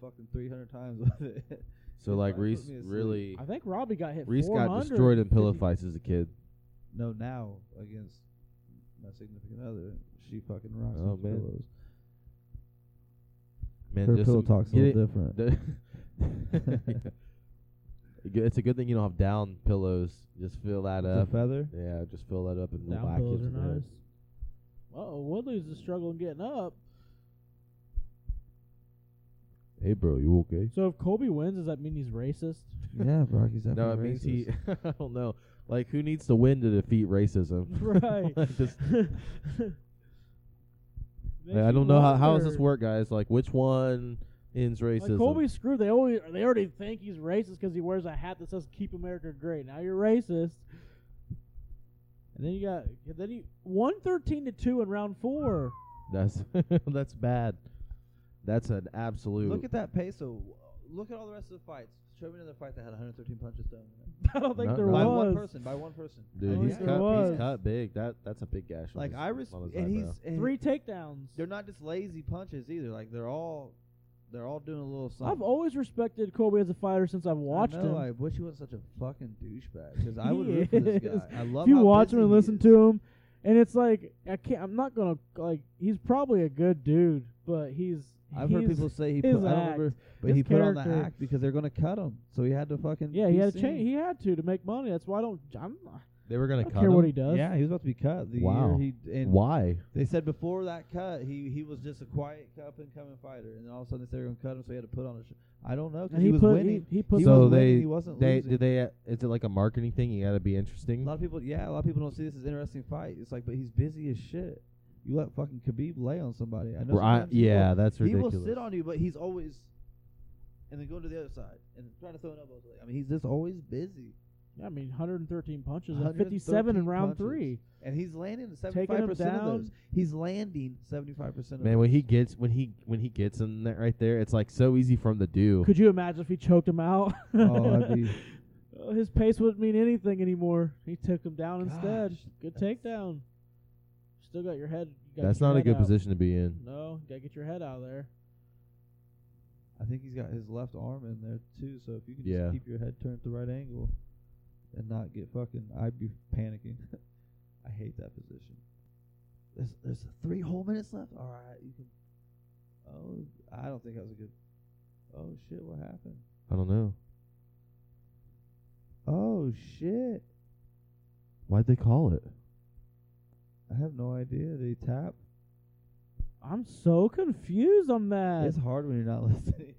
B: fucking three hundred times with it.
A: So like
B: Put me
A: Reese
B: to sleep.
A: really,
C: I think Robbie got hit.
A: Reese got
C: 400.
A: destroyed in pillow
C: Did-
A: fights as a kid.
B: No, now against my significant other, she fucking rocks
A: Oh,
B: those
A: man.
B: pillows.
A: Man,
B: Her
A: just
B: pillow
A: some-
B: talk's a
A: get
B: little
A: it-
B: different.
A: The- it's a good thing you don't have down pillows. Just fill that
B: The
A: up.
B: feather.
A: Yeah, just fill that up and we'll
C: Down
A: whack
C: pillows
A: you
C: are
A: to the-
C: nice. Uh-oh, Woodley's is struggling getting up.
A: Hey, bro, you okay?
C: So if Colby wins, does that mean he's racist?
B: yeah, Rocky's definitely
A: No, it means he. I don't know. Like, who needs to win to defeat racism?
C: Right.
A: Like, this-
C: Makes
A: I
C: you
A: don't know how how does this
C: wonder.
A: work, guys. Like, which one ends racism?
C: Like Colby's screwed. They always they already think he's racist because he wears a hat that says "Keep America Great." Now you're racist. And then you got then you one thirteen to two in round four.
A: That's that's bad. That's an absolute.
B: Look at that peso. Look at all the rest of the fights. Show me another fight that had 113 punches thrown. in it.
C: I don't think
A: No,
C: there
A: no.
B: By one
C: was
B: person. By one person.
A: dude,
C: Oh,
A: he's
C: yeah.
A: cut.
C: There was.
A: He's cut big. That that's a big gash. on
B: Like
A: his-
B: I res-
A: on his
B: and
A: eyebrow.
B: he's and
C: three takedowns.
B: They're not just lazy punches either. Like they're all, they're all doing a little something.
C: I've always respected Colby as a fighter since I've watched
B: I know,
C: him.
B: I wish he wasn't such a fucking douchebag. Because I
C: He
B: would root for this
C: is.
B: guy. I love
C: if you
B: how
C: watch him
B: busy
C: and
B: he
C: listen
B: is.
C: to him, and it's like I can't. I'm not gonna like. He's probably a good dude, but he's.
B: I've heard
C: he's-
B: people say he. Put, I
C: his
B: don't
C: act,
B: remember, but
C: his
B: he put on the
C: character.
B: act because they're gonna cut him, so he had to fucking.
C: Yeah,
B: be
C: he had to
B: seen.
C: change. He had to to make money. That's why I don't. I'm,
A: they were
C: I
A: gonna
C: don't
A: cut
C: care
A: him.
C: what he does.
B: Yeah, he was about to be cut. The
A: Wow.
B: Year he and
A: Why?
B: They said before that cut, he he was just a quiet up and coming fighter, and then all of a sudden they said they're gonna cut him, so he had to put on a. Sh- I don't know
C: and
B: because
C: he,
B: was
C: put
B: winning.
C: he, he put
B: He
A: so
B: was winning,
A: they
B: he wasn't
A: they
B: losing.
A: did they uh, is it like a marketing thing? You got to be interesting.
B: a lot of people, yeah, a lot of people don't see this as an interesting fight. It's like, but he's busy as shit. You let fucking Khabib lay on somebody. I know.
A: Right?
B: sometimes he
A: Yeah, that's
B: will, he
A: ridiculous.
B: will sit on you, but he's always and then go to the other side and trying to throw an elbow. I mean, he's just always busy,
C: I mean, 113 punches and
B: 113
C: 57 in round
B: punches.
C: three.
B: and he's landing seventy
C: Taking
B: five
C: him
B: percent of
C: down.
B: those. He's landing seventy five percent.
A: Man, when he gets when he when he gets in that right there, it's like so easy for him to do.
C: Could you imagine if he choked him out?
B: oh, that'd be
C: Uh, His pace wouldn't mean anything anymore. He took him down instead.
B: Gosh,
C: Good
B: that's-
C: takedown. Still got your head. You gotta
A: That's
C: get your
A: not a
C: head
A: good
C: out.
A: position to be in.
C: No, gotta get your head out of there.
B: I think he's got his left arm in there too. So if you can
A: Yeah.
B: just keep your head turned at the right angle and not get fucking, I'd be panicking. I hate that position. There's there's three whole minutes left. All right, you can. Oh, I don't think that was a good. Oh shit! What happened?
A: I don't know.
B: Oh shit!
A: Why'd they call it?
B: I have no idea. Did he tap?
C: I'm so confused on that.
B: It's hard when you're not listening.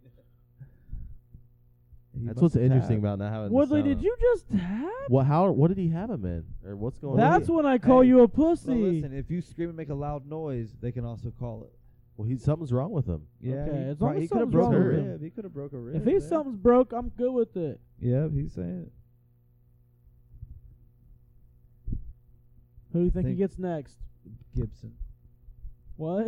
B: He
A: That's
B: must
A: what's
B: have
A: interesting
B: tapped.
A: about not having. the
C: Woodley,
A: sound
C: did
A: on.
C: you just tap?
A: What? How? What did he have him in? Or what's going? on?
C: That's when I call
B: Hey,
C: you a
B: Well,
C: pussy.
B: listen, if you scream and make a loud noise, they can also call it.
A: Well, he's something's wrong with him.
B: Yeah, he,
C: Okay, as
B: prob-
C: long as
B: he could have
C: something's
B: broke a
A: wrong with
B: rib.
A: him.
B: He could have broke a rib.
C: if he's
B: yeah.
C: something's broke, I'm good with it.
B: yeah, he's saying it.
C: Who do you think, he
B: Think-
C: gets next?
B: Gibson.
C: What?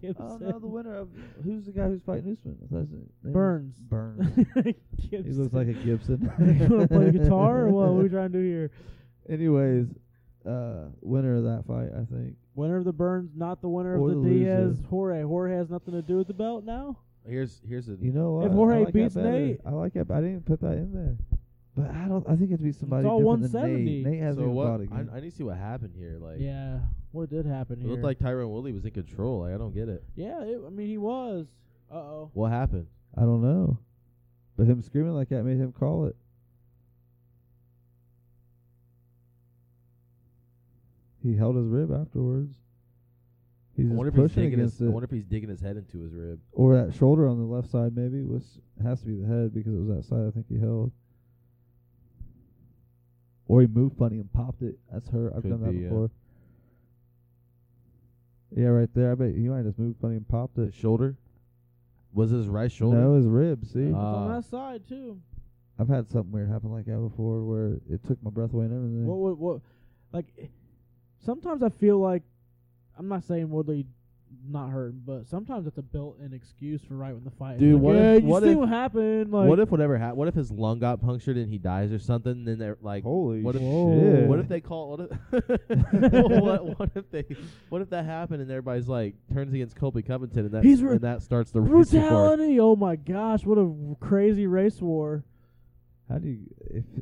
C: Gibson.
B: Oh no, the winner of who's the guy who's fighting Usman? I thought his name was-
C: Burns.
B: Burns. he looks like a Gibson.
C: you want to play guitar or what? What are we trying to do here?
B: Anyways, uh, winner of that fight, I think.
C: Winner of the Burns, not the winner
B: Or the
C: of the,
B: loser.
C: Diaz Jorge. Jorge has nothing to do with the belt now.
A: Here's here's a.
B: You know what?
C: If Jorge
B: I like that
C: beats
B: better.
C: Nate-
B: I like it. but I didn't even put that in there. But I don't. I think it has to be somebody
C: all
B: different than
C: 170.
B: Nate. Nate hasn't
A: so
B: even
A: what?
B: fought
A: I,
B: again.
A: I need to see what happened here. Like,
C: yeah. What did happen
A: it
C: here?
A: looked like Tyrone Woodley was in control. Like, I don't get it.
C: yeah, it, I mean, he was. Uh oh.
A: What happened?
B: I don't know. But him screaming like that made him call it. He held his rib afterwards. He's
A: I wonder
B: just
A: if he's
B: pushing
A: digging
B: against
A: his. I
B: it,
A: wonder if he's digging his head into his rib.
B: or that shoulder on the left side. Maybe was has to be the head because it was that side. I think he held, or he moved funny and popped it. That's her. I've
A: Could
B: done that
A: be, yeah.
B: before. Yeah, right there. I bet he might have just moved funny and popped
A: The
B: it.
A: shoulder. Was his right shoulder?
B: No, his rib. See,
C: It's
A: Ah.
C: on that side, too.
B: I've had something weird happen like that before, where it took my breath away and everything.
A: Mm.
C: What, what, what, like, eh, sometimes I feel like, I'm not saying Woodley not hurt, but sometimes it's a built-in excuse for right when the fight.
A: Dude,
C: Like,
A: what if-
C: yeah, you
A: what
C: see
A: if-
C: what happened? Like,
A: what if whatever happened? What if his lung got punctured and he dies or something? Then they're like,
B: Holy
A: what if-
B: shit!
A: what if they call? What if, what, what if they? What if that happened and everybody's like turns against Colby Covington and that
C: He's re-
A: and that starts the race war?
C: brutality? Oh my gosh, what a crazy race war!
B: How do you? If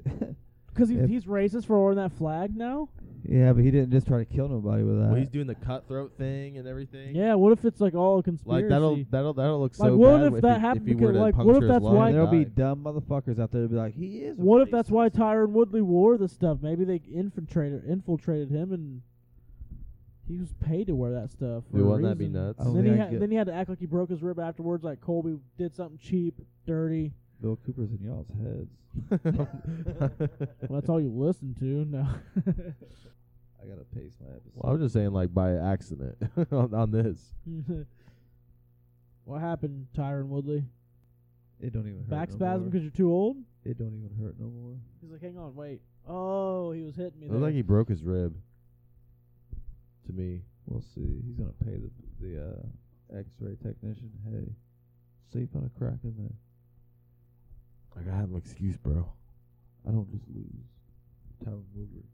C: Because he's,
B: If-
C: he's racist for wearing that flag now.
B: yeah, but he didn't just try to kill nobody with that.
A: Well, he's doing the cutthroat thing and everything.
C: Yeah, what if it's like all a conspiracy?
A: Like that'll that'll that'll look so
C: Like, what
A: bad
C: if that
A: he,
C: happened
A: if he were
C: because,
A: to
C: like, what
A: puncture
C: if
A: his
C: that's
A: lung
C: why-
A: and
B: there'll be
A: die.
B: dumb motherfuckers out there to be like, he is.
C: What if that's why
B: racist."
C: Tyron Woodley wore the stuff? Maybe they infiltrated infiltrated him and he was paid to wear that stuff. for
A: Dude,
C: a
A: wouldn't that be
C: reason.
A: nuts?
B: I don't
C: Then he,
B: think I
C: ha-
B: get-
C: then he had to act like he broke his rib afterwards, like Colby did something cheap, dirty.
B: Bill Cooper's in y'all's heads?
C: Well, that's all you listen to. No,
B: I gotta pace my episode.
A: Well, I was just saying like by accident on, on this.
C: what happened, Tyron Woodley?
B: it don't even hurt.
C: Back
B: no
C: spasm
B: more.
C: because you're too old.
B: it don't even hurt no more.
C: He's like, hang on, wait. Oh, he was hitting me.
A: It was
C: there.
A: like he broke his rib. To me,
B: We'll see. He's gonna pay the the uh, X-ray technician. Hey, sleep on a crack in there.
A: like I have an excuse, bro.
B: I don't just lose. Tyron Woodley.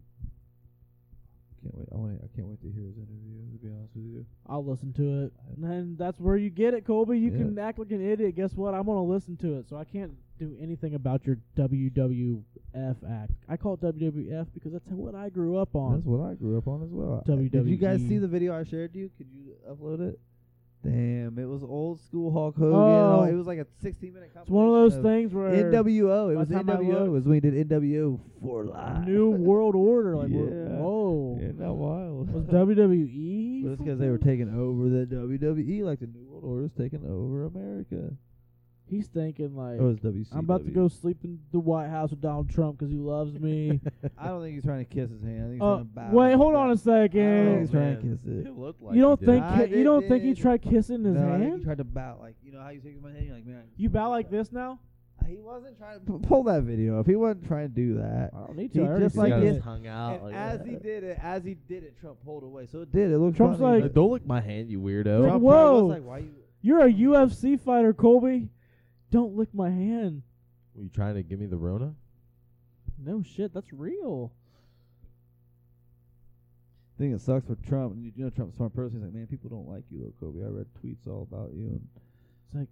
B: Can't wait. I want. I can't wait to hear his interview. To be honest with you.
C: I'll listen to it. And that's where you get it, Colby. You
B: Yeah.
C: can act like an idiot. Guess what? I'm going to listen to it. So I can't do anything about your WWF act. I call it WWF because that's what I grew up
B: That's
C: on. E.
B: what I grew up on as well. Did you
C: WWE.
B: guys see the video I shared you? Could you upload it? Damn, it was old school Hulk Hogan.
C: Oh.
B: it was like a 16 minute.
C: It's one of those
B: compilation
C: things where
B: NWO. It
C: By
B: was
C: the time I
B: NWO. It
C: looked-
B: was when we did NWO for life.
C: New World Order. Like, we're-
B: Yeah.
C: whoa.
B: Ain't that wild?
C: Was E WWE?
B: But it's because they were
C: fucking-
B: taking over the WWE, like the New World Order's taking over America.
C: He's thinking, like,
B: Oh, it's WCW.
C: I'm about to go sleep in the White House with Donald Trump because he loves me.
B: I don't think he's trying to kiss his hand. I think he's
C: Uh,
B: trying to bow.
C: wait, hold
B: Yeah.
C: on a
B: I don't think
C: second.
B: he's trying to kiss it.
E: It looked like
C: Oh, You don't
E: he did.
C: think
B: I
C: you don't
B: did
C: think he
B: it.
C: tried kissing his
B: no, I think he
C: hand?
B: tried to bow, like you know how you take my hand, you're like man.
C: You bow like this now?
B: He wasn't trying to p- pull that video. If he wasn't trying to do that,
C: I don't need
B: to. He I already just
A: He's
B: like
A: got
B: it-
A: his hung out.
E: And
A: like,
E: as he
A: Oh, "Yeah."
E: did it, as he did it, Trump pulled away. So it did.
B: did it look
C: Trump's
B: funny,
C: like-
B: but
A: don't lick my hand, you weirdo.
C: Like,
B: Trump
C: what?
B: probably
C: whoa.
B: was like, why you?
C: You're a UFC fighter, Colby. Don't lick my hand.
A: Were you trying to give me the Rona?
C: No shit, that's real.
B: I think it sucks for Trump. And you know, Trump's a smart person. He's like, man, people don't like you, little Kobe. I read tweets all about you, and
C: It's like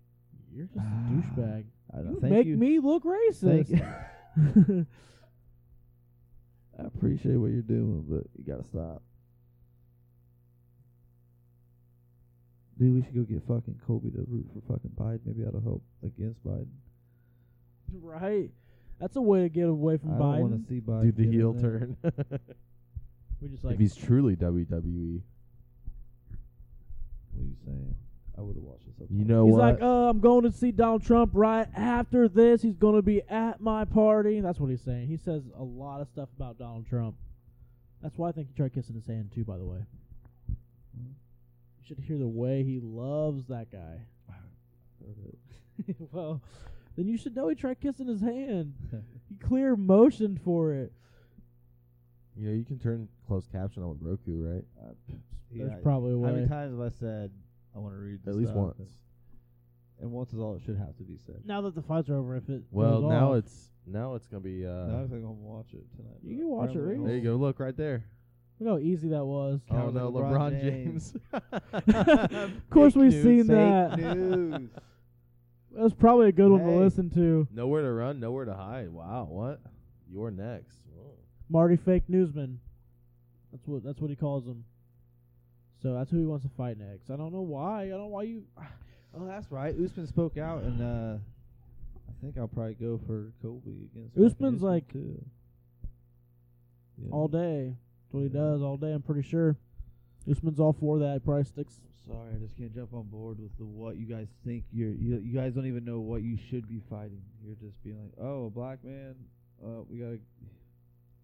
C: you're just a douchebag.
B: I don't
C: You
B: thank
C: make
B: you.
C: me look
B: Thank
C: racist.
B: you. I appreciate what you're doing, but you gotta stop. Dude, we should go get fucking Kobe to root for fucking Biden. Maybe that'll help against Biden.
C: right. That's a way to get away from
B: I don't want
C: Biden.
B: to see Biden
A: Do the
B: get in
A: heel
B: there.
A: turn.
C: We
A: if
C: just like
A: he's truly E. WWE,
B: What are you saying? I would have watched this.
A: you know
C: he's
A: what?
C: like, uh, I'm going to see Donald Trump right after this. He's going to be at my party. That's what he's saying. He says a lot of stuff about Donald Trump. That's why I think he tried kissing his hand too. By the way, you should hear the way he loves that guy. well, then you should know he tried kissing his hand. he clear motioned for it.
A: you know, you can turn closed caption on with Roku, right?
C: There's probably a
E: How many
C: way.
E: times have I said I want to read?
A: At least
E: stuff?"
A: once.
E: And once is all it should have to be said.
C: Now that the fights are over, if it
A: Well,
C: goes
A: now
C: off,
A: it's now it's gonna be.
B: I
A: uh
B: think I'm gonna watch it tonight.
C: You
B: but
C: can watch it,
B: apparently
C: Reese.
B: I'll-
A: There you go. Look right there.
C: look how easy that was.
A: Oh
B: Coward
A: no,
B: LeBron
A: LeBron
B: James.
A: James.
C: of course, we've seen that.
B: Fake news.
C: That was probably a good one
B: Hey.
C: to listen to.
A: Nowhere to run, nowhere to hide. Wow, what? You're next. Whoa.
C: Marty Fake Newsman. That's what that's what he calls him. So that's who he wants to fight next. I don't know why. I don't know why you.
B: oh, that's right. Usman spoke out, and uh, I think I'll probably go for Kobe against. fucking
C: Usman's
B: Usman,
C: like-
B: too. Yeah.
C: All day. That's what he
B: Yeah.
C: does all day. I'm pretty sure. Usman's all for that. He probably sticks.
B: Sorry, I just can't jump on board with the what you guys think you're. You, you guys don't even know what you should be fighting. You're just being like, oh, a black man, uh, we gotta,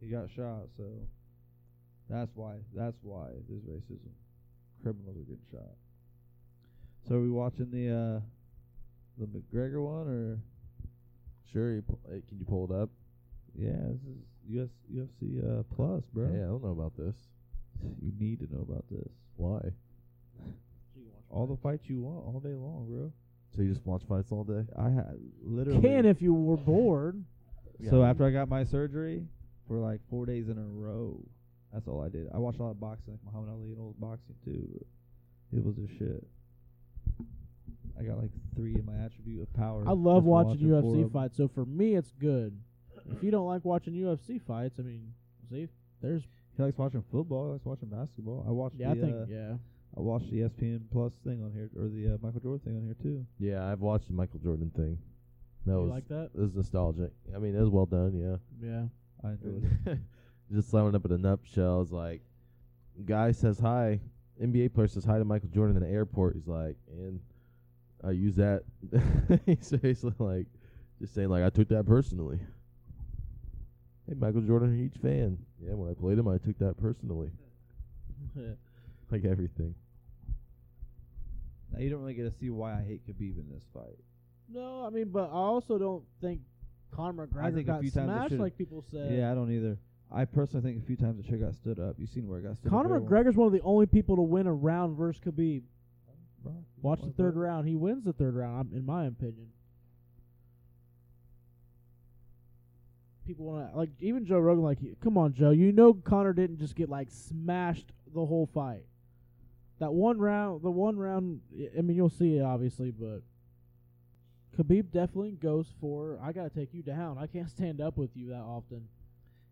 B: he got shot, so that's why. That's why there's racism. Criminals are getting shot. So are we watching the uh, the McGregor one or?
A: Sure, you pu- uh, can you pull it up?
B: Yeah, this is US, UFC uh, Plus, bro.
A: Hey, I don't know about this.
B: You need to know about this.
A: Why?
E: So you watch
B: All the
E: fights.
B: fights you want all day long, bro.
A: So you just watch fights all day?
B: I had literally
C: Can if you were bored.
B: So
A: Yeah.
B: after I got my surgery, for like four days in a row, that's all I did. I watched a lot of boxing, like Muhammad Ali and old boxing too. But it was a shit. I got like three in my attribute of power.
C: I love
B: after
C: watching
B: four
C: UFC
B: of 'em.
C: fights, so for me it's good. If you don't like watching UFC fights, I mean, see, there's
B: He likes watching football. He likes watching basketball. I watched
C: yeah, I
B: the
C: think
B: uh,
C: yeah.
B: I watched the ESPN Plus thing on here or the uh, Michael Jordan thing on here too.
A: Yeah, I've watched the Michael Jordan thing. That
C: you
A: was
C: like that?
A: it was nostalgic. I mean, it was well done. Yeah.
C: Yeah.
B: I enjoyed it.
A: just summing up in a nutshell is like guy says hi nba player says hi to michael jordan in the airport he's like and i use that he's basically like just saying like i took that personally hey michael jordan a huge fan yeah when i played him i took that personally like everything
B: Now you don't really get to see why I hate Khabib in this fight.
C: No, I mean, but I also don't think Conor
B: I
C: McGregor
B: think a
C: got
B: few times they
C: smashed
B: should've-
C: like people said.
B: yeah, I don't either. I personally think a few times the shit got stood up. You seen where it got stood up?
C: Conor
B: everyone-
C: McGregor's one of the only people to win a round versus Khabib.
B: Bro,
C: Watch the
B: what
C: third
B: about-
C: round. He wins the third round, I'm- in my opinion. People want to like even Joe Rogan. Like, come on, Joe. You know Connor didn't just get like smashed the whole fight. That one round, the one round. I- I mean, you'll see it obviously, but Khabib definitely goes for. I gotta take you down. I can't stand up with you that often.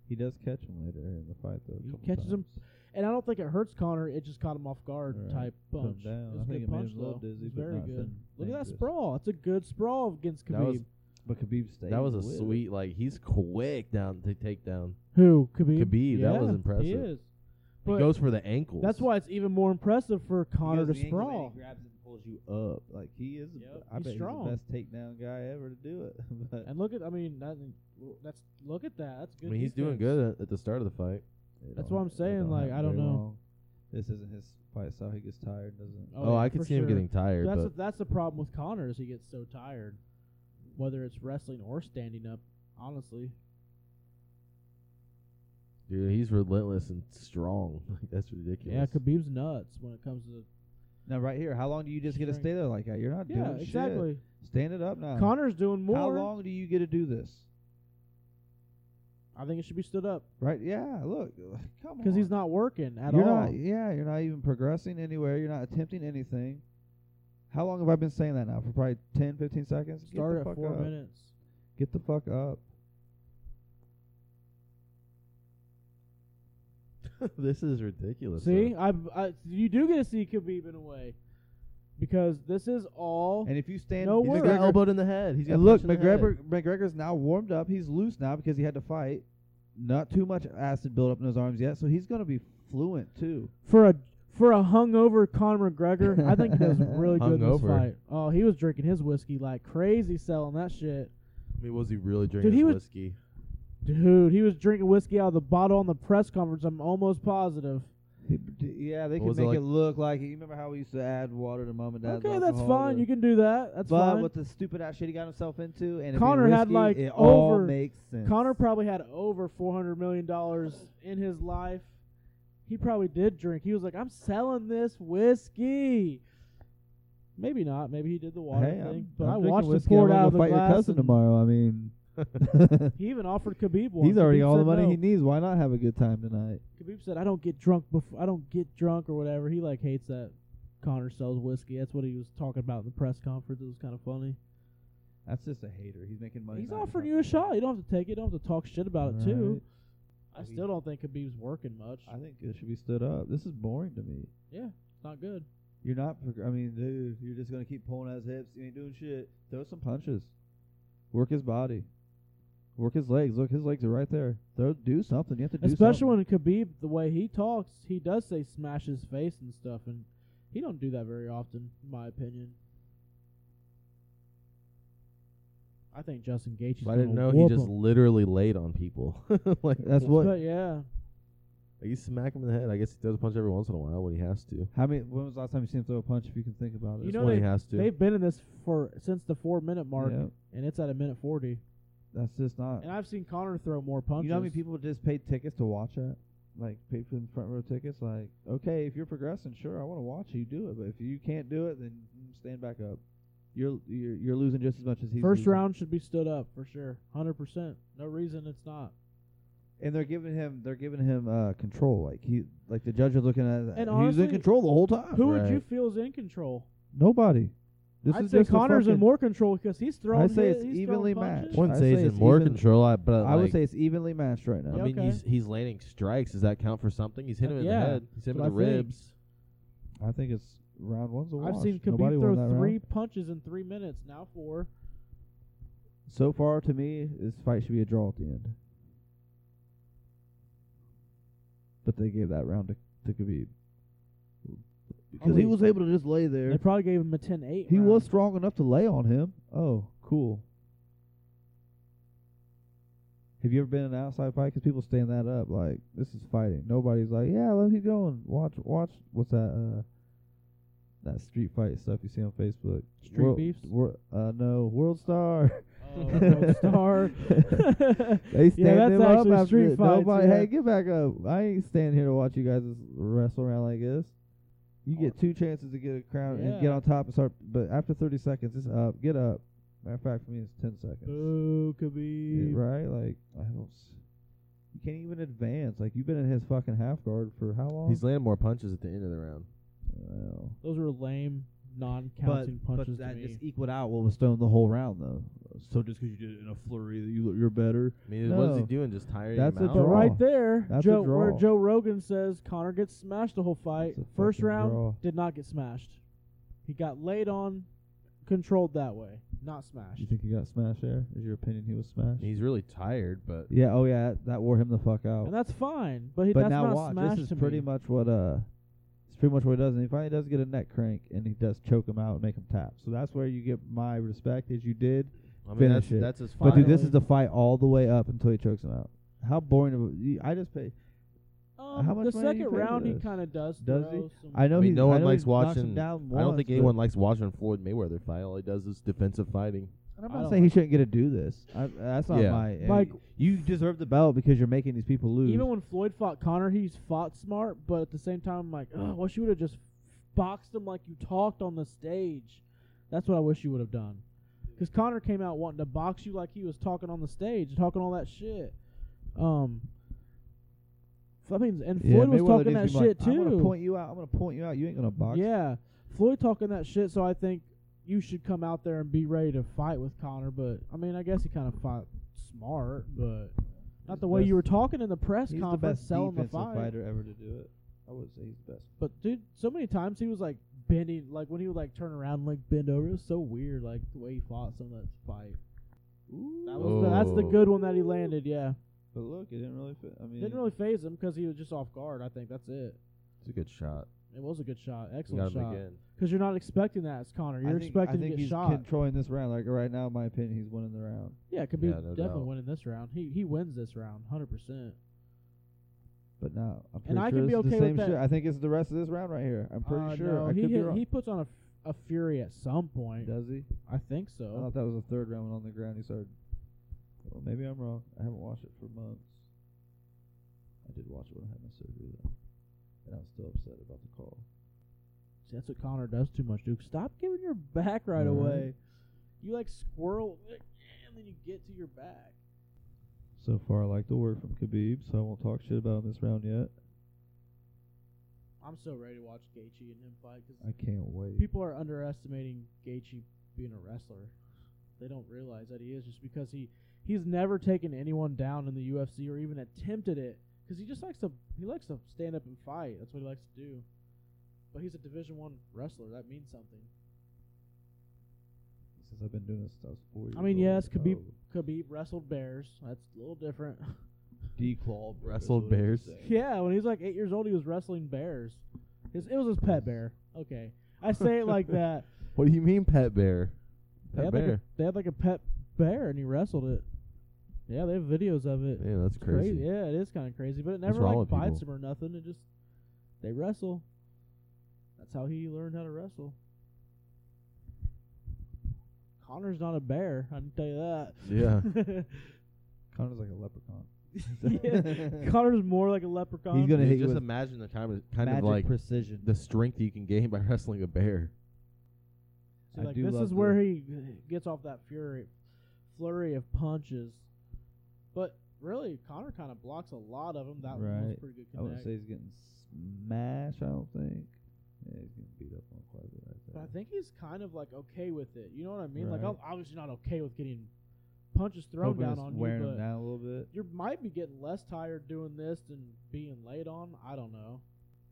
B: He does catch him later in the fight, though. a
C: He
B: couple
C: catches him
B: times.
C: And I don't think it hurts Connor. It just caught him off guard
B: Right.
C: type
B: Put him
C: punch.
B: down.
C: It was
B: I
C: a
B: think
C: good
B: it made him
C: punch
B: a little
C: though.
B: dizzy,
C: It was
B: but
C: very
B: not
C: good.
B: fin-
C: Look at that
B: dangerous.
C: sprawl. That's a good sprawl against
A: That was-
C: Khabib.
B: But Khabib stayed.
A: that was a
B: with it.
A: sweet like he's quick down to take down
C: Who Khabib?
A: Khabib, that was impressive.
C: He is.
A: he
C: But
A: goes for the ankles
C: that's why it's even more impressive for
B: He
C: Connor
B: goes
C: to
B: the ankles and
C: sprawl.
B: He grabs it and pulls you up. Like he is.
C: Yep.
B: I
C: He's
B: bet he's
C: strong.
B: the best takedown guy ever to do it. but
C: And look at, I mean, that, that's look at that. That's
A: i
C: good.
A: mean he's doing
C: defense.
A: good at, at the start of the fight
B: it
C: That's
B: don't-
C: what I'm
B: it
C: saying,
B: don't
C: like,
B: happen
C: I don't
B: very
C: know.
B: long. This isn't his fight, so he gets tired, doesn't.
A: oh,
C: yeah,
A: i could
C: for
A: see him
C: sure.
A: getting tired
C: That's
A: but
C: a, that's the problem with Connor is he gets so tired, whether it's wrestling or standing up. Honestly,
A: dude he's relentless and strong like that's ridiculous
C: yeah, Khabib's nuts when it comes to
B: Now, right here, how long do you just get to
C: Strength.
B: stay there like that? You're not
C: yeah,
B: doing
C: exactly.
B: shit. Stand it up now.
C: Connor's doing more.
B: how long do you get to do this?
C: I think it should be stood up
B: Right? Yeah. Look, come on.
C: because he's not working at
B: you're
C: all.
B: Not, yeah, you're not even progressing anywhere. You're not attempting anything. How long have I been saying that now? For probably 10, 15 seconds?
C: Start
B: Get the fuck
C: at four
B: up.
C: minutes.
B: Get the fuck up.
A: this is ridiculous.
C: See, I, I you do get to see Khabib in a way because this is all
B: And if you stand
C: No
A: though. he's
C: work.
A: got elbowed in the head. He's got
B: and look,
A: punched in the head.
B: McGregor, McGregor's now warmed up. He's loose now because he had to fight. Not too much acid buildup in his arms yet, so he's going to be fluent too.
C: for a for a hungover Conor McGregor. I think he does really good in this
A: Hungover.
C: fight. Oh, he was drinking his whiskey like crazy, selling that shit,
A: I mean, was he really drinking
C: Dude, he
A: his
C: was-
A: whiskey?
C: dude. He was drinking whiskey out of the bottle on the press conference. I'm almost positive.
B: He- d- yeah, they
A: What
B: can
A: was it
B: make
A: like-
B: it look like you remember how we used to add water to mom and dad's
C: okay, that's
B: alcohol
C: fine.
B: to-
C: You can do that. That's
B: but
C: fine.
B: with the stupid ass shit he got himself into, and it being
C: Connor had,
B: risky,
C: like,
B: it all
C: over-
B: makes sense.
C: Connor probably had over four hundred million dollars in his life. He probably did drink. He was like, "I'm selling this whiskey." Maybe not. Maybe he did the water
B: hey,
C: thing.
B: I'm,
C: but
B: I'm
C: I
B: drinking
C: watched him
B: whiskey.
C: pour it
B: I'm
C: out of the
B: gonna go fight
C: glass.
B: your cousin
C: and
B: tomorrow. I mean,
C: He even offered Khabib one.
B: he's already
C: Khabib
B: got all the
C: said
B: money
C: no.
B: he needs. Why not have a good time tonight?
C: Khabib said, "I don't get drunk before. I don't get drunk or whatever." He like hates that Connor sells whiskey. That's what he was talking about in the press conference. It was kind of funny.
B: That's just a hater. Oh, He's making money.
C: He's
B: not
C: offering
B: enough.
C: you a shot. You don't have to take it. You don't have to talk shit about it too. I
B: Right.
C: still don't think Khabib's working much.
B: I think it should be stood up. This is boring to me.
C: yeah, it's not good.
B: You're not. Prog- I mean, dude, you're just gonna keep pulling at his hips. You ain't doing shit. Throw some punches. Work his body. Work his legs. Look, his legs are right there. Throw, do something. You have to do
C: Especially
B: something.
C: when Khabib, the way he talks, he does say smash his face and stuff, and he don't do that very often, in my opinion. I think Justin Gaethje's.
A: I didn't
C: gonna
A: know he
C: whoop
A: just
C: him.
A: literally laid on people. like
B: That's what.
C: But yeah,
A: he smack him in the head. I guess he throws a punch every once in a while when he has to.
B: How many? When was the last time you seen him throw a punch? If you can think about it.
C: You
A: Just
C: know
A: when
C: they-
A: he has to.
C: they've been in this for since the four minute mark,
B: Yeah.
C: and it's at a minute forty.
B: That's just not.
C: And I've seen Connor throw more punches.
B: You know how many people just paid tickets to watch that? Like paid for the front row tickets. Like, okay, if you're progressing, sure, I want to watch you do it. But if you can't do it, then mm, stand back up. You're you're, you're losing just as much as he's
C: First
B: losing.
C: round should be stood up for sure, hundred percent. No reason it's not.
B: And they're giving him they're giving him uh control. Like he like the judge is looking at
C: And
B: he's
C: honestly,
B: in control the whole time.
C: Who
A: Right.
C: would you feel is in control?
B: Nobody. This
C: I'd
B: is
C: say
B: just a
C: Connor's in
B: fucking-
C: more control because he's throwing.
B: I'd say
C: his-
B: it's
C: he's
B: evenly
C: throwing punches.
B: matched.
A: Wouldn't
B: I'd
A: say
B: say
A: he's in
B: it's
A: more
B: even-
A: control, I- but
B: I
A: like,
B: would say it's evenly matched right
A: I
B: now.
C: Yeah,
A: mean,
C: okay.
A: he's he's landing strikes. Does that count for something? He's hitting him in
C: Yeah,
A: the head. He's hitting him
C: that's
A: in the
C: what I think.
A: ribs.
B: I think it's round one's a wash.
C: I've seen
B: Nobody
C: Khabib
B: won
C: throw
B: that
C: three
B: round.
C: punches in three minutes. Now four.
B: So far, to me, this fight should be a draw at the end. But they gave that round to, to Khabib because he
C: Probably-
B: was able to just lay there.
C: They probably gave him a 10-8
B: He
C: round.
B: was strong enough to lay on him. Oh, cool. Have you ever been in an outside fight? 'Cause people stand that up like this is fighting. Nobody's like, yeah, let me go and watch, watch. What's that? Uh, that street fight stuff you see on Facebook.
C: Street
B: World-
C: beefs?
B: Wor- uh, no, World Star.
C: Gold Star.
B: They stand
C: yeah, that's
B: them up
C: actually
B: after
C: street
B: it.
C: fights.
B: Nobody,
C: yeah.
B: hey, get back up. I ain't standing here to watch you guys wrestle around like this. You get two chances to get a crown and get
C: Yeah.
B: on top and start. But after 30 seconds, it's up. Get up. Matter of fact, for me, it's 10 seconds.
C: Boo,
B: Yeah,
C: Khabib.
B: right? Like, I don't. s- You can't even advance. Like, you've been in his fucking half guard for how long?
A: He's landing more punches at the end of the round.
B: Well,
C: Those were lame, non-counting punches to me.
B: equaled out what was thrown the whole round, though. So just 'cause you did it in a flurry, that you you're better.
A: I mean, what is he
B: No.
A: doing? Just tiring
B: That's
A: him
B: a
A: out?
C: But
B: draw.
C: right there,
B: That's a
C: Joe, where
B: draw.
C: Joe Rogan says Connor gets smashed the whole fight.
B: That's a
C: First
B: fucking
C: round
B: draw.
C: did not get smashed. He got laid on, controlled that way, not smashed.
B: You think he got smashed there? Is your opinion he was smashed?
A: He's really tired, but
B: Yeah. Oh yeah. That wore him the fuck out.
C: And that's fine, but he,
B: but
C: that's
B: now
C: not
B: watch.
C: smashed
B: This
C: to
B: is pretty
C: me.
B: much what uh, it's pretty much what he does. And he finally does get a neck crank, and he does choke him out and make him tap. So that's where you get my respect is you did.
A: I mean,
B: Finish
A: that's
B: it.
A: that's his
B: But
A: final.
B: dude, this is the fight all the way up until he chokes him out. How boring of a, you- I just pay.
C: Um,
B: How much
C: the
B: money do you
C: second
B: pay for
C: round, he
B: this?
C: kind of does.
B: Does he?
C: throw some-
B: I know
A: I mean,
B: he's,
A: no one
B: know
A: likes
B: he knocks
A: watching-
B: Him down
A: I don't
B: once,
A: think
B: but-
A: anyone likes watching Floyd Mayweather fight. All he does is defensive fighting.
B: And I'm
C: I
B: not
C: don't
B: saying he
C: like-
B: shouldn't get to do this. I, that's not
A: Yeah.
B: my.
C: Like-
B: you deserve the belt because you're making these people lose.
C: Even when Floyd fought Connor, he's fought smart, but at the same time, I'm like, oh, wish you would have just boxed him like you talked on the stage. That's what I wish you would have done. Because Connor came out wanting to box you like he was talking on the stage, talking all that shit. Um, I mean, and
B: yeah,
C: Floyd was
B: Mayweather
C: talking that
B: needs to be
C: shit
B: like, I'm gonna
C: too.
B: point you out. I'm gonna point you out. You ain't gonna box.
C: Yeah, Floyd talking that shit. So I think you should come out there and be ready to fight with Connor. But I mean, I guess he kind of fought smart, but not
B: He's
C: the way
B: best-
C: you were talking in the press
B: He's the
C: conference
B: best
C: selling the
B: defensive
C: fight.
B: fighter ever to do it. I would say he's the best.
C: But dude, so many times he was like bending, like when he would like turn around and like bend over. It was so weird, like the way he fought some of that fight. That was the, that's the
A: Oh.
C: good one that he landed. Yeah,
B: But look, it didn't really fit. I mean,
C: didn't really phase him because he was just off guard. I think that's it.
A: It's a good shot.
C: It was a good shot,
A: You
C: excellent
A: got him
C: shot.
A: again.
C: Because you're not expecting that as Connor. You're
B: I think,
C: expecting
B: I think
C: to get
B: he's
C: shot.
B: controlling this round. Like right now, in my opinion, he's winning the round.
C: yeah, Khabib be
A: Yeah, no
C: definitely
A: doubt.
C: winning this round. He he wins this round, hundred percent.
B: But now I'm pretty
C: And I
B: sure
C: can be
B: it's
C: okay
B: the
C: with
B: same
C: that.
B: shit. I think it's the rest of this round right here. I'm pretty
C: Uh,
B: sure.
C: no,
B: I
C: he
B: could be
C: hit-
B: wrong.
C: he puts on a, f- a fury at some point.
B: Does he?
C: I think
B: I
C: so.
B: thought that was the third round when on the ground. He started. Well, maybe I'm wrong. I haven't watched it for months. I did watch it when I had my surgery though, and I was still upset about the call.
C: See, that's what Connor does too much, Duke. Stop giving your back
B: Alright.
C: right away. You like squirrel, like, and then you get to your back.
B: So far, I like the word from Khabib, so I won't talk shit about him this round yet.
C: I'm so ready to watch Gaethje and him fight because
B: I can't wait.
C: people are underestimating Gaethje being a wrestler. They don't realize that he is just because he he's never taken anyone down in the UFC or even attempted it because he just likes to he likes to stand up and fight. That's what he likes to do. But he's a Division One wrestler. That means something.
B: Since I've been doing this since I was four years
C: I mean,
B: old,
C: yes, Khabib
B: so-
C: Khabib wrestled bears. That's a little different.
B: declawed bears,
A: Wrestled
B: is what it
A: bears.
B: said.
C: yeah, when he was like eight years old, he was wrestling bears. His, it was his pet bear. Okay, I say it like that.
A: What do you mean, pet bear?
C: They
A: Pet
C: had, like a,
A: bear.
C: they had like a pet bear, and he wrestled it. Yeah, they have videos of it.
A: Yeah, that's
C: It's crazy.
A: crazy.
C: Yeah, it is kind of crazy, but it
A: What's
C: never
A: wrong
C: like
A: with
C: bites
A: people?
C: him or nothing. It just they wrestle. That's how he learned how to wrestle. Connor's not a bear. I can tell you that.
A: Yeah.
B: Connor's like a leprechaun.
C: yeah. Connor's more like a leprechaun.
B: He's gonna
A: Dude,
B: hit you
A: just
B: with
A: imagine the kind of kind of
B: magic
A: like
B: precision.
A: the strength you can gain by wrestling a bear.
C: See,
B: I
C: like,
B: do
C: this
B: love
C: is
B: the-
C: where he gets off that fury flurry of punches. But really, Connor kind of blocks a lot of them. That one was
B: Right.
C: pretty good
B: I wouldn't
C: connect.
B: say he's getting smashed. I don't think. Yeah, he's getting beat up on quite a bit right
C: but
B: there.
C: I think he's kind of like okay with it. You know what I mean? Like
B: Right.
C: I'm obviously not okay with getting punches thrown
B: Hoping
C: down
B: it's
C: on
B: wearing
C: you,
B: him
C: but
B: down a little bit.
C: you might be getting less tired doing this than being laid on. I don't know.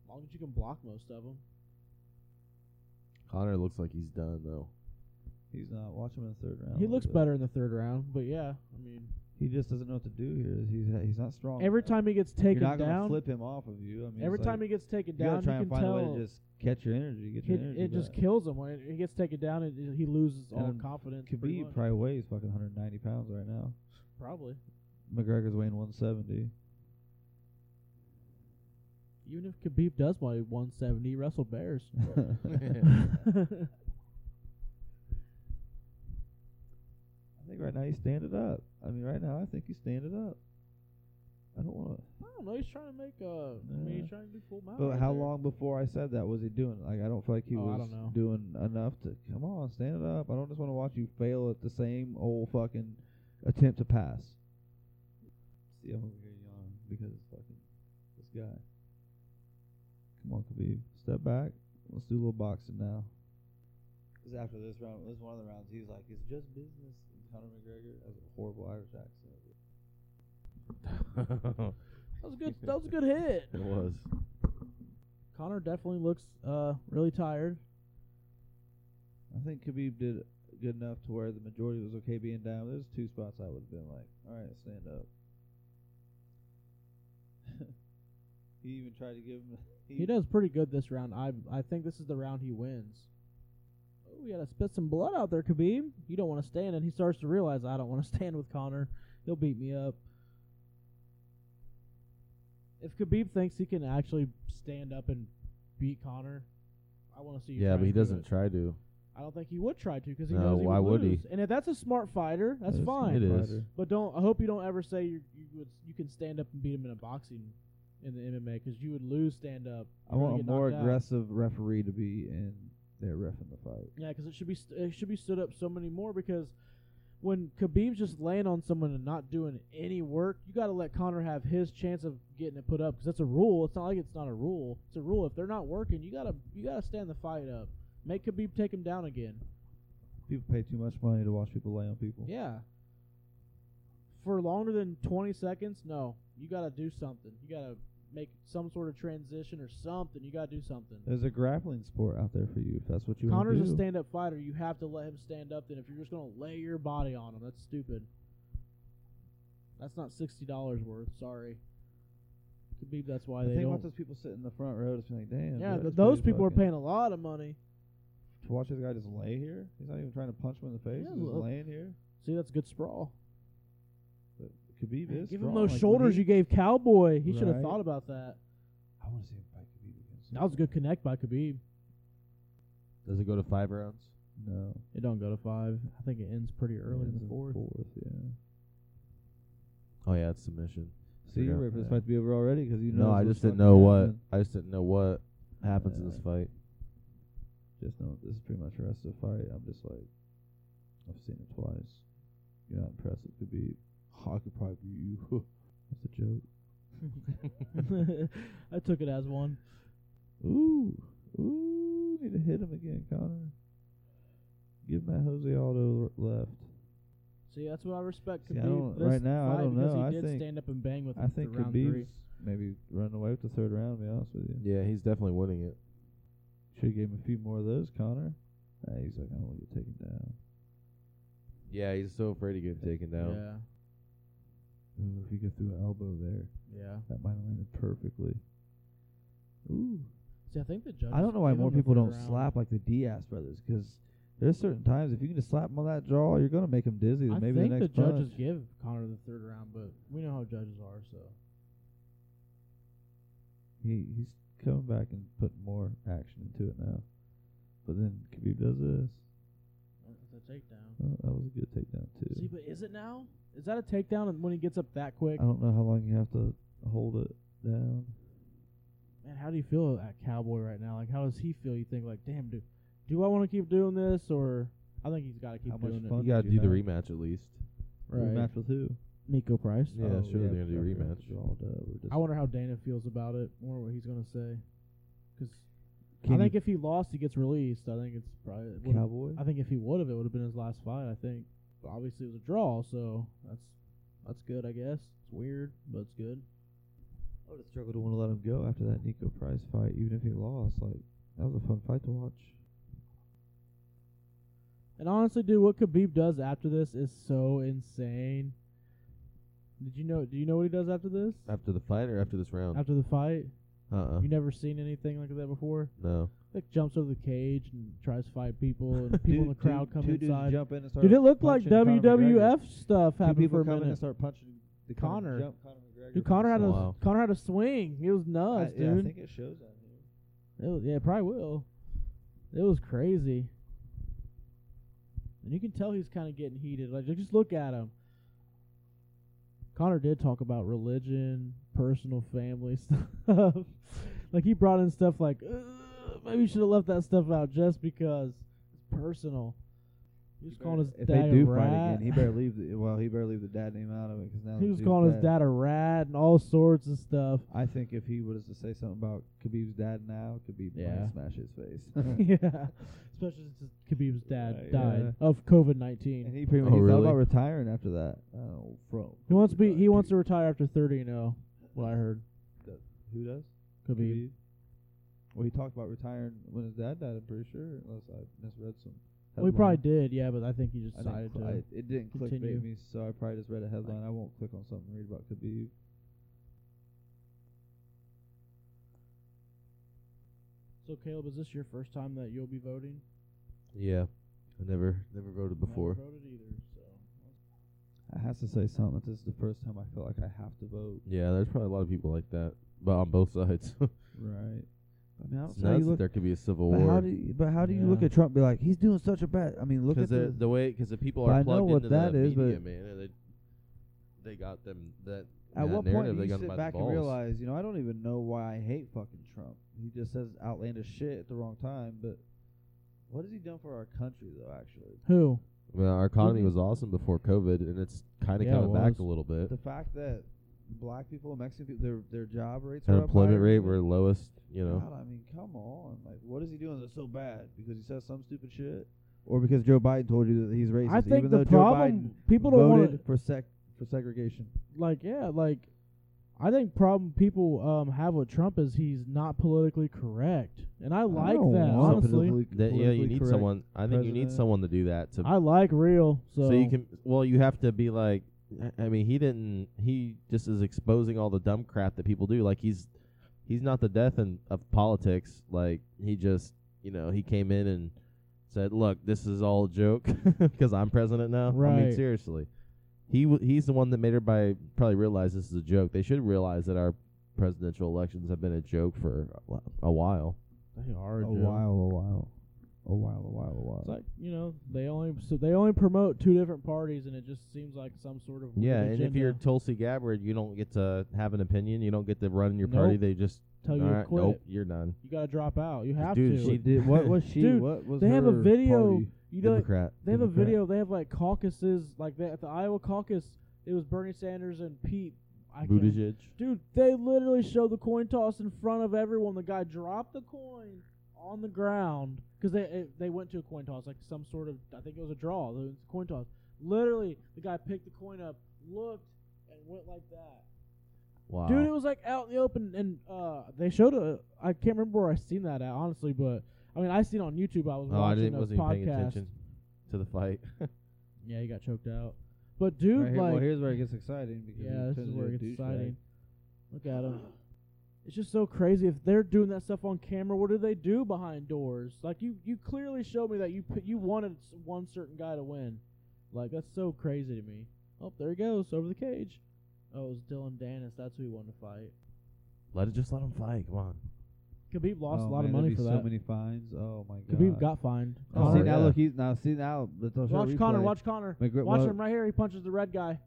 C: As long as you can block most of them.
A: Connor looks like he's done though.
B: He's not. Watch him in the third round.
C: He
B: a little
C: looks
B: bit.
C: better in the third round, but yeah, I mean,
B: He just doesn't know what to do here. He's he's not strong.
C: every
B: enough.
C: time he gets
B: Oh, you're
C: taken
B: not gonna
C: down,
B: flip him off of you. I mean,
C: every
B: it's like,
C: time he gets taken
B: you
C: down,
B: gotta try
C: you
B: and
C: can
B: find
C: tell
B: a way to just catch your energy. Get your
C: it,
B: energy.
C: it just
B: back.
C: kills him when he gets taken down. It, he loses all
B: And
C: confidence. pretty
B: Khabib
C: much.
B: probably weighs fucking 190 pounds right now.
C: probably.
B: McGregor's weighing 170.
C: Even if Khabib does weigh 170, he wrestled bears.
B: I think right now he's standing up. I mean, right now I think he's standing up. I don't want to.
C: I don't know. He's trying to make a. I mean,
B: Yeah.
C: he's trying to do full mount.
B: But
C: right
B: how
C: there.
B: long before I said that was he doing? it? Like I don't feel like he
C: Oh, I
B: was
C: don't know.
B: doing enough to come on, stand it up. I don't just want to watch you fail at the same old fucking attempt to pass. See, I'm over here yawning because fucking this guy. Come on, Khabib, step back. Let's do a little boxing now. Because after this round, this one of the rounds, he's like, "It's just business." And Conor McGregor has a horrible Irish accent.
C: That was a good. That was a good hit.
A: it was.
C: Connor definitely looks uh really tired.
B: I think Khabib did good enough to where the majority was okay being down. There's two spots I would have been like, all right, stand up. he even tried to give him.
C: He does pretty good this round. I I think this is the round he wins. Oh, we gotta spit some blood out there, Khabib. You don't want to stand, and he starts to realize I don't want to stand with Connor. He'll beat me up. If Khabib thinks he can actually stand up and beat Connor, I want to see. You
A: Yeah,
C: try
A: but he
C: and do
A: doesn't
C: it.
A: try to.
C: I don't think he would try to because he
A: No,
C: knows he
A: why would he?
C: lose. And if that's a smart fighter, that's fine.
A: It is.
C: But don't. I hope you don't ever say you you would you can stand up and beat him in a boxing in the MMA because you would lose stand up.
B: I want a
C: get
B: more
C: knocked out.
B: aggressive referee to be in there refing the fight.
C: Yeah, because it should be st- it should be stood up so many more because when Khabib's just laying on someone and not doing any work, you got to let Connor have his chance of getting it put up because that's a rule. It's not like it's not a rule. It's a rule. If they're not working, you gotta you gotta stand the fight up. Make Khabib take him down again.
B: People pay too much money to watch people lay on people.
C: Yeah. For longer than 20 seconds, no. You got to do something. You got to make some sort of transition or something. You got to do something.
B: There's a grappling sport out there for you if that's what you want to do.
C: Connor's a stand up fighter. You have to let him stand up. Then if you're just going to lay your body on him, that's stupid. That's not $60 worth. Sorry. Could be that's why
B: the
C: they
B: thing about
C: don't.
B: those people sitting in the front row is like, damn.
C: Yeah,
B: that
C: th-
B: is
C: those
B: pretty
C: people are
B: fucking-
C: paying a lot of money.
B: To watch this guy just lay here, he's not even trying to punch him in the face.
C: Yeah,
B: he's just
C: look.
B: laying here.
C: See, that's good sprawl.
B: But Khabib is
C: Give
B: strong.
C: him those
B: Like, when
C: shoulders
B: he-
C: you gave Cowboy. He should have
B: Right.
C: thought about that.
B: I want to see him fight Khabib against.
C: That was a good connect by Khabib.
A: Does it go to five rounds?
B: No.
C: It don't go to five. I think it ends pretty early in
B: Ends
C: the fourth.
B: Fourth, yeah.
A: Oh yeah, it's submission.
B: See, you're ready for this fight to be over already because you know.
A: no, I
B: this
A: just
B: was
A: didn't
B: fucking
A: know what.
B: happening.
A: I just didn't know what happens in this
B: Yeah.
A: fight.
B: Just know this is pretty much the rest of the fight. I'm just like, I've seen it twice. You're not impressed. It could be. I could probably beat you. That's a joke.
C: I took it as one.
B: Ooh, ooh, need to hit him again, Connor. Give that Jose Aldo left.
C: See, that's what I respect.
B: See, I
C: Khabib
B: don't-
C: this
B: right now, I
C: fight
B: don't
C: because
B: know.
C: He
B: I
C: did
B: think-
C: stand up and bang with
B: I
C: him
B: think
C: for round three.
B: Khabib's maybe running away with the third round. To be honest with you.
A: Yeah, he's definitely winning it.
B: Should have gave him a few more of those, Connor. Nah, he's like, I don't want to get taken down.
A: Yeah, he's so afraid of getting taken down.
B: Ooh, if he could through an elbow there,
C: Yeah, yeah.
B: that might have landed perfectly. Ooh.
C: See, I think the judges.
B: I don't know why
C: give
B: more
C: him the
B: people
C: third
B: don't
C: round.
B: slap like the Diaz brothers because there's certain times if you can just slap him on that jaw, you're gonna make him dizzy.
C: I
B: and maybe
C: think
B: the
C: the,
B: next
C: judges
B: punch.
C: give Connor the third round, but we know how judges are. So uh,
B: He he's coming back and putting more action into it now. But then Khabib does this.
C: that's takedown.
B: Oh, that was a good takedown too.
C: See, but is it now? Is that a takedown and when he gets up that quick?
B: I don't know how long you have to hold it down.
C: Man, how do you feel at Cowboy right now? Like, how does he feel? You think like, damn, dude, do I want to keep doing this or? I think he's got to keep
B: How much
C: doing
B: fun
A: You gotta
B: did you
A: do the
B: have?
A: rematch at least.
C: it. Right,
B: Match with who?
C: Nico Price.
A: Yeah,
B: Oh,
A: sure, they're gonna
B: for
A: do
B: sure.
A: rematch.
B: We're all done. We're just-
C: I wonder how Dana feels about it, or what he's gonna say. Because I
B: Can
C: think if he lost, he gets released. I think it's probably. it
B: you-
C: would've-
B: Cowboy.
C: I think if he would have, it would have been his last fight. I think. But obviously, it was a draw, so that's that's good. I guess it's weird, but it's good.
B: I would have struggled to want to let him go after that Nico Price fight, even if he lost. Like that was a fun fight to watch.
C: And honestly, dude, what Khabib does after this is so insane. Did you know? Do you know what he does after this?
A: After the fight or after this round?
C: After the fight,
A: Uh uh
C: you never seen anything like that before.
A: No.
C: Like jumps over the cage and tries to fight people, and people in the
B: Dude,
C: crowd
B: two,
C: come
B: two
C: inside.
B: Dudes jump in and start
C: Dude, it looked like
B: punching Conor McGregor.
C: WWF stuff
B: Two
C: happened
B: people
C: for a
B: come in and
C: minute.
B: start punching the
C: Conor.
B: Jump Conor McGregor.
C: Dude, Connor had a
A: Wow.
C: Connor had a swing. It was
B: I,
C: nuts,
B: yeah, I
C: dude.
B: think it shows on here.
C: It was, yeah, it probably will. It was crazy. And you can tell he's kind of getting heated. Like, just look at him. Connor did talk about religion, personal family stuff. like, he brought in stuff like, "Ugh, maybe you should have left that stuff out just because it's personal. He was
B: He
C: calling
B: better-
C: his
B: if
C: dad
B: they
C: a
B: do
C: rat.
B: fight again, he better leave. The, well, he better leave the dad name out of it because now
C: he
B: the
C: was
B: dude's
C: calling his
B: dead.
C: dad a rat and all sorts of stuff.
B: I think if he was to say something about Khabib's dad now, Khabib
C: Yeah.
B: might smash his face.
C: yeah. Especially since Khabib's dad
B: Uh, Yeah,
C: died
B: yeah.
C: of COVID 19.
B: and he pretty much
A: Oh,
B: he thought
A: really?
B: about retiring after that. Oh, bro.
C: He wants to be.
B: Uh,
C: He wants to retire after thirty and zero. What I heard.
B: Who does?
C: Could be.
B: Well, he talked about retiring when his dad died. I'm pretty sure, unless I misread some.
C: Well, he
B: headline.
C: probably did. Yeah, but I think he just
B: I didn't
C: decided
B: cl-
C: to.
B: I, it didn't
C: continue.
B: clickbait me, so I probably just read a headline. I won't click on something and read about Khabib.
C: so Caleb, is this your first time that you'll be voting?
A: Yeah. I never never voted before.
C: Never voted either. So.
B: I have to say something. that This is the first time I feel like I have to vote.
A: Yeah, there's probably a lot of people like that. But on both sides.
B: Right. I mean, I don't
A: it's
B: see how you
A: nuts that
B: look.
A: there could be a civil
B: But how
A: war.
B: do you, but how do you look
C: Yeah.
B: at Trump? and Be like, he's doing such a bad. I mean, look at
A: Because
B: the,
A: the way because the people
B: But I
A: are
B: know
A: plugged
B: what
A: into
B: that
A: the
B: is,
A: media,
B: but-
A: man. and They, they got them that.
B: At
A: that
B: what point
A: narrative
B: do
A: they
B: you
A: got 'em by
B: sit
A: the
B: back and
A: balls.
B: realize, you know, I don't even know why I hate fucking Trump. He just says outlandish shit at the wrong time. But what has he done for our country, though? Actually,
C: Who?
A: Well, our economy
B: you-
A: was awesome before COVID, and it's kind of
C: Yeah, it
A: coming back
C: was.
A: a little bit.
B: the fact that black people, Mexican people, their their job rates, were up
A: Unemployment
B: higher
A: rate
B: than-
A: were lowest, you know.
B: God, I mean, come on, like, what is he doing that's so bad? Because he says some stupid shit, or because Joe Biden told you that he's racist?
C: I
B: even
C: think
B: though
C: the
B: Joe
C: problem.
B: Biden
C: People don't
B: voted
C: want to.
B: for sec for segregation.
C: Like yeah, like. I think problem people um have with Trump is he's not politically correct, and I like
B: don't
C: that
B: want
C: honestly.
B: politically-
A: That, yeah, you
B: politically
A: need
B: correct.
A: someone. I think you need
B: president.
A: someone to do that to
C: I like real, so,
A: So you can well you have to be like I mean he didn't he just is exposing all the dumb crap that people do like he's he's not the death in, of politics like he just you know he came in and said look this is all a joke because I'm president now I
C: Right.
A: mean seriously he w- he's the one that made everybody probably realize this is a joke they should realize that our presidential elections have been a joke for a wh- a while
C: They are
B: a
C: Joe.
B: while, a while, a while, a while, a while.
C: It's like you know they only so they only promote two different parties, and it just seems like some sort of
A: yeah
C: weird
A: and if you're
C: agenda.
A: Tulsi Gabbard you don't get to have an opinion you don't get to run your party
C: Nope.
A: they just
C: tell you
A: All
C: to
A: right,
C: Oh, quit,
A: Nope, you're done.
C: you gotta drop out. You have
A: Dude,
C: to.
A: she-
B: What did- what was she?
C: Dude,
B: what was
C: they have a
B: her
C: video-
B: party?
C: you know
A: Democrat.
C: they have a
B: Democrat.
C: video. They have like caucuses like they, at the Iowa caucus. It was Bernie Sanders and Pete. I can't-
A: Buttigieg.
C: Dude, they literally show the coin toss in front of everyone. The guy dropped the coin on the ground because they it, they went to a coin toss, like some sort of I think it was a draw. It was a coin toss. Literally, the guy picked the coin up, looked, and went like that.
A: Wow.
B: Uh,
C: Dude, it was like out in the open, and uh, they showed a. I can't remember where I seen that at, honestly, but I mean, I seen it on YouTube. I was
A: oh, I
C: watching
A: didn't
C: a
A: wasn't even
C: podcast.
A: paying attention to the fight.
C: Yeah, he got choked out. But dude,
B: Right here- well,
C: like,
B: here's where it gets exciting because he
C: yeah, this
B: turns
C: is where it
B: into a
C: gets
B: douchebag.
C: exciting. Look at him. It's just so crazy. If they're doing that stuff on camera, what do they do behind doors? Like you, you clearly showed me that you put, you wanted s- one certain guy to win. Like that's so crazy to me. Oh, there he goes over the cage. Oh, it was Dylan Danis. That's who he wanted to fight.
A: let it just let him fight. Come on.
C: Khabib lost
B: oh,
C: a
B: man,
C: lot of
B: there'd
C: money
B: be
C: for
B: so
C: that.
B: many fines. Oh my god.
C: Khabib got fined.
B: Oh, see
C: Conor-
B: now
F: yeah.
B: look he's now see now let's watch,
C: watch
B: that
C: Connor.
B: replay.
C: Watch Connor.
B: McGri-
C: Watch
B: well-
C: him right here. He punches the red guy.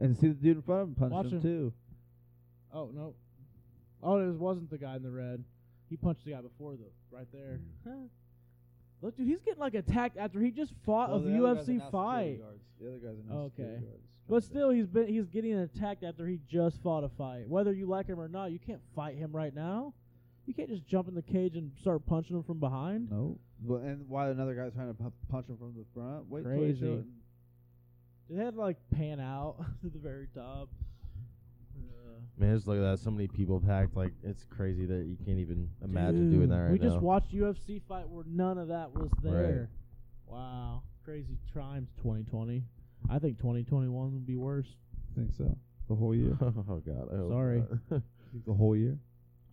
B: and see the dude in front of him punch
C: Watch
B: him,
C: him.
B: too.
C: Oh no. Oh, it wasn't the guy in the red. He punched the guy before the right there. Huh. Look, dude, he's getting like attacked after he just fought
G: Well,
C: a
G: the other guy's
C: UFC
G: announced security
C: fight.
G: guards.
B: The other guy's
C: announced security Okay. But still, he's been he's getting attacked after he just fought a fight. Whether you like him or not, you can't fight him right now. You can't just jump in the cage and start punching him from behind.
B: No. Well, and while another guy's trying to pu- punch him from the front, wait till they
C: Crazy.
B: show it.
C: It had to like pan out to the very top. Uh,
A: Man, just look at that. So many people packed. Like it's crazy that you can't even imagine doing
C: Dude,
A: that right
C: we
A: now.
C: just watched UFC fight where none of that was there. Wow, crazy times 2020. I think 2021 would be worse.
B: I think so. The whole year.
A: oh God. I hope
C: Sorry.
A: not.
B: the whole year.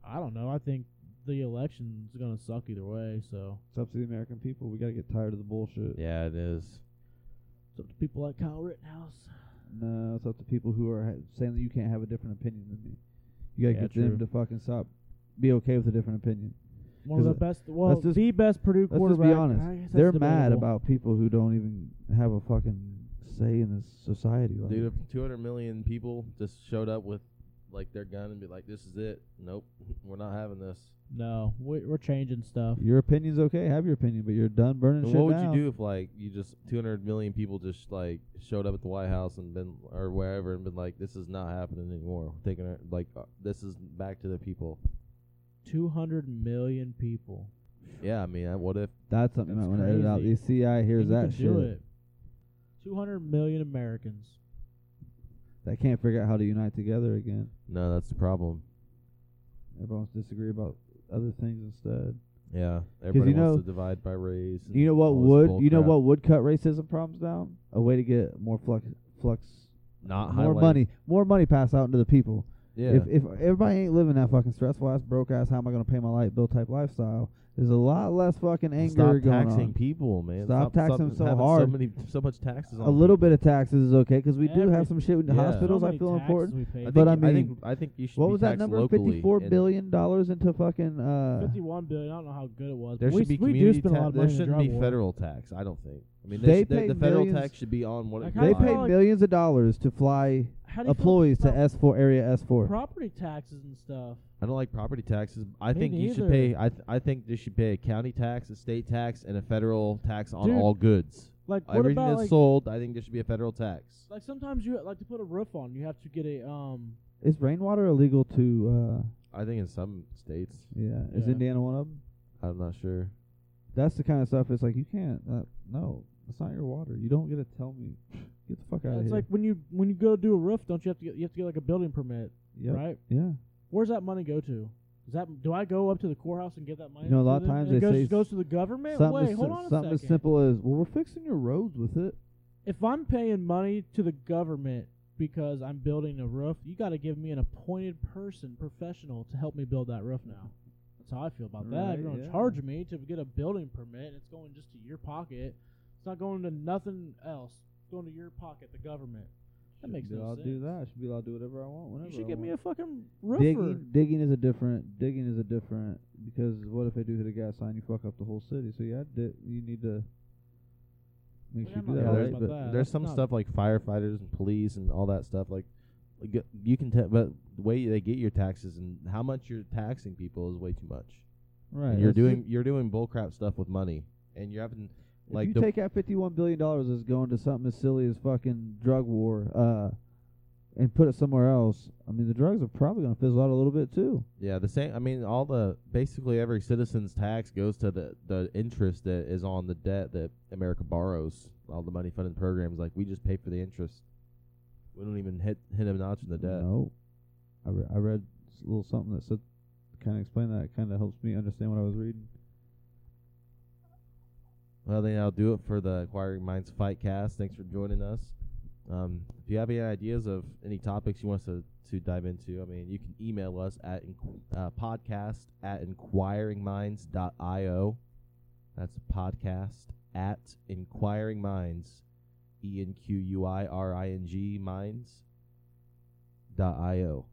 C: I don't know. I think the election's gonna suck either way. So
B: It's up to the American people. We got to get tired of the bullshit.
A: yeah, it is.
C: it's up to people like Kyle Rittenhouse.
B: No, it's up uh, to people who are ha- saying that you can't have a different opinion than me. You got to
C: Yeah,
B: get them
C: true.
B: to fucking stop. Be okay with a different opinion.
C: One of the
B: Is it-
C: best, well,
B: uh, just-
C: the best Purdue
B: Let's
C: quarterback.
B: just be honest.
C: I guess that's
B: They're mad
C: debatable.
B: about people who don't even have a fucking say in this society. Like,
A: Dude, if 200 million people just showed up with like their gun and be like, "This is it. Nope, we're not having this."
C: No, we- we're changing stuff.
B: your opinion's okay. Have your opinion, but you're done burning
A: And
B: shit
A: what would
B: down.
A: you do if like you just 200 million people just like showed up at the White House and been or wherever and been like, "This is not happening anymore. We're taking our, like uh, this is back to the people."
C: 200 million people.
A: Yeah, I mean, I- what if?
B: That's something I
C: That's
B: want to edit out.
C: crazy.
B: You see, I hears
C: And you
B: that
C: can do
B: shit.
C: it. 200 million Americans.
B: They can't figure out how to unite together again.
A: No, that's the problem.
B: Everyone's disagree about other things instead.
A: Yeah, everybody
B: you know-
A: wants to divide by race. and
B: You know what
A: all this
B: would
A: bull
B: you know
A: crap.
B: what would cut racism problems down? A way to get more flux flux
A: Not
B: more
A: highlighted.
B: money more money passed out into the people.
A: Yeah,
B: If if everybody ain't living that fucking stressful ass broke ass how am I gonna pay my light bill type lifestyle, there's a lot less fucking anger
A: Stop
B: going
A: taxing
B: on.
A: people, man.
B: Stop taxing them
A: stop
B: so
A: having So
B: hard.
A: many, so much taxes. On
B: A little
A: people.
B: bit of taxes is okay because we do
C: Every-
B: have some shit with the
A: Yeah.
B: hospitals.
C: How
B: I
C: many
B: feel
C: taxes
B: important.
C: we pay?
A: I
B: But
A: think-
B: I
A: think, I think you should.
B: What
A: be
B: was that
A: taxed
B: number?
A: locally
B: Fifty-four
A: and
B: billion dollars into fucking uh,
C: 51 billion. I don't know how good it was.
A: There
C: but we,
A: should be
C: we do
A: community
C: spend a
A: tax-
C: lot of
A: There
C: money in the
A: shouldn't
C: drug
A: be
C: war.
A: federal tax. I don't think. I mean,
B: They
A: they, they
B: pay
A: the, federal
B: millions-
A: tax should be on what
C: Like,
A: it
C: how do
B: They
C: you
A: costs.
B: pay
C: like-
B: millions of dollars to fly
C: How do you feel
B: employees to
C: about
B: S four area S four.
C: property taxes and stuff.
A: I don't like property taxes. I
C: Me
A: think you
C: neither.
A: should pay. I th- I think they should pay a county tax, a state tax, and a federal tax on
C: Dude,
A: all goods.
C: Like what
A: Everything
C: about
A: that's
C: like,
A: sold, I think there should be a federal tax.
C: like sometimes you like to put a roof on, you have to get a um
B: Is rainwater illegal to? uh
A: I think in some states,
B: Yeah, is
C: Yeah.
B: Indiana one of them?
A: I'm not sure.
B: That's the kind of stuff. It's like you can't. Uh, no, it's not your water. You don't get to tell me. Get the fuck out of
C: it's
B: here.
C: like when you when you go do a roof, don't you have to get you have to get like a building permit,
B: Yep.
C: right?
B: Yeah.
C: Where's that money go to? Is that do I go up to the courthouse and get that money?
B: You know, a
C: to
B: lot of
C: them?
B: times
C: it
B: they
C: goes,
B: say
C: it goes to the government.
B: Something,
C: Wait,
B: as,
C: hold
B: si-
C: on a
B: something as
C: second.
B: simple as well, we're fixing your roads with it.
C: If I'm paying money to the government because I'm building a roof, you got to give me an appointed person, professional, to help me build that roof now. That's how I feel about that.
B: Right,
C: You're gonna
B: yeah.
C: charge me to get a building permit. and It's going just to your pocket. It's not going to nothing else. It's going to your pocket, the government. That
B: Shouldn't
C: makes
B: be
C: no
B: allowed
C: sense.
B: to do that. I should be allowed to do whatever I want. Whenever
C: You should
B: I
C: give me a
B: want.
C: fucking roofer.
B: digging. Digging is a different. Digging is a different because what if they do hit a gas line? You fuck up the whole city. So yeah, di- you need to make
C: Like,
B: sure
C: I'm
B: you do
C: not
B: that.
C: worried
B: Right?
C: about
B: But
C: that. Yeah,
A: There's
C: that's
A: some
C: not-
A: stuff like firefighters and police and all that stuff. Like, like, y- you can tell, but the way they get your taxes and how much you're taxing people is way too much.
B: right,
A: and you're
B: that's it.
A: doing you're doing bullcrap stuff with money, and you're having like
B: if
A: the
B: you take out fifty-one billion dollars that's going to something as silly as fucking drug war, uh, and put it somewhere else. I mean, the drugs are probably going to fizzle out a little bit too.
A: yeah the same. I mean, all the basically every citizen's tax goes to the the interest that is on the debt that America borrows. All the money funded programs, like we just pay for the interest. We don't even hit hit a notch in the debt.
B: No, I re- I read s- a little something that said kind of explained that. Kind of helps me understand what I was reading.
A: Well, then I'll do it for the Acquiring Minds Fight Cast. Thanks for joining us. Um, if you have any ideas of any topics you want us to, to dive into, I mean, you can email us at inqu- uh, podcast at inquiringminds.io. That's podcast at inquiring minds, E N Q U I R I N G minds dot I O.